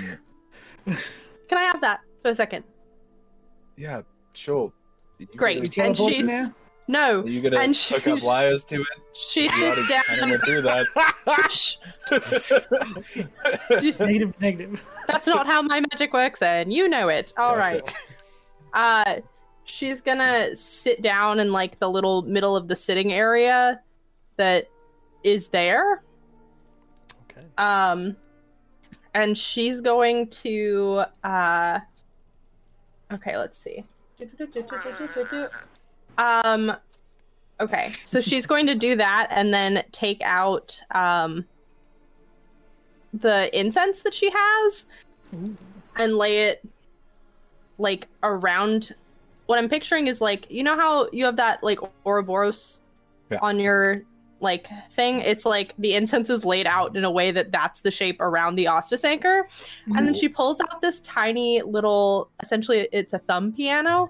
S4: Can I have that for a second?
S3: Yeah, sure. You
S5: You
S4: Great. And
S5: teleport in
S4: she's-
S5: there?
S4: No,
S3: Gonna, are you gonna
S4: And
S3: hook up
S4: she's-
S3: wires to it?
S4: she
S3: You already
S4: sits down.
S3: kinda went through [laughs] that.
S4: Shh,
S2: [laughs]
S5: Negative, negative.
S4: [laughs] That's not how my magic works, and you know it. All right. Uh, she's gonna sit down in like the little middle of the sitting area that is there.
S1: Okay.
S4: Um, and she's going to. Uh, okay, let's see. Um, okay, so she's going to do that and then take out um the incense that she has and lay it like around. What I'm picturing is like you know how you have that like Ouroboros
S3: Yeah.
S4: on your like thing. It's like the incense is laid out in a way that that's the shape around the Ostis anchor. And then she pulls out this tiny little, essentially, it's a thumb piano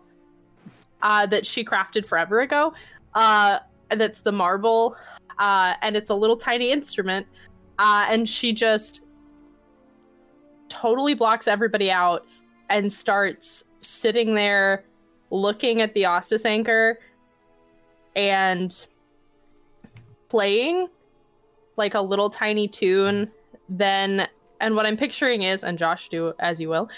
S4: uh, that she crafted forever ago. Uh, and that's the marble, uh, and it's a little tiny instrument. Uh, and she just totally blocks everybody out and starts sitting there looking at the Ostis anchor and playing like a little tiny tune. Then and what I'm picturing is, and Josh, do as you will.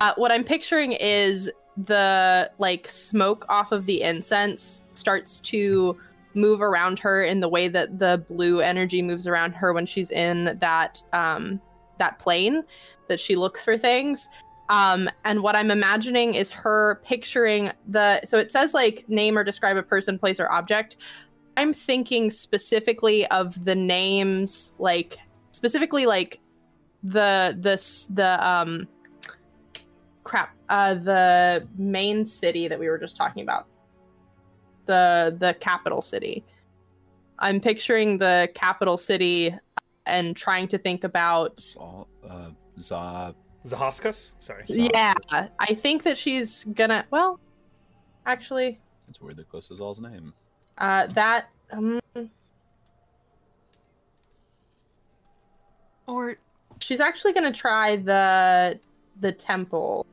S4: Uh, what I'm picturing is the like smoke off of the incense starts to move around her in the way that the blue energy moves around her when she's in that um, that plane that she looks for things. Um, and what I'm imagining is her picturing the. So it says like name or describe a person, place, or object. I'm thinking specifically of the names, like specifically like the the s- the um crap uh the main city that we were just talking about the the capital city i'm picturing the capital city and trying to think about
S3: Zaw- uh, Zaw-
S1: Zahaskas? Sorry.
S3: Zaw-
S4: yeah i think that she's gonna well actually
S3: That's where the closest all's name.
S4: uh that um,
S2: Or
S4: she's actually gonna try the the temple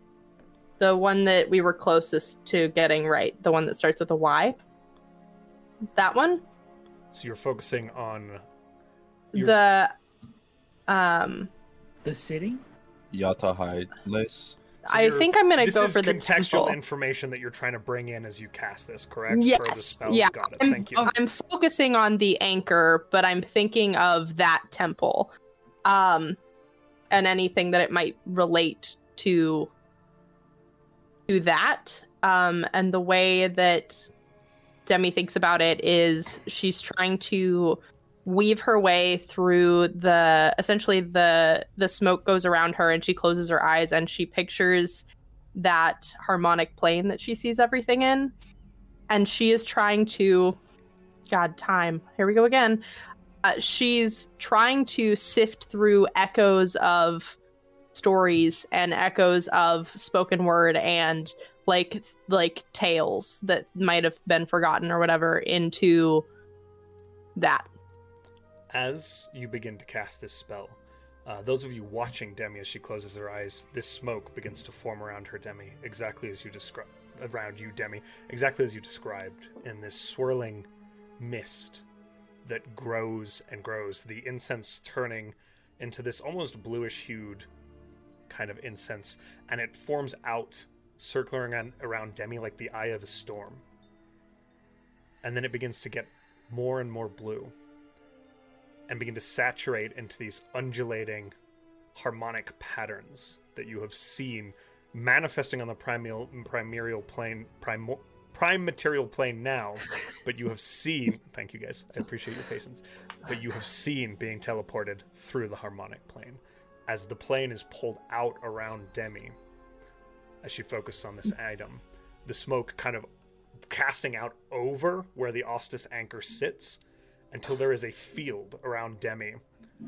S4: the one that we were closest to getting right the one that starts with a y that one
S1: So you're focusing on You're-
S4: the um
S5: The city?
S3: Yatahai Lace.
S1: So
S4: i
S1: you're-
S4: think i'm gonna
S1: this
S4: go
S1: is
S4: for the
S1: contextual
S4: temple
S1: information that you're trying to bring in as you cast this, correct? For the
S4: Yes,
S1: spell.
S4: yeah.
S1: Got it.
S4: I'm-
S1: Thank you.
S4: i'm focusing on the anchor but i'm thinking of that temple um and anything that it might relate to to that um and the way that Demi thinks about it is she's trying to weave her way through the essentially the the smoke goes around her and she closes her eyes and she pictures that harmonic plane that she sees everything in and she is trying to god time here we go again uh, she's trying to sift through echoes of stories and echoes of spoken word and like like tales that might have been forgotten or whatever into that.
S1: As you begin to cast this spell, uh, those of you watching Demi as she closes her eyes, this smoke begins to form around her, Demi, exactly as you described. Around you, Demi, exactly as you described, in this swirling mist that grows and grows, the incense turning into this almost bluish hued kind of incense, and it forms out, circling an- around Demi like the eye of a storm. And then it begins to get more and more blue and begin to saturate into these undulating harmonic patterns that you have seen manifesting on the primal primordial plane primo, prime material plane now but you have seen thank you guys i appreciate your patience but you have seen being teleported through the harmonic plane as the plane is pulled out around demi as she focuses on this item the smoke kind of casting out over where the ostis anchor sits until there is a field around Demi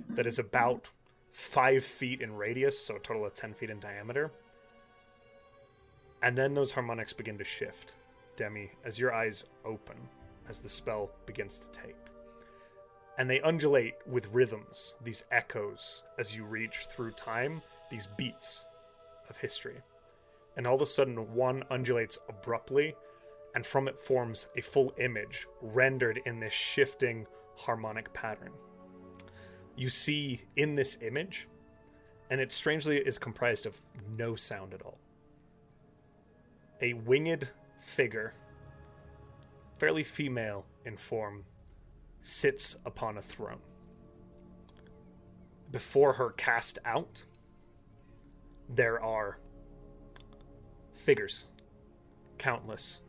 S1: that is about five feet in radius, so a total of 10 feet in diameter. And then those harmonics begin to shift, Demi, as your eyes open, as the spell begins to take. And they undulate with rhythms, these echoes, as you reach through time, these beats of history. and all of a sudden one undulates abruptly, and from it forms a full image rendered in this shifting harmonic pattern. You see in this image, and it strangely is comprised of no sound at all. A winged figure, fairly female in form, sits upon a throne. Before her cast out, there are figures, countless,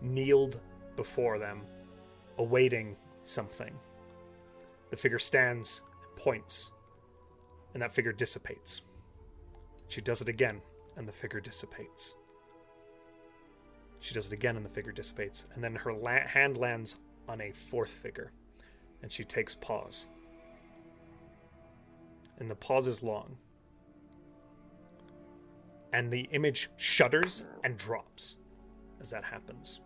S1: kneeled before them, awaiting something. The figure stands and points, and that figure dissipates. She does it again, and the figure dissipates. She does it again, and the figure dissipates. And then her la- hand lands on a fourth figure, and she takes pause. And the pause is long. And the image shudders and drops as that happens.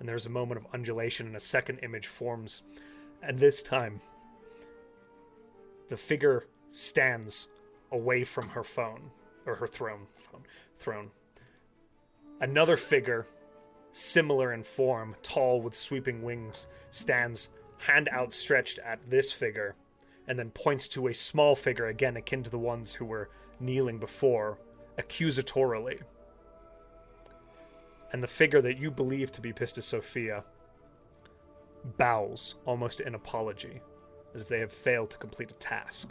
S1: And there's a moment of undulation, and a second image forms. And this time, the figure stands away from her phone or her throne, phone, throne. Another figure, similar in form, tall with sweeping wings, stands hand outstretched at this figure, and then points to a small figure again akin to the ones who were kneeling before, accusatorily. And the figure that you believe to be Pista Sophia bows almost in apology, as if they have failed to complete a task.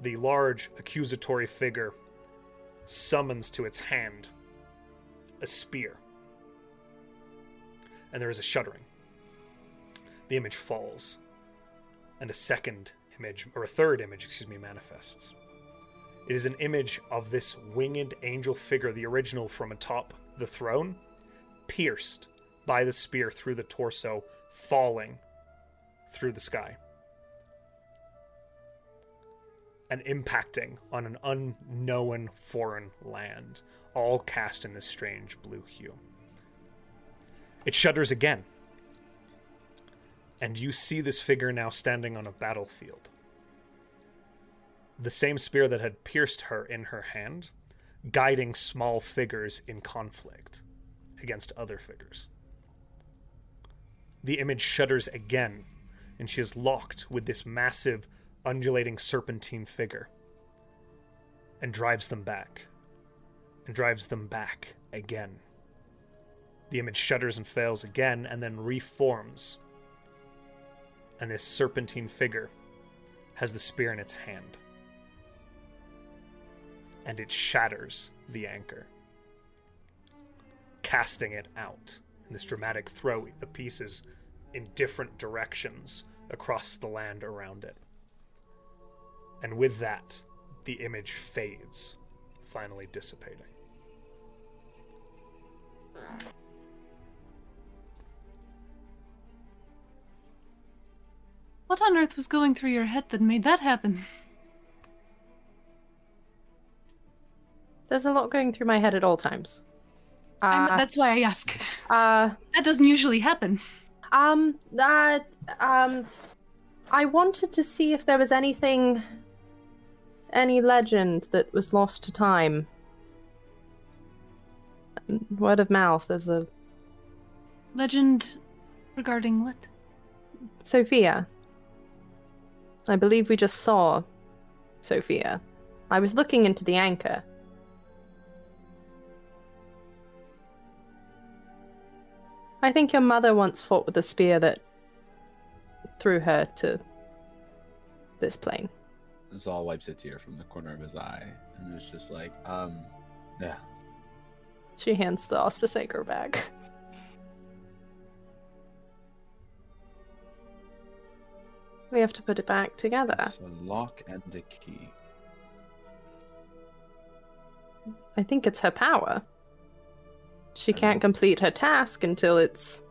S1: The large accusatory figure summons to its hand a spear, and there is a shuddering. The image falls, and a second image, or a third image, excuse me, manifests. It is an image of this winged angel figure, the original from atop the throne, pierced by the spear through the torso, falling through the sky and impacting on an unknown foreign land, all cast in this strange blue hue. It shudders again, and you see this figure now standing on a battlefield. The same spear that had pierced her in her hand, guiding small figures in conflict against other figures. The image shudders again, and she is locked with this massive, undulating serpentine figure and drives them back and drives them back again. The image shudders and fails again and then reforms. And this serpentine figure has the spear in its hand. And it shatters the anchor, casting it out in this dramatic throw, the pieces in different directions across the land around it. And with that, the image fades, finally dissipating.
S2: What on earth was going through your head that made that happen?
S4: There's a lot going through my head at all times.
S2: I'm-
S4: Uh,
S2: That's why I ask.
S4: uh,
S2: That doesn't usually happen.
S4: Um, uh, um, I wanted to see if there was anything, any legend that was lost to time. Word of mouth as a
S2: Legend regarding what?
S4: Sophia. I believe we just saw Sophia. I was looking into the anchor. I think your mother once fought with a spear that threw her to this plane.
S3: Zal wipes a tear from the corner of his eye and is just like, um, yeah.
S4: She hands the Ostasaker back. [laughs] We have to put it back together.
S3: It's a lock and a key.
S4: I think it's her power. She
S3: I
S4: can't
S3: know.
S4: complete her task until it's.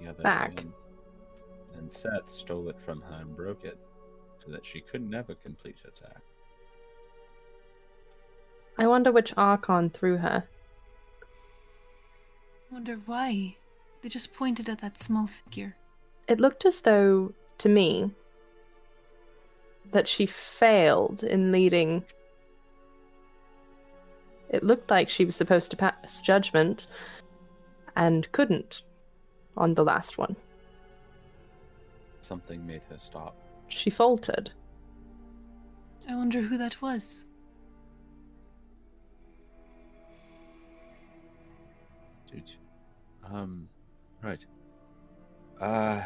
S3: The other
S4: Back.
S3: one- And Seth stole it from her and broke it so that she could never complete her task.
S4: I wonder which Archon threw her.
S2: wonder why. They just pointed at that small figure.
S4: It looked as though, to me, that she failed in leading It looked like she was supposed to pass judgment and couldn't on the last one.
S3: Something made her stop.
S4: She faltered.
S2: I wonder who that was.
S3: Dude. Um, right. Uh.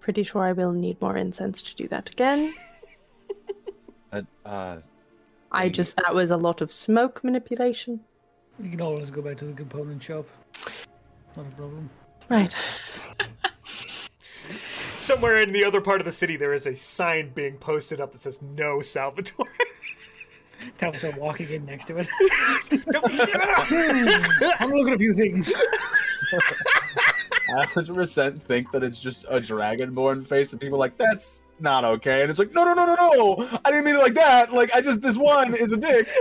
S4: Pretty sure I will need more incense to do that again.
S3: That, uh,
S4: I
S3: Mm.
S4: just, that was a lot of smoke manipulation.
S5: You can always go back to the component shop. Not a problem.
S4: Right.
S1: Somewhere in the other part of the city, there is a sign being posted up that says "No Salvatore." [laughs]
S5: Taps are walking in next
S2: [laughs]
S5: to it.
S1: No, leave it up.
S5: I'm looking at a few things.
S3: I 100% think that it's just a dragonborn face, and people are like, that's not okay. And it's like, no, no, no, no, no. I didn't mean it like that. Like, I just, this one is a dick. [laughs]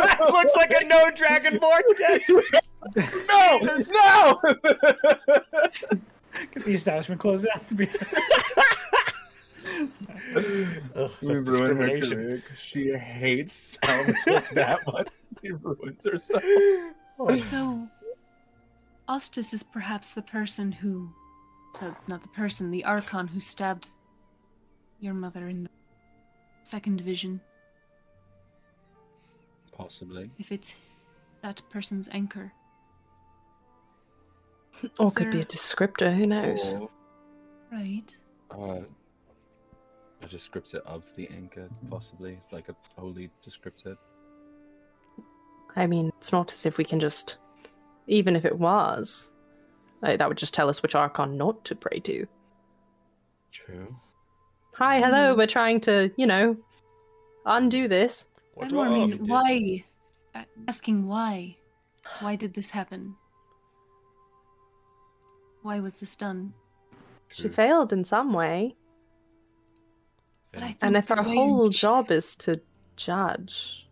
S1: It [laughs] looks like a no dragonborn. Yes.
S3: no, no.
S5: Get the establishment closed down.
S1: Ugh, that's
S3: we ruined her
S1: discrimination.
S3: career 'cause She hates Salvatore that much. [laughs] She ruins herself.
S2: So, Ostis is perhaps the person who. uh, not the person, the Archon who stabbed your mother in the second vision.
S3: Possibly.
S2: If it's that person's anchor.
S4: Or
S2: Is
S4: could be
S2: there-
S4: a descriptor, who knows?
S3: Or,
S2: Right.
S3: uh, a descriptor of the anchor, possibly. Like a holy descriptor.
S4: I mean, it's not as if we can just, even if it was, like, that would just tell us which Archon not to pray to.
S3: True.
S4: Hi, hello,
S2: Mhm.
S4: we're trying to, you know, undo this.
S1: What
S2: I more
S1: do I-
S2: mean,
S3: did.
S2: why? uh, Asking why? Why did this happen? Why was this done?
S4: She failed in some way.
S2: But I
S3: Fair.
S4: And
S2: think
S4: if her
S2: the way in
S4: whole
S2: which-
S4: job is to judge,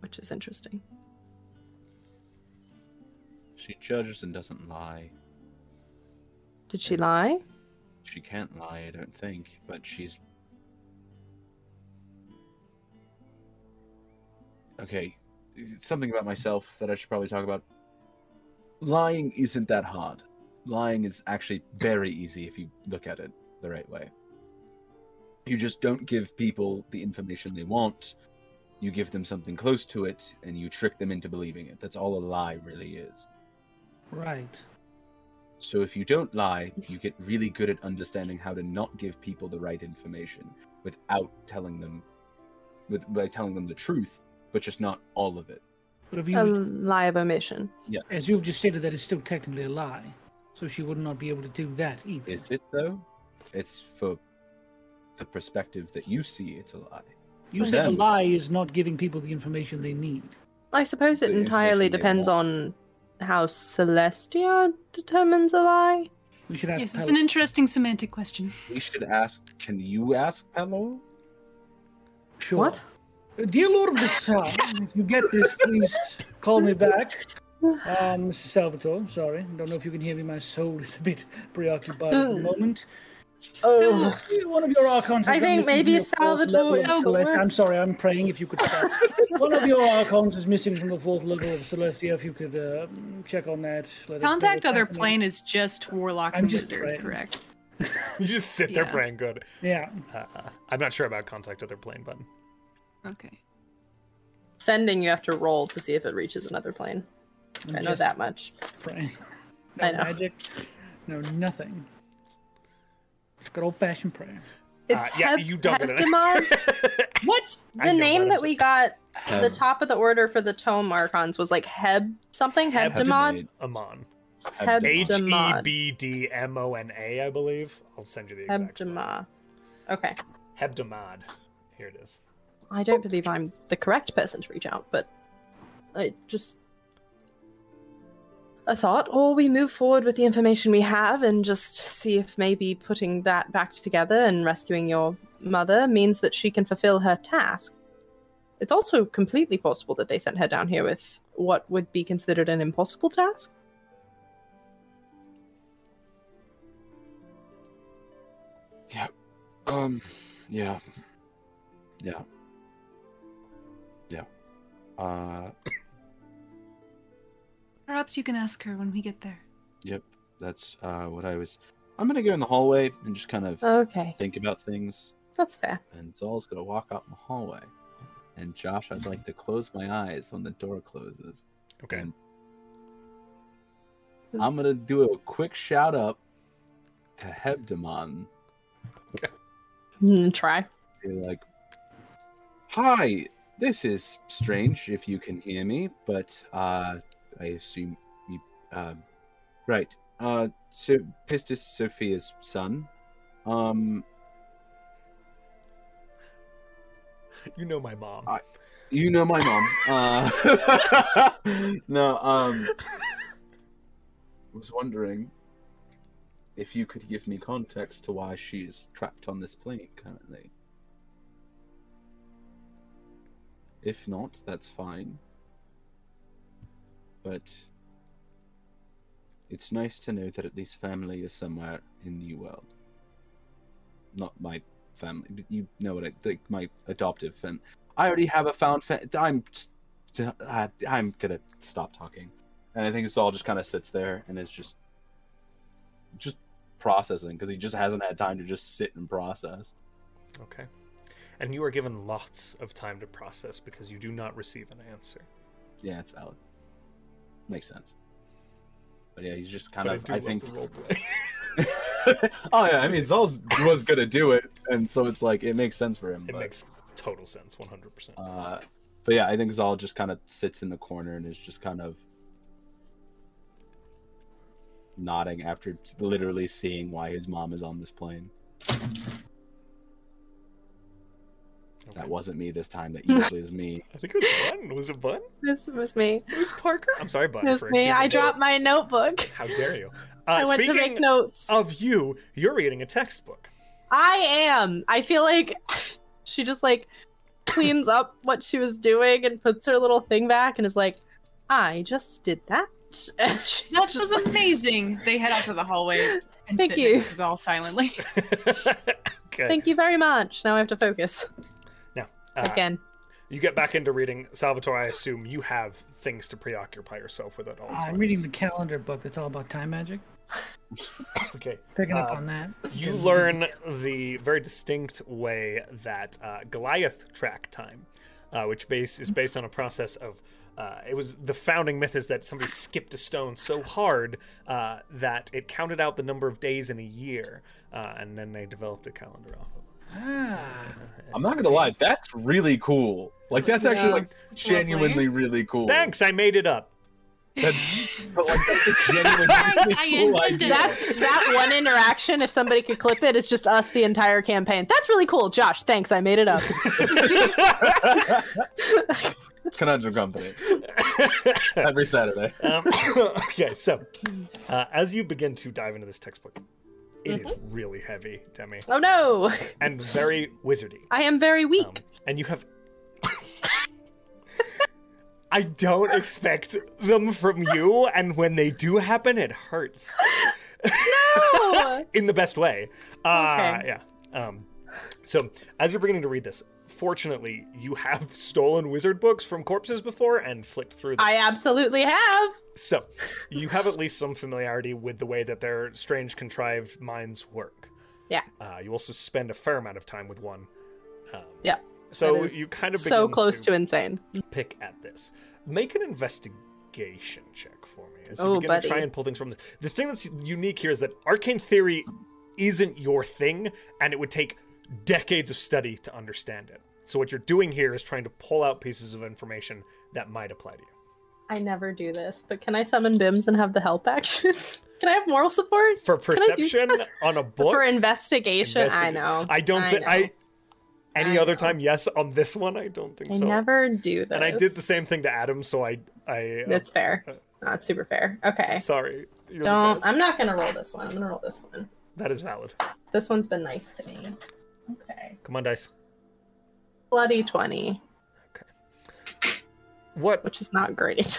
S4: which is interesting.
S3: She judges and doesn't lie.
S4: Did she lie?
S3: She can't lie, I don't think, but she's. Okay, something about myself that I should probably talk about. Lying isn't that hard. Lying is actually very easy if you look at it the right way. You just don't give people the information they want. You give them something close to it, and you trick them into believing it. That's all a lie really is.
S5: Right.
S3: So if you don't lie, you get really good at understanding how to not give people the right information without telling them, with by telling them the truth, but just not all of it.
S5: But if
S4: A
S5: you,
S2: Um,
S4: lie of omission.
S5: as you've just stated, that is still technically a lie. So she would not be able to do that either.
S3: Is it though? It's for the perspective that you see it's a lie.
S5: You said a
S3: Then-
S5: lie is not giving people the information they need.
S4: I suppose it
S3: The
S4: entirely
S3: information they
S4: depends on how Celestia determines a lie.
S5: We should ask
S2: Yes, it's
S5: Tyler.
S2: an interesting semantic question.
S3: We should ask. Can you ask Hello?
S5: Sure.
S4: What?
S5: Dear Lord of the Sun, if you get this, please call me back. Um, Mr. Salvatore, sorry. Don't know if you can hear me. My soul is a bit preoccupied at the moment.
S4: Oh.
S5: One of your archons. has
S4: I
S5: been
S4: think
S5: missing
S4: maybe
S5: from the fourth
S4: Salvatore
S5: level of
S4: is the
S5: Celestia. I'm
S4: worst.
S5: sorry. I'm praying. If you could,
S4: [laughs]
S5: stop. one of your archons is missing from the fourth level of Celestia. If you could uh, check on that. let us know
S2: Contact
S5: what's
S2: other
S5: happening.
S2: plane is just warlock
S5: I'm
S2: and
S5: just
S2: wizard,
S5: praying.
S2: correct?
S1: You just sit there
S2: Yeah.
S1: praying good.
S5: Yeah.
S1: Uh, I'm not sure about contact other plane button. Uh,
S2: Okay.
S4: Sending, you have to roll to see if it reaches another plane. I know
S5: Just
S4: that much.
S5: Praying. No
S4: I know.
S5: magic. No nothing. It's good old-fashioned prayer.
S4: It's
S1: uh, yeah,
S4: Hep-
S1: you don't get an
S4: Heptimon.
S1: [laughs] answer.
S5: What?
S1: I
S4: the
S1: know
S4: name
S1: what
S4: that
S1: I'm
S4: we got the
S3: Um,
S4: top of the order for the tome archons was like heb something hebdomad
S3: Hebdomad.
S1: Amon.
S4: Heb-
S1: H
S3: Hebdomad.
S1: E
S4: Hebdomad.
S1: B D M O N A, I believe. I'll send you the exact spelling.
S4: hebdomad okay
S1: Hebdomad. Here it is.
S4: i don't believe i'm the correct person to reach out but it just a thought or we move forward with the information we have and just see if maybe putting that back together and rescuing your mother means that she can fulfill her task it's also completely possible that they sent her down here with what would be considered an impossible task
S3: Um, yeah. Yeah. Yeah. Uh,
S2: Perhaps you can ask her when we get there.
S3: yep. That's uh, what I was. I'm gonna go in the hallway and just kind of
S4: Okay,
S3: think about things.
S4: that's fair.
S3: And Zol's gonna walk out in the hallway. And Josh, I'd like to close my eyes when the door closes.
S1: Okay.
S3: And I'm gonna do a quick shout up to Hebdemon.
S4: Mm, try.
S3: Be like, "Hi, this is strange. If you can hear me, but uh, I assume you, um, right? Uh, so Pistis Sophia's son. Um,
S1: You know my mom.
S3: I- You know my mom. Uh, [laughs] no, um, was wondering if you could give me context to why she's trapped on this plane currently. If not, that's fine. But it's nice to know that at least family is somewhere in the world. Not my family, but you know what I like my adoptive family. I already have a found. Fa- I'm. St- I, I'm gonna stop talking, and I think Saul just kind of sits there and is just, just processing because he just hasn't had time to just sit and process.
S1: Okay. And you are given lots of time to process because you do not receive an answer.
S3: Yeah, it's valid. Makes sense. But yeah, he's just
S1: But
S3: kind of. I,
S1: love
S3: think. [laughs]
S1: the roleplay.
S3: oh yeah, I mean, Saul was gonna do it, and so it's like it makes sense for him.
S1: it
S3: but...
S1: makes total sense, 100%.
S3: Uh, but yeah, I think Zal just kind of sits in the corner and is just kind of nodding after literally seeing why his mom is on this plane.
S1: Okay.
S3: That wasn't me this time.
S2: [laughs]
S3: That usually is me.
S1: I think it was Bun. Was it Bun?
S4: This was me.
S1: It was Parker. I'm sorry, Bun.
S4: It was
S1: for
S4: me.
S1: accusing
S4: I
S1: Dylan.
S4: dropped my notebook.
S1: How dare you? Uh,
S4: I went to
S1: speaking
S4: make notes.
S1: of you, you're reading a textbook.
S4: I am. I feel like [laughs] she just like cleans up what she was doing and puts her little thing back and is like, I just did that. [laughs] And she's
S2: That
S4: just
S2: was
S4: like-
S2: amazing. They head out to the hallway and
S4: Thank
S2: sit
S4: you.
S2: next to Zal [laughs] silently.
S1: [laughs] okay.
S4: Thank you very much. Now I have to focus
S1: Uh,
S4: again.
S1: You get back into reading Salvatore. I assume you have things to preoccupy yourself with at all times.
S5: Ah, I'm reading the calendar book that's all about time magic.
S1: [laughs]
S5: [laughs]
S1: Okay.
S5: Picking up
S1: Uh,
S5: on that.
S1: You
S5: Because-
S1: learn the very distinct way that uh, Goliath track time, uh, which base
S5: Mm-hmm.
S1: is based on a process of. Uh, it was the founding myth is that somebody skipped a stone so hard uh, that it counted out the number of days in a year, uh, and then they developed a calendar off of.
S5: Ah,
S1: it.
S3: I'm not gonna lie. That's really cool. Like that's actually
S2: Yeah.
S3: like genuinely really cool.
S1: Thanks, I made it up.
S3: That's, but like that's a genuinely
S2: [laughs] Thanks, I
S3: cool
S2: invented
S3: idea.
S4: That's that one interaction. If somebody could clip it, is just us the entire campaign. That's really cool, Josh. Thanks, I made it
S1: [laughs]
S4: up.
S3: Conundrum [laughs] Company every Saturday.
S1: um, okay, so uh, as you begin to dive into this textbook, it is really heavy, Demi,
S4: Oh no,
S1: and very wizardy.
S4: I am very weak.
S1: Um, and you have. I don't expect them from you, and when they do happen, it hurts
S4: No!
S1: in the best way. Uh,
S4: Okay.
S1: Yeah. Um, so, as you're beginning to read this, fortunately, you have stolen wizard books from corpses before and flipped through them.
S4: [laughs] I absolutely have.
S1: So, you have at least some familiarity with the way that their strange, contrived minds work.
S4: Yeah.
S1: Uh, you also spend a fair amount of time with one. Um,
S4: Yeah, that
S1: So
S4: is
S1: you kind of
S4: So
S1: begin
S4: close to insane.
S1: pick at this. Make an investigation check for me as you
S4: Oh,
S1: begin to
S4: buddy.
S1: try and pull things from this. The thing that's unique here is that arcane theory isn't your thing, and it would take decades of study to understand it. So what you're doing here is trying to pull out pieces of information that might apply to you.
S4: I never do this, but can I summon Bims and have the help action? [laughs] can I have moral support
S1: For
S4: I do
S1: perception on a book,
S4: for investigation? I
S1: investigate-
S4: know.
S1: I don't think
S4: know.
S1: I. Any
S4: I
S1: other
S4: know.
S1: time, yes. On this one, I don't think
S4: I
S1: so.
S4: never do this.
S1: and I did the Uh, same thing to Adam, so I, I.
S4: That's fair. Not super fair. Okay.
S1: am sorry. You're the
S4: Don't.
S1: best.
S4: I'm not gonna roll this one. I'm gonna roll this one.
S1: That is valid.
S4: This one's been nice to me. Okay.
S1: Come on, dice.
S4: Bloody twenty,
S1: What
S4: which is not great.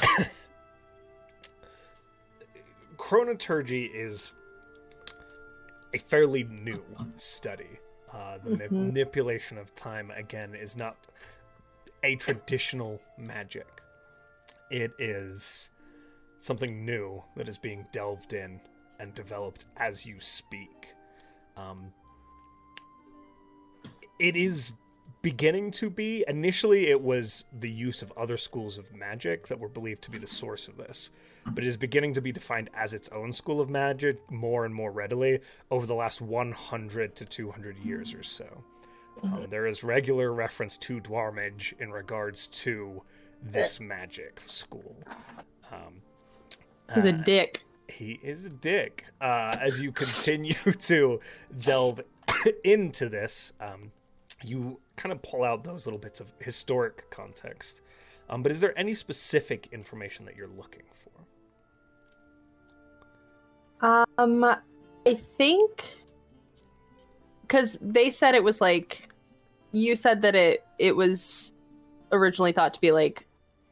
S4: [laughs]
S1: chronoturgy is a fairly new study. Uh, the ma-
S4: Mm-hmm.
S1: manipulation of time, again, is not a traditional magic. It is something new that is being delved in and developed as you speak. Um, it is beginning to be. Initially, it was the use of other schools of magic that were believed to be the source of this, but it is beginning to be defined as its own school of magic more and more readily over the last 100 to 200 years or so. Um, there is regular reference to Dwarmage in regards to this magic school. Um,
S4: He's a
S1: uh,
S4: dick.
S1: he is a dick. Uh, as you continue [laughs] to delve [coughs] into this, um, you kind of pull out those little bits of historic context. Um, but is there any specific information that you're looking for?
S4: Um, I think because they said it was like you said that it it was originally thought to be like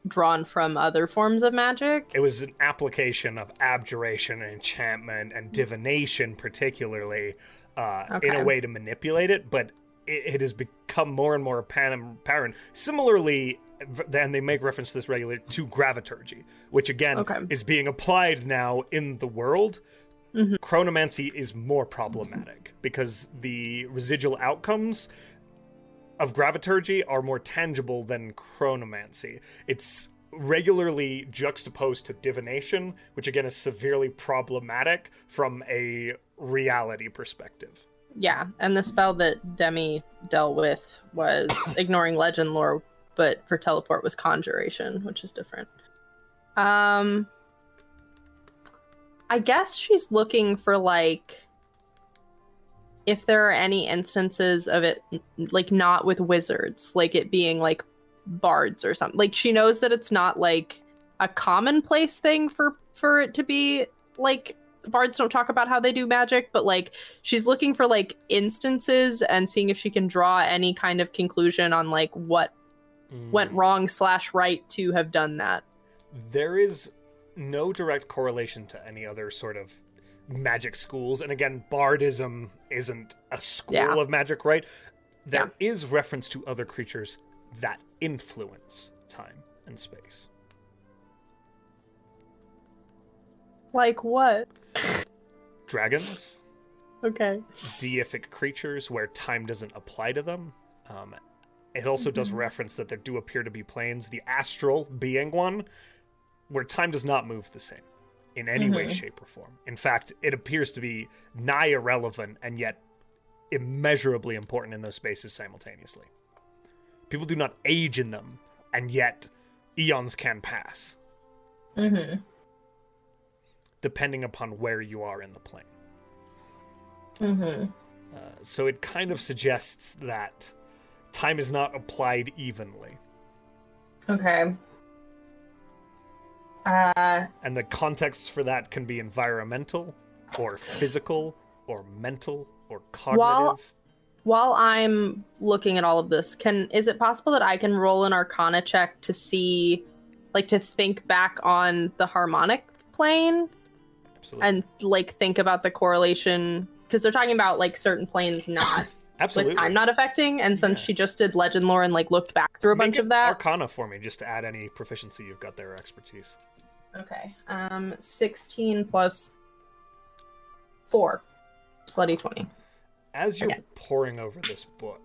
S4: drawn from other forms of magic.
S1: It was an application of abjuration and enchantment and divination, particularly, uh, in
S4: Okay.
S1: a way to manipulate it, but it, it has become more and more apparent. apparent. Similarly, v- then they make reference to this regular to graviturgy, which again
S4: Okay.
S1: is being applied now in the world.
S4: Mhm.
S1: Chronomancy is more problematic because the residual outcomes of graviturgy are more tangible than chronomancy. It's regularly juxtaposed to divination, which again is severely problematic from a reality perspective.
S4: Yeah, and the spell that Demi dealt with was [coughs] ignoring legend lore, but for teleport was conjuration, which is different. Um I guess she's looking for like if there are any instances of it like not with wizards, like it being like bards or something. Like she knows that it's not like a commonplace thing for for it to be like bards don't talk about how they do magic, but like she's looking for like instances and seeing if she can draw any kind of conclusion on like what went
S6: Hmm.
S4: wrong slash right to have done that.
S1: there is no direct correlation to any other sort of magic schools and again bardism isn't a school
S4: Yeah.
S1: of magic right There is reference to other creatures that influence time and space
S4: Like what?
S1: dragons
S4: Okay.
S1: deific creatures where time doesn't apply to them. Um, it also does reference that there do appear to be planes, the astral being one, where time does not move the same in any way,
S6: Mhm.
S1: shape, or form. In fact, it appears to be nigh irrelevant and yet immeasurably important in those spaces simultaneously. People do not age in them, and yet eons can pass,
S6: Mm-hmm.
S1: depending upon where you are in the plane.
S6: Mm-hmm.
S1: Uh, so it kind of suggests that time is not applied evenly,
S6: Okay. Uh,
S1: and the contexts for that can be environmental, or physical, or mental, or cognitive.
S4: While- While I'm looking at all of this, can is it possible that I can roll an arcana check to see like to think back on the harmonic plane
S1: Absolutely.
S4: and like think about the correlation because they're talking about like certain planes not
S1: Absolutely.
S4: with time not affecting and since
S1: Yeah.
S4: she just did legend lore and like looked back through a
S1: Make
S4: bunch
S1: it
S4: of that
S1: Arcana for me, just to add any proficiency you've got there or expertise.
S6: okay.
S4: Um, sixteen plus four, slutty twenty.
S1: As you're
S4: Okay.
S1: poring over this book,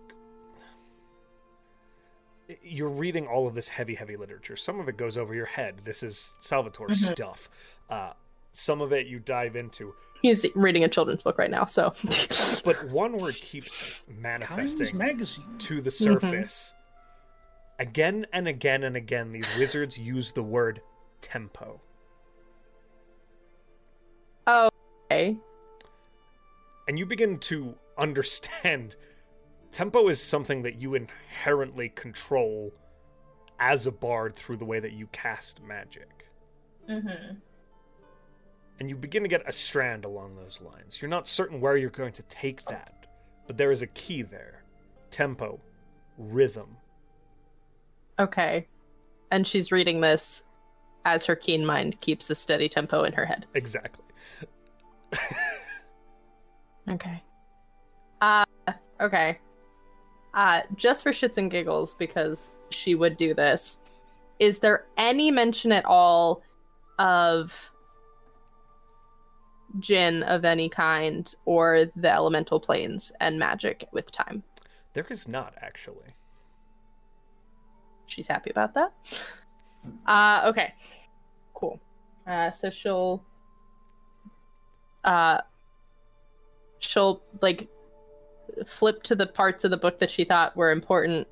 S1: you're reading all of this heavy, heavy literature. Some of it goes over your head. This is Salvatore's
S4: Mm-hmm.
S6: Mhm.
S1: stuff. Uh, some of it you dive into.
S4: He's reading a children's book right now, so [laughs]
S1: but one word keeps
S5: Times
S1: manifesting
S5: Magazine.
S1: to the surface again and again and again these wizards use the word tempo
S4: okay.
S1: and you begin to understand [laughs] tempo is something that you inherently control as a bard through the way that you cast magic
S6: Mm-hmm.
S1: and you begin to get a strand along those lines. You're not certain where you're going to take that, but there is a key there tempo, rhythm,
S4: Okay. And she's reading this as her keen mind keeps a steady tempo in her head.
S1: exactly.
S4: Okay. Uh Okay. Uh, just for shits and giggles, because she would do this. Is there any mention at all of Jin of any kind or the elemental planes and magic with time?
S1: There is not actually.
S4: She's happy about that. Uh, okay. Cool. Uh, so she'll. Uh, she'll, like, flip to the parts of the book that she thought were important,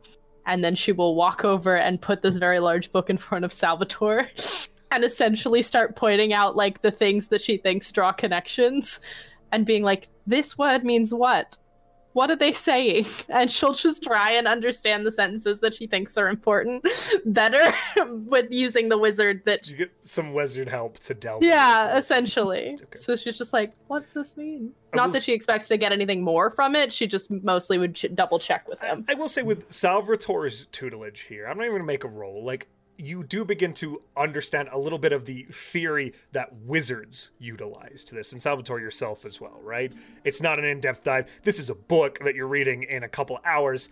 S4: and then she will walk over and put this very large book in front of Salvatore [laughs] and essentially start pointing out like the things that she thinks draw connections and being like, this word means what? What are they saying? [laughs] And she'll just try and understand the sentences that she thinks are important [laughs] better with using the wizard that.
S1: You get some wizard help to delve. into
S4: Yeah,
S1: some-
S4: essentially.
S1: Okay.
S4: So she's just like, what's this mean?
S1: I
S4: Not
S1: will
S4: that
S1: s-
S4: she expects to get anything more from it. She just mostly would ch- double check
S1: [laughs]
S4: with him.
S1: I will say with Salvatore's tutelage here, I'm not even gonna make a roll. Like you do begin to understand a little bit of the theory that wizards utilize to this, and Salvatore yourself as well, right? It's not an in-depth dive. This is a book that you're reading in a couple hours.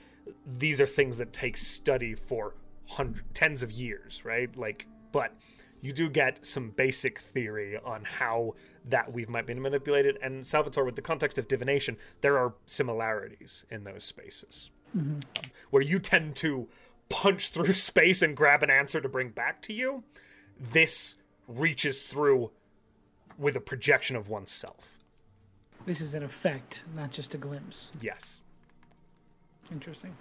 S1: These are things that take study for hundred, tens of years, right? Like, but you do get some basic theory on how that weave might be manipulated. And Salvatore, with the context of divination, there are similarities in those spaces
S5: Mhm.
S1: where you tend to punch through [laughs] space and grab an answer to bring back to you, this reaches through with a projection of oneself.
S5: This is an effect, not just a glimpse.
S1: Yes.
S5: Interesting.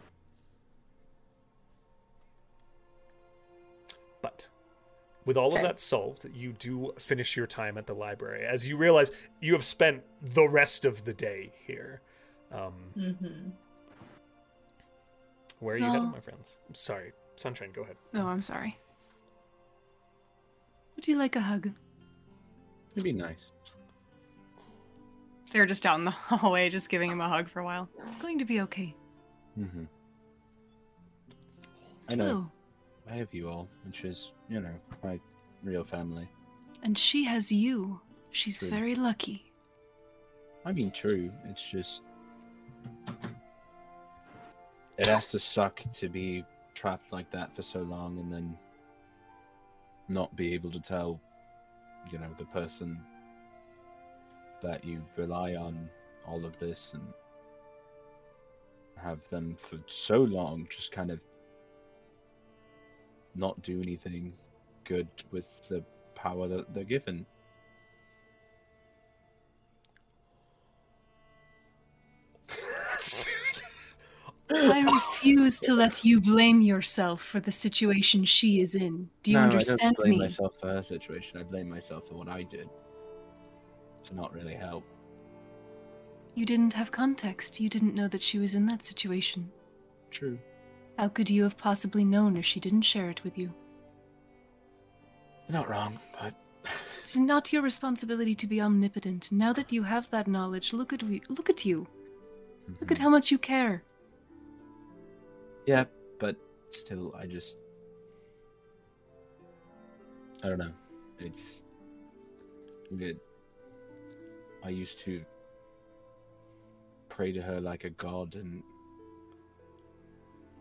S1: But with all
S4: Okay.
S1: of that solved, you do finish your time at the library as you realize you have spent the rest of the day here. Um,
S6: Mm-hmm.
S1: where are you headed,
S2: So-
S1: my friends? Sorry, Sunshine, go ahead.
S2: No, Oh, I'm sorry. Would you like a hug?
S3: It'd be nice.
S2: They're just out in the [laughs] hallway, just giving him a hug for a while. It's going to be okay.
S3: Mm-hmm. I know. I have you all, which is, you know, my real family.
S2: Oh, and she has you. She's
S3: True.
S2: very lucky.
S3: I mean, true. It's just it has to suck to be trapped like that for so long, and then not be able to tell, you know, the person that you rely on all of this and have them for so long just kind of not do anything good with the power that they're given.
S2: I refuse to let you blame yourself for the situation she is in. Do you
S3: no,
S2: understand
S3: I don't blame
S2: me?
S3: myself for her situation. I blame myself for what I did. To not really help.
S2: You didn't have context. You didn't know that she was in that situation.
S3: True.
S2: How could you have possibly known if she didn't share it with you?
S3: Not wrong, but
S2: It's not your responsibility to be omnipotent. Now that you have that knowledge, look at we- look at you. Look
S3: Hmm.
S2: at how much you care.
S3: yeah, but still, I just I don't know. It's good. I used to pray to her like a god, and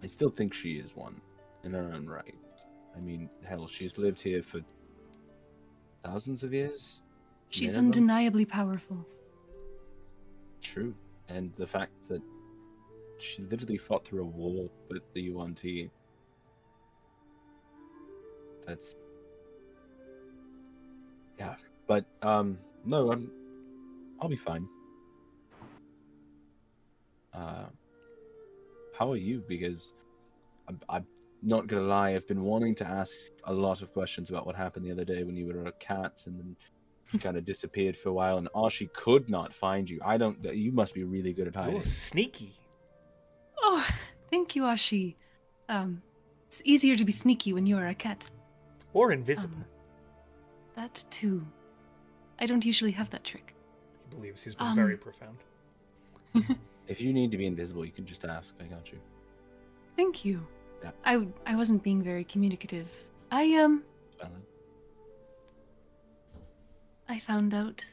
S3: I still think she is one in her own right. I mean, hell, she's lived here for thousands of years,
S2: She's
S3: Minimum.
S2: undeniably powerful.
S3: True. And the fact that she literally fought through a war with the UNT. That's Yeah. But um no, I'm I'll be fine. Uh how are you? Because I'm, I'm not gonna lie, I've been wanting to ask a lot of questions about what happened the other day when you were a cat and then you kind of disappeared for a while and Archie could not find you. I don't you must be really good at hiding.
S1: Ooh, sneaky.
S2: Oh, [laughs] thank you, Ashi. Um, it's easier to be sneaky when you are a cat.
S1: Or invisible.
S2: Um, that too. I don't usually have that trick.
S1: he believes he's been
S2: um,
S1: very profound.
S3: If you need to be invisible, you can just ask. I got you.
S2: Thank you.
S3: Yeah.
S2: I I wasn't being very communicative. I um
S3: Spell it.
S2: I found out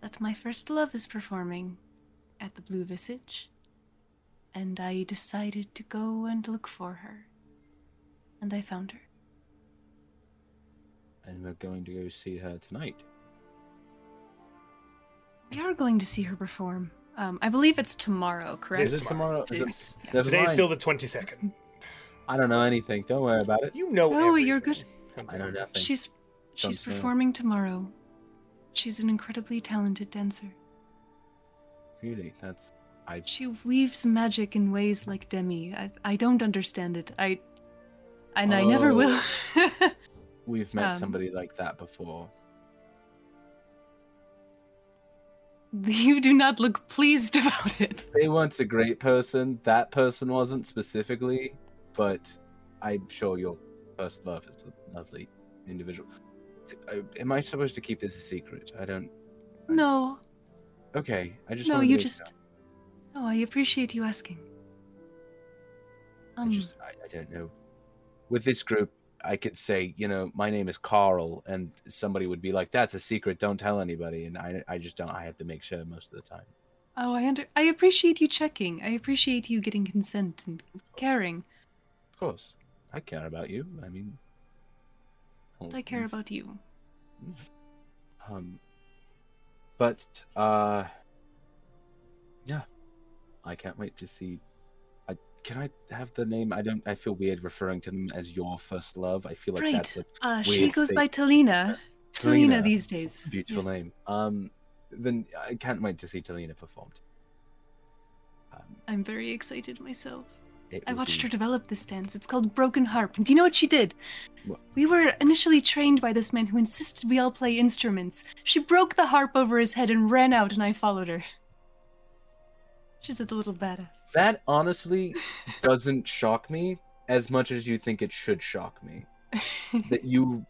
S2: that my first love is performing at the Blue Visage. and I decided to go and look for her. And I found her.
S3: And we're going to go see her tonight.
S2: We are going to see her perform. Um, I believe it's tomorrow, correct?
S3: Is it tomorrow? Is
S2: It's-
S3: it, never
S1: Today's
S3: mind.
S1: still the 22nd.
S3: I don't know anything. Don't worry about it.
S1: You know
S2: Oh, you're
S1: everything.
S3: I know nothing.
S2: She's she's
S3: Sounds familiar.
S2: performing tomorrow. She's an incredibly talented dancer.
S3: Really, that's. I.
S2: She weaves magic in ways like Demi. I, I don't understand it. I and I never
S3: Oh.
S2: will.
S3: We've met
S2: Um,
S3: somebody like that before.
S2: [laughs] you do not look pleased about it.
S3: They weren't a great person. That person wasn't specifically, but I'm sure your first love is a lovely individual. T- uh, Am I supposed to keep this a secret? I don't.
S2: No,
S3: Okay, I just.
S2: no,
S3: wanted
S2: you
S3: to-
S2: just. No, I appreciate you asking. Um,
S3: I just I, I don't know. With this group, I could say, you know, my name is Carl, and somebody would be like, "That's a secret. Don't tell anybody." And I, I just don't. I have to make sure most of the time.
S2: Oh, I under- I appreciate you checking. I appreciate you getting consent and caring.
S3: Of course, I care about you. I mean,
S2: I care about you.
S3: Um, but uh, yeah, I can't wait to see. I can I have the name? I don't. I feel weird referring to them as your first love. I feel like
S2: right.
S3: that's a
S2: Uh, she
S3: weird
S2: goes
S3: thing.
S2: by Talina. Talina,
S3: Talina.
S2: these days.
S3: Beautiful
S2: Yes.
S3: name. Um, then I can't wait to see Talina performed. Um,
S2: I'm very excited myself.
S3: it
S2: I
S3: will
S2: watched
S3: be-
S2: her develop this dance. It's called Broken Harp. And do you know what she did?
S3: What?
S2: We were initially trained by this man who insisted we all play instruments. She broke the harp over his head and ran out, and I followed her. She's a little badass.
S3: That honestly doesn't shock me as much as you think it should shock me. That you,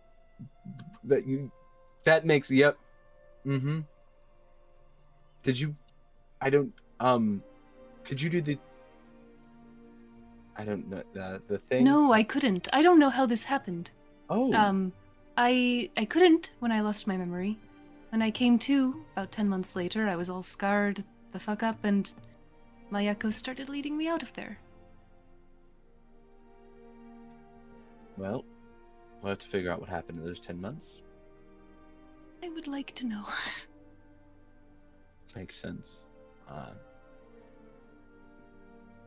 S3: that you, that makes yep. Mm-hmm. Did you? I don't. Um, could you do the? I don't know the the thing.
S2: no, I couldn't. I don't know how this happened.
S3: Oh.
S2: Um, I I couldn't when I lost my memory. When I came to about ten months later, I was all scarred the fuck up, and Mayako started leading me out of there.
S3: well, we'll have to figure out what happened in those ten months.
S2: I would like to know. [laughs]
S3: Makes sense. Um,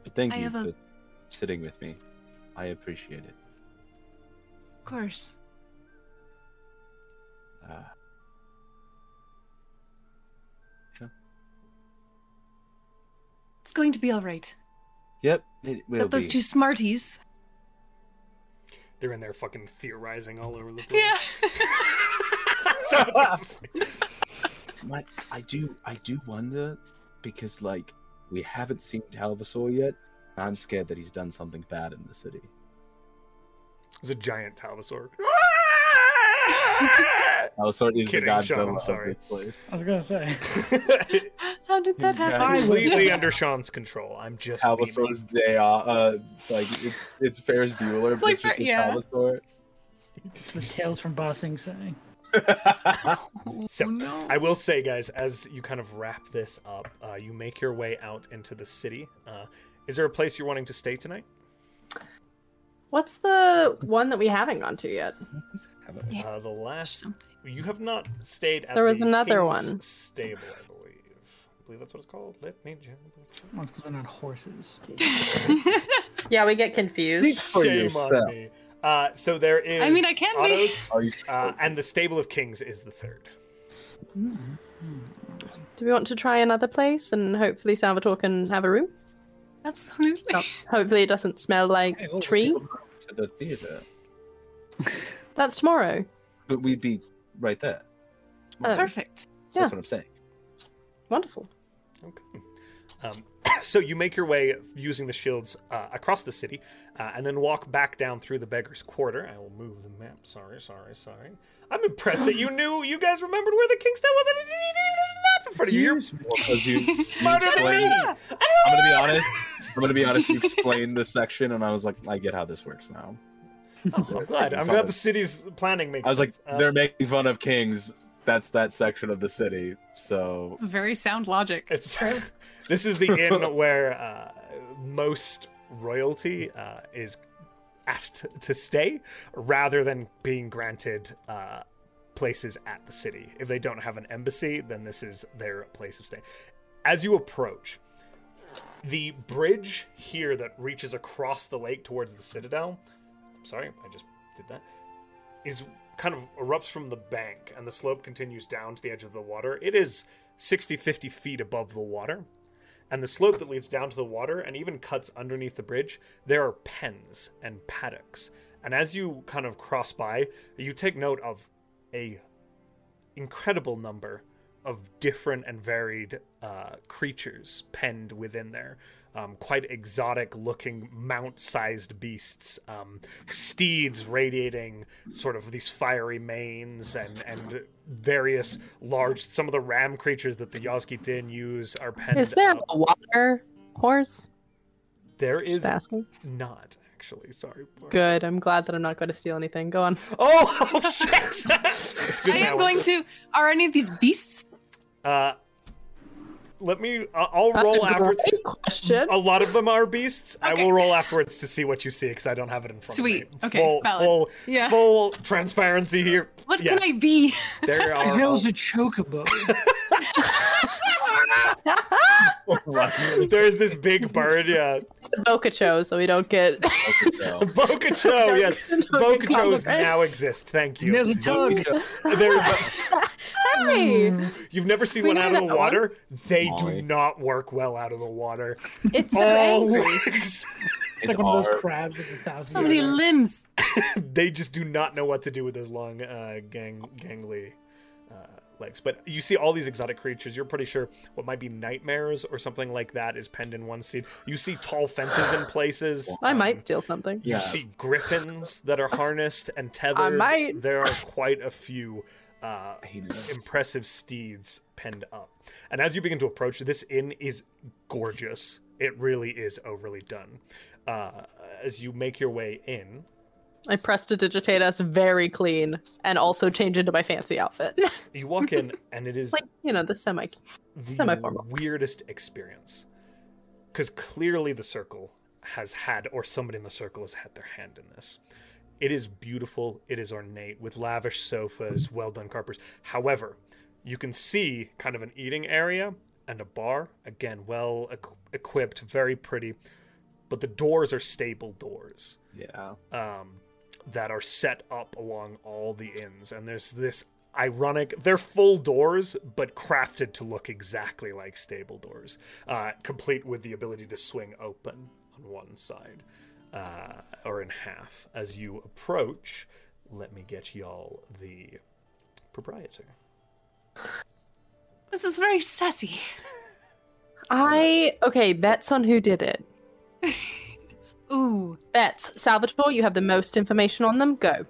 S3: but thank
S2: I
S3: you
S2: have
S3: for
S2: a-
S3: sitting with me. I appreciate it.
S2: Of course.
S3: Uh,
S2: It's going to be all right.
S3: yep, it will
S2: But those
S3: be.
S2: two smarties.
S1: They're in there fucking theorizing all over the place.
S4: [laughs]
S2: Yeah.
S1: [laughs] So it's-
S3: Like, I do, I do wonder because like we haven't seen Talvasaur yet. and I'm scared that he's done something bad in the city.
S1: it's a giant
S3: [laughs]
S1: Talvasaur.
S3: Talvasaur is
S1: Kidding,
S3: Oh, the Godzilla
S1: Sean, I'm
S3: of
S1: sorry.
S3: this place.
S5: I was gonna say. [laughs]
S2: How did that
S3: Yeah.
S2: happen?
S1: Completely under Sean's control. I'm just
S3: Talvasaur's day off, uh, like it, it's Ferris Bueller,
S2: It's
S3: but
S2: like
S3: it's just
S2: Fer-
S3: a
S2: yeah. [laughs]
S3: Talvasaur.
S5: It's the tales from Bossing saying.
S2: Oh,
S1: So,
S2: no.
S1: I will say, guys, as you kind of wrap this up, uh, you make your way out into the city. Uh, is there a place you're wanting to stay tonight?
S4: What's the one that we haven't gone to yet?
S2: Yeah.
S1: Uh, the last
S2: Something.
S1: you have not stayed at.
S4: There was
S1: the
S4: another
S1: King's
S4: one.
S1: Stable, I believe. I believe that's what it's called. Let me. check.
S5: Well, it's 'cause we're not horses.
S4: Yeah, we get confused.
S3: for
S1: Shame on
S3: yourself.
S1: me. Uh, so there is.
S2: I mean, I can be.
S1: Otto's,
S3: [laughs] Are you
S1: uh, and the Stable of Kings is the third.
S5: Mm-hmm.
S4: Do we want to try another place and hopefully Salvatore can have a room?
S2: Absolutely.
S4: Oh, hopefully it doesn't smell like
S5: Hey, oh,
S4: tree.
S3: to the theater?
S4: That's tomorrow.
S3: But we'd be right there.
S2: Uh,
S4: Oh.
S2: Perfect.
S3: That's what I'm saying.
S4: Wonderful.
S1: Okay. Um, [clears throat] so you make your way using the shields uh, across the city, uh, and then walk back down through the beggars' quarter. I will move the map. Sorry, sorry, sorry. I'm impressed
S2: [sighs]
S1: that you knew. You guys remembered where the King's Town was, and you didn't even have the map in front of you. You're
S3: Because
S1: [laughs]
S3: you,
S1: smarter than me.
S5: [laughs]
S3: explained- I'm gonna be honest. I'm gonna be honest. You explained the section, and I was like, I get how this works now.
S1: Oh, I'm glad. I'm glad the city's planning makes.
S3: I was like,
S1: sense. Uh,
S3: they're making fun of kings. That's that section of the city. So
S2: Very sound logic.
S1: [laughs] It's this is the inn where uh, most royalty uh, is asked to stay rather than being granted uh, places at the city. If they don't have an embassy, then this is their place of stay. As you approach, the bridge here that reaches across the lake towards the citadel, I'm sorry, I just did that, is kind of erupts from the bank and the slope continues down to the edge of the water. It is 60, 50 feet above the water. And the slope that leads down to the water and even cuts underneath the bridge, there are pens and paddocks. And as you kind of cross by, you take note of a incredible number of different and varied uh, creatures penned within there. Um, quite exotic looking mount sized beasts, um, steeds radiating sort of these fiery manes, and, and various large, some of the ram creatures that the Yazgi Din use are penned.
S4: Is there
S1: up.
S4: a water horse?
S1: There is
S4: Just asking.
S1: not, actually. Sorry. Blur.
S4: Good. I'm glad that I'm not going to steal anything. Go on.
S1: Oh, [laughs] oh, shit! Excuse
S2: I
S1: me.
S2: am
S1: was-
S2: going to. Are any of these beasts?
S1: Uh, let me. I- I'll
S4: That's
S1: roll Oh.
S4: a
S1: after.
S4: great question.
S1: A lot of them are beasts. I
S2: Okay.
S1: will roll afterwards to see what you see because I don't have it in front
S2: Sweet.
S1: of me.
S2: Okay,
S1: Full,
S2: valid.
S1: full,
S2: Yeah.
S1: full transparency here.
S2: What
S1: yes,
S2: can I be? [laughs]
S1: There
S5: The
S1: are.
S5: hell's a chocobo?
S1: There's this big bird. Yeah,
S4: It's a Bocacho, so we don't get.
S3: Okay,
S5: [laughs]
S3: so-
S2: [laughs]
S1: Bocacho. Oh,
S4: [laughs]
S1: yes,
S4: Don't get
S1: Bokachos
S4: caught,
S1: now exist. Thank you.
S5: There's a tug.
S1: There's a-
S4: right? Hey!
S1: you've never seen
S4: We
S1: one
S4: know
S1: out of
S4: that
S1: the
S4: one.
S1: water. They do
S3: Molly.
S1: not work well out of the water.
S4: It's so
S1: All [laughs]
S4: angry.
S1: legs
S5: It's like
S3: It's
S5: one of those
S3: our-
S5: crabs with a thousand.
S2: So many
S5: ears.
S2: limbs.
S1: they just do not know what to do with those long uh, gang gangly uh, legs. But you see all these exotic creatures. You're pretty sure what might be nightmares or something like that is penned in one seed. You see tall fences in places.
S4: I might
S1: Um,
S4: steal something.
S1: you
S3: Yeah.
S1: see griffins that are harnessed and tethered.
S4: might.
S1: There are quite a few. Uh,
S3: I hated it.
S1: impressive steeds penned up. And as you begin to approach, this inn is gorgeous. It really is overly done. Uh, as you make your way in,
S4: I press to digitate us very clean and also change into my fancy outfit. [laughs]
S1: You walk in, and it is
S4: like, you know, the semi.
S1: the
S4: semi-formal.
S1: weirdest experience. Because clearly the circle has had, or somebody in the circle has had their hand in this. It is beautiful, it is ornate, with lavish sofas, well done carpers. However, you can see kind of an eating area and a bar. Again, well equ- equipped, very pretty. But the doors are stable doors
S3: Yeah.
S1: um, that are set up along all the inns. And there's this ironic, they're full doors, but crafted to look exactly like stable doors, uh, complete with the ability to swing open on one side uh, or in half. As you approach, let me get y'all the proprietor.
S2: This is very sassy.
S4: I okay. Bets on who did it.
S2: Ooh.
S4: Bets, Salvatore, you have the most information on them. Go.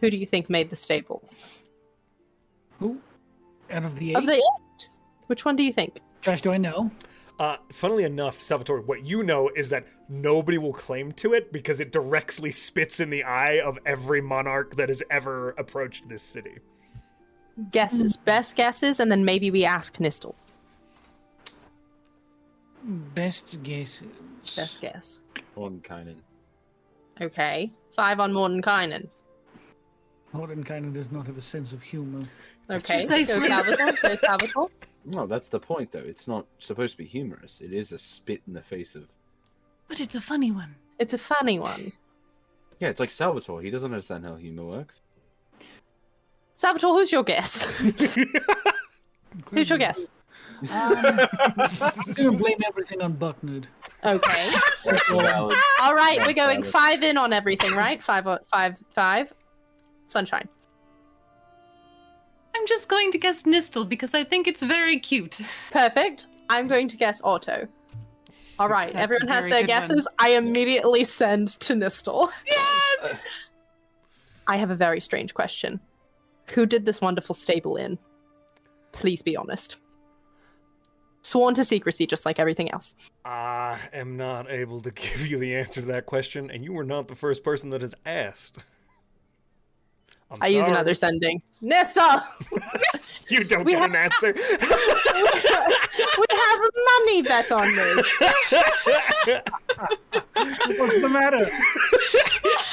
S4: Who do you think made the stable
S5: Who? Out of the eight?
S4: of the eight? Which one do you think?
S5: Josh, do I know?
S1: Uh, funnily enough, Salvatore, what you know is that nobody will claim to it because it directly spits in the eye of every monarch that has ever approached this city.
S4: Guesses, best guesses, and then maybe we ask Nistel.
S5: Best guess.
S4: Best guess.
S3: Hornkainen.
S4: Okay, five on Mordenkainen.
S5: Holden kind of does not have a sense of humor.
S4: Okay, go
S2: Precisely.
S4: Salvatore. Go Salvatore.
S3: No, that's the point, though. It's not supposed to be humorous. It is a spit in the face of.
S2: But it's a funny one.
S4: It's a funny one.
S3: Yeah, it's like Salvatore. He doesn't understand how humor works.
S4: Salvatore, who's your guess? [laughs] who's your guess?
S5: I'm gonna blame everything on Bucknud.
S4: Okay.
S3: Valid.
S4: [laughs] All right,
S3: Yeah,
S4: we're going
S3: valid.
S4: five in on everything, right? Five, o- five, five. Sunshine.
S2: I'm just going to guess Nistel because I think it's very cute.
S4: Perfect. I'm going to guess auto. All right,
S2: That's a
S4: everyone has
S2: very
S4: their
S2: good one.
S4: guesses. I immediately send to Nistel.
S2: Yes!
S4: [laughs] I have a very strange question. Who did this wonderful stable in? Please be honest. Sworn to secrecy, just like everything else.
S1: I am not able to [laughs] give you the answer to that question, and you were not the first person that has asked. I'm
S4: I use
S1: sorry.
S4: another sending. [laughs] Nestor!
S1: [laughs] You don't
S4: We
S1: get
S4: have-
S1: an answer.
S4: we have a money bet on this.
S5: What's the
S4: [laughs]
S5: matter?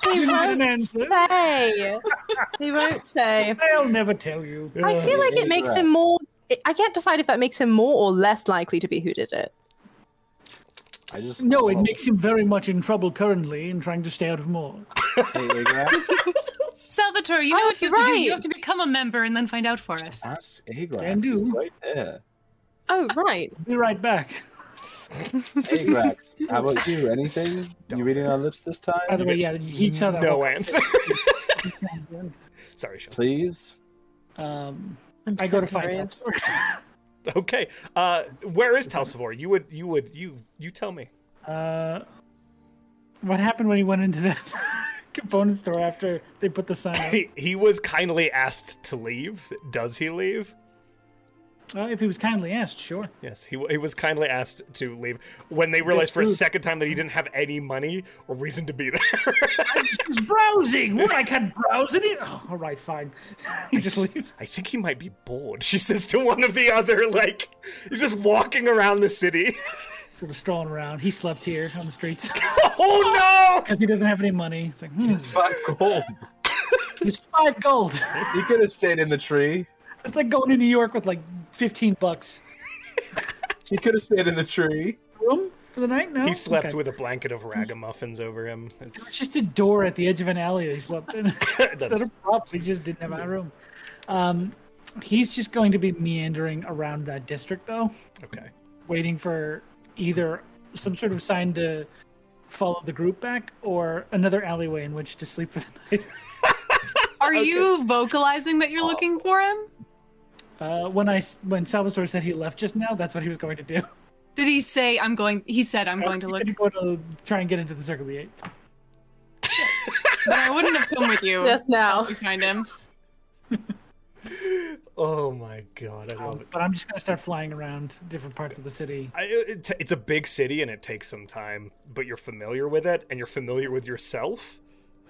S4: He
S5: You need an
S4: won't
S5: answer.
S4: say. He won't say.
S5: I'll never tell you.
S4: [laughs]
S1: Oh,
S4: I feel like
S3: Yeah,
S4: it makes
S3: right.
S4: him more. I can't decide if that makes him more or less likely to be who did it.
S3: I just Oh,
S5: No, it makes him very much in trouble currently and trying to stay out of more.
S3: [laughs] Hey, Agrat,
S5: [laughs]
S2: Salvatore, you know
S4: Oh,
S2: what you have
S4: you're
S2: to do. You
S4: right.
S2: have to become a member and then find out for us.
S3: ask Agrat.
S5: Can do.
S3: He's Right there.
S4: Oh, right.
S5: Be right back.
S3: Agrat, how about
S5: [laughs]
S3: you? Anything?
S1: Stop
S3: you reading our lips this
S5: By the
S3: time?
S5: way, yeah, he saw
S1: [laughs]
S5: that.
S1: no
S4: [laughs]
S5: whole-
S1: answer. Sorry, Sean.
S3: Please.
S5: Um,
S4: I'm
S5: I
S4: so
S5: go to find
S4: curious.
S5: out.
S1: Okay. Uh, where is Talsivore? You would, you would, you, you tell me.
S5: Uh, what happened when he went into that [laughs] component store after they put the sign [laughs] up?
S1: He, he was kindly asked to leave. Does he leave?
S5: Uh, if he was kindly asked, sure.
S1: Yes, he, he was kindly asked to leave when they realized for a
S5: food.
S1: second time that he didn't have any money or reason to be [laughs] there.
S5: I was just browsing. What I can browse in it? Oh, all right, fine. [laughs] he just leaves.
S1: I think he might be bored, she says to one of the other. Like, he's just walking around the city. [laughs]
S5: Sort of strolling around. He slept here on the streets [laughs]
S1: oh no!
S5: because he doesn't have any money. It's like, [laughs] hmm,
S3: Five gold.
S5: it's five gold.
S3: You could have stayed in the tree.
S5: It's like going to New York with like 15 bucks.
S3: You could have stayed in the tree.
S5: Room for the night? No.
S1: He slept
S5: Oh, Okay.
S1: with a blanket of ragamuffins over him. [laughs]
S5: It's
S1: It's
S5: just a door at the edge of an alley that he slept in. [laughs]
S1: That's-
S5: Instead of props, he just didn't have a room. Um, he's just going to be meandering around that district, though,
S1: okay.
S5: waiting for either some sort of sign to follow the group back or another alleyway in which to sleep for the [laughs] night.
S2: Are you vocalizing that you're looking for him?
S5: Uh, when I s- when Salvatore said he left just now, that's what he was going to do.
S2: Did he say I'm going? He said I'm going to
S5: Oh, [laughs] He
S2: look,
S5: said he's going to try and get into the circle of the eight.
S2: but I wouldn't have come with you.
S4: Just now.
S2: to find him.
S1: Oh my god, I love
S5: Um,
S1: it.
S5: but I'm just going to start flying around different parts of the city.
S1: I, it. It's a big city and it takes some time, but you're familiar with it and you're familiar with yourself.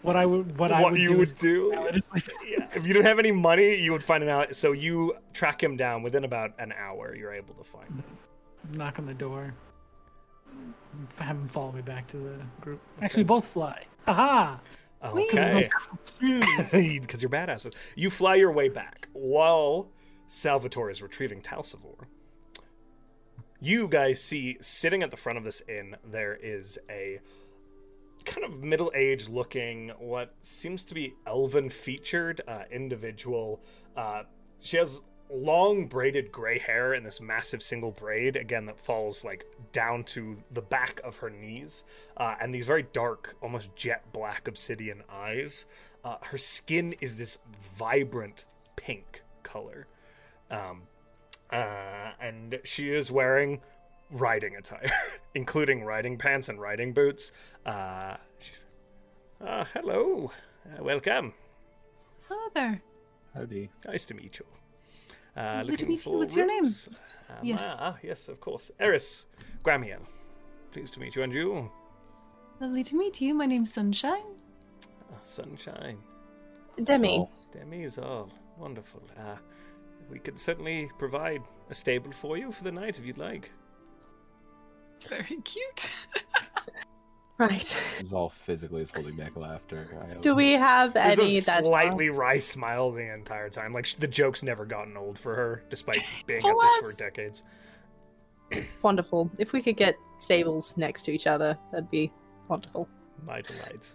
S5: What I would what,
S1: What,
S5: I would
S1: you
S5: do
S1: would
S5: [laughs] is
S1: do?
S5: now it is like
S1: [laughs] Yeah, if you didn't have any money, you would find it out. So you track him down within about an hour. You're able to find him.
S5: knock on the door. Have him follow me back to the group. Actually, both fly. Aha! Because of
S1: Okay,
S5: those
S1: [laughs]
S5: cartoons.
S1: because you're badasses. You fly your way back while Salvatore is retrieving Talsivore. You guys see sitting at the front of this inn there is a kind of middle-aged looking, what seems to be elven-featured uh, individual. Uh, she has long braided gray hair and this massive single braid again that falls like down to the back of her knees uh, and these very dark almost jet black obsidian eyes uh, her skin is this vibrant pink color um, uh, and she is wearing riding attire [laughs] including riding pants and riding boots uh, she's uh, hello uh, welcome
S2: Hello there.
S3: Howdy.
S1: Nice to meet you. Uh,
S2: to
S1: looking
S2: meet you.
S1: for
S2: What's your name?
S1: rooms. Um,
S2: Yes.
S1: Ah, yes, of course. Eris Gramiel. Pleased to meet you. And you?
S2: Lovely to meet you. My name's Sunshine.
S1: Ah, sunshine.
S4: Demi.
S1: Demi is all. Wonderful. Uh, we could certainly provide a stable for you for the night if you'd like.
S2: Very cute.
S4: Right.
S3: This is all physically is holding back laughter. I
S4: Do we have
S1: There's
S4: any
S1: a
S4: that.
S1: slightly wry smile the entire time. Like, sh- the joke's never gotten old for her,
S4: [laughs]
S1: despite being at this
S2: Bless.
S1: for decades.
S4: Wonderful. If we could get stables next to each other, that'd be wonderful.
S1: My delight.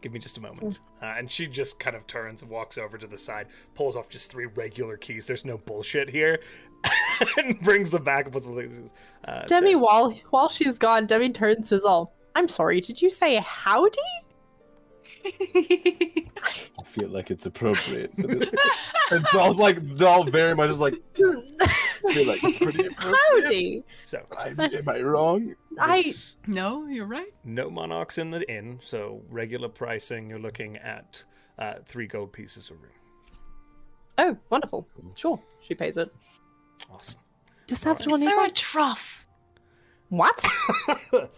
S1: Give me just a moment. Uh, and she just kind of turns and walks over to the side, pulls off just three regular keys. There's no bullshit here. [laughs] and brings them back and puts them uh,
S4: Demi,
S1: so-
S4: while while she's gone, Demi turns to Zol. I'm sorry, did you say howdy?
S3: I feel like it's appropriate. For this. and so I was like, all very much is like, I feel like it's pretty
S4: [laughs]
S3: appropriate.
S4: Howdy!
S1: So,
S3: I, am I wrong?
S4: I
S1: there's
S2: no, you're right.
S1: no monarchs in the inn, so regular pricing, you're looking at uh, three gold pieces a room.
S4: Oh, wonderful. Sure. She pays it.
S1: Awesome.
S4: Just have to
S2: Is
S4: one
S2: there a trough?
S4: What?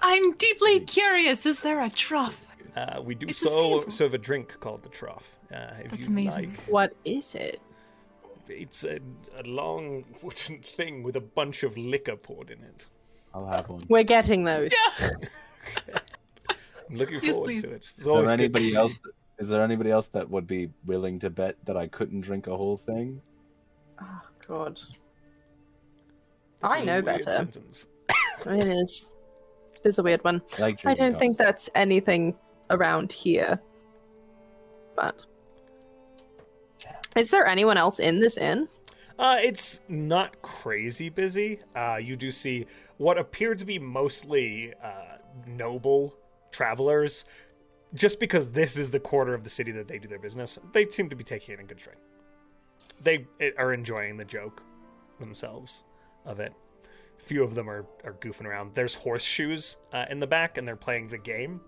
S2: I'm deeply curious. Is there a trough?
S1: Uh, we do
S2: It's a
S1: so
S2: staple.
S1: serve a drink called the trough. Uh, if
S2: That's
S1: you
S2: amazing.
S1: like,
S4: [laughs] What is it?
S1: it's a, a long [laughs] wooden thing with a bunch of liquor poured in it.
S3: I'll have one.
S4: We're getting those.
S1: I'm looking
S2: Yes,
S1: forward
S2: please.
S1: to it. It's
S3: Is
S1: always good
S3: there
S1: to
S3: anybody
S1: see-
S3: else? Is there anybody else that would be willing to bet that I couldn't drink a whole thing?
S4: Oh god.
S1: That
S4: I
S1: was a
S4: know
S1: weird
S4: better.
S1: sentence.
S4: [laughs] It is. It is a weird one.
S3: Like
S4: I
S3: drinking
S4: don't think that's anything around here. But is there anyone else in this inn?
S1: Uh, it's not crazy busy. Uh, you do see what appear to be mostly uh, noble travelers, just because this is the quarter of the city that they do their business. They seem to be taking it in good strain. They eh, are enjoying the joke themselves of it. Few of them are, are goofing around. There's horseshoes uh, in the back, and they're playing the game,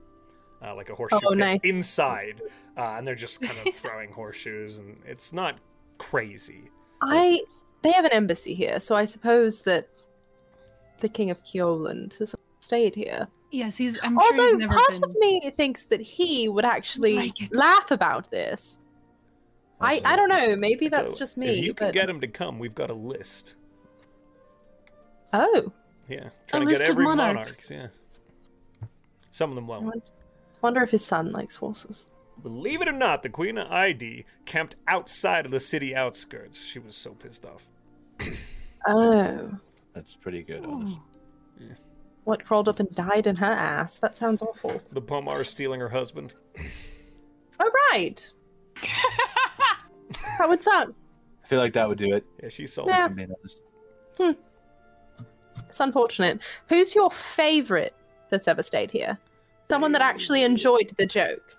S1: uh, like a horseshoe
S4: Oh,
S1: pit
S4: nice.
S1: inside, uh, and they're just kind of throwing [laughs] horseshoes, and it's not crazy.
S4: I they have an embassy here, so I suppose that the King of Kioland has stayed here.
S2: Yes, he's. I'm sure he's
S4: Although
S2: never
S4: part
S2: been.
S4: of me thinks that he would actually
S2: Like it.
S4: laugh about this. I, I don't know. Maybe that's
S1: So,
S4: just
S1: If
S4: me.
S1: you can
S4: but-
S1: get him to come, we've got a list.
S4: Oh,
S1: Yeah, trying to
S2: list
S1: get
S2: of
S1: every
S2: monarchs.
S1: Yeah, some of them won't.
S4: wonder if his son likes horses.
S1: Believe it or not, the Queen of ID camped outside of the city outskirts. She was so pissed off.
S4: Oh,
S3: That's pretty
S4: Hmm.
S3: good. honestly.
S2: Ooh.
S4: what crawled up and died in her ass? That sounds awful.
S1: The Pomar stealing her husband.
S4: Oh right.
S1: [laughs]
S4: that would suck.
S3: I feel like that would do it.
S1: Yeah, she sold.
S4: Yeah.
S1: him.
S3: I mean, that's-
S4: It's unfortunate. Who's your favorite that's ever stayed here? Someone that actually enjoyed the joke.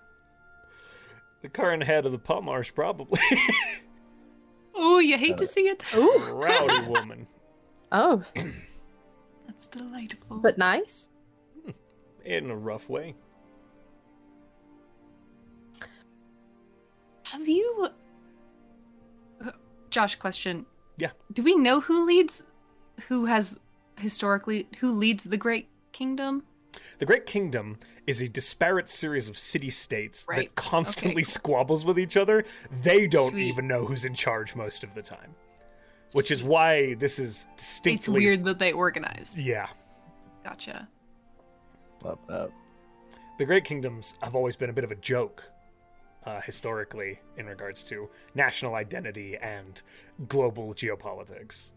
S1: The current head of the Pomars, probably [laughs]
S2: Ooh, you hate to see it.
S4: Uh, Ooh.
S1: rowdy woman.
S4: Oh,
S2: That's delightful.
S4: but nice.
S1: In a rough way.
S2: have you? Uh, Josh, question.
S1: Yeah.
S2: Do we know who leads? Who has historically? Who leads the Great Kingdom?
S1: The Great Kingdom is a disparate series of city states that
S2: Right.
S1: constantly
S2: Okay.
S1: squabbles with each other. They don't
S2: Sweet.
S1: even know who's in charge most of the time, which is why this is
S2: It's
S1: distinctly
S2: weird that they organized.
S1: Yeah,
S2: Gotcha.
S3: love that.
S1: the Great Kingdoms have always been a bit of a joke. Uh, historically, in regards to national identity and global geopolitics,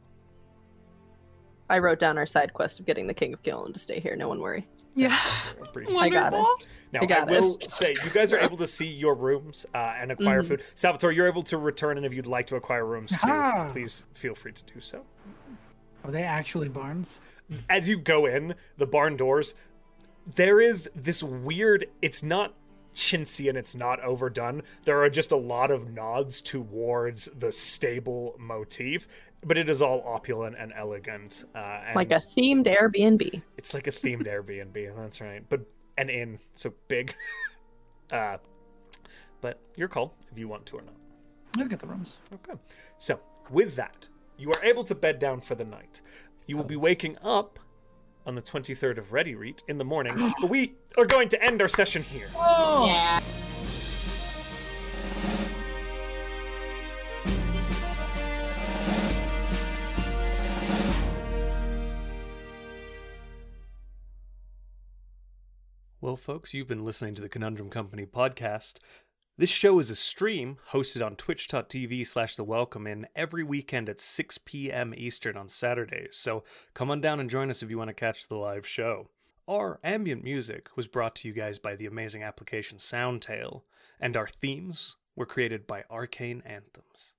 S4: I wrote down our side quest of getting the King of Gilland to stay here. No one worry.
S2: Yeah. [laughs]
S1: I appreciate
S2: Wonderful.
S4: I got it.
S1: Now,
S4: I
S1: I,
S4: got it.
S1: will say, you guys are able to see your rooms uh, and acquire
S4: Mhm.
S1: food. Salvatore, you're able to return, and if you'd like to acquire rooms too,
S5: Ah.
S1: please feel free to do so.
S5: Are they actually barns?
S1: As you go in, the barn doors, there is this weird, it's not chintzy and it's not overdone. There are just a lot of nods towards the stable motif, but it is all opulent and elegant. Uh, and
S4: Like a themed Airbnb.
S1: it's like a themed Airbnb. That's right, but an inn, so big. [laughs] uh, but your call if you want to or not.
S5: Look at the rooms.
S1: Okay. So with that, you are able to bed down for the night. You will be waking up on the 23rd of Ready Reet in the morning, but we are going to end our session here.
S5: Oh.
S6: Yeah.
S1: Well, folks, you've been listening to the Conundrum Company podcast. This show is a stream hosted on twitch.tv slash the welcome in every weekend at 6 p.m. Eastern on Saturdays, so come on down and join us if you want to catch the live show. Our ambient music was brought to you guys by the amazing application Soundtail, and our themes were created by Arcane Anthems.